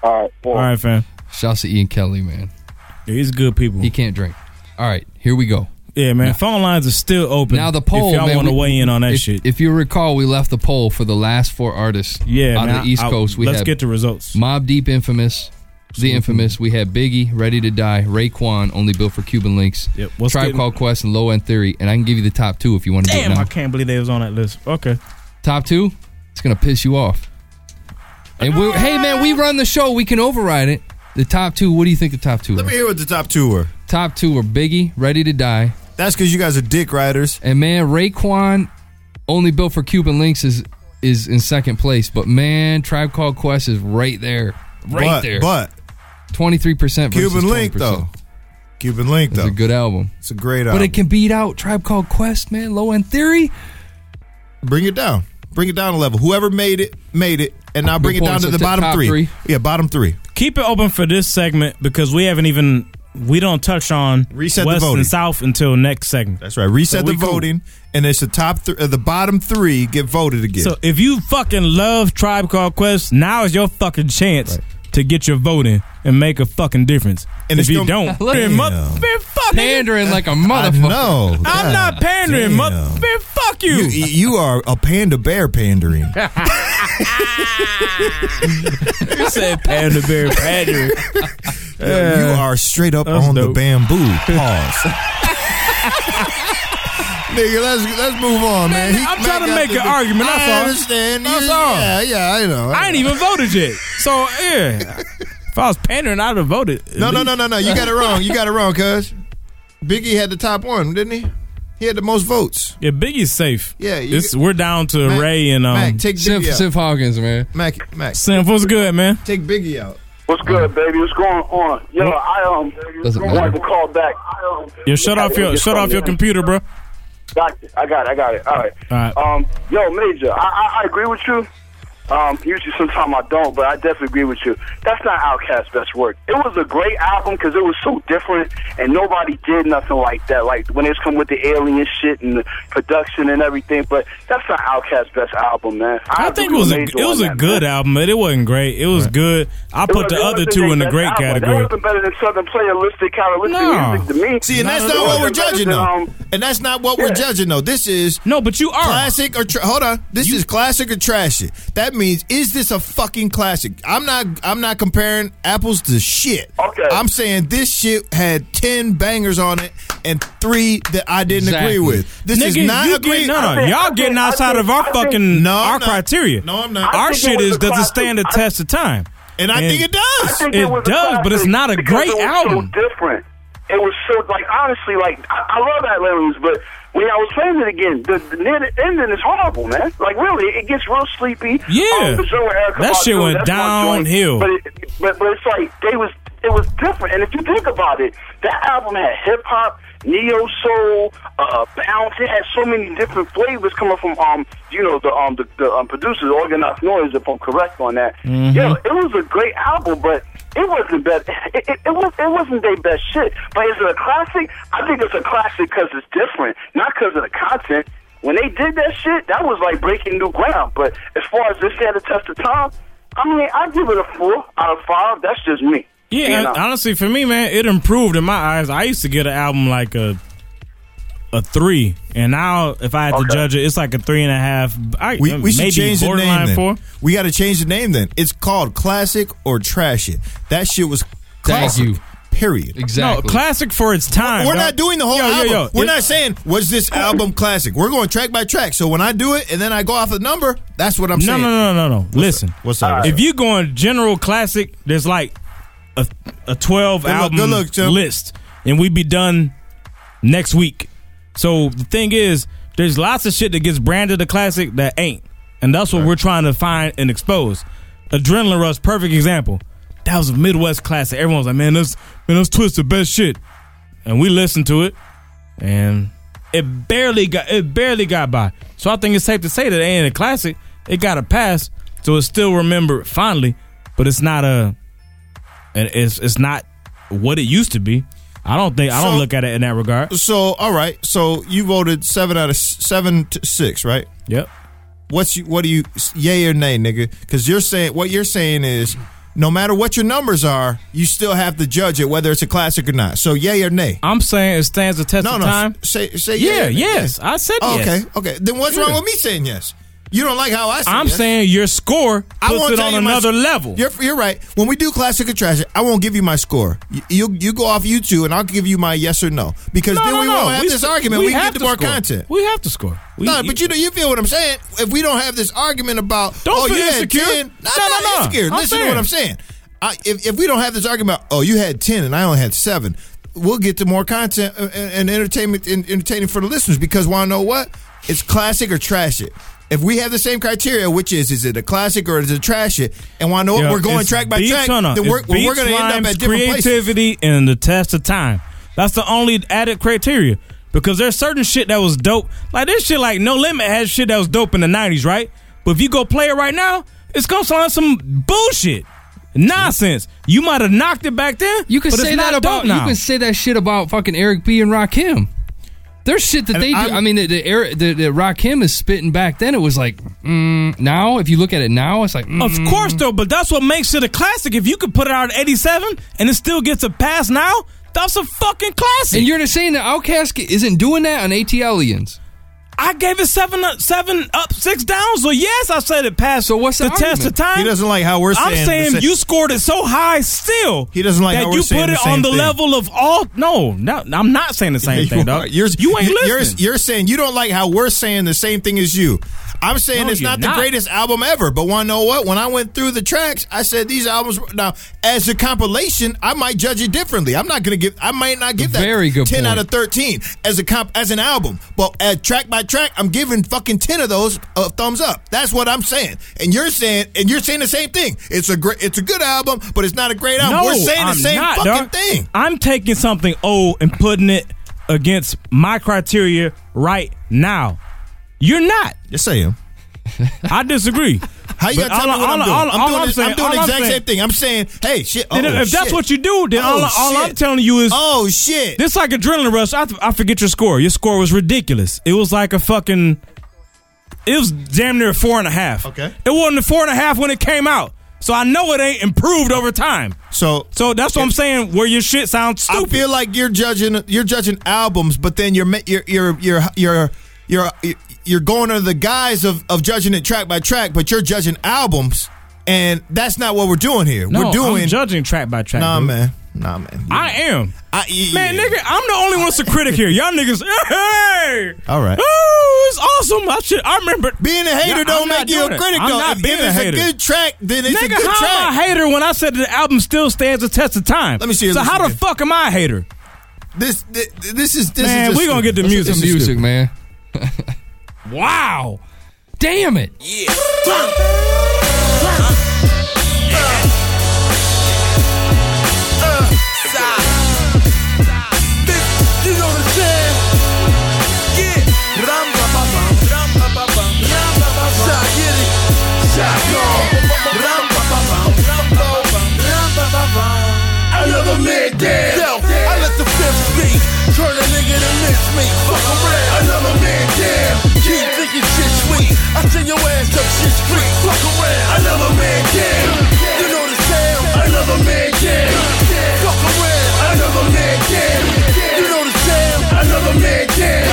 Speaker 25: All right,
Speaker 4: All right, fam.
Speaker 6: Shouts to Ian Kelly, man.
Speaker 4: he's good people.
Speaker 6: He can't drink. All right, here we go.
Speaker 4: Yeah, man. Phone lines are still open.
Speaker 6: Now the poll.
Speaker 4: If y'all
Speaker 6: man,
Speaker 4: want to
Speaker 6: we-
Speaker 4: weigh in on that
Speaker 6: if-
Speaker 4: shit,
Speaker 6: If you recall, we left the poll for the last four artists.
Speaker 4: Yeah,
Speaker 6: out
Speaker 4: man,
Speaker 6: of the East
Speaker 4: I- I-
Speaker 6: Coast. we
Speaker 4: let's
Speaker 6: had
Speaker 4: get the results.
Speaker 6: Mob Deep, Infamous, The infamous. We had Biggie, Ready to Die, Raekwon, only built for Cuban links. Yep.
Speaker 4: what's
Speaker 6: Tribe
Speaker 4: getting-
Speaker 6: Called Quest and Low End Theory, and I can give you the top two if you want to do it
Speaker 4: Damn,
Speaker 6: now.
Speaker 4: I can't believe they was on that list. Okay.
Speaker 6: Top two. It's gonna piss you off. And we hey man, we run the show. We can override it. The top two. What do you think the top two? Let me
Speaker 5: hear what the top two were.
Speaker 6: Top two were Biggie, Ready to Die.
Speaker 5: That's because you guys are dick riders.
Speaker 6: And man, Raekwon, only built for Cuban links is is in second place. But man, Tribe Called Quest is right there, right
Speaker 5: But-
Speaker 6: there.
Speaker 5: but-
Speaker 6: twenty three percent.
Speaker 5: Cuban Link though. Cuban Link though.
Speaker 6: It's a good album.
Speaker 5: It's a great album.
Speaker 6: But it can beat out Tribe Called Quest, man. Low End Theory.
Speaker 5: bring it down. Oh, Bring it down a level. Whoever made it made it, and now
Speaker 4: Good
Speaker 5: bring it down
Speaker 4: points.
Speaker 5: to
Speaker 4: The
Speaker 5: the
Speaker 4: t-
Speaker 5: bottom
Speaker 4: top
Speaker 5: three.
Speaker 4: three.
Speaker 5: Yeah, bottom three.
Speaker 4: Keep it open for this segment because we haven't even we don't touch on
Speaker 5: Reset the
Speaker 4: West
Speaker 5: voting.
Speaker 4: and South until next segment.
Speaker 5: That's right. Reset the voting, and it's the top three. Uh, the bottom three get voted again.
Speaker 4: So if you fucking love Tribe Called Quest, now is your fucking chance to get your vote in and make a fucking difference.
Speaker 5: And
Speaker 4: And
Speaker 5: it's
Speaker 4: if you
Speaker 5: gonna-
Speaker 4: don't, then
Speaker 5: Damn.
Speaker 4: mother- man, fuck
Speaker 6: pandering like a
Speaker 5: motherfucker. know.
Speaker 4: I'm not pandering, mother. Man, fuck you.
Speaker 5: You, you are a panda bear pandering.
Speaker 4: you said panda bear pandering.
Speaker 5: you are straight up on the bamboo. Pause. Nigga, let's let's move on, man. He
Speaker 4: I'm
Speaker 5: back
Speaker 4: trying to
Speaker 5: out
Speaker 4: make
Speaker 5: the-
Speaker 4: an argument. That's
Speaker 5: I
Speaker 4: all.
Speaker 5: understand.
Speaker 4: That's
Speaker 5: You-
Speaker 4: all.
Speaker 5: Yeah, yeah, I know.
Speaker 4: I ain't even voted yet. So yeah, if I was pandering, I'd have voted.
Speaker 5: No, no, no, no, no. You got it wrong. You got it wrong, cuz. Biggie had the top one, didn't he? He had the most votes.
Speaker 4: Yeah, Biggie's safe.
Speaker 5: Yeah, you-
Speaker 4: It's- we're down to
Speaker 5: Mac-
Speaker 4: Ray and um.
Speaker 5: Mac, take Biggie out.
Speaker 6: Hawkins, man.
Speaker 5: Mac, Mac.
Speaker 4: Simp, what's good, man?
Speaker 5: Take Biggie out.
Speaker 15: What's good, baby? What's going on? Yo, I um
Speaker 4: Doesn't
Speaker 15: wanted
Speaker 4: matter.
Speaker 15: to call back.
Speaker 4: Yo, shut off your shut off your computer, bro. All
Speaker 15: Doctor, I got it. I got it. All right.
Speaker 4: right.
Speaker 15: Um, yo, Major, I, I, I agree with you. Um, usually, sometimes I don't, but I definitely agree with you. That's not Outkast's best work. It was a great album because it was so different, and nobody did nothing like that. Like when it's come with the alien shit and the production and everything, but that's not Outkast's best album, man.
Speaker 4: I
Speaker 15: agree
Speaker 4: think it was
Speaker 15: with
Speaker 4: a,
Speaker 15: Major
Speaker 4: it was
Speaker 15: on
Speaker 4: a
Speaker 15: that,
Speaker 4: good
Speaker 15: man.
Speaker 4: album, but it wasn't great. It was good. I
Speaker 15: It
Speaker 4: put
Speaker 15: was-
Speaker 4: the
Speaker 15: it
Speaker 4: other
Speaker 15: wasn't
Speaker 4: two in the
Speaker 15: best
Speaker 4: great
Speaker 15: album.
Speaker 4: category.
Speaker 15: That wasn't better than Southern Playalistic Calilistic
Speaker 4: No.
Speaker 15: music to me.
Speaker 5: See, and that's
Speaker 15: It
Speaker 5: not what
Speaker 15: wasn't
Speaker 5: we're
Speaker 15: better
Speaker 5: judging
Speaker 15: than,
Speaker 5: though.
Speaker 15: um,
Speaker 5: And that's not what we're
Speaker 15: yeah.
Speaker 5: judging though. This is
Speaker 4: No, but you are
Speaker 5: classic or tra- hold on. This is classic or trash it. That means is this a fucking classic? I'm not I'm not comparing apples to shit. Okay. I'm saying this shit had 10 bangers on it and 3 that I didn't
Speaker 4: Exactly.
Speaker 5: agree with. This
Speaker 4: Nigga,
Speaker 5: is not
Speaker 4: you
Speaker 5: agree-
Speaker 4: get- no, no, I think- y'all I think- getting outside I think- of our I think- fucking-
Speaker 5: No, I'm
Speaker 4: our
Speaker 5: not.
Speaker 4: criteria.
Speaker 5: No, I'm not.
Speaker 4: Our I think it shit was is, a does it classic. stand the I- test of time?
Speaker 5: And I
Speaker 4: And-
Speaker 5: think it does.
Speaker 15: I think
Speaker 4: It
Speaker 15: was a
Speaker 4: does, but it's
Speaker 15: classic
Speaker 4: not a
Speaker 15: because
Speaker 4: great
Speaker 15: it was
Speaker 4: album.
Speaker 15: So different. It was so like honestly, like I, I love Atlantis, but when I was playing it again, the, the near the ending is horrible, man. Like really, it gets real sleepy.
Speaker 4: Yeah.
Speaker 15: Um, the Joe and Erica
Speaker 4: That
Speaker 15: Badu,
Speaker 4: shit went
Speaker 15: that's my joint,
Speaker 4: downhill.
Speaker 15: But it, but but it's like they was it was different. And if you think about it, that album had hip hop, neo soul, uh, bounce. It had so many different flavors coming from um you know the um the, the um, producers, Organized Noise, if I'm correct on that.
Speaker 5: Mm-hmm.
Speaker 11: Mhm.
Speaker 15: Yeah, it was a great album, but. It wasn't best. It, it, it was. It wasn't their best shit. But is it a classic? I think it's a classic because it's different, not because of the content. When they did that shit, that was like breaking new ground. But as far as this had a test of time, I mean, I give it a four out of five. That's just me.
Speaker 4: Yeah,
Speaker 15: You
Speaker 4: and
Speaker 15: know?
Speaker 4: honestly, for me, man, it improved in my eyes. I used to get an album like a a three, and now if I had to judge it, it's like a three and a half. I, um,
Speaker 5: we, we should
Speaker 4: maybe
Speaker 5: change the
Speaker 4: borderline
Speaker 5: name. Then.
Speaker 4: four.
Speaker 5: We got to change the name then. It's called Classic or Trash It. That shit was classic.
Speaker 4: you.
Speaker 5: Period.
Speaker 4: No, classic for its time.
Speaker 5: We're
Speaker 4: dog.
Speaker 5: not doing the whole
Speaker 4: Yo, yo,
Speaker 5: album.
Speaker 4: yo,
Speaker 5: We're
Speaker 4: it-
Speaker 5: not saying was this album classic. We're going track by track. So when I do it and then I go off a number, that's what I'm
Speaker 4: no,
Speaker 5: saying.
Speaker 4: No, no, no, no, no. Listen,
Speaker 5: what's up? What's
Speaker 4: if
Speaker 5: up?
Speaker 4: you going general classic, there's like a a twelve
Speaker 5: Good luck-
Speaker 4: album
Speaker 5: good luck, Tim.
Speaker 4: list, and we be done next week. So the thing is, there's lots of shit that gets branded a classic that ain't, and that's what we're trying to find and expose. Adrenaline Rush, perfect example. That was a Midwest classic. Everyone was like, "Man, that's man, that's twisted best shit," and we listened to it, and it barely got it barely got by. So I think it's safe to say that it ain't a classic. It got a pass, so it's still remembered fondly, but it's not a and it's it's not what it used to be. I don't think I don't
Speaker 5: So-
Speaker 4: look at it in that regard.
Speaker 5: So all right. So you voted seven out of s- seven to six, right?
Speaker 4: Yep.
Speaker 5: What's you, what do you yay or nay, nigga? Because you're saying what you're saying is no matter what your numbers are, you still have to judge it whether it's a classic or not. So yay or nay?
Speaker 4: I'm saying it stands the test
Speaker 5: no,
Speaker 4: of
Speaker 5: no,
Speaker 4: time.
Speaker 5: Say say
Speaker 4: Yeah,
Speaker 5: yay or nay.
Speaker 4: yes. I said
Speaker 5: Oh,
Speaker 4: yes.
Speaker 5: Okay, okay. Then what's
Speaker 4: Yeah.
Speaker 5: wrong with me saying yes? You don't like how I. Say
Speaker 4: I'm
Speaker 5: this.
Speaker 4: saying your score
Speaker 5: I
Speaker 4: puts
Speaker 5: won't
Speaker 4: it
Speaker 5: tell
Speaker 4: on
Speaker 5: you my
Speaker 4: another
Speaker 5: sc-
Speaker 4: level.
Speaker 5: You're, you're right. When we do classic or trash, I won't give you my score. You you, you go off YouTube, and I'll give you my yes or no because
Speaker 4: No,
Speaker 5: then
Speaker 4: no,
Speaker 5: we
Speaker 4: no.
Speaker 5: won't have
Speaker 4: We
Speaker 5: this
Speaker 4: st-
Speaker 5: argument.
Speaker 4: we
Speaker 5: We, can
Speaker 4: have
Speaker 5: get to
Speaker 4: to
Speaker 5: more
Speaker 4: score.
Speaker 5: content.
Speaker 4: We have to score. We-
Speaker 5: no, but you know, you feel what I'm saying. If we don't have this argument about
Speaker 4: Don't
Speaker 5: oh
Speaker 4: feel
Speaker 5: you had
Speaker 4: insecure.
Speaker 5: ten, no,
Speaker 4: No,
Speaker 5: no,
Speaker 4: no, no.
Speaker 5: insecure.
Speaker 4: I'm
Speaker 5: Listen to
Speaker 4: saying.
Speaker 5: what I'm saying. I, if if we don't have this argument, about, oh you had ten and I only had seven, we'll get to more content and, and entertainment and entertaining for the listeners because want to know what? It's classic or trash it. If we have the same criteria, which is is it a classic or is it trash it, and want to know what?
Speaker 4: Yeah,
Speaker 5: we're going
Speaker 4: it's
Speaker 5: track by
Speaker 4: Beats-
Speaker 5: track.
Speaker 4: no, no,
Speaker 5: then
Speaker 4: it's
Speaker 5: we're, we're
Speaker 4: Beats,
Speaker 5: going to end
Speaker 4: rhymes,
Speaker 5: up at different places.
Speaker 4: creativity and the test of time. That's the only added criteria because there's certain shit that was dope. Like this shit, like No Limit has shit that was dope in the '90s, right? But if you go play it right now, it's gonna sound like some bullshit, nonsense. You might have knocked it back then.
Speaker 6: You can
Speaker 4: but
Speaker 6: say
Speaker 4: it's
Speaker 6: that
Speaker 4: not
Speaker 6: about
Speaker 4: dope now.
Speaker 6: you can say that shit about fucking Eric B and Rakim. There's shit that
Speaker 4: And
Speaker 6: they do.
Speaker 4: I'm-
Speaker 6: I mean, the, the, Eric- the, the Rakim is spitting back then. It was like mm, now, if you look at it now, it's like
Speaker 4: Of
Speaker 6: mm.
Speaker 4: course, though, but that's what makes it a classic. If you could put it out at 87 and it still gets a pass now, that's a fucking classic.
Speaker 6: And you're just saying that Outkast isn't doing that on AT Aliens.
Speaker 4: I gave it seven, up, seven up, six down. So yes, I said it passed. So what's the,
Speaker 5: the
Speaker 4: test of
Speaker 5: argument?
Speaker 4: time?
Speaker 5: He doesn't like how we're
Speaker 4: I'm
Speaker 5: saying the
Speaker 4: saying
Speaker 5: same-
Speaker 4: you scored it so high still.
Speaker 5: He doesn't like
Speaker 4: that
Speaker 5: how we're
Speaker 4: you
Speaker 5: saying
Speaker 4: put
Speaker 5: the
Speaker 4: it
Speaker 5: same
Speaker 4: on the
Speaker 5: thing.
Speaker 4: level of all. No, no, I'm not saying the same
Speaker 5: Yeah,
Speaker 4: thing,
Speaker 5: you are.
Speaker 4: dog.
Speaker 5: You're,
Speaker 4: you ain't
Speaker 5: you're,
Speaker 4: listening.
Speaker 5: You're, saying you don't like how we're saying the same thing as you. I'm saying
Speaker 4: No,
Speaker 5: it's
Speaker 4: you're
Speaker 5: not,
Speaker 4: not.
Speaker 5: the greatest album ever, but want to know what? When I went through the tracks, I said these albums. were- Now, as a compilation, I might judge it differently. I'm not gonna give. I might not give that
Speaker 6: Very good
Speaker 5: ten out
Speaker 6: point.
Speaker 5: of thirteen as a comp as an album. But at track by track, I'm giving fucking ten of those a thumbs up. That's what I'm saying. And you're saying, and you're saying the same thing. It's a great. It's a good album, but it's not a great album.
Speaker 4: No,
Speaker 5: we're saying
Speaker 4: I'm
Speaker 5: the same
Speaker 4: not,
Speaker 5: fucking
Speaker 4: dog.
Speaker 5: thing.
Speaker 4: I'm taking something old and putting it against my criteria right now. You're not.
Speaker 5: Yes, I am.
Speaker 4: I disagree.
Speaker 5: How you
Speaker 4: But
Speaker 5: gotta tell
Speaker 4: all-
Speaker 5: me what I'm
Speaker 4: all-
Speaker 5: doing?
Speaker 4: all-
Speaker 5: I'm
Speaker 4: all
Speaker 5: doing, this- I'm doing
Speaker 4: all
Speaker 5: the
Speaker 4: I'm
Speaker 5: exact
Speaker 4: saying-
Speaker 5: same thing. I'm saying, hey, shit.
Speaker 4: Then
Speaker 5: oh,
Speaker 4: if that's
Speaker 5: shit.
Speaker 4: what you do, then all,
Speaker 5: Oh,
Speaker 4: all I'm
Speaker 5: shit.
Speaker 4: telling you is,
Speaker 5: oh shit,
Speaker 4: this like adrenaline rush. I, I forget your score. Your score was ridiculous. It was like a fucking, it was damn near four and a half.
Speaker 5: Okay.
Speaker 4: it wasn't a four and a half when it came out. So I know it ain't improved over time.
Speaker 5: So
Speaker 4: so that's what I'm saying. Where your shit sounds
Speaker 5: I
Speaker 4: stupid.
Speaker 5: feel like you're judging you're judging albums, but then you're ma- you're you're you're you're you're, you're going under the guise of, of judging it track by track, but you're judging albums, and that's not what we're doing here.
Speaker 4: No,
Speaker 5: we're doing
Speaker 4: I'm judging track by track.
Speaker 5: nah,
Speaker 4: bro.
Speaker 5: man, nah, man.
Speaker 4: I am.
Speaker 5: I,
Speaker 4: Man, nigga, I'm the only one that's a critic here. Y'all niggas, hey!
Speaker 5: All right.
Speaker 4: Ooh, it's awesome. I, should, I remember.
Speaker 5: Being a hater
Speaker 4: Yeah,
Speaker 5: don't
Speaker 4: I'm
Speaker 5: make
Speaker 4: not
Speaker 5: you
Speaker 4: doing
Speaker 5: a
Speaker 4: it.
Speaker 5: critic.
Speaker 4: I'm
Speaker 5: though.
Speaker 4: not
Speaker 5: If-
Speaker 4: being
Speaker 5: if
Speaker 4: a
Speaker 5: it's
Speaker 4: hater.
Speaker 5: a good track, then it's
Speaker 4: Nigga,
Speaker 5: a good
Speaker 4: how
Speaker 5: track.
Speaker 4: am I a hater when I said that the album still stands the test of time? Let me
Speaker 5: see your
Speaker 4: So
Speaker 5: list
Speaker 4: how the
Speaker 5: again.
Speaker 4: fuck am I a hater?
Speaker 5: This, this this is this
Speaker 4: Man,
Speaker 5: is just
Speaker 4: we gonna get the
Speaker 5: stupid.
Speaker 4: music.
Speaker 5: This is
Speaker 6: music,
Speaker 5: stupid.
Speaker 6: man.
Speaker 4: Wow.
Speaker 6: Damn it.
Speaker 7: You know the jam. Yeah. Ram ba ba bam. Ram ba ba bam. Ram ba ba bam. Shot get it. Shot go. Ram ba ba bam. Ram ba ba bam. Ram ba ba bam. I love a man down. Yo, I let the fifth speak. Turn a nigga to miss me. Fuck around. I love a man down. Keep thinking shit sweet. I send your ass up shit street. Fuck around. I love a man down. You know the sound. I love a man down. Fuck around. I love a man down. You know the sound. I love a man down.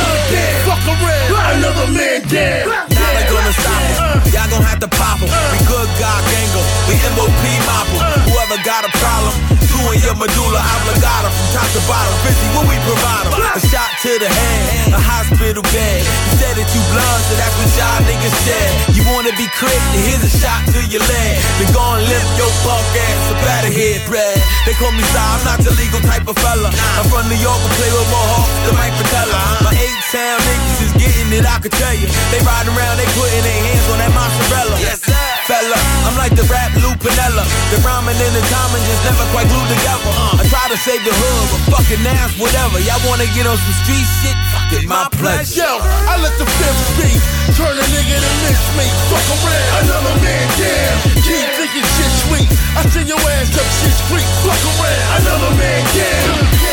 Speaker 7: Fuck around. I love a man down.
Speaker 8: Y'all ain't gonna stop
Speaker 7: Uh.
Speaker 8: us. Y'all gonna have to pop 'em. We good God gangle. We MOP mop
Speaker 7: Uh.
Speaker 8: 'em. Whoever got a problem, doing your medulla oblongata from top to bottom. Busy what we provide 'em. A shot to the hand, a hospital bed. You said that you blind, so that's what y'all niggas said. You wanna be quick, then here's a shot to your leg. Then go and lift your punk ass up out of here, Brad. They call me Sy, I'm not the legal type of fella. I'm from New York, I play with more hawks than Mike Patella. My eight town niggas is getting it, I could tell you. They riding around, they putting their hands on that mozzarella. Yes, sir. Fella, I'm like the rap Lou Pinella. The rhyming and the timing just never quite glued together. I try to save the hood, but fucking ass, whatever. Y'all wanna get on some street shit? Fuck it, my pleasure.
Speaker 7: Yo, I let the fifth speak. Turn a nigga to miss me. Fuck around, another man down. Keep thinking shit sweet. I send your ass up shit street. Fuck around, another man down.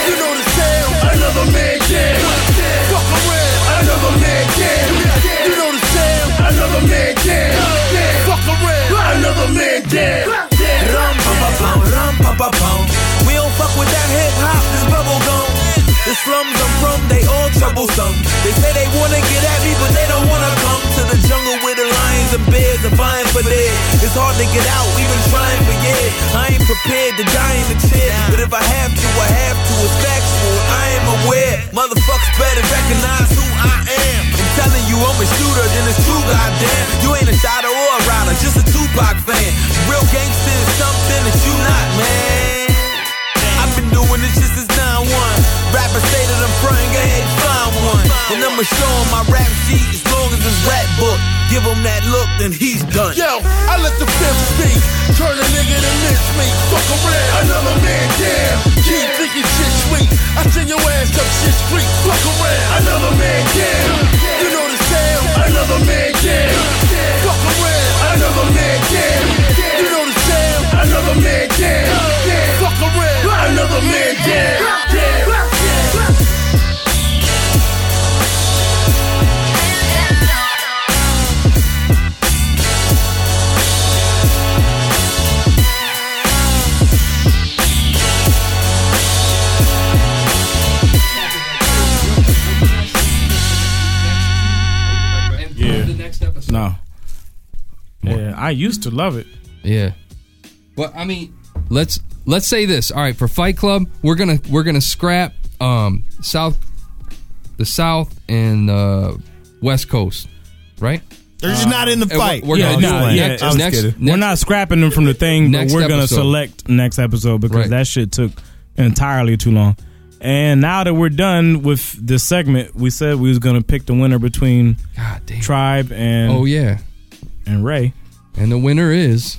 Speaker 7: You know the sound, another man down. Fuck around, another man down. You know the sound, another man down. Fuck around, another man down.
Speaker 8: Rum pa pa pum, rum pa pa pum. We don't fuck with that hip hop, this bubble gum. The slums I'm from, they all troublesome. They say they wanna get at me, but they don't wanna come to the
Speaker 11: jungle with the lions and bears and vying for theirs. It's hard to get out, we've been trying for years. I ain't prepared to die in the chair, but if I have to, I have to. It's factual, I am aware. Motherfuckers better recognize who I am. I'm telling you, I'm a shooter, then it's true, goddamn. You ain't a shadow or a rider, just a Tupac fan. Real gangster is something that you not, man. I've been doing this just since 9-1 Rappers say that I'm frontin', go ahead and find one And I'ma show 'em my rap sheet as long as it's rap book Give him that look, then he's done
Speaker 1: Yo, I let the fifth speak. Turn a nigga to miss me. Fuck around, another man down. Keep thinking shit sweet. I send your ass up shit street. Fuck around, another man down. You know the sound, another man down. Fuck around, another man down. You know the sound, another man down. Fuck around, another man down. Yeah.
Speaker 4: Yeah. No. Yeah, I used to love it.
Speaker 6: Yeah. But I mean, let's let's say this. All right, for Fight Club, we're gonna we're gonna scrap um South, the South and uh, West Coast, right? Um,
Speaker 5: They're just not in the
Speaker 6: Uh, and we're-
Speaker 5: fight.
Speaker 6: We're,
Speaker 5: Yeah,
Speaker 6: gonna
Speaker 5: no,
Speaker 6: do
Speaker 5: yeah,
Speaker 6: next,
Speaker 5: I'm just
Speaker 6: next,
Speaker 5: kidding.
Speaker 4: we're not scrapping them from the thing, but
Speaker 6: Next
Speaker 4: we're gonna
Speaker 6: episode.
Speaker 4: select next episode because
Speaker 6: Right.
Speaker 4: that shit took entirely too long. And now that we're done with this segment, we said we was gonna pick the winner between Tribe and
Speaker 6: Oh yeah,
Speaker 4: and Ray.
Speaker 6: And the winner is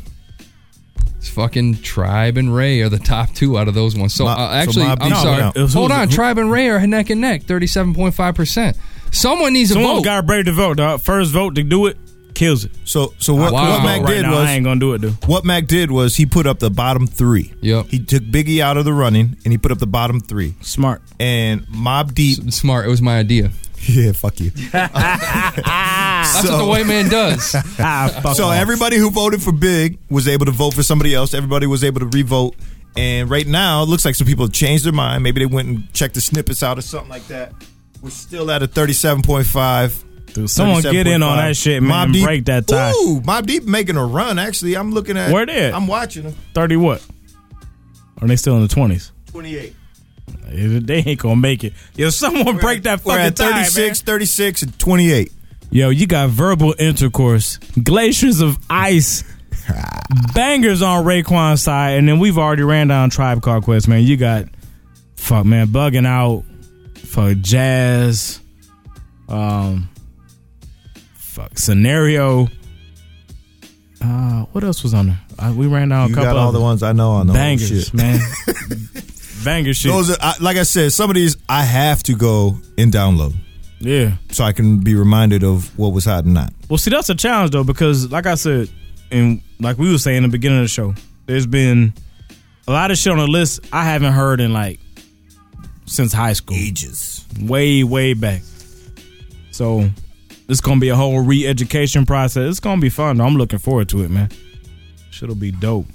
Speaker 6: it's fucking Tribe and Ray are the top two out of those ones. So
Speaker 4: My-
Speaker 6: uh,
Speaker 4: so
Speaker 6: actually,
Speaker 4: my
Speaker 6: I'm
Speaker 4: beat-
Speaker 6: sorry.
Speaker 4: No, it was-
Speaker 6: Hold
Speaker 4: who-
Speaker 6: on,
Speaker 4: who-
Speaker 6: Tribe and Ray are neck and neck, thirty-seven point five percent. Someone needs a
Speaker 4: Someone
Speaker 6: vote.
Speaker 4: got ready to vote. Dog. First vote to do it kills it.
Speaker 5: So so what, what Mac did was
Speaker 4: I ain't gonna do it. Dude.
Speaker 5: What Mac did was he put up the bottom three.
Speaker 6: Yep.
Speaker 5: He took Biggie out of the running and he put up the bottom three.
Speaker 4: Smart.
Speaker 5: And Mob Deep.
Speaker 6: Smart. It was my idea.
Speaker 5: Yeah. Fuck you.
Speaker 6: That's what the white man does. fuck
Speaker 5: so
Speaker 6: off.
Speaker 5: everybody who voted for Big was able to vote for somebody else. Everybody was able to re-vote. And right now, it looks like some people have changed their mind. Maybe they went and checked the snippets out or something like that. We're still at a thirty-seven point five.
Speaker 4: Someone get in on that shit, man, and break that tie.
Speaker 5: Ooh, Mob Deep making a run. Actually, I'm looking at
Speaker 4: Where they at?
Speaker 5: I'm watching them.
Speaker 4: Thirty what? Are they still in the twenties?
Speaker 5: Twenty-eight.
Speaker 4: They ain't gonna make it. Yo, someone break that
Speaker 5: We're
Speaker 4: fucking
Speaker 5: at
Speaker 4: tie, man.
Speaker 5: 36, 36, and 28.
Speaker 4: Yo, you got verbal intercourse, glaciers of ice, bangers on Raekwon's side, and then we've already ran down Tribe Called Quest, man. You got fuck, man, bugging out, fuck jazz, um, fuck scenario. Uh, what else was on there? Uh, we ran down
Speaker 5: You
Speaker 4: a couple.
Speaker 5: got all
Speaker 4: of
Speaker 5: the ones I know on the whole
Speaker 4: bangers,
Speaker 5: shit.
Speaker 4: man. Banger shit.
Speaker 5: Those are, I, like I said, some of these I have to go and download.
Speaker 4: Yeah.
Speaker 5: So I can be reminded of what was hot and not.
Speaker 4: Well, see, that's a challenge though, because like I said, and like we were saying in the beginning of the show, there's been a lot of shit on the list I haven't heard in like since high school,
Speaker 5: ages,
Speaker 4: way, way back. So it's gonna be a whole re-education process. It's gonna be fun. though. I'm looking forward to it, man. Shit'll be dope.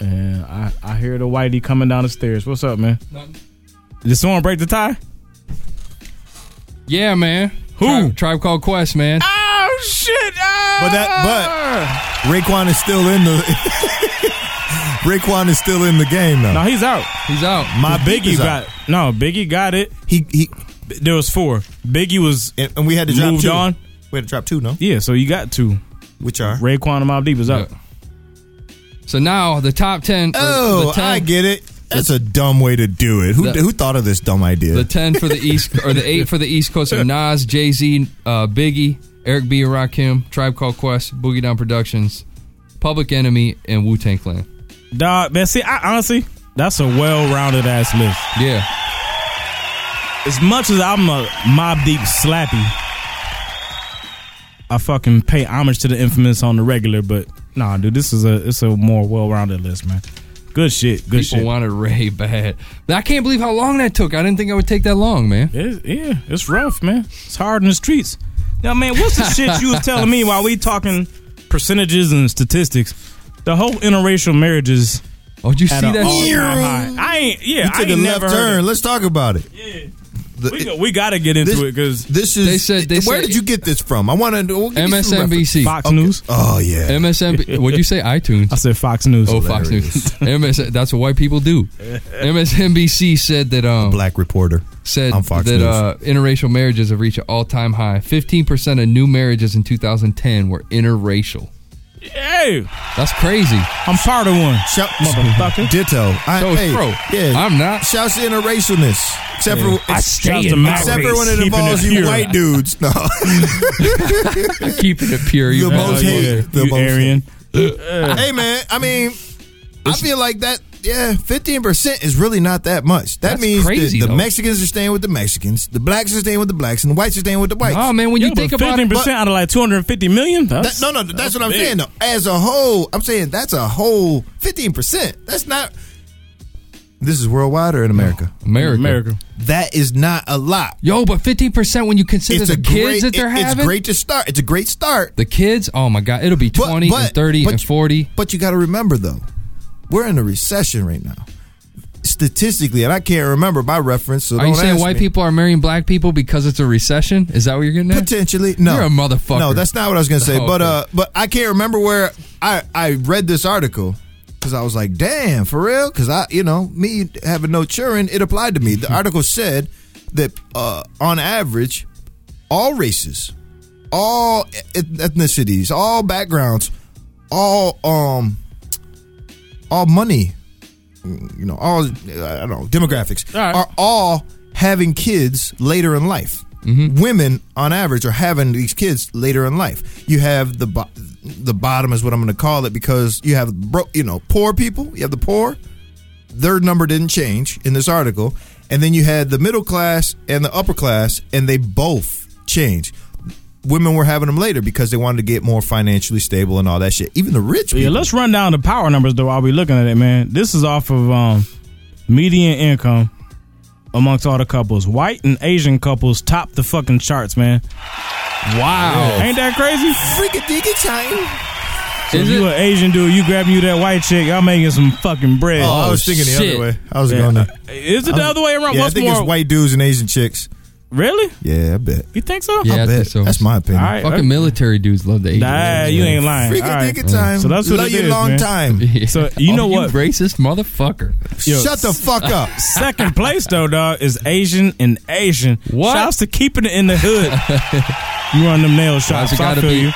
Speaker 4: And I, I hear the whitey coming down the stairs. What's up, man?
Speaker 6: Nothing.
Speaker 4: Did someone break the tie?
Speaker 6: Yeah, man. Who? Tribe, Tribe Called Quest, man.
Speaker 4: Oh shit!
Speaker 5: But that, but Raekwon is still in the. Raekwon is still in the game though.
Speaker 4: No, he's out.
Speaker 6: He's out.
Speaker 4: My
Speaker 5: Deep
Speaker 4: Biggie
Speaker 5: is
Speaker 4: got
Speaker 5: out.
Speaker 4: no. Biggie got it.
Speaker 5: He he.
Speaker 4: There was four. Biggie was
Speaker 5: and, and we had to drop
Speaker 4: moved
Speaker 5: two.
Speaker 4: on.
Speaker 5: We had to drop two. No.
Speaker 4: Yeah, so you got two,
Speaker 5: which are
Speaker 4: Raekwon and Mob Deep is out.
Speaker 6: So now the top ten. the-
Speaker 5: Oh,
Speaker 6: the 10
Speaker 5: I get it. That's a dumb way to do it. Who
Speaker 6: The-
Speaker 5: who thought of this dumb idea?
Speaker 6: The ten for the East or the eight for the East Coast are Nas, Jay Z, uh, Biggie, Eric B, and Rakim, Tribe Called Quest, Boogie Down Productions, Public Enemy, and Wu Tang Clan.
Speaker 4: Dog, man. See, I, honestly, that's a well-rounded ass list.
Speaker 6: Yeah.
Speaker 4: As much as I'm a Mob Deep slappy, I fucking pay homage to the infamous on the regular. But nah, dude, this is a it's a more well-rounded list, man. Good shit. Good
Speaker 6: People
Speaker 4: shit.
Speaker 6: wanted Ray bad. I can't believe how long that took. I didn't think it would take that long, man.
Speaker 4: yeah, it's rough, man. It's hard in the streets. Now, man, what's the shit you was telling me while we talking percentages and statistics? The whole interracial marriages.
Speaker 6: Oh, did
Speaker 5: you see that shit?
Speaker 4: I ain't. Yeah,
Speaker 5: You took
Speaker 4: I
Speaker 5: a
Speaker 4: ain't
Speaker 5: left
Speaker 4: never heard
Speaker 5: turn.
Speaker 4: it.
Speaker 5: Let's talk about it. the
Speaker 4: we, go- we got to get into
Speaker 5: this-
Speaker 4: it because
Speaker 5: this is.
Speaker 4: They said- they
Speaker 5: where
Speaker 4: said-
Speaker 5: did you get this from? I want to.
Speaker 6: MSNBC. Fox News?
Speaker 5: Oh yeah.
Speaker 6: MSNB. What'd you say? iTunes. I
Speaker 4: said Fox News.
Speaker 6: Oh, Fox News. MS. That's what white people do. MSNBC said that. Um,
Speaker 5: black reporter
Speaker 6: said
Speaker 5: on Fox
Speaker 6: that
Speaker 5: News.
Speaker 6: Uh, interracial marriages have reached an all-time high. Fifteen percent of new marriages in 2010 were interracial.
Speaker 4: Hey,
Speaker 6: that's crazy.
Speaker 4: I'm part of one.
Speaker 5: Shut motherfucker. Ditto. I,
Speaker 6: So is
Speaker 5: hey,
Speaker 6: Fro.
Speaker 5: Yeah.
Speaker 6: I'm not.
Speaker 5: Shouts to interracialness. Except
Speaker 6: Yeah.
Speaker 5: for
Speaker 6: I stay
Speaker 5: shouts
Speaker 6: in
Speaker 5: to
Speaker 6: my
Speaker 5: Matt except
Speaker 6: race,
Speaker 5: for when it
Speaker 6: keeping
Speaker 5: involves
Speaker 6: it
Speaker 5: you
Speaker 6: pure.
Speaker 5: white dudes. No.
Speaker 6: Keeping it pure.
Speaker 5: The
Speaker 6: you
Speaker 5: most
Speaker 6: motherfucker.
Speaker 5: hate. The
Speaker 6: You
Speaker 5: most hate.
Speaker 6: Aryan.
Speaker 5: hey man, I mean, I feel like that. Yeah, fifteen percent is really not that much. That
Speaker 6: That's
Speaker 5: means
Speaker 6: crazy,
Speaker 5: the, the
Speaker 6: though.
Speaker 5: Mexicans are staying with the Mexicans, the blacks are staying with the blacks, and the whites are staying with the whites.
Speaker 6: Oh man, when you think about
Speaker 4: fifteen percent out of like two hundred and fifty million. That's,
Speaker 5: That- no, no, that's, what I'm
Speaker 4: big.
Speaker 5: saying. Though, as a whole, I'm saying that's a whole fifteen percent. That's not. This is worldwide or in America?
Speaker 6: America. America.
Speaker 5: That is not a lot.
Speaker 6: Yo, but fifteen percent when you consider the kids
Speaker 5: great,
Speaker 6: that they're
Speaker 5: it-
Speaker 6: having.
Speaker 5: It's great to start. It's a great start.
Speaker 6: The kids. Oh my god, it'll be twenty and thirty and
Speaker 5: you-
Speaker 6: forty.
Speaker 5: But you got to remember though, we're in a recession right now. Statistically, and I can't remember by reference. So
Speaker 6: Are you
Speaker 5: don't
Speaker 6: saying
Speaker 5: ask
Speaker 6: white
Speaker 5: me.
Speaker 6: people are marrying black people because it's a recession? Is that what you're getting at?
Speaker 5: Potentially, no.
Speaker 6: You're a motherfucker.
Speaker 5: No, that's not what I was gonna say.
Speaker 6: Oh,
Speaker 5: but
Speaker 6: okay.
Speaker 5: uh, but I can't remember where I I read this article because I was like, damn, for real? Because I, you know, me having no children, it applied to me. The article said that uh, on average, all races, all eth- ethnicities, all backgrounds, all um, all money, you know, all uh, I don't know demographics are all having kids later in life.
Speaker 4: Mm-hmm.
Speaker 5: Women, on average, are having these kids later in life. You have the bo- the bottom is what I'm going to call it because you have bro- you know poor people. You have the poor. Their number didn't change in this article, and then you had the middle class and the upper class, and they both changed. Women were having them later because they wanted to get more financially stable and all that shit. Even the rich people.
Speaker 4: Yeah, let's run down the power numbers though while we looking at it, man. This is off of um, median income amongst all the couples. White and Asian couples top the fucking charts, man.
Speaker 6: Wow.
Speaker 4: Ain't that crazy?
Speaker 5: Freaking diggy time.
Speaker 4: So if you an Asian dude, you grabbing you that white chick, y'all making some fucking bread.
Speaker 5: Oh, I was thinking the other way. I was going to-
Speaker 4: Is it the
Speaker 5: I-
Speaker 4: other way around?
Speaker 5: Yeah,
Speaker 4: What's
Speaker 5: I think
Speaker 4: more?
Speaker 5: it's white dudes and Asian chicks.
Speaker 4: Really?
Speaker 5: Yeah, I bet.
Speaker 4: You think so?
Speaker 5: I, bet. That's my opinion.
Speaker 4: All right,
Speaker 6: Fucking
Speaker 4: okay.
Speaker 6: military dudes love the Asian.
Speaker 4: Nah, you ain't lying. All right. So that's what it is, man. So you know what?
Speaker 6: racist motherfucker.
Speaker 4: Yo, Second place though, dog, is Asian and Asian. What? Shouts to keeping it in the hood. you run them nail shops.
Speaker 6: it
Speaker 4: I
Speaker 6: gotta
Speaker 4: feel
Speaker 6: be-
Speaker 4: you.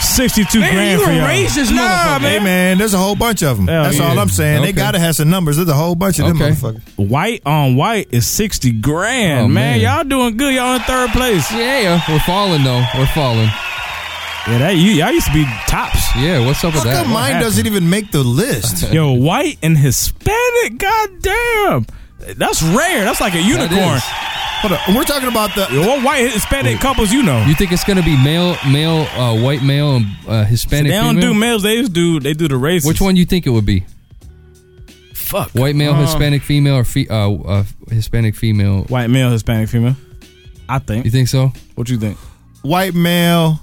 Speaker 4: Sixty-two
Speaker 5: Man,
Speaker 4: grand
Speaker 5: you
Speaker 4: for
Speaker 5: a
Speaker 4: y'all.
Speaker 5: racist
Speaker 4: nah,
Speaker 5: motherfucker. Hey, man, there's a whole bunch of them. That's all I'm saying. They gotta have some numbers. There's a whole bunch of them motherfuckers.
Speaker 4: White on white is sixty grand,
Speaker 6: Oh,
Speaker 4: man.
Speaker 6: man.
Speaker 4: Y'all doing good. Y'all in third place.
Speaker 6: Yeah, we're falling though. We're falling.
Speaker 4: Yeah, that you y'all used to be tops.
Speaker 6: Yeah, what's up with that? What happened?
Speaker 5: even make the list?
Speaker 4: Yo, white and Hispanic. Goddamn, that's rare. That's like a unicorn.
Speaker 6: is.
Speaker 5: Hold on, we're talking about the
Speaker 4: what white Hispanic couples you know.
Speaker 6: You think it's gonna be male, male, uh, white male, and uh, Hispanic?
Speaker 4: they don't
Speaker 6: female?
Speaker 4: do males. They just do they do the races.
Speaker 6: Which one you think it would be?
Speaker 4: Fuck.
Speaker 6: White male,
Speaker 4: Um,
Speaker 6: Hispanic female, or fe- uh, uh, Hispanic female?
Speaker 4: White male, Hispanic female. I think.
Speaker 6: You think so?
Speaker 4: What you think?
Speaker 5: White male.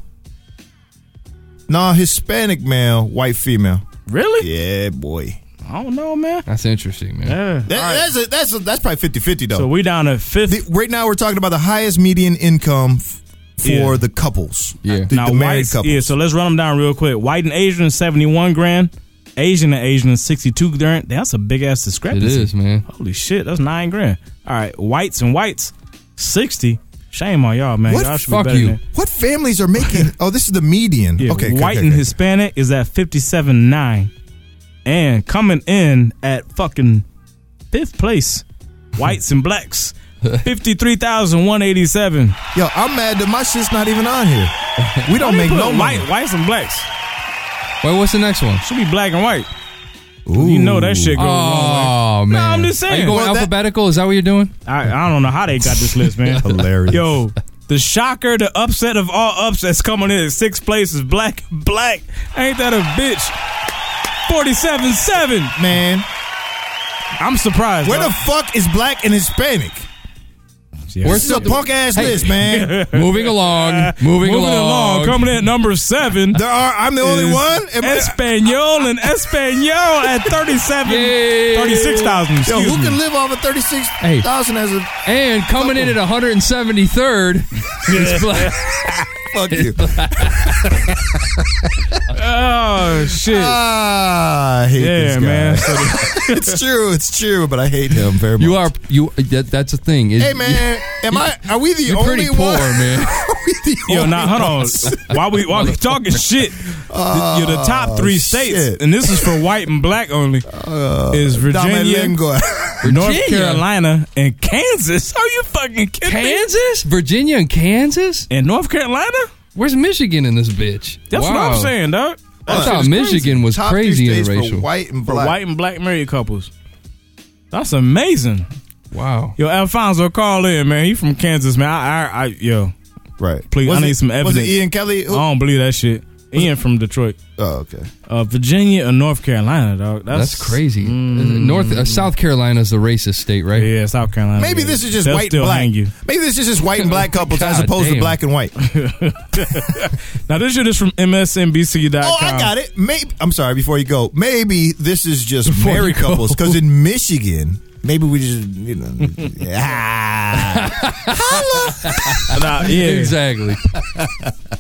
Speaker 5: Nah, Hispanic male, white female.
Speaker 4: Really?
Speaker 5: Yeah, boy.
Speaker 4: I don't know, man.
Speaker 6: That's interesting, man.
Speaker 4: Yeah.
Speaker 5: That, That's a, that's a, that's probably 50 50 though.
Speaker 4: So we down to fifth.
Speaker 5: The- right now, we're talking about the highest median income f- for
Speaker 4: Yeah.
Speaker 5: the couples.
Speaker 6: Yeah.
Speaker 5: The, the married
Speaker 4: whites-
Speaker 5: couple.
Speaker 4: Yeah, so let's run them down real quick. White and Asian, seventy-one grand. Asian and Asian, sixty-two grand. That's a big ass discrepancy.
Speaker 6: It is, man.
Speaker 4: Holy shit, that's nine grand. All right, whites and whites, sixty. Shame on y'all, man.
Speaker 5: What
Speaker 4: Y'all should
Speaker 5: fuck
Speaker 4: be better
Speaker 5: you.
Speaker 4: than-
Speaker 5: What families are making? oh, this is the median.
Speaker 4: Yeah,
Speaker 5: okay, okay,
Speaker 4: white
Speaker 5: okay,
Speaker 4: and
Speaker 5: okay.
Speaker 4: Hispanic is at fifty-seven nine, and coming in at fucking fifth place, whites and blacks, fifty-three thousand one eighty-seven.
Speaker 5: Yo, I'm mad that my shit's not even on here. We don't
Speaker 4: Why they
Speaker 5: make
Speaker 4: put
Speaker 5: no money.
Speaker 4: white, whites and blacks.
Speaker 6: Wait, what's the next one?
Speaker 4: Should be black and white.
Speaker 5: Ooh.
Speaker 4: You know that shit goes
Speaker 6: Oh man.
Speaker 4: No, I'm just
Speaker 6: Are
Speaker 4: saying.
Speaker 6: you going
Speaker 4: Well, that-
Speaker 6: alphabetical? Is that what you're doing?
Speaker 4: I, I don't know how they got this list, man.
Speaker 5: Hilarious.
Speaker 4: Yo, the shocker, the upset of all upsets coming in at sixth place is black, black. Ain't that a bitch? 47 7.
Speaker 5: Man.
Speaker 4: I'm surprised.
Speaker 5: Where
Speaker 4: dog.
Speaker 5: the fuck is black and Hispanic? Where's the punk ass
Speaker 6: Hey,
Speaker 5: list, man?
Speaker 6: moving along, moving, along.
Speaker 4: Coming in at number seven.
Speaker 5: There are. I'm the only
Speaker 4: is
Speaker 5: one? Am I-
Speaker 4: Espanol and Espanol at 37,
Speaker 6: Yay.
Speaker 4: 36,000.
Speaker 5: Yo,
Speaker 4: excuse
Speaker 5: who
Speaker 4: me.
Speaker 5: can live off of thirty six
Speaker 6: Hey.
Speaker 5: thousand as a
Speaker 6: And coming in at 173rd is Black.
Speaker 5: Fuck you.
Speaker 4: oh shit!
Speaker 5: Ah, I hate
Speaker 6: Yeah,
Speaker 5: this guy.
Speaker 6: man.
Speaker 5: it's true. It's true. But I hate him very much.
Speaker 6: You are you. That, that's the thing. Is,
Speaker 5: Hey man, am I? Are we the
Speaker 6: You're
Speaker 5: only
Speaker 6: pretty poor,
Speaker 5: one?
Speaker 6: man.
Speaker 4: Yo, nah, hold on. While we while we talking shit, the, you're the
Speaker 6: Ah,
Speaker 4: top three states, and this is for white and black only.
Speaker 6: Uh,
Speaker 4: is Virginia,
Speaker 5: Domingo.
Speaker 4: North
Speaker 6: Virginia?
Speaker 4: Carolina, and Kansas? Are you fucking kidding me?
Speaker 6: Kansas, Virginia, and Kansas,
Speaker 4: and North Carolina.
Speaker 6: Where's Michigan in this bitch?
Speaker 4: That's what
Speaker 6: Wow.
Speaker 4: I'm saying, dog.
Speaker 6: I
Speaker 4: That shit
Speaker 6: thought
Speaker 4: is crazy.
Speaker 6: Michigan was
Speaker 5: Top
Speaker 6: crazy
Speaker 5: three states for
Speaker 6: interracial.
Speaker 5: white and
Speaker 4: for
Speaker 5: black.
Speaker 4: white and black married couples. That's amazing.
Speaker 6: Wow.
Speaker 4: Yo, Alfonso, call in, man. He from Kansas, man. I, I, I yo,
Speaker 5: right.
Speaker 4: please,
Speaker 5: Was
Speaker 4: I need
Speaker 5: it-
Speaker 4: some
Speaker 5: was it
Speaker 4: evidence.
Speaker 5: Ian Kelly?
Speaker 4: I don't believe that shit. Ian from Detroit.
Speaker 5: Oh, okay.
Speaker 4: Uh, Virginia and North Carolina, dog. That's, Mm.
Speaker 6: That's, crazy. North uh, South Carolina's the racist state, right?
Speaker 4: Yeah, South Carolina.
Speaker 5: Maybe this is just
Speaker 4: They'll
Speaker 5: white and
Speaker 4: still
Speaker 5: black.
Speaker 4: hang you.
Speaker 5: Maybe this is just white and black couples as
Speaker 6: God
Speaker 5: opposed to
Speaker 6: damn.
Speaker 5: black and white.
Speaker 4: Now this shit is from MSNBC.com.
Speaker 5: Oh, I
Speaker 6: uh,
Speaker 5: got it. Maybe I'm sorry. Before you go, maybe this is just
Speaker 6: Before
Speaker 5: married
Speaker 6: you go.
Speaker 5: couples because in Michigan, maybe we just you know. ah.
Speaker 4: Nah, yeah.
Speaker 6: Exactly.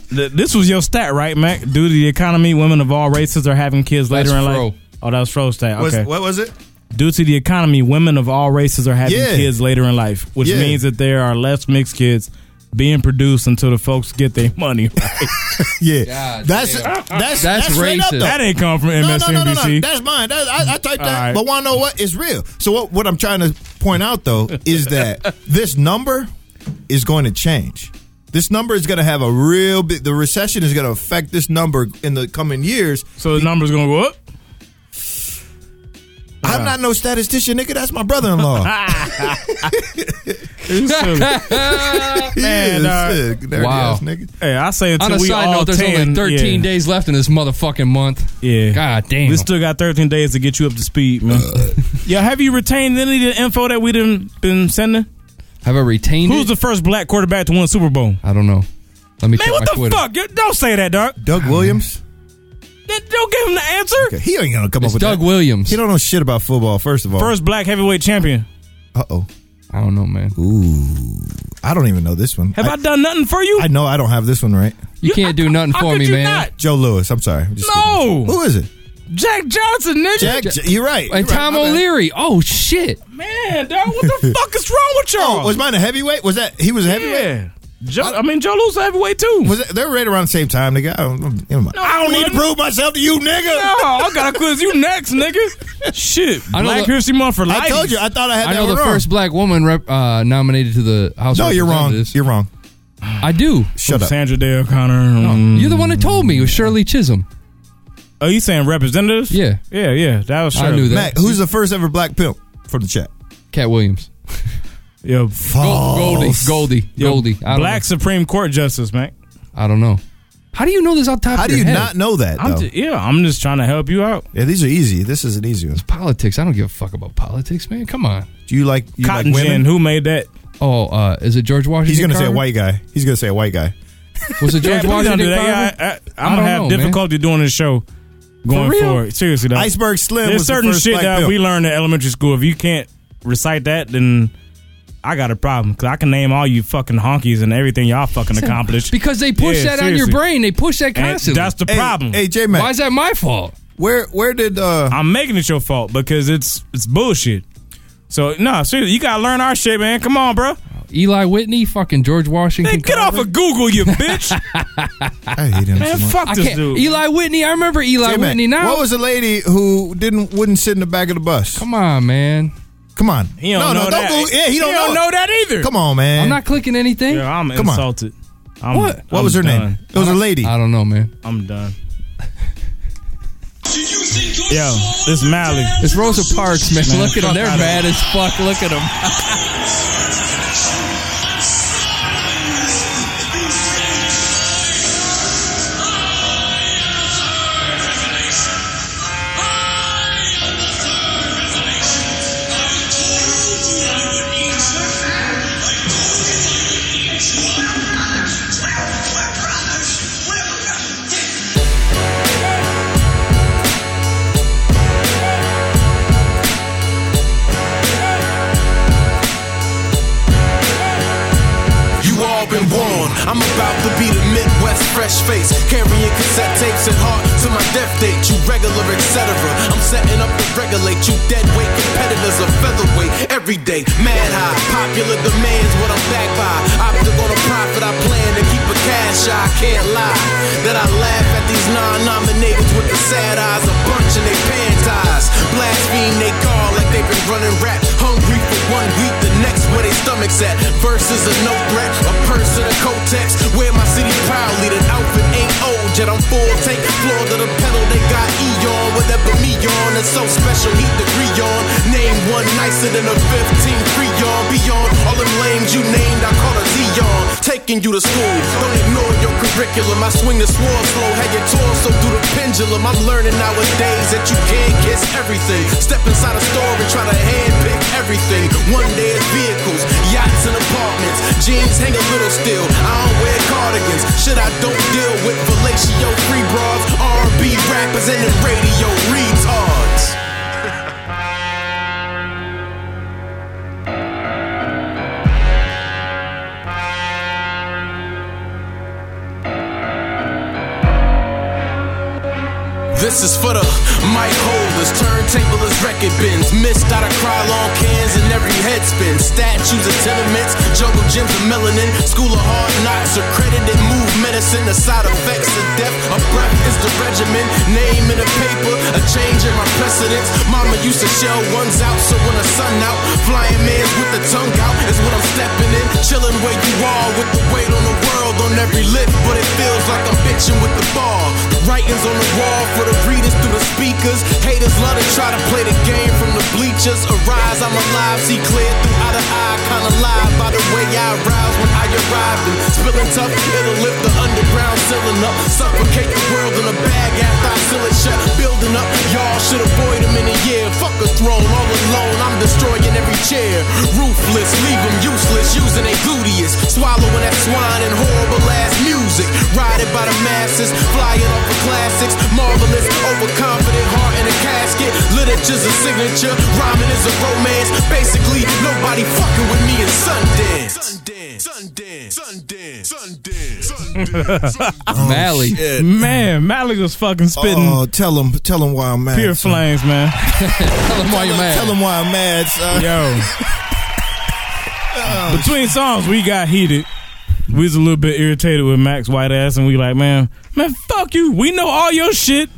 Speaker 4: Th- This was your stat, right, Mac? Due to the economy, women of all races are having kids later
Speaker 6: That's
Speaker 4: in life.
Speaker 6: Fro.
Speaker 4: Oh, that was Fro's stat.
Speaker 5: Was-
Speaker 4: Okay.
Speaker 5: What was it?
Speaker 4: Due to the economy, women of all races are having
Speaker 5: Yeah.
Speaker 4: kids later in life, which
Speaker 5: Yeah.
Speaker 4: means that there are less mixed kids being produced until the folks get their money. right.
Speaker 5: Yeah,
Speaker 6: God
Speaker 5: that's,
Speaker 6: damn.
Speaker 5: that's that's
Speaker 6: That's
Speaker 5: straight up,
Speaker 6: racist.
Speaker 5: though.
Speaker 4: that ain't come from
Speaker 5: No,
Speaker 4: MSNBC.
Speaker 5: no, no, no, no. That's mine. That, I, I typed that.
Speaker 4: Alright.
Speaker 5: But want to know what? It's real. So what? What I'm trying to point out though is that this number is going to change. This number is going to have a real big. The recession is going to affect this number in the coming years.
Speaker 4: so the number's gonna go up.
Speaker 5: I'm not no statistician, nigga. That's my brother-in-law.
Speaker 4: It's silly.
Speaker 5: He
Speaker 4: Man,
Speaker 5: is
Speaker 4: dog.
Speaker 5: sick, dirty
Speaker 6: Wow.
Speaker 5: ass nigga.
Speaker 4: hey, I say
Speaker 6: On
Speaker 4: until
Speaker 6: a
Speaker 4: we
Speaker 6: side
Speaker 4: all
Speaker 6: note, there's
Speaker 4: 10,
Speaker 6: only 13
Speaker 4: yeah.
Speaker 6: days left in this motherfucking month.
Speaker 4: Yeah.
Speaker 6: God damn.
Speaker 4: We still got 13 days to get you up to speed, man. yeah, have you retained any of the info that we done been sending?
Speaker 6: Have I retained
Speaker 4: Who's
Speaker 6: it?
Speaker 4: the first black quarterback to win a Super Bowl?
Speaker 6: I don't know. Let me check
Speaker 4: Man, what
Speaker 6: my
Speaker 4: the
Speaker 6: Twitter. Uh-huh.
Speaker 4: fuck? You- Don't say that, dog.
Speaker 5: Doug Williams.
Speaker 4: That- Don't give him the answer.
Speaker 5: Okay, He ain't gonna come
Speaker 6: It's
Speaker 5: up with
Speaker 6: Doug
Speaker 5: that.
Speaker 6: Williams.
Speaker 5: He don't know shit about football. First of all,
Speaker 4: First black heavyweight champion.
Speaker 5: Uh oh.
Speaker 6: I don't know, man.
Speaker 5: Ooh. I don't even know this one.
Speaker 4: Have I, done nothing for you?
Speaker 5: I know I don't have this one right.
Speaker 6: You can't do nothing
Speaker 4: How
Speaker 6: for
Speaker 4: could
Speaker 6: me,
Speaker 4: you
Speaker 6: man.
Speaker 4: not?
Speaker 5: Joe Lewis. I'm sorry. I'm just
Speaker 4: No.
Speaker 5: kidding. Who is it?
Speaker 4: Jack Johnson, nigga.
Speaker 5: Jack. J- you're right.
Speaker 6: And
Speaker 5: You're right.
Speaker 6: Tom
Speaker 5: My bad.
Speaker 6: O'Leary. Oh shit.
Speaker 4: Man, dog, what the fuck is wrong with y'all?
Speaker 5: Oh, was mine a heavyweight? Was that he was a heavyweight?
Speaker 4: yeah. Joe, I, mean, Joe Lou's a heavyweight too.
Speaker 5: Was that, they were right around the same time, nigga? I don't, never mind.
Speaker 4: No,
Speaker 5: I don't need to
Speaker 4: wasn't.
Speaker 5: prove myself to you, nigga.
Speaker 4: no, I gotta quiz you next, nigga. Shit.
Speaker 6: I know
Speaker 4: Black
Speaker 6: the-
Speaker 4: History Month for life.
Speaker 5: I told you. I thought I had
Speaker 6: I
Speaker 5: that
Speaker 6: know
Speaker 5: one
Speaker 6: the
Speaker 5: wrong.
Speaker 6: first black woman rep, uh, nominated to the House.
Speaker 5: no,
Speaker 6: of
Speaker 5: you're wrong.
Speaker 6: Representatives.
Speaker 5: You're wrong.
Speaker 6: I do.
Speaker 5: Shut up.
Speaker 4: Sandra Day O'Connor. um,
Speaker 6: You're the one that told me. It was Shirley Chisholm.
Speaker 4: Oh, you saying representatives?
Speaker 6: Yeah.
Speaker 4: Yeah, yeah. That was
Speaker 6: I
Speaker 4: Shirley.
Speaker 6: knew that.
Speaker 5: Mac, who's the first ever black pimp from the chat?
Speaker 6: Cat Williams.
Speaker 4: Yo,
Speaker 6: Gold- Goldie.
Speaker 5: False.
Speaker 6: Goldie.
Speaker 4: yo,
Speaker 6: Goldie. I don't,
Speaker 4: Black Supreme Court Justice, man.
Speaker 6: know. I don't know. How do you know this off the top
Speaker 5: How
Speaker 6: of
Speaker 5: do
Speaker 6: your
Speaker 5: you
Speaker 6: head?
Speaker 5: not know that?
Speaker 4: I'm
Speaker 5: Though?
Speaker 4: just, yeah, I'm just trying to help you out.
Speaker 5: yeah, these are easy. This is an easy one.
Speaker 6: Politics. I don't give a fuck about politics, man. Come on.
Speaker 5: Do you like you
Speaker 4: Cotton
Speaker 5: like
Speaker 4: Gin,
Speaker 5: women?
Speaker 4: who made that?
Speaker 6: Oh, uh, is it George Washington?
Speaker 5: He's gonna say
Speaker 6: Carver?
Speaker 5: a white guy. He's gonna say a white guy.
Speaker 6: Was it George
Speaker 4: yeah, please don't
Speaker 6: Washington?
Speaker 4: do that.
Speaker 6: Carver?
Speaker 4: Yeah, I,
Speaker 6: I
Speaker 4: am
Speaker 6: don't
Speaker 4: gonna have
Speaker 6: know, man.
Speaker 4: difficulty doing this show going
Speaker 6: real?
Speaker 4: forward. Seriously, though.
Speaker 5: Iceberg Slim
Speaker 4: There's
Speaker 5: was the
Speaker 4: certain
Speaker 5: first
Speaker 4: shit
Speaker 5: black
Speaker 4: that
Speaker 5: pimp.
Speaker 4: we learned at elementary school. If you can't recite that, then I got a problem because I can name all you fucking honkies and everything y'all fucking accomplished.
Speaker 6: Because they push
Speaker 4: Yeah,
Speaker 6: that on your
Speaker 4: seriously.
Speaker 6: brain. They push that
Speaker 4: And
Speaker 6: constantly.
Speaker 4: that's the
Speaker 5: Hey,
Speaker 4: problem.
Speaker 5: Hey, J
Speaker 6: Why
Speaker 5: Mac,
Speaker 6: is that my fault?
Speaker 5: where where did uh
Speaker 4: I'm making it your fault because it's it's bullshit. So no, seriously, you gotta learn our shit, man. Come on, bro.
Speaker 6: Eli Whitney, fucking George Washington.
Speaker 4: Man, get off
Speaker 6: Carver?
Speaker 4: of Google, you bitch.
Speaker 5: I hate him so
Speaker 4: man,
Speaker 5: much.
Speaker 4: fuck
Speaker 6: I
Speaker 4: this
Speaker 6: can't.
Speaker 4: dude.
Speaker 6: Eli Whitney. I remember Eli
Speaker 5: J-Mac,
Speaker 6: Whitney now.
Speaker 5: What was the lady who didn't wouldn't sit in the back of the bus?
Speaker 6: Come on, man.
Speaker 5: Come on.
Speaker 4: He don't
Speaker 5: no,
Speaker 4: know
Speaker 5: no,
Speaker 4: that.
Speaker 5: don't go. Yeah, he, don't,
Speaker 4: don't
Speaker 5: know.
Speaker 4: know that either.
Speaker 5: Come on, man.
Speaker 6: I'm not clicking anything.
Speaker 4: Yeah, I'm
Speaker 5: Come on.
Speaker 4: insulted. I'm,
Speaker 6: What?
Speaker 4: I'm
Speaker 5: what was her
Speaker 4: done.
Speaker 5: name? It was a lady.
Speaker 6: I don't know, man.
Speaker 4: I'm done. Yo, this Mally.
Speaker 6: It's Rosa Parks, man.
Speaker 4: Man,
Speaker 6: Look at them.
Speaker 4: fuck
Speaker 6: They're
Speaker 4: outta
Speaker 6: mad as fuck. Look at them.
Speaker 23: been born. I'm about to be the Midwest fresh face, carrying cassette tapes and heart to my death date. You regular, etc. I'm setting up to regulate you dead weight competitors of featherweight every day. Mad high, popular demands what I'm back by. Optic on a profit, I plan to keep a cash eye. I can't lie that I laugh at these non-nominators with the sad eyes, a bunch in their pants eyes. Blaspheme they call like they've been running rap, hungry for one week, the next where they stomachs at. Versus a no threat, a purse and a Kotex. Wear my city proudly, that outfit ain't old yet. I'm full tank, floor to the pedal. They got E on, whatever me on. It's so special, heat degree on. Name one nicer than a 15 free on. Beyond all them lames you named, I call a Dion. Taking you to school, don't ignore your curriculum. I swing the sword slow, had your torso through the pendulum. I'm learning nowadays that you can't kiss everything. Step inside a store and try to handpick everything. One day it's vehicles, yachts, and apartments. Jeans hang a little still. I don't wear cardigans. Shit, I don't deal with fellatio free bras, R&B rappers, and the radio retards. This is for the mic holders, turntablers, record bins. Missed out of Krylon cans and every head spin. Statues of tenements, jungle gyms of melanin. School of hard knocks, accredited move medicine. The side effects of death, a breath is the regimen. Name in a paper, a change in my precedence. Mama used to shell ones out, so when the sun out, flying mans with the tongue out is what I'm stepping in. Chilling where you are with the weight on the world on every lip, but it feels like I'm bitching with the ball. The writings on the wall for the readers through the speakers. Haters love to try to play the game from the bleachers. Arise, I'm alive, see clear through eye to eye. Kinda live by the way I rise when I arrive. And spilling tough, it'll lift the underground ceiling up. Suffocate the world in a bag after I seal it shut. Building up, y'all should avoid him in a year. Fuck a throne, all alone, I'm destroying every chair. Ruthless, leave 'em useless, using their gluteus. Swallowing that swine and horrible ass music. Riding by the masses, flying off the classics. Marvelous, overconfident heart in a casket. Literature's a signature, rhyming is a romance. Basically, nobody fucking with me in Sundance.
Speaker 4: Mally.
Speaker 5: Oh, shit.
Speaker 4: Man, Mally was fucking spitting.
Speaker 5: Oh, tell him, tell him why I'm mad.
Speaker 4: Pure
Speaker 5: son.
Speaker 4: flames, man.
Speaker 5: tell him why you're mad. Tell him why I'm mad. Son.
Speaker 4: Yo, between songs we got heated. We was a little bit irritated with Max White ass, and we like, man, man, fuck you. We know all your shit.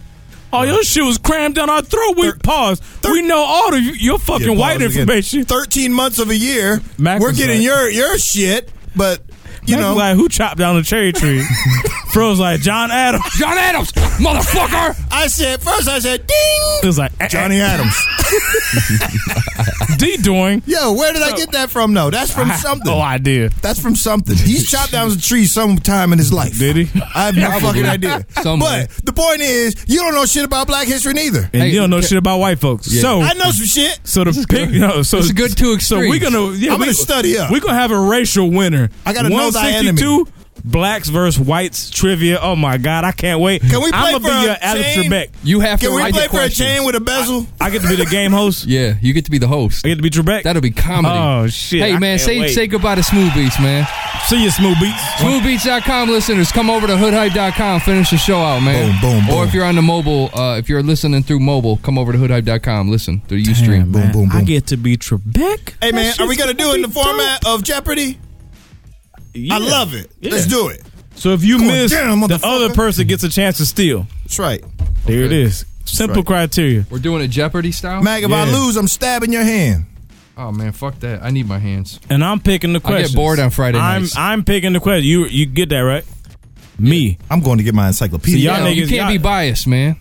Speaker 4: All your shit was crammed down our throat. We paused. we know all of you- your fucking
Speaker 5: Yeah,
Speaker 4: white
Speaker 5: pause again.
Speaker 4: information.
Speaker 5: Thirteen months of a year,
Speaker 4: Max
Speaker 5: we're
Speaker 4: was
Speaker 5: getting
Speaker 4: like-
Speaker 5: your your shit, but you
Speaker 4: Max
Speaker 5: know,
Speaker 4: was like who chopped down the cherry tree? Fro's like John Adams. John Adams, motherfucker.
Speaker 5: I said first. I said ding.
Speaker 4: It was like eh, eh.
Speaker 5: Johnny Adams.
Speaker 4: D doing.
Speaker 5: Yo, where did I get that from? No, that's from
Speaker 4: I have
Speaker 5: something.
Speaker 4: no idea.
Speaker 5: That's from something. He's chopped down a tree sometime in his life. Did
Speaker 4: he?
Speaker 5: I have no
Speaker 4: Probably.
Speaker 5: fucking idea.
Speaker 4: Somewhere.
Speaker 5: But the point is, you don't know shit about Black history neither.
Speaker 4: And you don't know shit about white folks. So
Speaker 5: I know some shit.
Speaker 4: So the pick,
Speaker 5: good.
Speaker 4: no, so
Speaker 5: This is good two
Speaker 4: So we're gonna,
Speaker 5: extremes.
Speaker 4: yeah,
Speaker 5: I'm gonna
Speaker 4: we-
Speaker 5: study up.
Speaker 4: We're gonna have a racial winner.
Speaker 5: I gotta know thy enemy.
Speaker 4: 162, Blacks versus whites trivia. Oh my god, I can't wait.
Speaker 5: Can we play
Speaker 4: I'm gonna
Speaker 5: for
Speaker 4: be
Speaker 5: a
Speaker 4: your Alex
Speaker 5: chain?
Speaker 4: Trebek.
Speaker 5: You have Can to we write the play for a questions. chain with a bezel?
Speaker 4: I, I get to be the game host.
Speaker 6: Yeah, you get to be the host. I
Speaker 4: get to be Trebek.
Speaker 6: That'll be comedy.
Speaker 4: Oh shit! I
Speaker 6: Hey man,
Speaker 4: can't
Speaker 6: say
Speaker 4: wait.
Speaker 6: say goodbye to Smooth Beats, man.
Speaker 4: See you, Smooth Beats.
Speaker 6: SmoothBeats.com listeners, come over to hoodhype.com, finish the show out, man.
Speaker 5: Boom, boom,
Speaker 6: Or if you're on the mobile, uh, if you're listening through mobile, come over to hoodhype.com. Listen through the Ustream.
Speaker 4: Damn, man. I get to be Trebek.
Speaker 5: Hey man,
Speaker 4: That
Speaker 5: are we
Speaker 4: shit's
Speaker 5: gonna do it in the format of Jeopardy?
Speaker 4: Yeah.
Speaker 5: I love it. Let's
Speaker 4: Yeah.
Speaker 5: do it.
Speaker 4: So if you
Speaker 5: Come on,
Speaker 4: miss,
Speaker 5: damn,
Speaker 4: the
Speaker 5: motherfucker.
Speaker 4: other person gets a chance to steal.
Speaker 5: That's right.
Speaker 4: There it is. Simple
Speaker 6: right.
Speaker 4: criteria.
Speaker 6: We're doing a Jeopardy style?
Speaker 5: Mag, if I lose, I'm stabbing your hand.
Speaker 6: Oh man, fuck that. I need my hands.
Speaker 4: And I'm picking the
Speaker 6: I get
Speaker 4: question.
Speaker 6: bored on Friday
Speaker 4: I'm
Speaker 6: nights.
Speaker 4: I'm picking the question. You you get that right? Me.
Speaker 5: I'm going to get my encyclopedia.
Speaker 4: See, y'all
Speaker 6: Yeah, you
Speaker 4: niggas-
Speaker 6: can't
Speaker 4: y'all-
Speaker 6: be biased, man.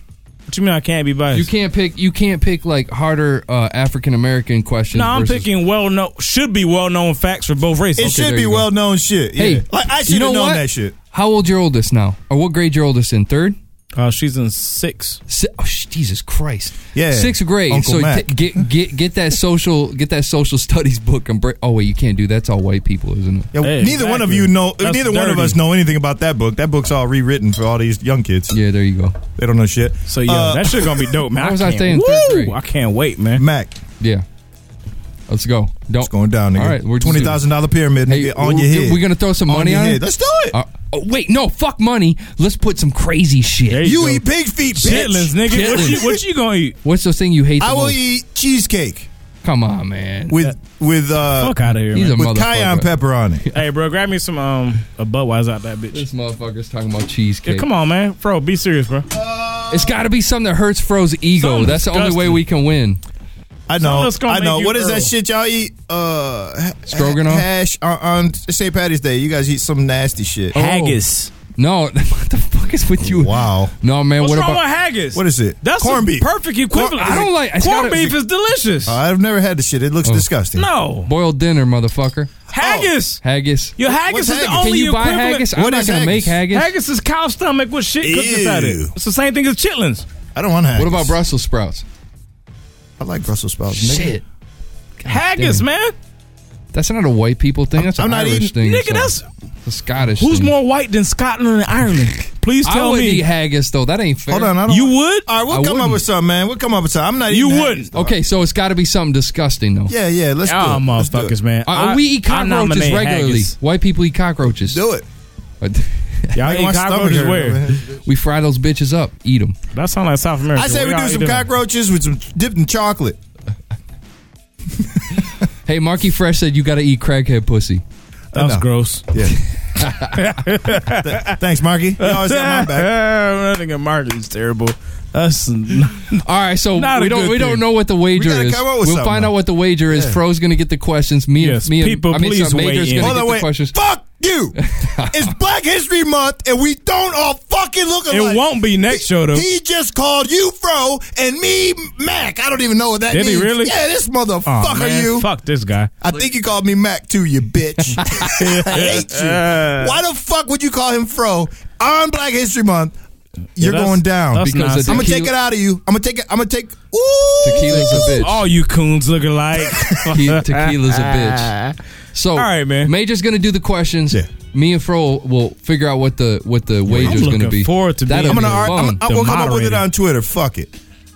Speaker 4: What you mean I can't be biased?
Speaker 6: You can't pick. You can't pick like harder uh, African American questions.
Speaker 4: No, I'm
Speaker 6: versus-
Speaker 4: picking well known should be well known facts for both races.
Speaker 5: It should be well known shit. Yeah.
Speaker 6: Hey,
Speaker 5: like I
Speaker 6: you
Speaker 5: should have
Speaker 6: know
Speaker 5: known
Speaker 6: what?
Speaker 5: that shit.
Speaker 6: How old your oldest now? Or what grade your oldest in? Third?
Speaker 4: Uh, she's in six.
Speaker 6: oh, sh- Jesus Christ!
Speaker 5: Yeah,
Speaker 6: sixth grade.
Speaker 5: Uncle
Speaker 6: so
Speaker 5: Mac.
Speaker 6: t- get get get that social get that social studies book and break. Oh wait, you can't do that. that's all white people, isn't it?
Speaker 5: Yeah, Neither one of you know.
Speaker 6: That's
Speaker 5: neither one of
Speaker 6: dirty.
Speaker 5: us know anything about that book. That book's all rewritten for all these young kids.
Speaker 6: Yeah, there you go.
Speaker 5: They don't know shit. Uh,
Speaker 4: So yeah, that shit gonna be dope, man.
Speaker 6: How was I
Speaker 4: can't-
Speaker 6: staying in third
Speaker 4: Woo!
Speaker 6: grade?
Speaker 4: I can't wait, man.
Speaker 5: Mac.
Speaker 6: Yeah. Let's go. Don't. It's
Speaker 5: going down, nigga.
Speaker 6: All right, we're just
Speaker 5: twenty thousand dollar pyramid, nigga,
Speaker 6: Hey,
Speaker 5: on
Speaker 6: we're-
Speaker 5: your head.
Speaker 6: We're gonna throw some
Speaker 5: On
Speaker 6: money
Speaker 5: your
Speaker 6: on,
Speaker 5: head.
Speaker 6: it.
Speaker 5: Let's do it.
Speaker 6: Uh, oh, wait, no, fuck money. Let's put some crazy shit.
Speaker 5: you You go. eat pig feet, bitch. Chitlins, nigga. What you- what you
Speaker 6: gonna eat? What's the thing you hate? The
Speaker 5: I will
Speaker 6: most?
Speaker 5: eat cheesecake.
Speaker 6: Come on, man.
Speaker 5: With with uh,
Speaker 4: Fuck outta here, man.
Speaker 5: With cayenne pepper on it.
Speaker 4: Hey, bro, grab me some um a Budweiser out that bitch. This
Speaker 6: motherfucker's talking about cheesecake.
Speaker 4: come on, man, bro, be serious, bro.
Speaker 6: It's got to be something that hurts Fro's ego.
Speaker 4: Something
Speaker 6: That's the only way
Speaker 4: disgusting.
Speaker 6: we can win.
Speaker 5: I know. I know. What is that shit y'all eat? Uh, ha-
Speaker 6: Stroganoff?
Speaker 5: hash on, on St. Patty's Day. You guys eat some nasty shit.
Speaker 6: Haggis. Oh. No, what the fuck is with you?
Speaker 5: Wow.
Speaker 6: No, man.
Speaker 4: What's
Speaker 6: what
Speaker 4: wrong
Speaker 6: about
Speaker 4: with haggis?
Speaker 5: What is it?
Speaker 4: That's
Speaker 5: corned
Speaker 4: a
Speaker 5: beef.
Speaker 4: perfect equivalent.
Speaker 6: I don't like- it's
Speaker 4: corned
Speaker 6: gotta- Oh.
Speaker 4: beef. Is delicious.
Speaker 5: Uh, I've never had this shit. It looks disgusting.
Speaker 4: No.
Speaker 6: boiled dinner, motherfucker?
Speaker 5: Oh.
Speaker 4: Haggis.
Speaker 6: Haggis.
Speaker 4: Your haggis is the only
Speaker 6: Can you buy
Speaker 4: equivalent-
Speaker 6: haggis? I'm not gonna make haggis.
Speaker 4: Haggis is cow stomach with shit cooked inside
Speaker 6: Ew.
Speaker 4: it. It's the same thing as chitlins.
Speaker 5: I don't want haggis.
Speaker 6: What about Brussels sprouts?
Speaker 5: I like Brussels sprouts.
Speaker 6: Shit.
Speaker 4: Haggis,
Speaker 6: damn.
Speaker 4: man.
Speaker 6: That's not a white people thing. That's an
Speaker 4: I'm not
Speaker 6: Irish
Speaker 4: eating-
Speaker 6: thing.
Speaker 4: Nigga,
Speaker 6: that's a Scottish.
Speaker 4: Who's
Speaker 6: thing.
Speaker 4: more white than Scotland and Ireland? Please
Speaker 6: I
Speaker 4: tell
Speaker 6: would
Speaker 4: me.
Speaker 6: eat haggis though. That ain't fair.
Speaker 5: Hold on, I don't.
Speaker 4: You would?
Speaker 5: All right, we'll
Speaker 6: I
Speaker 5: come up
Speaker 6: wouldn't.
Speaker 5: with something, man. We'll come up with something. I'm not. eating haggis, though.
Speaker 6: Okay, so it's got to be something disgusting though.
Speaker 5: Yeah, yeah. Let's
Speaker 4: Y'all
Speaker 5: do it. Let's do it.
Speaker 4: motherfuckers, man.
Speaker 6: Uh,
Speaker 4: I-
Speaker 6: we eat
Speaker 4: I
Speaker 6: cockroaches
Speaker 4: nominate
Speaker 6: regularly.
Speaker 4: haggis.
Speaker 6: White people eat cockroaches.
Speaker 5: Do it.
Speaker 4: Y'all
Speaker 5: Make
Speaker 4: eat
Speaker 5: my stomach
Speaker 4: cockroaches
Speaker 5: hurt,
Speaker 4: where?
Speaker 5: man.
Speaker 6: We fry those bitches up, eat them.
Speaker 4: That sounds like South America.
Speaker 5: I say we
Speaker 4: Where
Speaker 5: do
Speaker 4: y'all
Speaker 5: some
Speaker 4: eat them?
Speaker 5: cockroaches with some dipped in chocolate.
Speaker 6: Hey, Marky Fresh said you got to eat crackhead pussy.
Speaker 4: That was gross.
Speaker 5: Yeah. Th- thanks, Marky. You always got my back.
Speaker 4: I think Marty's terrible. That's
Speaker 6: All right, so
Speaker 4: Not a
Speaker 6: we don't
Speaker 4: good
Speaker 6: we
Speaker 4: thing.
Speaker 6: don't know what the wager
Speaker 5: We gotta
Speaker 6: is.
Speaker 5: come up with
Speaker 6: we'll
Speaker 5: something,
Speaker 6: find
Speaker 5: though.
Speaker 6: out what the wager is.
Speaker 5: Yeah.
Speaker 6: Fro's gonna get the questions. Me and
Speaker 4: Yes,
Speaker 6: me and
Speaker 4: people,
Speaker 6: I mean,
Speaker 4: please
Speaker 6: so Major's
Speaker 4: weigh in.
Speaker 6: gonna
Speaker 5: Hold
Speaker 6: get
Speaker 5: on,
Speaker 6: the
Speaker 5: wait.
Speaker 6: questions.
Speaker 5: Fuck you. it's Black History Month, and we don't all fucking look
Speaker 4: It
Speaker 5: alike.
Speaker 4: won't be next show though.
Speaker 5: He just called you Fro and me Mac. I don't even know what that
Speaker 4: Did he
Speaker 5: means.
Speaker 4: really?
Speaker 5: Yeah, this
Speaker 4: Aw,
Speaker 5: motherfucker,
Speaker 4: man,
Speaker 5: you.
Speaker 4: Fuck this guy.
Speaker 5: I think you called me Mac too, you bitch. I hate you. Why the fuck would you call him Fro on Black History Month? You're
Speaker 4: that's-
Speaker 5: going down.
Speaker 4: that's
Speaker 5: I'm
Speaker 6: Because nonsense. the
Speaker 5: gonna take
Speaker 6: tequila-
Speaker 5: it out of you. I'm gonna take it. I'm gonna take. Ooh,
Speaker 6: Tequila's a bitch.
Speaker 4: All you coons look alike.
Speaker 6: Te- tequila's a bitch. So,
Speaker 4: All right, man.
Speaker 6: Major's gonna do the questions.
Speaker 5: Yeah.
Speaker 6: Me and Fro will figure out what the what the wager's
Speaker 4: I'm
Speaker 6: gonna
Speaker 4: looking
Speaker 6: be.
Speaker 4: forward to
Speaker 6: That'll
Speaker 4: being
Speaker 6: be
Speaker 5: I'm gonna. ar-
Speaker 6: fun.
Speaker 5: I'm, I'm,
Speaker 4: The
Speaker 5: we'll come up with it
Speaker 4: moderator.
Speaker 5: on Twitter. Fuck it.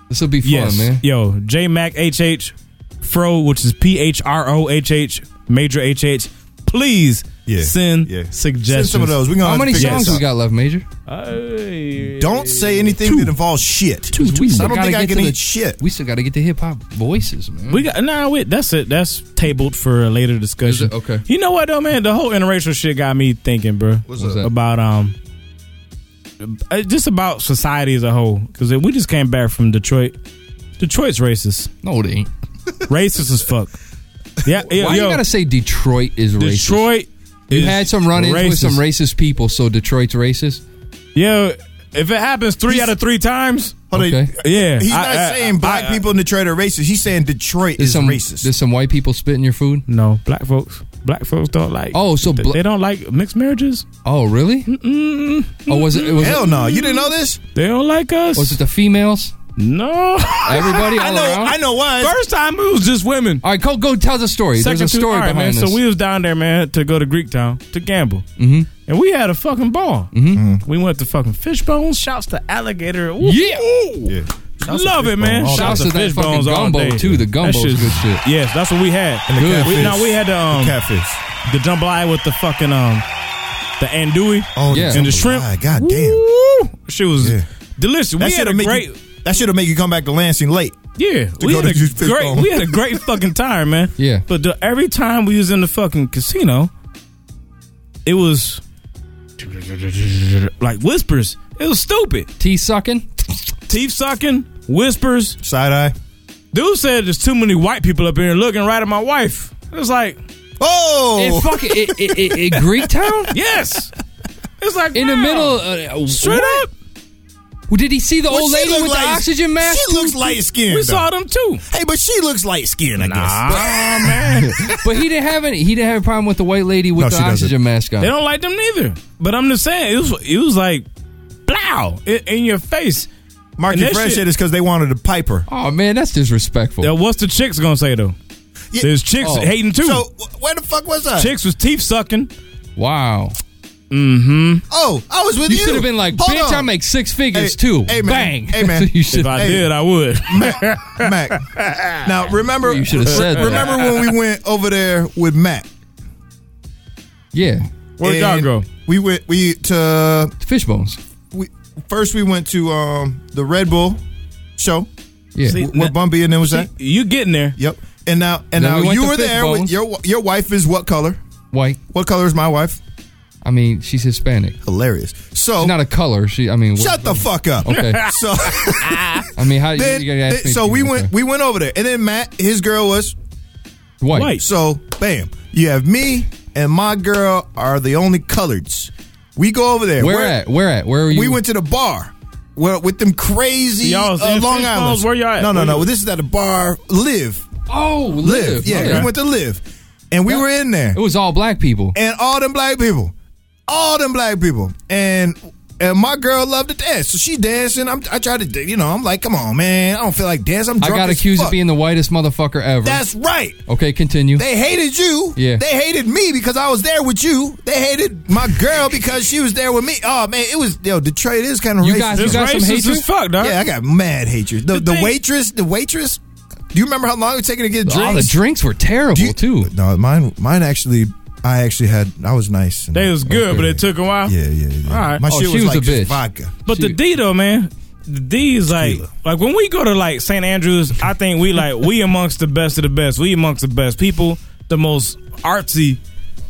Speaker 6: this will be fun,
Speaker 4: Yes,
Speaker 6: man.
Speaker 4: yo, J Mac HH Fro, which is P H R O H H Major HH. Please
Speaker 5: Yeah,
Speaker 4: send
Speaker 5: yeah. Send
Speaker 4: suggestions.
Speaker 5: some of those. We gonna
Speaker 6: How
Speaker 5: have to
Speaker 6: many
Speaker 5: figure
Speaker 6: songs
Speaker 5: this
Speaker 6: we
Speaker 5: out.
Speaker 6: got left, Major?
Speaker 5: Don't say anything that involves shit.
Speaker 6: We
Speaker 5: I
Speaker 6: still
Speaker 5: don't
Speaker 6: gotta
Speaker 5: think I
Speaker 6: get
Speaker 5: can
Speaker 6: to the-
Speaker 5: eat shit.
Speaker 6: We still got to get to hip hop voices, man.
Speaker 4: We got nah. Wait, that's it. That's tabled for a later discussion.
Speaker 6: it? Okay.
Speaker 4: You know what though, man? The whole interracial shit got me thinking, bro.
Speaker 5: What's What's up?
Speaker 6: that?
Speaker 4: About um, uh, just about society as a whole. Because we just came back from Detroit. Detroit's racist.
Speaker 6: no, it ain't.
Speaker 4: Racist as fuck. Yeah. yeah
Speaker 6: Why
Speaker 4: yo,
Speaker 6: you gotta say Detroit is racist?
Speaker 4: Detroit.
Speaker 6: You
Speaker 4: is
Speaker 6: had some run-ins with
Speaker 4: racist.
Speaker 6: some racist people, so Detroit's racist.
Speaker 4: Yo, if it happens three out of three times,
Speaker 5: Hold on.
Speaker 6: Okay,
Speaker 4: yeah.
Speaker 5: He's
Speaker 4: I-
Speaker 5: not
Speaker 4: I-
Speaker 5: saying black
Speaker 4: I- I-
Speaker 5: people in Detroit are racist. He's saying Detroit
Speaker 6: there's
Speaker 5: is
Speaker 6: some
Speaker 5: racist.
Speaker 6: there's some white people spitting your food.
Speaker 4: No, black folks. Black folks don't like.
Speaker 6: Oh, so
Speaker 4: th-
Speaker 6: bla-
Speaker 4: they don't like mixed marriages.
Speaker 6: Oh, really? Oh, was it? Was
Speaker 5: Hell
Speaker 6: it,
Speaker 5: no! You didn't know this?
Speaker 4: They don't like us.
Speaker 6: Was it the females?
Speaker 4: no.
Speaker 6: Everybody all
Speaker 5: I know.
Speaker 6: around.
Speaker 5: I know why.
Speaker 4: First time it was just women.
Speaker 6: All right, go go tell the story.
Speaker 4: Second
Speaker 6: There's a
Speaker 4: two-
Speaker 6: story
Speaker 4: all right,
Speaker 6: behind
Speaker 4: man.
Speaker 6: this.
Speaker 4: So we was down there, man, to go to Greektown to gamble,
Speaker 6: Mhm.
Speaker 4: and we had a fucking ball. Mm-hmm. We went to fucking Fishbones. Shouts to Alligator. Ooh,
Speaker 6: Yeah.
Speaker 4: ooh. Love it, man.
Speaker 5: All
Speaker 4: Shouts
Speaker 6: Shouts to
Speaker 4: to
Speaker 6: that fucking
Speaker 4: Fishbones all
Speaker 6: gumbo,
Speaker 4: day.
Speaker 6: too. The
Speaker 4: That
Speaker 6: gumbo's
Speaker 4: shit's-
Speaker 6: good shit.
Speaker 4: Yes, that's what we had.
Speaker 5: the Good.
Speaker 4: We,
Speaker 5: catfish.
Speaker 4: now we had the um,
Speaker 5: Catfish.
Speaker 4: the jambalaya with the fucking um the andouille.
Speaker 5: Oh,
Speaker 6: Yeah.
Speaker 5: yeah.
Speaker 6: And
Speaker 4: the shrimp.
Speaker 5: God damn.
Speaker 4: Woo! She was
Speaker 5: Yeah.
Speaker 4: delicious.
Speaker 5: That
Speaker 4: we had
Speaker 5: should
Speaker 4: a
Speaker 5: have made
Speaker 4: great.
Speaker 5: you. That should have made you come back to Lansing late.
Speaker 4: Yeah, we
Speaker 5: go
Speaker 4: had,
Speaker 5: to
Speaker 4: a
Speaker 5: Juice Fist
Speaker 4: great,
Speaker 5: Bone.
Speaker 4: we had a great fucking time, man.
Speaker 6: Yeah.
Speaker 4: But the, every time we was in the fucking casino, it was like whispers. It was stupid.
Speaker 6: Tea sucking.
Speaker 4: Teeth sucking, whispers.
Speaker 5: Side eye.
Speaker 4: Dude said there's too many white people up here looking right at my wife. It was like,
Speaker 5: Oh,
Speaker 6: It fucking it, it, it, it Greek town
Speaker 4: yes. It's like
Speaker 6: in the
Speaker 4: wow.
Speaker 6: middle. Uh,
Speaker 4: Straight
Speaker 6: what?
Speaker 4: up,
Speaker 6: Did he see the
Speaker 5: Well,
Speaker 6: old
Speaker 5: she
Speaker 6: lady
Speaker 5: look
Speaker 6: with the
Speaker 5: like-
Speaker 6: oxygen mask?
Speaker 5: She looks light skinned.
Speaker 4: we saw them too.
Speaker 5: Hey, but she looks light skinned. I
Speaker 4: Nah,
Speaker 5: guess.
Speaker 4: man.
Speaker 6: But he didn't have any. He didn't have a problem with the white lady with
Speaker 5: No,
Speaker 6: the
Speaker 5: she doesn't.
Speaker 6: oxygen mask on.
Speaker 4: They don't like them neither. But I'm just saying, it was it was like, blow it, in your face.
Speaker 5: But Marky
Speaker 4: And that
Speaker 5: Fresh
Speaker 4: shit-
Speaker 5: said it's because they wanted a piper.
Speaker 6: Oh man, that's disrespectful.
Speaker 4: Now, what's the chicks gonna say though?
Speaker 5: Yeah.
Speaker 4: There's chicks
Speaker 6: Oh.
Speaker 4: hating too.
Speaker 5: So wh- where the fuck was I?
Speaker 4: chicks was teeth sucking.
Speaker 6: Wow.
Speaker 4: Mm-hmm.
Speaker 5: Oh, I was with
Speaker 6: You
Speaker 5: you.
Speaker 6: should have been like, "Bitch, I make six figures,
Speaker 5: hey,
Speaker 6: too."
Speaker 5: Hey man,
Speaker 6: Bang.
Speaker 5: hey man.
Speaker 6: You should- If I did, I would.
Speaker 5: Mac, Mac. Now remember,
Speaker 6: You should have said that.
Speaker 5: Remember when we went over there with Mac?
Speaker 6: Yeah.
Speaker 4: Where'd y'all
Speaker 5: And
Speaker 4: go?
Speaker 5: We went we to
Speaker 6: Fishbones.
Speaker 5: We first we went to um the Red Bull show.
Speaker 6: Yeah.
Speaker 4: See,
Speaker 5: with Bumby and then was that
Speaker 4: you getting there?
Speaker 5: Yep. And now
Speaker 4: Then
Speaker 5: and now
Speaker 4: we went
Speaker 5: you
Speaker 4: to
Speaker 5: were there
Speaker 4: Fishbones.
Speaker 5: with your your wife is what color?
Speaker 6: White.
Speaker 5: What color is my wife?
Speaker 6: I mean, she's Hispanic.
Speaker 5: Hilarious. So
Speaker 6: she's not a color. She. I mean,
Speaker 5: Shut the fuck up.
Speaker 6: Okay.
Speaker 5: So
Speaker 6: I mean, how
Speaker 5: then,
Speaker 6: you, you gotta ask
Speaker 5: then-
Speaker 6: me
Speaker 5: so
Speaker 6: if you
Speaker 5: we
Speaker 6: went
Speaker 5: went we went over there, and then Matt, his girl was
Speaker 6: White. White.
Speaker 5: So bam, you have me and my girl are the only coloreds. We go over there.
Speaker 6: Where at? Where at? Where were
Speaker 5: We
Speaker 6: you?
Speaker 5: went to the bar. Well, with them crazy
Speaker 6: Y'all was
Speaker 5: uh,
Speaker 6: in
Speaker 5: Long
Speaker 6: Fishbones?
Speaker 5: Island.
Speaker 6: Where y'all at?
Speaker 5: No, no,
Speaker 6: Where
Speaker 5: no.
Speaker 6: you-
Speaker 5: This is at a bar. Live.
Speaker 6: Oh, Live.
Speaker 5: Yeah,
Speaker 6: Okay.
Speaker 5: we went to live, and we were in there. It
Speaker 6: was all black people
Speaker 5: and all them black people, all them black people, and and my girl loved to dance, so she dancing. I'm, I tried to, you know, I'm like, come on, man, I don't feel like dance. I'm
Speaker 6: I
Speaker 5: drunk
Speaker 6: got
Speaker 5: as
Speaker 6: accused
Speaker 5: fuck.
Speaker 6: of being the whitest motherfucker ever.
Speaker 5: That's right.
Speaker 6: Okay, continue.
Speaker 5: They hated you.
Speaker 6: Yeah.
Speaker 5: They hated me because I was there with you. They hated my girl because she was there with me. Oh man, it was yo Detroit is kind of
Speaker 6: You
Speaker 5: racist.
Speaker 6: guys- you It's got some racist hatred? as fuck, dog.
Speaker 5: Yeah, I got mad hatred. The,
Speaker 6: The
Speaker 5: the,
Speaker 6: thing-
Speaker 5: waitress, the waitress. Do you remember how long it was taking to get drinks?
Speaker 6: All Oh, the drinks were terrible too.
Speaker 5: No, mine, mine actually. I actually had. I was nice.
Speaker 4: They was good, but it took a while.
Speaker 5: Yeah, yeah, yeah.
Speaker 4: All right.
Speaker 5: My shit was, like just vodka.
Speaker 4: But the D though, man, the D is like like when we go to like St. Andrews, I think we like we amongst the best of the best. We amongst the best people, the most artsy,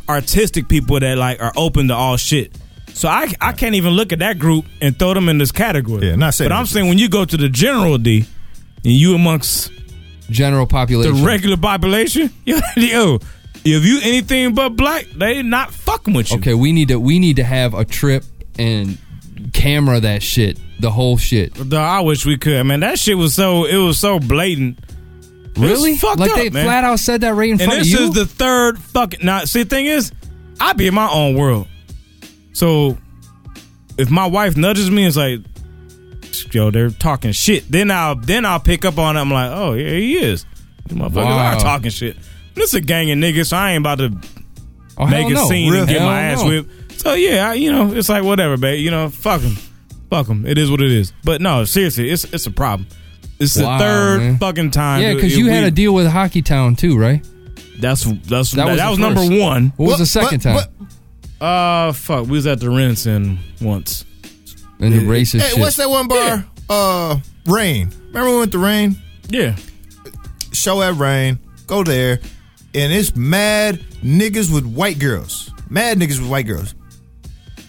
Speaker 4: artistic people that like are open to all shit. So I I can't even look at that group and throw them in this category. Yeah,
Speaker 5: not saying.
Speaker 4: But I'm saying when you go to the general D, and you amongst
Speaker 6: general population,
Speaker 4: the regular population, yo, yo if you anything but black, they not fucking with you.
Speaker 6: Okay, we need to we need to have a trip and camera that shit, the whole shit.
Speaker 4: Dog, I wish we could, man. That shit was so it was so blatant. It was
Speaker 6: Really?
Speaker 4: fucked
Speaker 6: Like
Speaker 4: up,
Speaker 6: they
Speaker 4: man.
Speaker 6: flat out said that right in
Speaker 4: and
Speaker 6: front of
Speaker 4: this
Speaker 6: you?
Speaker 4: is the third fucking. Now, see, the thing is, I be in my own world. So, if my wife nudges me, it's like, yo, they're talking shit. Then I'll then I'll pick up on it. I'm like, oh yeah, he is. These motherfuckers
Speaker 6: Wow.
Speaker 4: are talking shit. This a gang of niggas. So I ain't about to
Speaker 6: Oh, hell
Speaker 4: make a
Speaker 6: no.
Speaker 4: scene
Speaker 6: Really?
Speaker 4: and get
Speaker 6: Hell
Speaker 4: my ass
Speaker 6: no.
Speaker 4: whipped. So yeah, I, you know, it's like whatever, babe. You know, fuck them, fuck them. It is what it is. But no, seriously, it's it's a problem. It's
Speaker 6: Wow,
Speaker 4: the third
Speaker 6: man.
Speaker 4: fucking time.
Speaker 6: yeah,
Speaker 4: dude.
Speaker 6: because
Speaker 4: It-
Speaker 6: you
Speaker 4: we-
Speaker 6: had a deal with Hockey Town too, right?
Speaker 4: That's that's that,
Speaker 6: was,
Speaker 4: was,
Speaker 6: the
Speaker 4: number
Speaker 6: first.
Speaker 4: one.
Speaker 6: What, was the second time?
Speaker 4: Uh, fuck. We was at the Renson once.
Speaker 6: And the racist
Speaker 5: Hey, what's that one bar? Uh, Rain. Remember we went to Rain?
Speaker 4: Yeah.
Speaker 5: Show at Rain. Go there, and it's mad niggas with white girls. Mad niggas with white girls.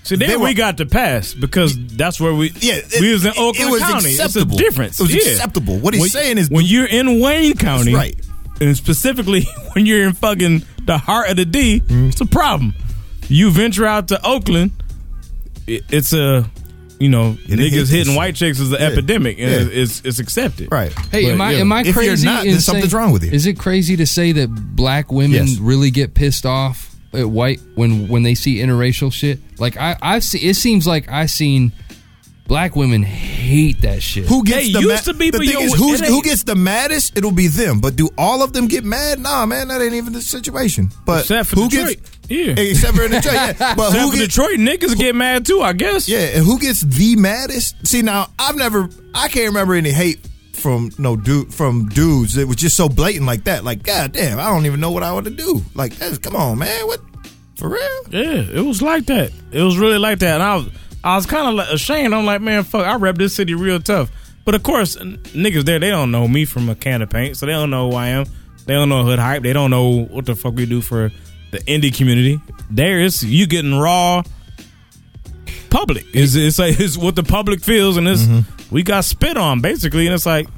Speaker 4: See, then
Speaker 5: They were-
Speaker 4: we got the pass because that's where we.
Speaker 5: Yeah, it-
Speaker 4: we was in
Speaker 5: it- it
Speaker 4: Oakland
Speaker 5: was
Speaker 4: County.
Speaker 5: acceptable.
Speaker 4: It's a difference.
Speaker 5: It was
Speaker 4: Yeah.
Speaker 5: acceptable. What he's
Speaker 4: When-
Speaker 5: saying is-
Speaker 4: when you're in Wayne County,
Speaker 5: right.
Speaker 4: and specifically when you're in fucking the heart of the D,
Speaker 5: Mm-hmm.
Speaker 4: it's a problem. You venture out to Oakland, i- it's a. You know,
Speaker 5: It
Speaker 4: niggas
Speaker 5: hits
Speaker 4: hitting
Speaker 5: us.
Speaker 4: white chicks is an
Speaker 5: Yeah.
Speaker 4: epidemic, and
Speaker 5: Yeah.
Speaker 4: it's, it's accepted.
Speaker 5: Right.
Speaker 6: Hey, am I am I
Speaker 5: If you're
Speaker 6: crazy?
Speaker 5: not,
Speaker 6: in
Speaker 5: then something's
Speaker 6: saying-
Speaker 5: wrong with you.
Speaker 6: Is it crazy to say that black women
Speaker 5: Yes.
Speaker 6: really get pissed off at white when when they see interracial shit? Like I I've seen it seems like I've seen black women hate that shit.
Speaker 5: Who gets the ma- the thing is, who's, who gets the maddest? It'll be them. But do all of them get mad? Nah, man, that ain't even the situation. But
Speaker 4: Except for
Speaker 5: who
Speaker 4: Detroit.
Speaker 5: gets
Speaker 4: Yeah.
Speaker 5: except for in Detroit? Yeah. But
Speaker 4: Except
Speaker 5: who
Speaker 4: for
Speaker 5: gets
Speaker 4: Detroit niggas get mad too, I guess.
Speaker 5: Yeah, and who gets the maddest? See, now I've never, I can't remember any hate from no dude from dudes. It was just so blatant like that. Like, god damn, I don't even know what I want to do. Like, that's come on, man, what for real?
Speaker 4: Yeah, it was like that. It was really like that, and I was I was kind of like ashamed. I'm like, man, fuck, I rep this city real tough. But of course, n- niggas there, they don't know me from a can of paint, so they don't know who I am. They don't know hood hype. They don't know what the fuck we do for the indie community. There is you getting raw public. It's, it's like it's what the public feels, and it's we got spit on basically, and it's like.
Speaker 6: Mm-hmm.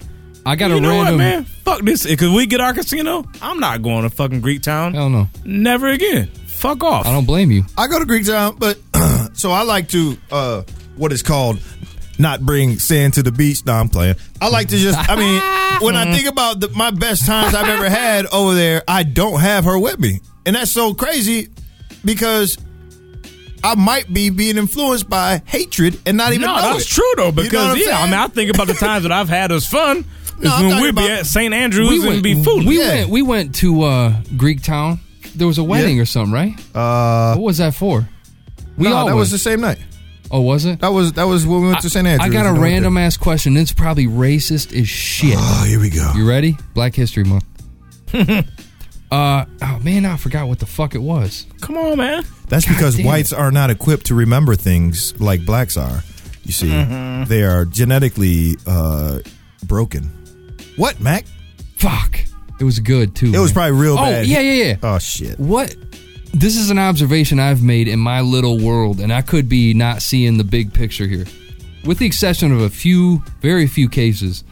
Speaker 6: I got
Speaker 4: you
Speaker 6: a
Speaker 4: know
Speaker 6: random-
Speaker 4: what, man? Fuck this. Because we get our casino, I'm not going to fucking Greek Town.
Speaker 6: Hell no.
Speaker 4: Never again. Fuck off.
Speaker 6: I don't blame you.
Speaker 5: I go to Greek Town, but so I like to uh what is called not bring sand to the beach. No, I'm playing. I like to just. I mean, when
Speaker 4: Mm-hmm.
Speaker 5: I think about the, my best times I've ever had over there, I don't have her with me, and that's so crazy because. I might be being influenced by hatred and not even
Speaker 4: no,
Speaker 5: know
Speaker 4: that's
Speaker 5: it.
Speaker 4: true though,
Speaker 5: You know
Speaker 4: because
Speaker 5: what I'm
Speaker 4: yeah, I
Speaker 5: saying?
Speaker 4: mean, I think about the times that I've had as fun is
Speaker 5: No, I'm
Speaker 4: when
Speaker 5: talking
Speaker 4: we'd be
Speaker 5: about-
Speaker 4: at St. Andrews and be fooling.
Speaker 6: We went we went to uh Greek Town. There was a wedding or something, right?
Speaker 5: Uh
Speaker 6: what was that for? We
Speaker 5: no,
Speaker 6: all
Speaker 5: that
Speaker 6: went.
Speaker 5: was the same night.
Speaker 6: Oh, was it?
Speaker 5: That was that was when we went to St. Andrews.
Speaker 6: I got a
Speaker 5: and went
Speaker 6: random ass question. It's probably racist as shit. Oh,
Speaker 5: Ah, here we go.
Speaker 6: You ready? Black History Month. uh oh man, I forgot what the fuck it was.
Speaker 4: Come on, man.
Speaker 5: there. That's because
Speaker 6: damn
Speaker 5: whites are not equipped to remember things like blacks are. You see,
Speaker 6: Mhm.
Speaker 5: they are genetically uh, broken. What, Mac?
Speaker 6: Fuck. It was good too. It
Speaker 5: was probably real
Speaker 6: oh,
Speaker 5: bad.
Speaker 6: yeah, yeah, yeah.
Speaker 5: Oh shit.
Speaker 6: What? This is an observation I've made in my little world, and I could be not seeing the big picture here. With the exception of a few, very few cases,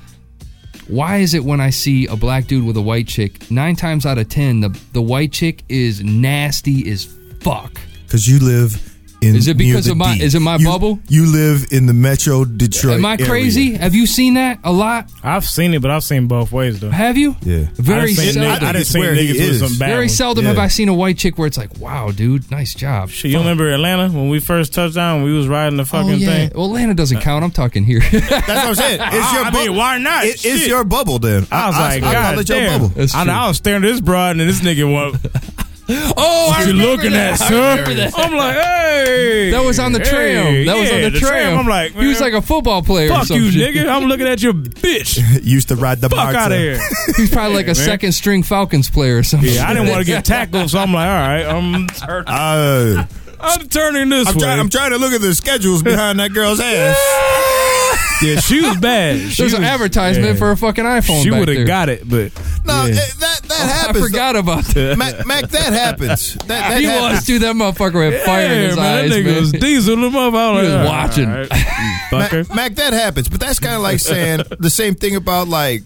Speaker 6: why is it when I see a black dude with a white chick, nine times out of ten, the, the white chick is nasty as fuck?
Speaker 5: Because you live in.
Speaker 6: Is it
Speaker 5: near
Speaker 6: because
Speaker 5: the
Speaker 6: of my-
Speaker 5: D.
Speaker 6: is it my
Speaker 5: You-
Speaker 6: bubble?
Speaker 5: You live in the Metro Detroit.
Speaker 6: Am I
Speaker 5: area.
Speaker 6: crazy? Have you seen that a lot?
Speaker 4: I've seen it, but I've seen both ways though.
Speaker 6: Have you?
Speaker 5: Yeah.
Speaker 6: Very
Speaker 4: I done seen,
Speaker 6: seldom.
Speaker 4: niggas- I done seen niggas with some bad
Speaker 6: Very
Speaker 4: ones.
Speaker 6: seldom have I seen a white chick where it's like, wow, dude, nice job.
Speaker 4: Shit, you remember Atlanta when we first touched down? We was riding the fucking
Speaker 6: oh, yeah.
Speaker 4: thing. Uh,
Speaker 6: Well, Atlanta doesn't count. I'm talking here.
Speaker 5: That's what I'm saying. It's your
Speaker 4: I
Speaker 5: bubble.
Speaker 4: mean, why not?
Speaker 5: It- it's
Speaker 4: Shit.
Speaker 5: your bubble then.
Speaker 4: I was like,
Speaker 5: I,
Speaker 4: God
Speaker 5: call it your
Speaker 4: damn.
Speaker 5: bubble.
Speaker 4: I, know, I was staring at this broad and then this nigga went,
Speaker 6: Oh,
Speaker 4: what
Speaker 6: I
Speaker 4: you
Speaker 6: remember
Speaker 4: looking
Speaker 6: that.
Speaker 4: at,
Speaker 6: I
Speaker 4: sir?
Speaker 6: remember that.
Speaker 4: I'm like, hey.
Speaker 6: That was on the
Speaker 4: hey,
Speaker 6: tram. That was
Speaker 4: yeah,
Speaker 6: on the, tram.
Speaker 4: I'm like,
Speaker 6: he was
Speaker 4: man,
Speaker 6: like a football player. or
Speaker 4: fuck
Speaker 6: some
Speaker 4: you,
Speaker 6: shit.
Speaker 4: nigga. I'm looking at your bitch.
Speaker 5: Used to ride the
Speaker 4: Fuck
Speaker 5: boxer.
Speaker 4: outta here.
Speaker 6: He's probably like
Speaker 4: Yeah,
Speaker 6: a
Speaker 4: man.
Speaker 6: second string Falcons player or something.
Speaker 4: Yeah, I didn't want to get tackled, so I'm like, all right, I'm turning,
Speaker 5: Uh,
Speaker 4: I'm turning this
Speaker 5: I'm,
Speaker 4: way.
Speaker 5: trying, I'm trying to look at the schedules behind that girl's ass.
Speaker 4: yeah, she was bad. She
Speaker 6: There's an
Speaker 4: was-
Speaker 6: advertisement
Speaker 4: yeah.
Speaker 6: for a fucking iPhone.
Speaker 4: She
Speaker 6: would
Speaker 4: would have got it, but
Speaker 5: No,
Speaker 4: Yeah.
Speaker 5: eh, that that
Speaker 6: I
Speaker 5: happens.
Speaker 6: forgot about that.
Speaker 5: Mac, Mac, that happens. That, that
Speaker 6: he
Speaker 5: happens.
Speaker 6: was, dude. That motherfucker had fire in
Speaker 4: Yeah,
Speaker 6: his
Speaker 4: man,
Speaker 6: eyes,
Speaker 4: that nigga
Speaker 6: man.
Speaker 4: was diesel the motherfucker.
Speaker 6: He was
Speaker 4: Like,
Speaker 6: watching.
Speaker 4: Oh, all right, you fucker.
Speaker 5: Mac, Mac, that happens. But that's kind of like saying the same thing about like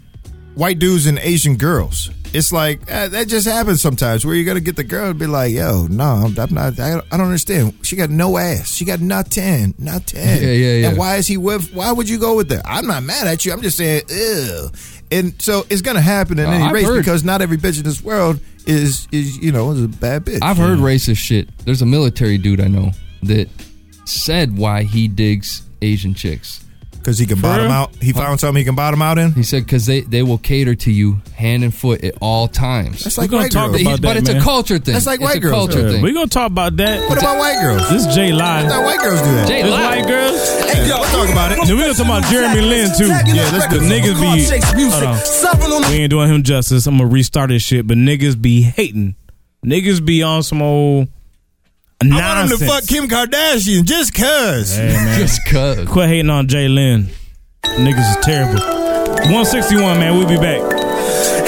Speaker 5: white dudes and Asian girls. It's like eh, that just happens sometimes where you're gonna get the girl and be like, "Yo, no, I'm, I'm not. I don't, I don't understand. She got no ass. She got not ten, not ten.
Speaker 6: Yeah, yeah, yeah.
Speaker 5: And why is he with? Why would you go with that? I'm not mad at you. I'm just saying, ew. And so it's gonna happen in
Speaker 6: Uh,
Speaker 5: any
Speaker 6: I've
Speaker 5: race
Speaker 6: heard-
Speaker 5: because not every bitch in this world is is you know is a bad bitch.
Speaker 6: I've heard racist shit. There's a military dude I know that said why he digs Asian chicks.
Speaker 5: because he can
Speaker 6: For
Speaker 5: bottom
Speaker 6: real?
Speaker 5: out. He found something he can bottom out in.
Speaker 6: He said because they, they will cater to you hand and foot at all times.
Speaker 5: That's like
Speaker 4: We're gonna
Speaker 5: white
Speaker 4: talk
Speaker 5: girls.
Speaker 4: about
Speaker 6: but
Speaker 4: that,
Speaker 6: it's a
Speaker 4: man.
Speaker 6: culture thing.
Speaker 5: That's like
Speaker 6: It's
Speaker 5: white
Speaker 6: a
Speaker 5: girls.
Speaker 6: culture
Speaker 4: Yeah,
Speaker 6: thing.
Speaker 4: we gonna talk about that.
Speaker 5: What about white girls?
Speaker 4: This is Jay Live.
Speaker 5: Not white girls do that.
Speaker 6: Jay
Speaker 4: This
Speaker 6: Lyle.
Speaker 4: white girls.
Speaker 5: Hey, yo, let's talk about it.
Speaker 4: Then we gonna talk about Jeremy Lin too.
Speaker 5: Yeah, let's do
Speaker 4: The
Speaker 5: it.
Speaker 4: niggas be. Hold on. We ain't doing him justice. I'm gonna restart this shit, but niggas be hating. Niggas be on some old
Speaker 5: I want him
Speaker 4: nonsense.
Speaker 5: to fuck Kim Kardashian just cuz.
Speaker 4: Hey, man.
Speaker 6: Just cuz.
Speaker 4: Quit hating on Jay Lin. Niggas is terrible. 161, man. We'll be back.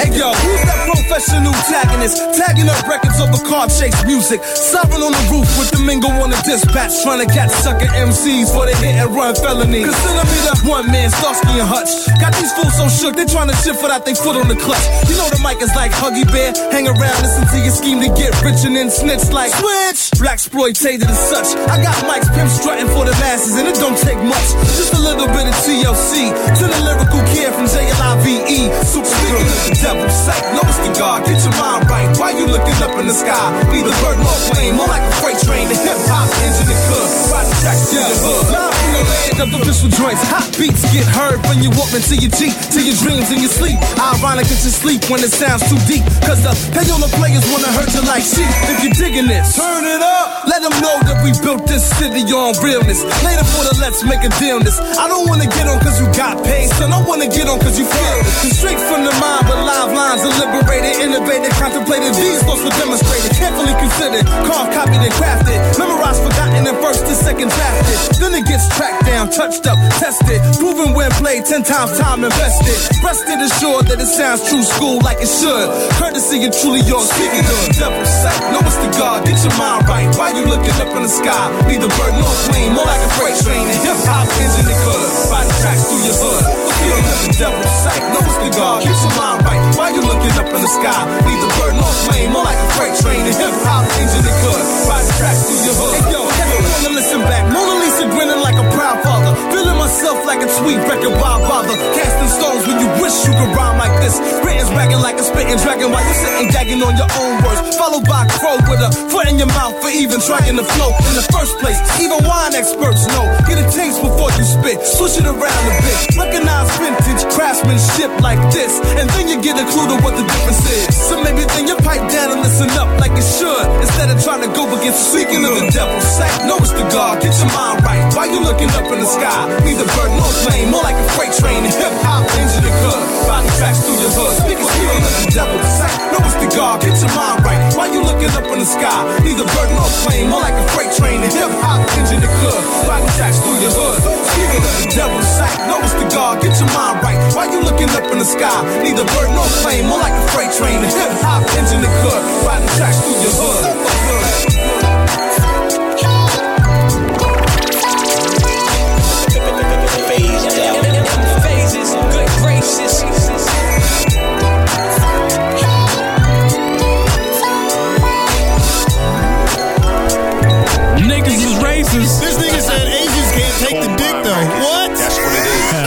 Speaker 3: Hey yo, who's that professional tagging Tagging up records of the car chase music. Sovereign on the roof with the mingle on the dispatch. Trying to catch sucker MCs for the hit and run felony. Consider me that one man, Starsky and Hutch. Got these fools so shook, they trying to shit for that they foot on the clutch. You know the mic is like Huggy Bear. Hang around, listen to your scheme to get rich and then snitch like Switch. Black exploitated and such. I got mics pimp strutting for the masses and it don't take much. Just a little bit of TLC to the lyrical care from JLIVE. E. Super speaking of the devil, sight, notice the God. Get your mind right. Why you looking up in the sky? Neither bird nor plane, more like a freight train. The hip hop engine and cook. Riding tracks to the hood. Live from the land of the pistol joints. Hot beats get heard when you walk into your Jeep, to your dreams in your sleep. Ironic is your sleep when it sounds too deep. Cause the payola players wanna hurt you like sheep. If you're digging this, turn it up. Let them know that we built this city on realness. Later for the let's make a dealness. I don't wanna get on cause you got paid, son. I wanna get on cause you feel it. Straight from the mind, but live lines are liberated, innovated, contemplated. These thoughts were demonstrated, carefully considered, carved, copied, and crafted. Memorized, forgotten, and first to second drafted. Then it gets tracked down, touched up, tested. Proven when played, ten times time invested. Rested assured that it sounds true school like it should. Courtesy and truly yours, speaking of the devil sight. Know it's the God, get your mind right. Why you looking up in the sky? Neither bird nor plane, more like a freight train. And hip hop engine that could riding tracks through your hood. Speaking of the devil sight, know it's the God, get your mind right. Why you looking up in the sky? Neither bird nor plane, more like a freight train. And hip hop engine that could riding tracks through your hood. Hey, yo, everyone to listen back. Mona Lisa grinning like a proud father, feeling myself like a tweet record by bother. Casting stones when you wish you could rhyme like this. Britain's bragging like a spitting and dragging while you sitting gagging on your own words. Followed by crow with a foot in your mouth for even trying to flow in the first place. Even wine experts know. Get a taste before you spit. Switch it around a bit. Recognize vintage craftsmanship like this. And then you get a clue to what the difference is. So maybe then you pipe down and listen up like it should. Instead of trying to go against speaking of the devil. Say, no, it's the God. Get your mind right. Why you looking up in the sky? Neither bird nor plane. More like a freight train. Hip hop engine and good. Body tracks through your hood. Speaking speaking of the devil. Say, no, it's the God. Get your mind right. Why you looking up in the sky? Neither bird nor plane. More like a freight train. Hip hop engine and good. Body tracks through your hood. Speaking of the devil. Say, no, it's the God. Get your mind right. Why you looking up in the sky? Neither bird nor plane. More like a freight train. Hip hop engine and good. Body tracks through your hood.
Speaker 16: Phases, good gracious.
Speaker 4: Niggas is racist.
Speaker 1: This nigga said Asians can't take the dick though. What? That's what it is.
Speaker 4: Uh,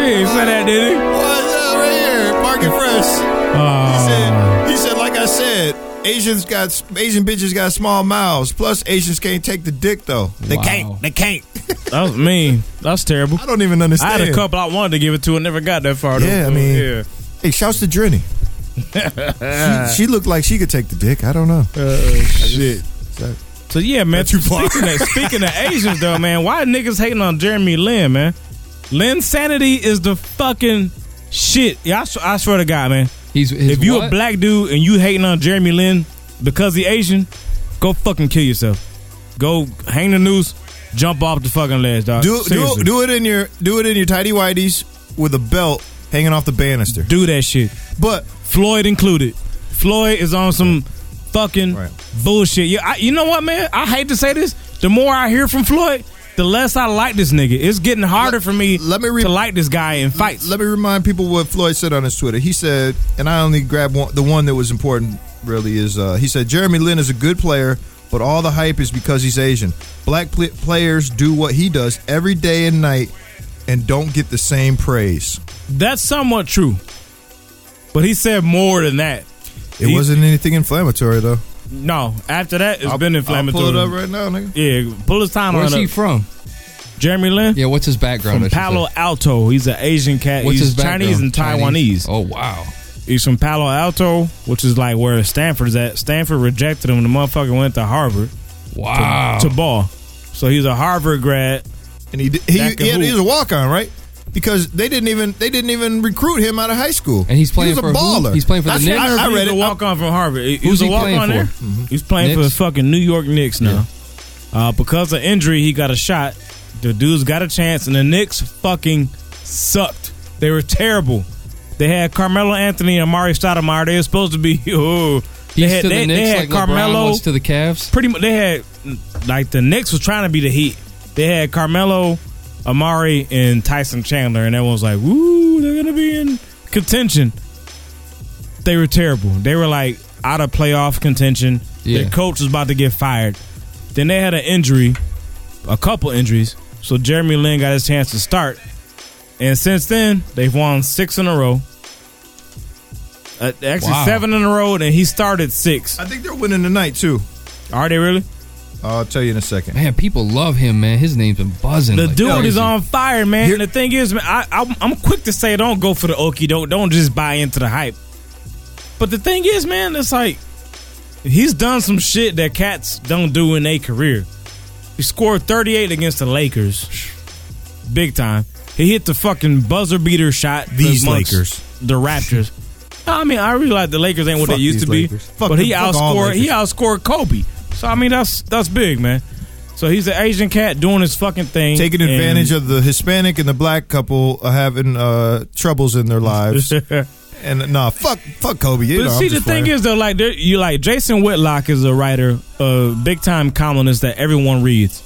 Speaker 4: he ain't say that, did he?
Speaker 1: What? Yeah, right here, Market Fresh. he
Speaker 4: Uh,
Speaker 1: said, he said, like I said, Asians got Asian bitches got small mouths. Plus, Asians can't take the dick though. They
Speaker 4: Wow.
Speaker 1: can't. They can't.
Speaker 4: That was mean. That's terrible. I
Speaker 5: don't even understand.
Speaker 4: I had a couple I wanted to give it to and never got that far. though.
Speaker 5: Yeah, I mean,
Speaker 4: yeah.
Speaker 5: hey, shouts to Drenny.
Speaker 4: Uh.
Speaker 5: she, she looked like she could take the dick. I don't know.
Speaker 4: shit. So yeah, man.
Speaker 5: Not too far.
Speaker 4: Speaking of, speaking of Asians, though, man, why niggas hating on Jeremy Lin, man? Lin sanity is the fucking shit. Yeah, I, sw- I swear to God, man.
Speaker 6: He's
Speaker 4: if you a
Speaker 6: what?
Speaker 4: black dude and you hating on Jeremy Lin because he Asian, go fucking kill yourself. Go hang the noose, jump off the fucking ledge, dog.
Speaker 5: do do do it in your do it in your tidy whities with a belt hanging off the banister.
Speaker 4: Do that shit.
Speaker 5: But
Speaker 4: Floyd included. Floyd is on some fucking bullshit. Yeah, I, you know what, man? I hate to say this. The more I hear from Floyd, the less I like this nigga. It's getting harder for me. Let me to like this guy in fights.
Speaker 5: Let me remind people what Floyd said on his Twitter. He said, and I only grabbed one, the one that was important. Really is uh, he said Jeremy Lin is a good player, but all the hype is because he's Asian. Black pl- players do what he does every day and night, and don't get the same praise.
Speaker 4: That's somewhat true, but he said more than that.
Speaker 5: It
Speaker 4: He-
Speaker 5: wasn't anything inflammatory though.
Speaker 4: No, after that, it's
Speaker 5: I'll-
Speaker 4: been
Speaker 5: I'll pull
Speaker 4: inflammatory.
Speaker 5: it up right now, nigga.
Speaker 4: Yeah, pull his timeline.
Speaker 6: Where's
Speaker 4: up.
Speaker 6: he from?
Speaker 4: Jeremy Lin.
Speaker 6: Yeah, what's his background?
Speaker 4: From
Speaker 6: I should
Speaker 4: Palo
Speaker 6: say?
Speaker 4: Alto. He's an Asian cat.
Speaker 6: What's
Speaker 4: He's
Speaker 6: his background?
Speaker 4: Chinese and Taiwanese.
Speaker 6: Chinese. Oh wow.
Speaker 4: He's from Palo Alto, which is like where Stanford's at. Stanford rejected him. The motherfucker went to Harvard.
Speaker 6: Wow.
Speaker 4: To, to ball. So he's a Harvard grad.
Speaker 5: And he He, he, had, he was a walk on, right? Because they didn't even they didn't even recruit him out of high school.
Speaker 6: And he's playing
Speaker 5: he was
Speaker 6: for
Speaker 5: a
Speaker 6: who?
Speaker 5: baller.
Speaker 6: He's playing for the
Speaker 5: I-
Speaker 6: Knicks?
Speaker 5: I, I read it.
Speaker 4: a walk on from Harvard. He, he
Speaker 6: Who's
Speaker 4: was a
Speaker 6: he
Speaker 4: walk
Speaker 6: playing
Speaker 4: on
Speaker 6: for? Mm-hmm.
Speaker 4: there. He's playing for
Speaker 6: Knicks?
Speaker 4: the fucking New York Knicks now. Uh, because of injury, he got a shot. The dudes got a chance, and the Knicks fucking sucked. They were terrible. They had Carmelo Anthony and Amari Stoudemire. They were supposed to be. Oh, they
Speaker 6: He's
Speaker 4: had,
Speaker 6: to the
Speaker 4: they, they
Speaker 6: Knicks
Speaker 4: had
Speaker 6: like LeBron
Speaker 4: Carmelo
Speaker 6: was to the Cavs.
Speaker 4: Pretty much, they had like the Knicks was trying to be the Heat. They had Carmelo, Amari, and Tyson Chandler, and everyone was like, "Woo, they're gonna be in contention." they were terrible. They were like out of playoff contention.
Speaker 6: Yeah.
Speaker 4: Their coach was about to get fired. Then they had an injury, a couple injuries. So Jeremy Lin got his chance to start. And since then, they've won six in a row. Uh, actually,
Speaker 5: Wow.
Speaker 4: seven in a row, and he started six.
Speaker 5: I think they're winning tonight too.
Speaker 4: Are they really?
Speaker 5: I'll tell you in a second.
Speaker 6: Man, people love him. Man, his name's been buzzing.
Speaker 4: The
Speaker 6: like
Speaker 4: dude
Speaker 6: crazy.
Speaker 4: is on fire, man. and the thing is, man, I, I, I'm quick to say don't go for the okey doke. Don't just buy into the hype. But the thing is, man, it's like he's done some shit that cats don't do in their career. He scored 38 against the Lakers, big time. He hit the fucking buzzer beater shot.
Speaker 5: These
Speaker 4: amongst
Speaker 5: Lakers.
Speaker 4: the Raptors. I mean, I realize the Lakers ain't what
Speaker 5: Fuck
Speaker 4: they used
Speaker 5: these
Speaker 4: to be,
Speaker 5: Lakers. Fuck
Speaker 4: but
Speaker 5: them-
Speaker 4: he
Speaker 5: fuck all
Speaker 4: outscored he
Speaker 5: Lakers.
Speaker 4: outscored Kobe. So I mean, that's that's big, man. So he's an Asian cat doing his fucking thing,
Speaker 5: Taking
Speaker 4: and-
Speaker 5: advantage of the Hispanic and the black couple are having uh, troubles in their lives. and nah, fuck, fuck Kobe. You
Speaker 4: But
Speaker 5: know, I'm
Speaker 4: see, the
Speaker 5: just
Speaker 4: thing
Speaker 5: playing.
Speaker 4: is though, like there- you like Jason Whitlock is a writer, a big time columnist that everyone reads,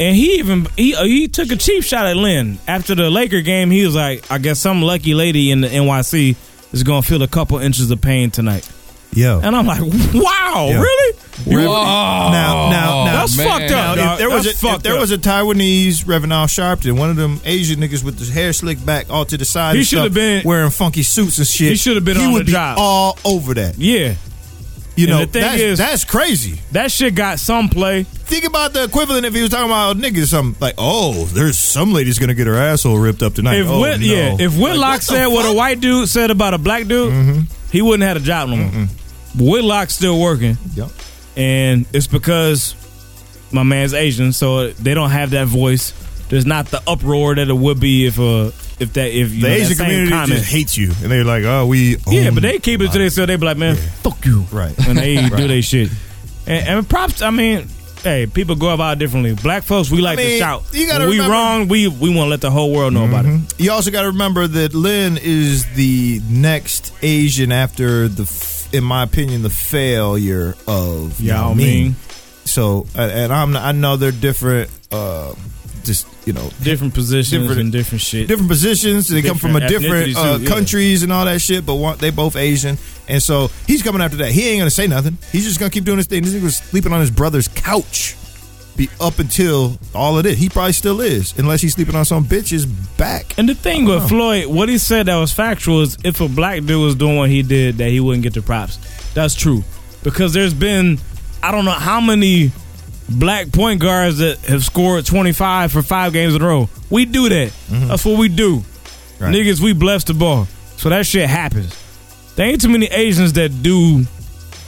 Speaker 4: and he even he uh, he took a cheap shot at Lynn after the Laker game. He was like, I guess some lucky lady in the NYC is gonna feel a couple inches of pain tonight.
Speaker 5: Yo,
Speaker 4: and I'm like, wow,
Speaker 5: Yo.
Speaker 4: really?
Speaker 5: Wherever-
Speaker 4: You-
Speaker 5: now, now, now,
Speaker 4: Oh, that's
Speaker 5: man.
Speaker 4: fucked up.
Speaker 5: Now,
Speaker 4: dog.
Speaker 5: if there was
Speaker 4: That's
Speaker 5: a, if
Speaker 4: fucked
Speaker 5: there
Speaker 4: up.
Speaker 5: was a Taiwanese Reverend Al Sharpton, one of them Asian niggas with his hair slicked back all to the side.
Speaker 4: He
Speaker 5: and
Speaker 4: should
Speaker 5: stuff,
Speaker 4: have been-
Speaker 5: wearing funky suits and shit.
Speaker 4: He should have been
Speaker 5: He
Speaker 4: on
Speaker 5: would
Speaker 4: the
Speaker 5: be
Speaker 4: job.
Speaker 5: all over that.
Speaker 4: Yeah,
Speaker 5: You
Speaker 4: And
Speaker 5: know,
Speaker 4: the thing
Speaker 5: that's,
Speaker 4: is-
Speaker 5: that's crazy.
Speaker 4: That shit got some play.
Speaker 5: Think about the equivalent if he was talking about niggas. Something like, oh, there's some lady's gonna get her asshole ripped up tonight.
Speaker 4: If
Speaker 5: oh,
Speaker 4: Whit-
Speaker 5: no.
Speaker 4: yeah, if Whitlock said what a white dude said about a black dude,
Speaker 5: Mm-hmm.
Speaker 4: he wouldn't have a job no more. Whitlock's still working.
Speaker 5: Yep.
Speaker 4: And it's because my man's Asian, so they don't have that voice. There's not the uproar that it would be if uh if that if you know,
Speaker 5: the
Speaker 4: that
Speaker 5: Asian
Speaker 4: same
Speaker 5: community
Speaker 4: comment.
Speaker 5: just hates you, and they're like, oh, we
Speaker 4: yeah,
Speaker 5: own
Speaker 4: but they keep it to themselves. They be like, man, fuck you,
Speaker 5: right?
Speaker 4: and they do
Speaker 5: Right.
Speaker 4: their shit. And, and props, I mean, hey, people go about it differently. Black folks, we like to
Speaker 5: mean,
Speaker 4: shout.
Speaker 5: you gotta
Speaker 4: When we
Speaker 5: remember-
Speaker 4: wrong, we we want to let the whole world know about it.
Speaker 5: You also got to remember that Lynn is the next Asian after the, f- in my opinion, the failure of
Speaker 4: Yao
Speaker 5: Yao
Speaker 4: Ming.
Speaker 5: Ming. So, a- and I'm I know they're different, uh, just you know,
Speaker 4: Different positions
Speaker 5: Different-
Speaker 4: and different shit.
Speaker 5: different positions. They come from a different
Speaker 4: ethnicities
Speaker 5: uh,
Speaker 4: too, yeah.
Speaker 5: countries and all that shit, but one, they both Asian. And so he's coming after that. He ain't gonna say nothing. He's just gonna keep doing his thing. This nigga was sleeping on his brother's couch, be up until all of this. He probably still is, unless he's sleeping on some bitch's back.
Speaker 4: And the thing with
Speaker 5: know.
Speaker 4: Floyd, what he said that was factual is if a black dude was doing what he did, that he wouldn't get the props. That's true. Because there's been, I don't know how many black point guards that have scored 25 for five games in a row. We do that. That's what we do.
Speaker 5: Mm-hmm. Right.
Speaker 4: Niggas, we bless the ball. So that shit happens. There ain't too many Asians that do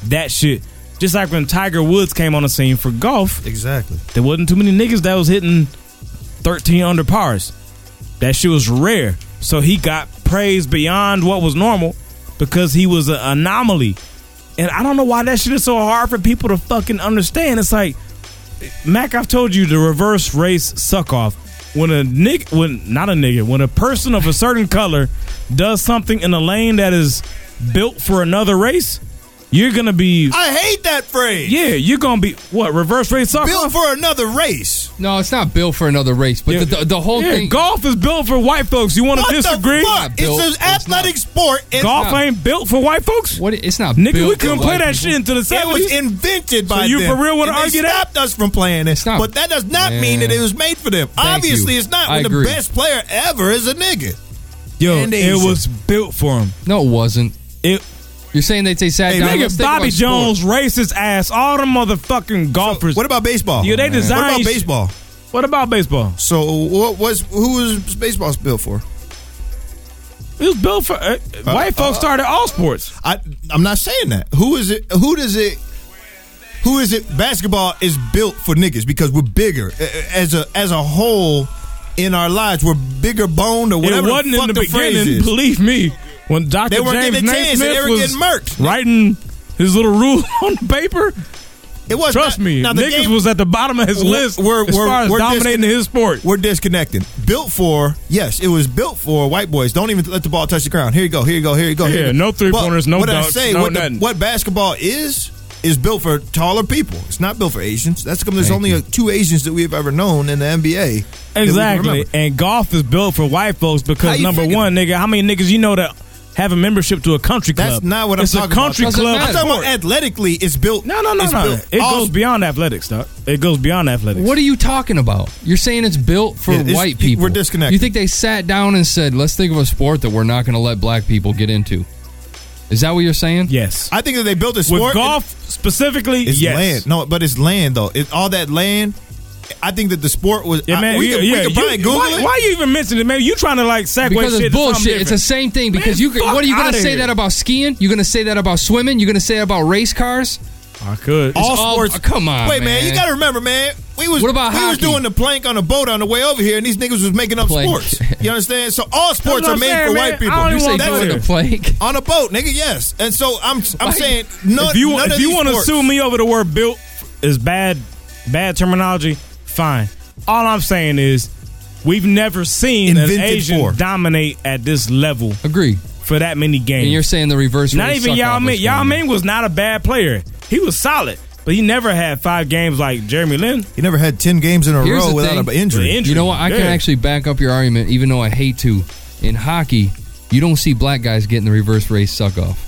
Speaker 4: that shit. Just like when Tiger Woods came on the scene for golf.
Speaker 5: Exactly.
Speaker 4: There wasn't too many niggas that was hitting 13 under pars. That shit was rare. So he got praise beyond what was normal because he was an anomaly. And I don't know why that shit is so hard for people to fucking understand. It's like, Mac, I've told you the reverse race suck off. When a nigga, when not a nigga, when a person of a certain color does something in a lane that is built for another race, you're gonna be.
Speaker 5: I hate that phrase.
Speaker 4: Yeah, you're gonna be what reverse race suck
Speaker 5: Built
Speaker 4: off?
Speaker 5: for another race.
Speaker 6: No, it's not built for another race, but the, the, the whole
Speaker 4: Yeah,
Speaker 6: thing.
Speaker 4: golf is built for white folks. You want
Speaker 5: What
Speaker 4: to
Speaker 5: the
Speaker 4: disagree?
Speaker 5: fuck? It's Built. an It's not. athletic sport. It's
Speaker 4: golf
Speaker 5: not.
Speaker 4: ain't built for white folks.
Speaker 6: What? It's not.
Speaker 4: Nigga, we
Speaker 5: built
Speaker 4: couldn't
Speaker 5: for
Speaker 4: play
Speaker 5: white
Speaker 4: that
Speaker 5: people.
Speaker 4: shit until the
Speaker 5: It
Speaker 4: seventies.
Speaker 5: was invented
Speaker 4: So
Speaker 5: by
Speaker 4: you
Speaker 5: them,
Speaker 4: for real want to
Speaker 5: and they
Speaker 4: argue that?
Speaker 5: stopped us from playing it,
Speaker 4: not-
Speaker 5: but that does not mean that it was made for them.
Speaker 4: Thank
Speaker 5: Obviously,
Speaker 4: you.
Speaker 5: it's not.
Speaker 4: I
Speaker 5: When
Speaker 4: agree.
Speaker 5: the best player ever is a nigga.
Speaker 4: Yo,
Speaker 5: And
Speaker 4: it
Speaker 5: Asian.
Speaker 4: was built for him.
Speaker 6: No, it wasn't.
Speaker 4: It.
Speaker 6: You're saying that they sat
Speaker 4: Hey,
Speaker 6: down. let's
Speaker 4: nigga,
Speaker 6: think
Speaker 4: Bobby
Speaker 6: about sport.
Speaker 4: Jones, racist ass, all the motherfucking golfers.
Speaker 5: what about baseball?
Speaker 4: Yeah, they
Speaker 5: Man.
Speaker 4: designed.
Speaker 5: What about baseball?
Speaker 4: What about baseball?
Speaker 5: So what was who was baseball built for?
Speaker 4: It was built for uh, white folks. started all sports.
Speaker 5: I I'm not saying that. Who is it? Who does it? Who is it? Basketball is built for niggas because we're bigger A- a- as a as a whole in our lives. We're bigger boned or
Speaker 4: It
Speaker 5: whatever.
Speaker 4: wasn't
Speaker 5: the
Speaker 4: in
Speaker 5: fuck
Speaker 4: the,
Speaker 5: phrase
Speaker 4: beginning.
Speaker 5: is.
Speaker 4: Believe me, when Doctor
Speaker 5: They weren't
Speaker 4: James
Speaker 5: getting a chance and they
Speaker 4: Naismith
Speaker 5: were
Speaker 4: was
Speaker 5: getting murked.
Speaker 4: writing his little rule on the paper.
Speaker 5: It was
Speaker 4: Trust
Speaker 5: not-
Speaker 4: me,
Speaker 5: now the
Speaker 4: niggas
Speaker 5: game-
Speaker 4: was at the bottom of his
Speaker 5: We're-
Speaker 4: list
Speaker 5: we're-
Speaker 4: as
Speaker 5: we're-
Speaker 4: far as
Speaker 5: we're
Speaker 4: dominating
Speaker 5: discon-
Speaker 4: his sport.
Speaker 5: We're disconnecting. Built for yes, it was built for white boys. Don't even let the ball touch the ground. Here you go. Here you go. Here you go. here you
Speaker 4: Yeah,
Speaker 5: go.
Speaker 4: no three-pointers,
Speaker 5: But
Speaker 4: no
Speaker 5: What I
Speaker 4: dunks,
Speaker 5: say?
Speaker 4: no
Speaker 5: what, the-
Speaker 4: nothing.
Speaker 5: what basketball is is built for taller people. It's not built for Asians. That's because there's
Speaker 6: Thank
Speaker 5: only
Speaker 6: you.
Speaker 5: uh, two Asians that we have ever known in the NBA. that we can
Speaker 4: Exactly.
Speaker 5: remember.
Speaker 4: And golf is built for white folks
Speaker 5: How
Speaker 4: because
Speaker 5: you
Speaker 4: number
Speaker 5: figure
Speaker 4: one, nigga, how many niggas you know that have a membership to a country club?
Speaker 5: That's not what
Speaker 4: It's
Speaker 5: I'm talking
Speaker 4: a country
Speaker 5: about.
Speaker 4: club.
Speaker 5: I'm talking about athletically. It's built.
Speaker 4: No, no, no,
Speaker 5: it's
Speaker 4: no.
Speaker 5: built
Speaker 4: It
Speaker 5: all-
Speaker 4: goes beyond athletics, dog. It goes beyond athletics.
Speaker 6: What are you talking about? You're saying it's built for
Speaker 4: Yeah, it's-
Speaker 6: white people.
Speaker 4: we're disconnected.
Speaker 6: You think they sat down and said, "Let's think of a sport that we're not going to let black people get into"? Is that what you're saying?
Speaker 4: Yes.
Speaker 5: I think that they built a sport
Speaker 4: With golf specifically,
Speaker 5: It's
Speaker 4: yes.
Speaker 5: land. No, but it's land though. It, all that land. I think that the sport was.
Speaker 4: Yeah,
Speaker 5: I-
Speaker 4: man.
Speaker 5: we
Speaker 4: yeah,
Speaker 5: could,
Speaker 4: yeah,
Speaker 5: we could probably
Speaker 4: you,
Speaker 5: Google
Speaker 4: why,
Speaker 5: it.
Speaker 4: why you even mention it, man? You trying to like segue
Speaker 6: Because
Speaker 4: shit to something
Speaker 6: it's bullshit. It's the
Speaker 4: different.
Speaker 6: same thing.
Speaker 4: Man,
Speaker 6: Because you could, what are you
Speaker 4: fuck
Speaker 6: going to
Speaker 4: outta
Speaker 6: say
Speaker 4: here.
Speaker 6: that about skiing? You're going to say that about swimming? You're going to say that about race cars?
Speaker 4: I could.
Speaker 5: all sports.
Speaker 6: come on,
Speaker 5: Wait, man. You got to remember, man. We was
Speaker 6: What about
Speaker 5: we was
Speaker 6: hockey?
Speaker 5: doing the plank on the boat on the way over here, and these niggas was making up
Speaker 6: Plank.
Speaker 5: sports. You understand? So all sports
Speaker 4: what
Speaker 5: are
Speaker 4: I'm
Speaker 5: made
Speaker 4: saying,
Speaker 5: for
Speaker 4: man.
Speaker 5: white people.
Speaker 4: I don't even wanna
Speaker 5: That's
Speaker 4: go
Speaker 5: what-
Speaker 4: there.
Speaker 6: plank.
Speaker 5: on a boat, nigga. Yes. And so I'm I'm
Speaker 4: Like,
Speaker 5: saying none.
Speaker 4: if you
Speaker 5: none
Speaker 4: if
Speaker 5: of
Speaker 4: you
Speaker 5: these
Speaker 4: want to
Speaker 5: sports-
Speaker 4: sue me over the word built is bad bad terminology, fine. All I'm saying is we've never seen an
Speaker 6: Invented
Speaker 4: Asian
Speaker 6: for.
Speaker 4: dominate at this level.
Speaker 6: Agree
Speaker 4: for that many games.
Speaker 6: And you're saying the reverse.
Speaker 4: not
Speaker 6: race
Speaker 4: even
Speaker 6: suck
Speaker 4: Yao
Speaker 6: off
Speaker 4: Ming.
Speaker 6: is
Speaker 4: Yao
Speaker 6: wrong.
Speaker 4: Ming was not a bad player. He was solid, but he never had five games like Jeremy Lin.
Speaker 5: He never had ten games in a
Speaker 6: Here's
Speaker 5: row
Speaker 6: the
Speaker 5: without an
Speaker 6: thing.
Speaker 5: injury.
Speaker 6: You know what? I can
Speaker 4: Yeah.
Speaker 6: actually back up your argument, even though I hate to. In hockey, you don't see black guys getting the reverse race suck off.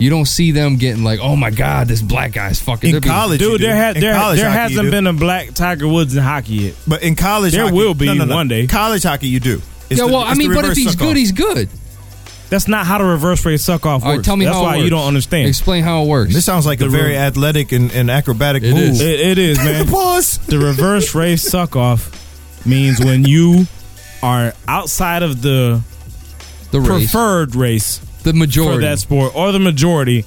Speaker 6: You don't see them getting like, oh my god, this black guy's fucking There be-
Speaker 4: dude. There has there, there hasn't been a black Tiger Woods in hockey yet.
Speaker 5: But in college,
Speaker 4: there
Speaker 5: hockey-
Speaker 4: will be
Speaker 5: no, no, no.
Speaker 4: one day.
Speaker 5: College hockey, you do.
Speaker 4: Yeah, well, I mean, but if he's good, he's
Speaker 6: good.
Speaker 4: That's not how the reverse rate suck off works.
Speaker 5: All right, tell me
Speaker 4: That's
Speaker 5: how it
Speaker 4: why you
Speaker 5: works.
Speaker 4: don't understand.
Speaker 6: Explain how it works.
Speaker 5: This sounds like a
Speaker 4: The
Speaker 5: very
Speaker 4: re-
Speaker 5: athletic and, and acrobatic move.
Speaker 4: It, it is, man. The reverse race suck off means when you are outside of the
Speaker 6: the
Speaker 5: race.
Speaker 4: preferred race,
Speaker 6: the
Speaker 5: majority.
Speaker 4: for that sport, or the majority.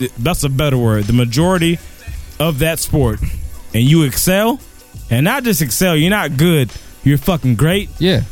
Speaker 4: th- That's a better word. The majority of that sport, and you excel, and not just excel. You're not good. You're fucking great.
Speaker 6: Yeah.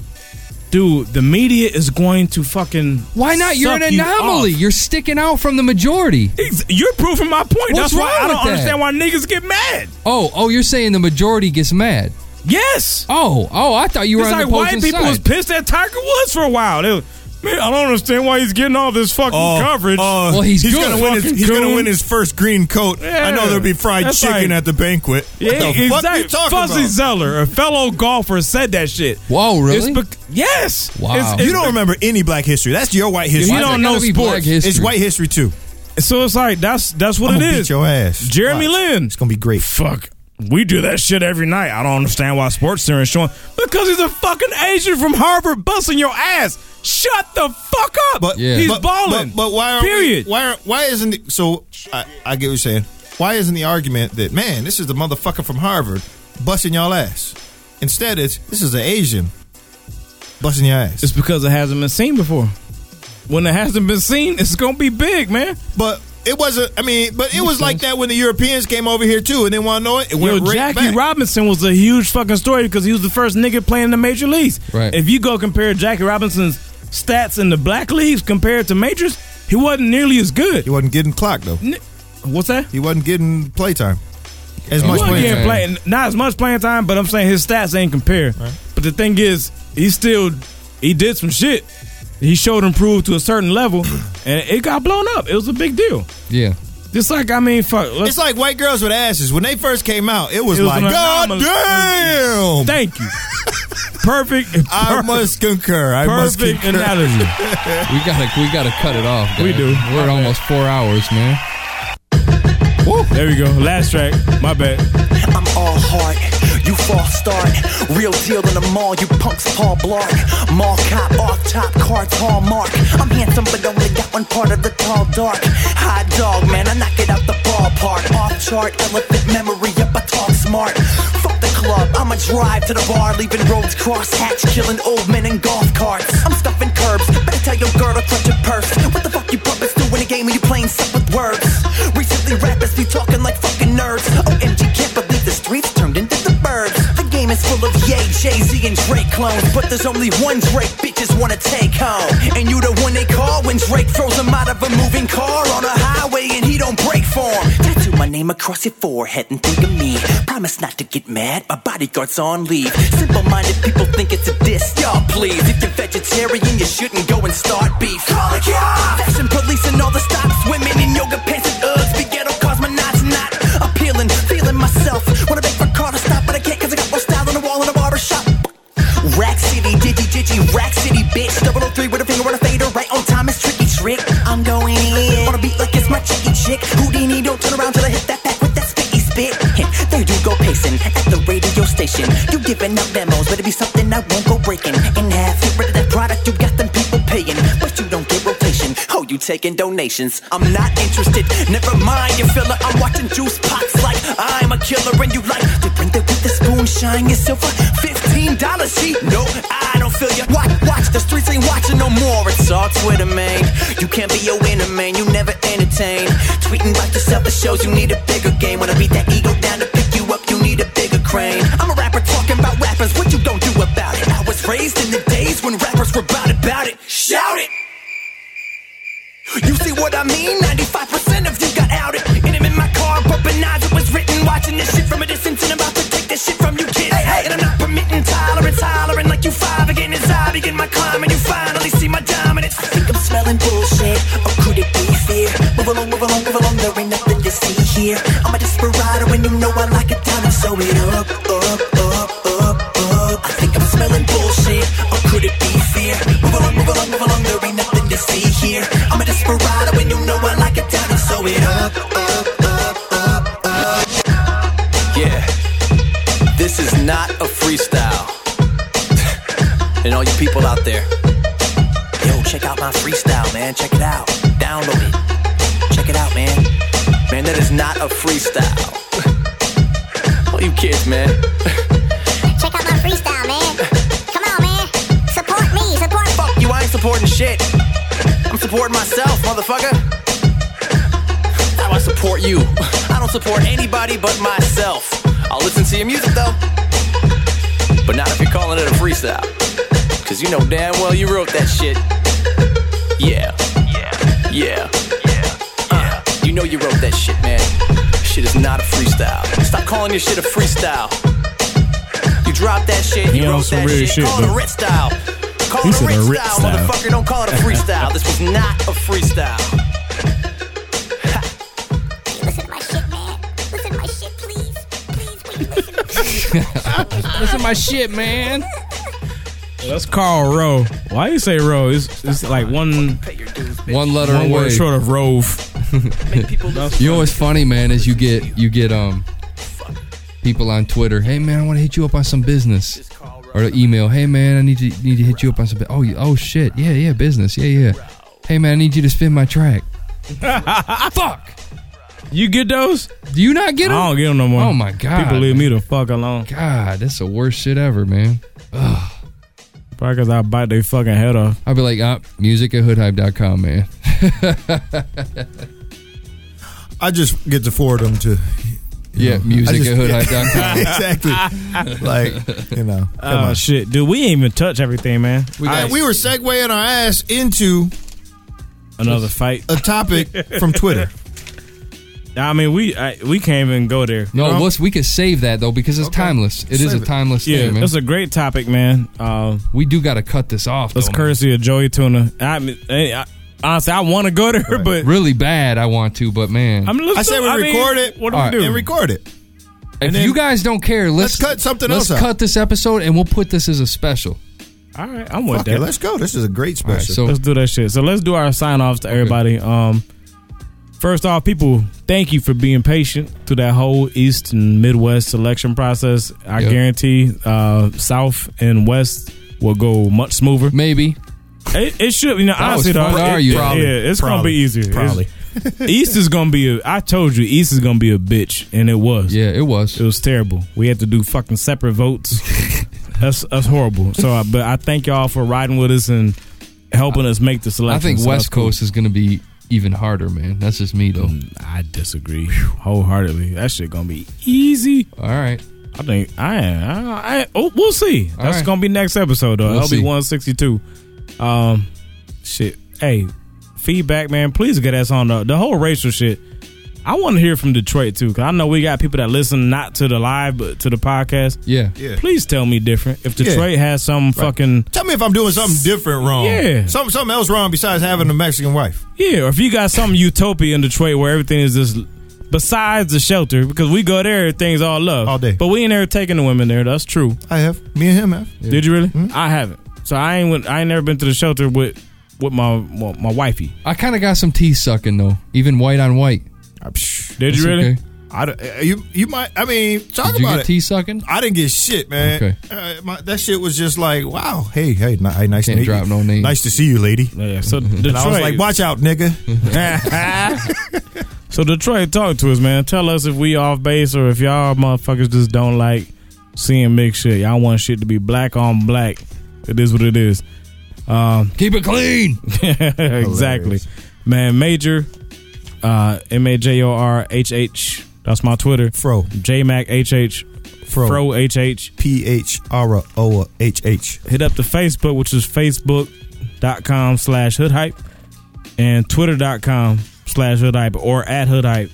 Speaker 4: Dude, the media is going to fucking.
Speaker 6: Why not? You're an
Speaker 4: suck you
Speaker 6: anomaly.
Speaker 4: off.
Speaker 6: You're sticking out from the majority.
Speaker 4: Ex- You're proving my point.
Speaker 6: What's
Speaker 4: That's why
Speaker 6: wrong
Speaker 4: I
Speaker 6: with
Speaker 4: don't
Speaker 6: that?
Speaker 4: understand why niggas get mad.
Speaker 6: Oh, oh, you're saying the majority gets mad.
Speaker 4: Yes.
Speaker 6: Oh, oh, I thought you were
Speaker 4: it's
Speaker 6: on
Speaker 4: like
Speaker 6: the
Speaker 4: white
Speaker 6: opposing
Speaker 4: people
Speaker 6: side.
Speaker 4: was pissed at Tiger Woods for a while. They was, Man, I don't understand why he's getting all this fucking
Speaker 5: Oh,
Speaker 4: coverage.
Speaker 5: oh, he's gonna win his
Speaker 4: Fucking
Speaker 5: he's gonna
Speaker 4: coon.
Speaker 5: win his first green coat. I know
Speaker 4: Yeah.
Speaker 5: there'll be fried
Speaker 4: That's
Speaker 5: chicken
Speaker 4: like-
Speaker 5: at the banquet.
Speaker 4: Yeah,
Speaker 5: what the
Speaker 4: exactly.
Speaker 5: fuck you talking
Speaker 4: Fuzzy
Speaker 5: about?
Speaker 4: Zeller, a fellow golfer, said that shit.
Speaker 6: Whoa,
Speaker 5: really?
Speaker 4: yes.
Speaker 5: Wow. You don't remember any black history. That's your white history.
Speaker 4: You don't
Speaker 5: Why does it
Speaker 4: know
Speaker 5: gotta be black
Speaker 4: sports.
Speaker 5: history? It's white history too.
Speaker 4: So it's like that's that's what
Speaker 5: I'm
Speaker 4: it
Speaker 5: gonna
Speaker 4: is.
Speaker 5: beat your ass.
Speaker 4: Jeremy Lin. It's
Speaker 5: gonna be great.
Speaker 4: Fuck. We do that shit every night. I don't understand why sports center is showing because he's a fucking Asian from Harvard busting your ass. Shut the fuck up.
Speaker 5: But
Speaker 4: he's
Speaker 5: but,
Speaker 4: balling.
Speaker 5: But, but why? Aren't
Speaker 4: Period.
Speaker 5: We, why? aren't- Why isn't the, so? I, I get what you're saying. Why isn't the argument that man, this is the motherfucker from Harvard busting y'all ass? Instead, it's this is an Asian busting your ass.
Speaker 4: It's because it hasn't been seen before. When it hasn't been seen, it's gonna be big, man.
Speaker 5: But it wasn't. I mean, but it was like that when the Europeans came over here too, and they want to know it. It went
Speaker 4: Yo,
Speaker 5: right
Speaker 4: Jackie
Speaker 5: back.
Speaker 4: Robinson was a huge fucking story because he was the first nigga playing in the major leagues.
Speaker 5: Right.
Speaker 4: If you go compare Jackie Robinson's stats in the black leagues compared to majors, he wasn't nearly as good. He
Speaker 5: wasn't getting clock though.
Speaker 4: What's that?
Speaker 5: He wasn't getting playtime. As
Speaker 4: He
Speaker 5: much
Speaker 4: wasn't
Speaker 5: playing
Speaker 4: getting
Speaker 5: time.
Speaker 4: play- not as much playing time, but I'm saying his stats ain't compared. But the thing is, he still he did some shit. He showed improved to a certain level, and it got blown up. It was a big deal.
Speaker 6: Yeah.
Speaker 4: Just like I mean, fuck. let's-
Speaker 5: It's like white girls with asses. When they first came out, it was,
Speaker 4: It was
Speaker 5: like,
Speaker 4: an
Speaker 5: God
Speaker 4: anomaly."
Speaker 5: damn.
Speaker 4: Thank you. Perfect.
Speaker 5: I must concur. I must
Speaker 6: Perfect
Speaker 5: concur.
Speaker 6: analogy. we gotta we gotta cut it off.
Speaker 4: We
Speaker 6: guys.
Speaker 4: do.
Speaker 6: We're at almost four hours, man.
Speaker 4: There we go. Last track. My bad.
Speaker 16: I'm all heart, you false start. Real deal in the mall, you punks Paul Blart. Mall cop, off top, cards hallmark. I'm handsome, but only got one part of the tall dark. High dog, man, I knock it out the ballpark. Off chart, elephant memory, yep, I talk smart. Fuck the club, I'ma drive to the bar, leaving roads cross hatch, killing old men in golf carts. I'm stuffing curbs, better tell your girl to clutch her purse. What the fuck you puppets do in a game when you playing stuff with words? Recently, rappers be talking like fucking nerds. OMG, can't believe the streets turned into the burbs. The game is full of Ye, Jay Z, and Drake clones, but there's only one Drake bitches wanna take home. And you the one they call when Drake throws him out of a moving car on a highway and he don't break for 'em. Tattoo my name across your forehead and think of me. Promise not to get mad, my bodyguard's on leave. Simple minded people think it's a diss, y'all please. If you're vegetarian, you shouldn't go and start beef. Call the cops! Fashion police and all the stops, women in yoga pants and Uggs, be ghetto cosmonauts, not appealing, feeling myself. Wanna beg for car to stop, but I can't cause I got more style on the wall in a barber shop. Rack City, Digi Digi, Rack City, bitch. 003 with a finger on a fader, right on time is tricky trick. I'm going in. On a beat like it's my chicky chick. Houdini, don't turn around till I hit that back with that spitty spit. Heh, There you go pacing at the radio station. You giving out demos, but it be something I won't go breaking. In half, get rid of that product, you got them people paying. But you don't get rotation. Oh, you taking donations. I'm not interested. Never mind, you filler. I'm watching juice pops like I'm a killer and you like to bring the with the spoon, shine your silver. Fifteen dollars sheet. No, I don't feel you. Watch, watch, the streets ain't watching no more. It's all Twitter, man. You can't be your inner man, you never entertain. Tweeting about yourself, it shows you need a bigger game. Wanna beat that ego down to pick you up, you need a bigger crane. I'm a rapper talking about rappers, what you don't do about it. I was raised in the days when rappers were about about it. Shout it! You see what I mean? 95% of you got outed. And I'm in my car, bumping odds. It was written, watching this shit from a distance, and about to take this shit from you kids. Hey, hey. And I'm not permitting tolerance, hollering like you five again. As I begin my climb, and you finally see my dominance. I think I'm smelling bullshit, or could it be fear? Move along, move along, move along. There ain't nothing to see here. I'm a desperado, and you know I like it down, and so it up, up, up, up, up. I think I'm smelling bullshit, or could it be fear? Move along, move along, move along. There ain't nothing to see here. I'm a desperado, and you know I like it
Speaker 8: not a freestyle. and all you people out there, yo, check out my freestyle, man. Check it out. Download it. Check it out, man. Man, that is not a freestyle. all you kids, man.
Speaker 17: Check out my freestyle, man. Come on, man. Support me. Support.
Speaker 8: Fuck you. I ain't supporting shit. I'm supporting myself, motherfucker. How I support you? I don't support anybody but myself. I'll listen to your music though, but not if you're calling it a freestyle. Cause you know damn well you wrote that shit. Yeah. Yeah. Yeah. Uh, you know you wrote that shit, man. Shit is not a freestyle. Stop calling your shit a freestyle. You dropped that shit,
Speaker 4: He
Speaker 8: you
Speaker 4: on
Speaker 8: wrote
Speaker 4: some
Speaker 8: that
Speaker 4: real
Speaker 8: shit.
Speaker 4: shit,
Speaker 8: Call it a
Speaker 4: though.
Speaker 8: writ style. Call
Speaker 4: He
Speaker 8: it a
Speaker 4: said
Speaker 8: writ
Speaker 4: a
Speaker 8: style,
Speaker 4: writ style.
Speaker 8: motherfucker. Don't call it a freestyle. this was not a freestyle.
Speaker 6: Ah, Listen to my shit, man.
Speaker 4: That's Carl Rowe. Why you say Rowe? It's, it's
Speaker 5: Uh,
Speaker 4: like one
Speaker 6: One letter
Speaker 4: one
Speaker 6: away.
Speaker 4: word short of Rove.
Speaker 6: you know what's funny, man, is you get you get um people on Twitter. Hey, man, I want to hit you up on some business. Or the email. Hey, man, I need to need to hit you up on some. bu- Oh, you, oh shit. Yeah, yeah, business. Yeah, yeah. Hey, man, I need you to spin my track.
Speaker 4: fuck. You get those?
Speaker 6: Do you not get them?
Speaker 4: I don't get them no more.
Speaker 6: Oh my god.
Speaker 4: People leave me the fuck alone.
Speaker 6: God, that's the worst shit ever, man. Ugh.
Speaker 4: Probably because I bite their fucking head off.
Speaker 6: I'll be like, uh, music at hoodhype.com, man.
Speaker 5: I just get to forward them to. you
Speaker 6: Yeah,
Speaker 5: know,
Speaker 6: music
Speaker 5: I just-
Speaker 6: at hoodhype.com.
Speaker 5: exactly. Like you know. come
Speaker 4: Oh
Speaker 5: on.
Speaker 4: shit, dude, we ain't even touch everything, man.
Speaker 5: All right, we were segueing our ass into
Speaker 4: another fight,
Speaker 5: a topic from Twitter.
Speaker 4: I mean, we I, we can't even go there.
Speaker 6: No, let's- we could save that though because it's timeless. It is
Speaker 4: Save
Speaker 6: a
Speaker 4: it.
Speaker 6: timeless
Speaker 4: Yeah,
Speaker 6: thing, man.
Speaker 4: it's a great topic, man. Uh,
Speaker 6: we do got to cut this off.
Speaker 4: Let's
Speaker 6: though, man.
Speaker 4: courtesy of Joey Tuna. I, mean, hey, I honestly, I want to go there, but
Speaker 6: really bad. I want to, but man,
Speaker 4: I mean, let's
Speaker 5: I said
Speaker 4: do-
Speaker 5: we
Speaker 4: I mean,
Speaker 5: record it.
Speaker 4: What do we
Speaker 6: All right.
Speaker 4: do?
Speaker 5: and record it.
Speaker 6: if
Speaker 5: then-
Speaker 6: you guys don't care, let's,
Speaker 5: cut something
Speaker 6: let's
Speaker 5: else out.
Speaker 6: cut this episode and we'll put this as a special.
Speaker 4: All right, I'm with
Speaker 5: Fuck
Speaker 4: that.
Speaker 5: it, let's go. This is a great
Speaker 6: All right,
Speaker 5: special.
Speaker 6: so-
Speaker 4: let's do that shit. So let's do our sign offs to everybody. Um, first off, people, thank you for being patient through that whole East and Midwest selection process. I
Speaker 6: Yep.
Speaker 4: guarantee uh, South and West will go much smoother.
Speaker 6: Maybe
Speaker 4: it, it should. You know,
Speaker 6: That was
Speaker 4: honestly, though,
Speaker 6: fun. Are
Speaker 4: it-
Speaker 6: you?
Speaker 4: yeah,
Speaker 6: Probably.
Speaker 4: it's gonna
Speaker 6: Probably.
Speaker 4: be easier. It's-
Speaker 6: Probably.
Speaker 4: East is gonna be. A, I told you, East is gonna be a bitch, and it was.
Speaker 6: Yeah, it was.
Speaker 4: It was terrible. We had to do fucking separate votes. that's that's horrible. So, I, but I thank y'all for riding with us and helping us make the selection.
Speaker 6: I think
Speaker 4: So that's
Speaker 6: West
Speaker 4: cool.
Speaker 6: Coast is going to be even harder, man. That's just me though.
Speaker 5: Mm,
Speaker 4: I disagree wholeheartedly. That shit gonna be easy.
Speaker 6: All right.
Speaker 4: I think I, I, I oh, we'll see.
Speaker 6: All
Speaker 4: That's
Speaker 6: right.
Speaker 4: gonna be next episode though.
Speaker 6: We'll
Speaker 4: That'll
Speaker 6: see.
Speaker 4: be one sixty two. Um, shit. Hey, feedback, man. Please get us on the the whole racial shit. I want to hear from Detroit too, cause I know we got people that listen not to the live but to the podcast.
Speaker 6: Yeah.
Speaker 5: Yeah.
Speaker 4: Please tell me different. If
Speaker 5: Yeah.
Speaker 4: Detroit has some fucking
Speaker 5: Tell me if I'm doing something different wrong.
Speaker 4: Yeah.
Speaker 5: Something, something else wrong besides having a Mexican wife.
Speaker 4: Yeah, or if you got some utopia in Detroit where everything is just besides the shelter, because we go there, everything's all love. All day. But we ain't ever taking the women there, that's true.
Speaker 5: I have. Me and him have.
Speaker 4: Did you really? I haven't. So I ain't went, I ain't never been to the shelter with with my my, my wifey.
Speaker 6: I kind of got some teeth sucking though, even white on white.
Speaker 4: Did
Speaker 6: That's
Speaker 4: you really?
Speaker 6: okay.
Speaker 5: I don't, uh, you you might I mean talk
Speaker 6: Did you
Speaker 5: about
Speaker 6: get
Speaker 5: it.
Speaker 6: tea sucking?
Speaker 5: I didn't get shit, man.
Speaker 6: Okay.
Speaker 5: Uh, my, that shit was just like, wow. Hey, hey, ni- hey nice
Speaker 6: Can't
Speaker 5: to meet
Speaker 6: drop
Speaker 5: you.
Speaker 6: no names.
Speaker 5: Nice to see you, lady.
Speaker 4: Yeah. So
Speaker 5: And I was
Speaker 4: Detroit-
Speaker 5: like, watch out, nigga.
Speaker 4: So Detroit, talk to us, man. Tell us if we off base or if y'all motherfuckers just don't like seeing mixed shit. Y'all want shit to be black on black. It is what it is. Um,
Speaker 6: Keep it clean.
Speaker 4: exactly,
Speaker 6: Hilarious.
Speaker 4: man. Major, uh, M A J O R H H. That's my Twitter.
Speaker 5: Fro
Speaker 4: J Mac H H.
Speaker 5: Fro.
Speaker 4: Fro H H.
Speaker 5: P H R O H H.
Speaker 4: Hit up the Facebook, which is facebook.com slash hood hype and twitter.com slash hood hype or at hood hype.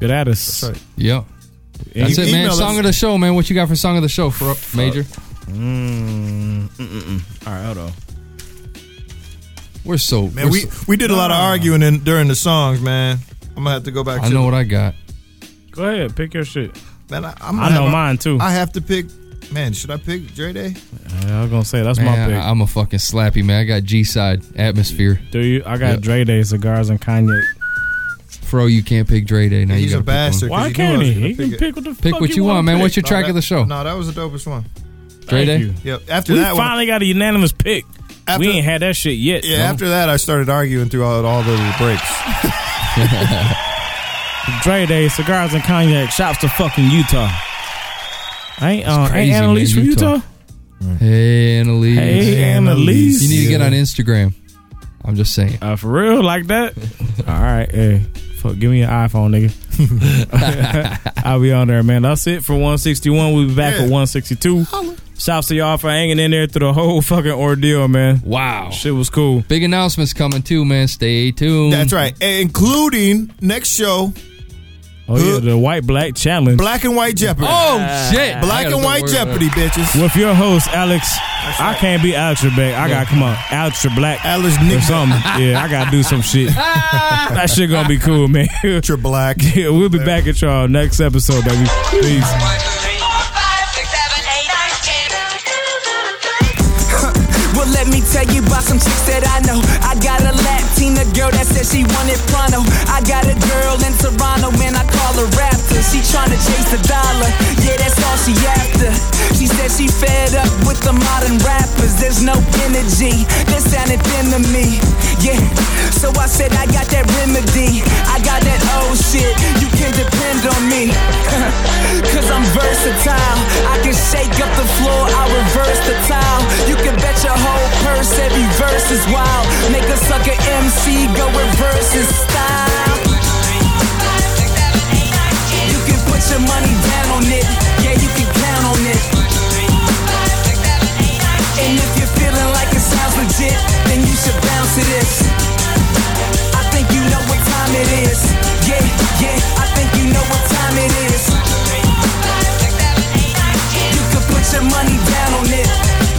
Speaker 4: Get at us.
Speaker 6: Yeah. That's it, man. Song of the show, man. What you got for song of the show, for Major?
Speaker 4: Mm, mm-mm-mm. All right, hold on.
Speaker 6: We're so
Speaker 5: Man, we we did a lot of
Speaker 4: Ah.
Speaker 5: arguing in, during the songs, man. I'm gonna have to go back.
Speaker 6: I
Speaker 5: to
Speaker 6: know what I got.
Speaker 4: Go ahead, pick your shit.
Speaker 5: Man, I, I'm
Speaker 4: I
Speaker 5: gonna
Speaker 4: know
Speaker 5: have a-
Speaker 4: mine, too.
Speaker 5: I have to pick. Man, should I pick Dre Day?
Speaker 4: Yeah, I was gonna say that's
Speaker 6: Man,
Speaker 4: my
Speaker 6: I- I'm a fucking slappy man. I got G side atmosphere.
Speaker 4: pick. Do you? I got
Speaker 6: Yep.
Speaker 4: Dre Day cigars and Kanye.
Speaker 6: Fro, you can't pick Dre Day. Now you
Speaker 5: He's a
Speaker 6: gotta pick one.
Speaker 5: bastard. 'cause knew I was gonna it.
Speaker 6: Pick what you want, man. What's your
Speaker 5: No,
Speaker 6: track
Speaker 5: that-
Speaker 6: of the show?
Speaker 5: No, that was the dopest one.
Speaker 6: Dre Day?
Speaker 5: Yep. After
Speaker 4: we
Speaker 5: that one,
Speaker 4: finally got a unanimous pick. we ain't had that shit yet.
Speaker 5: yeah. After that, I started arguing through all, all the little breaks.
Speaker 4: Dre Day, cigars and cognac, shops to fucking Utah. Ain't uh, ain't Annalise from Utah?
Speaker 6: Hey, Annalise.
Speaker 4: Hey, Annalise.
Speaker 6: You need to get
Speaker 4: Yeah.
Speaker 6: on Instagram. I'm just saying.
Speaker 4: Uh, for real, like that? All right, hey, fuck, give me an iPhone, nigga. I'll be on there, man. That's it for 161. We'll be back at 162. Shouts to y'all for hanging in there through the whole fucking ordeal, man.
Speaker 6: Wow,
Speaker 4: shit was cool.
Speaker 6: Big announcements coming too, man. Stay tuned.
Speaker 5: That's right, including next show.
Speaker 4: Oh yeah, the white black challenge. Ah,
Speaker 5: Black and white Jeopardy.
Speaker 6: Oh, shit. I
Speaker 5: Black
Speaker 6: gotta
Speaker 5: and white
Speaker 6: put word
Speaker 5: Jeopardy,
Speaker 6: up.
Speaker 5: bitches.
Speaker 4: With your host Alex, I can't be Alex Trebek. I got come on, Alex Treblack,
Speaker 5: Alex
Speaker 4: Nick, or something. yeah, I gotta do some shit. that shit gonna be cool, man.
Speaker 5: Treblack.
Speaker 4: Yeah, we'll be back at y'all next episode, baby. Peace.
Speaker 18: Well, let me tell you about some chicks that I know. I got a Latina girl that said she wanted pronto. I got a girl in Toronto, man, I call her Raptor. She tryna chase the dollar, yeah, that's all she after. She said she fed up with the modern rappers. There's no energy, that sounded thin to me. Yeah, so I said I got that remedy. I got that old shit, you can depend on me. Cause I'm versatile, I can shake up the floor, I reverse the tile. You can bet your whole purse every verse is wild. Make a sucker MC go reverse his style. You can put your money down on it, yeah, you can count on it. And if you're feeling like it sounds legit, then you should bounce to this. I think you know what time it is. Yeah, yeah, I think you know what time it is. You could put your money down on it.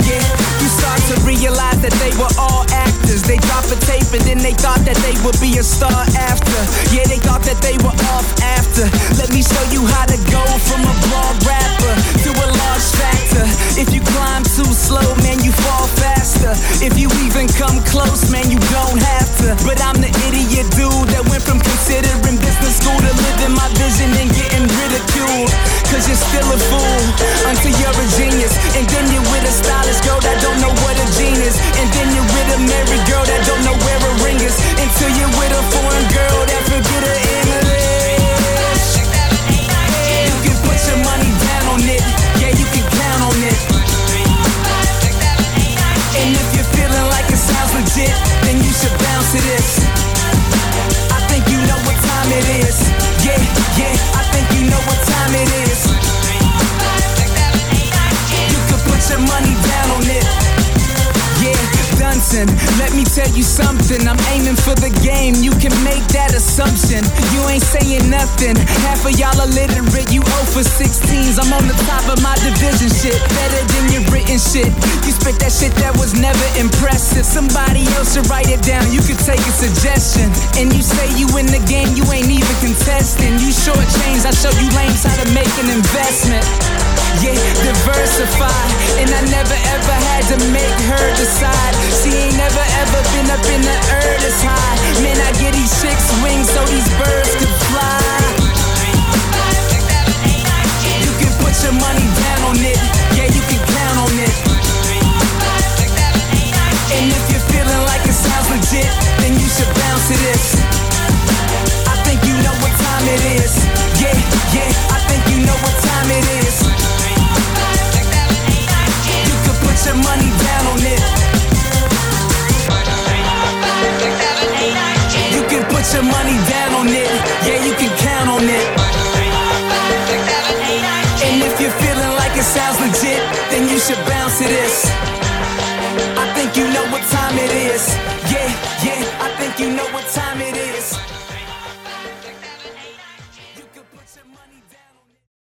Speaker 18: Yeah, you start to realize that they were all actors. They dropped a tape and then they thought that they would be a star after. Yeah, they thought that they were off after. Let me show you how to go from a blog rapper to a large factor. If you climb too slow, man, you fall faster. If you even come close, man, you don't have to. But I'm the idiot dude that went from considering business school to living my vision and getting ridiculed. Cause you're still a fool until you're a genius. And then you're with a stylist girl that don't know what a gene is. And then you're with a married girl that don't know where a ring is. Until you're with a foreign girl that forget her English. You can put your money down on it. Yeah, you can count on it. And if you're feeling like it sounds legit, then you should bounce to this. I think you know what time it is. Yeah, yeah, I think you know what time it is. You could put your money down on it. Yeah, Dunson, let me tell you something. I'm aiming for the game. You can make that assumption. You ain't saying nothing. Half of y'all illiterate. You 0 for 16s. I'm on the top of my division shit. Better than your written shit. You spit that shit that was never impressive. Somebody else should write it down. You could take a suggestion. And you say you in the game. You ain't even contesting. You shortchange. I show you lames how to make an investment. Yeah, diversify. And I never ever had to make her decide. She ain't never ever been up in the earth as high. Man, I get these chicks wings so these birds can fly. You can put your money down on it. Yeah, you can count on it. And if you're feeling like it sounds legit, then you should bounce to this. I think you know what time it is. Yeah, yeah, I think you know what time it is. You could put your money down on it. You can put your money down on it. Yeah, you can count on it. And if you're feeling like it sounds legit, then you should bounce to this.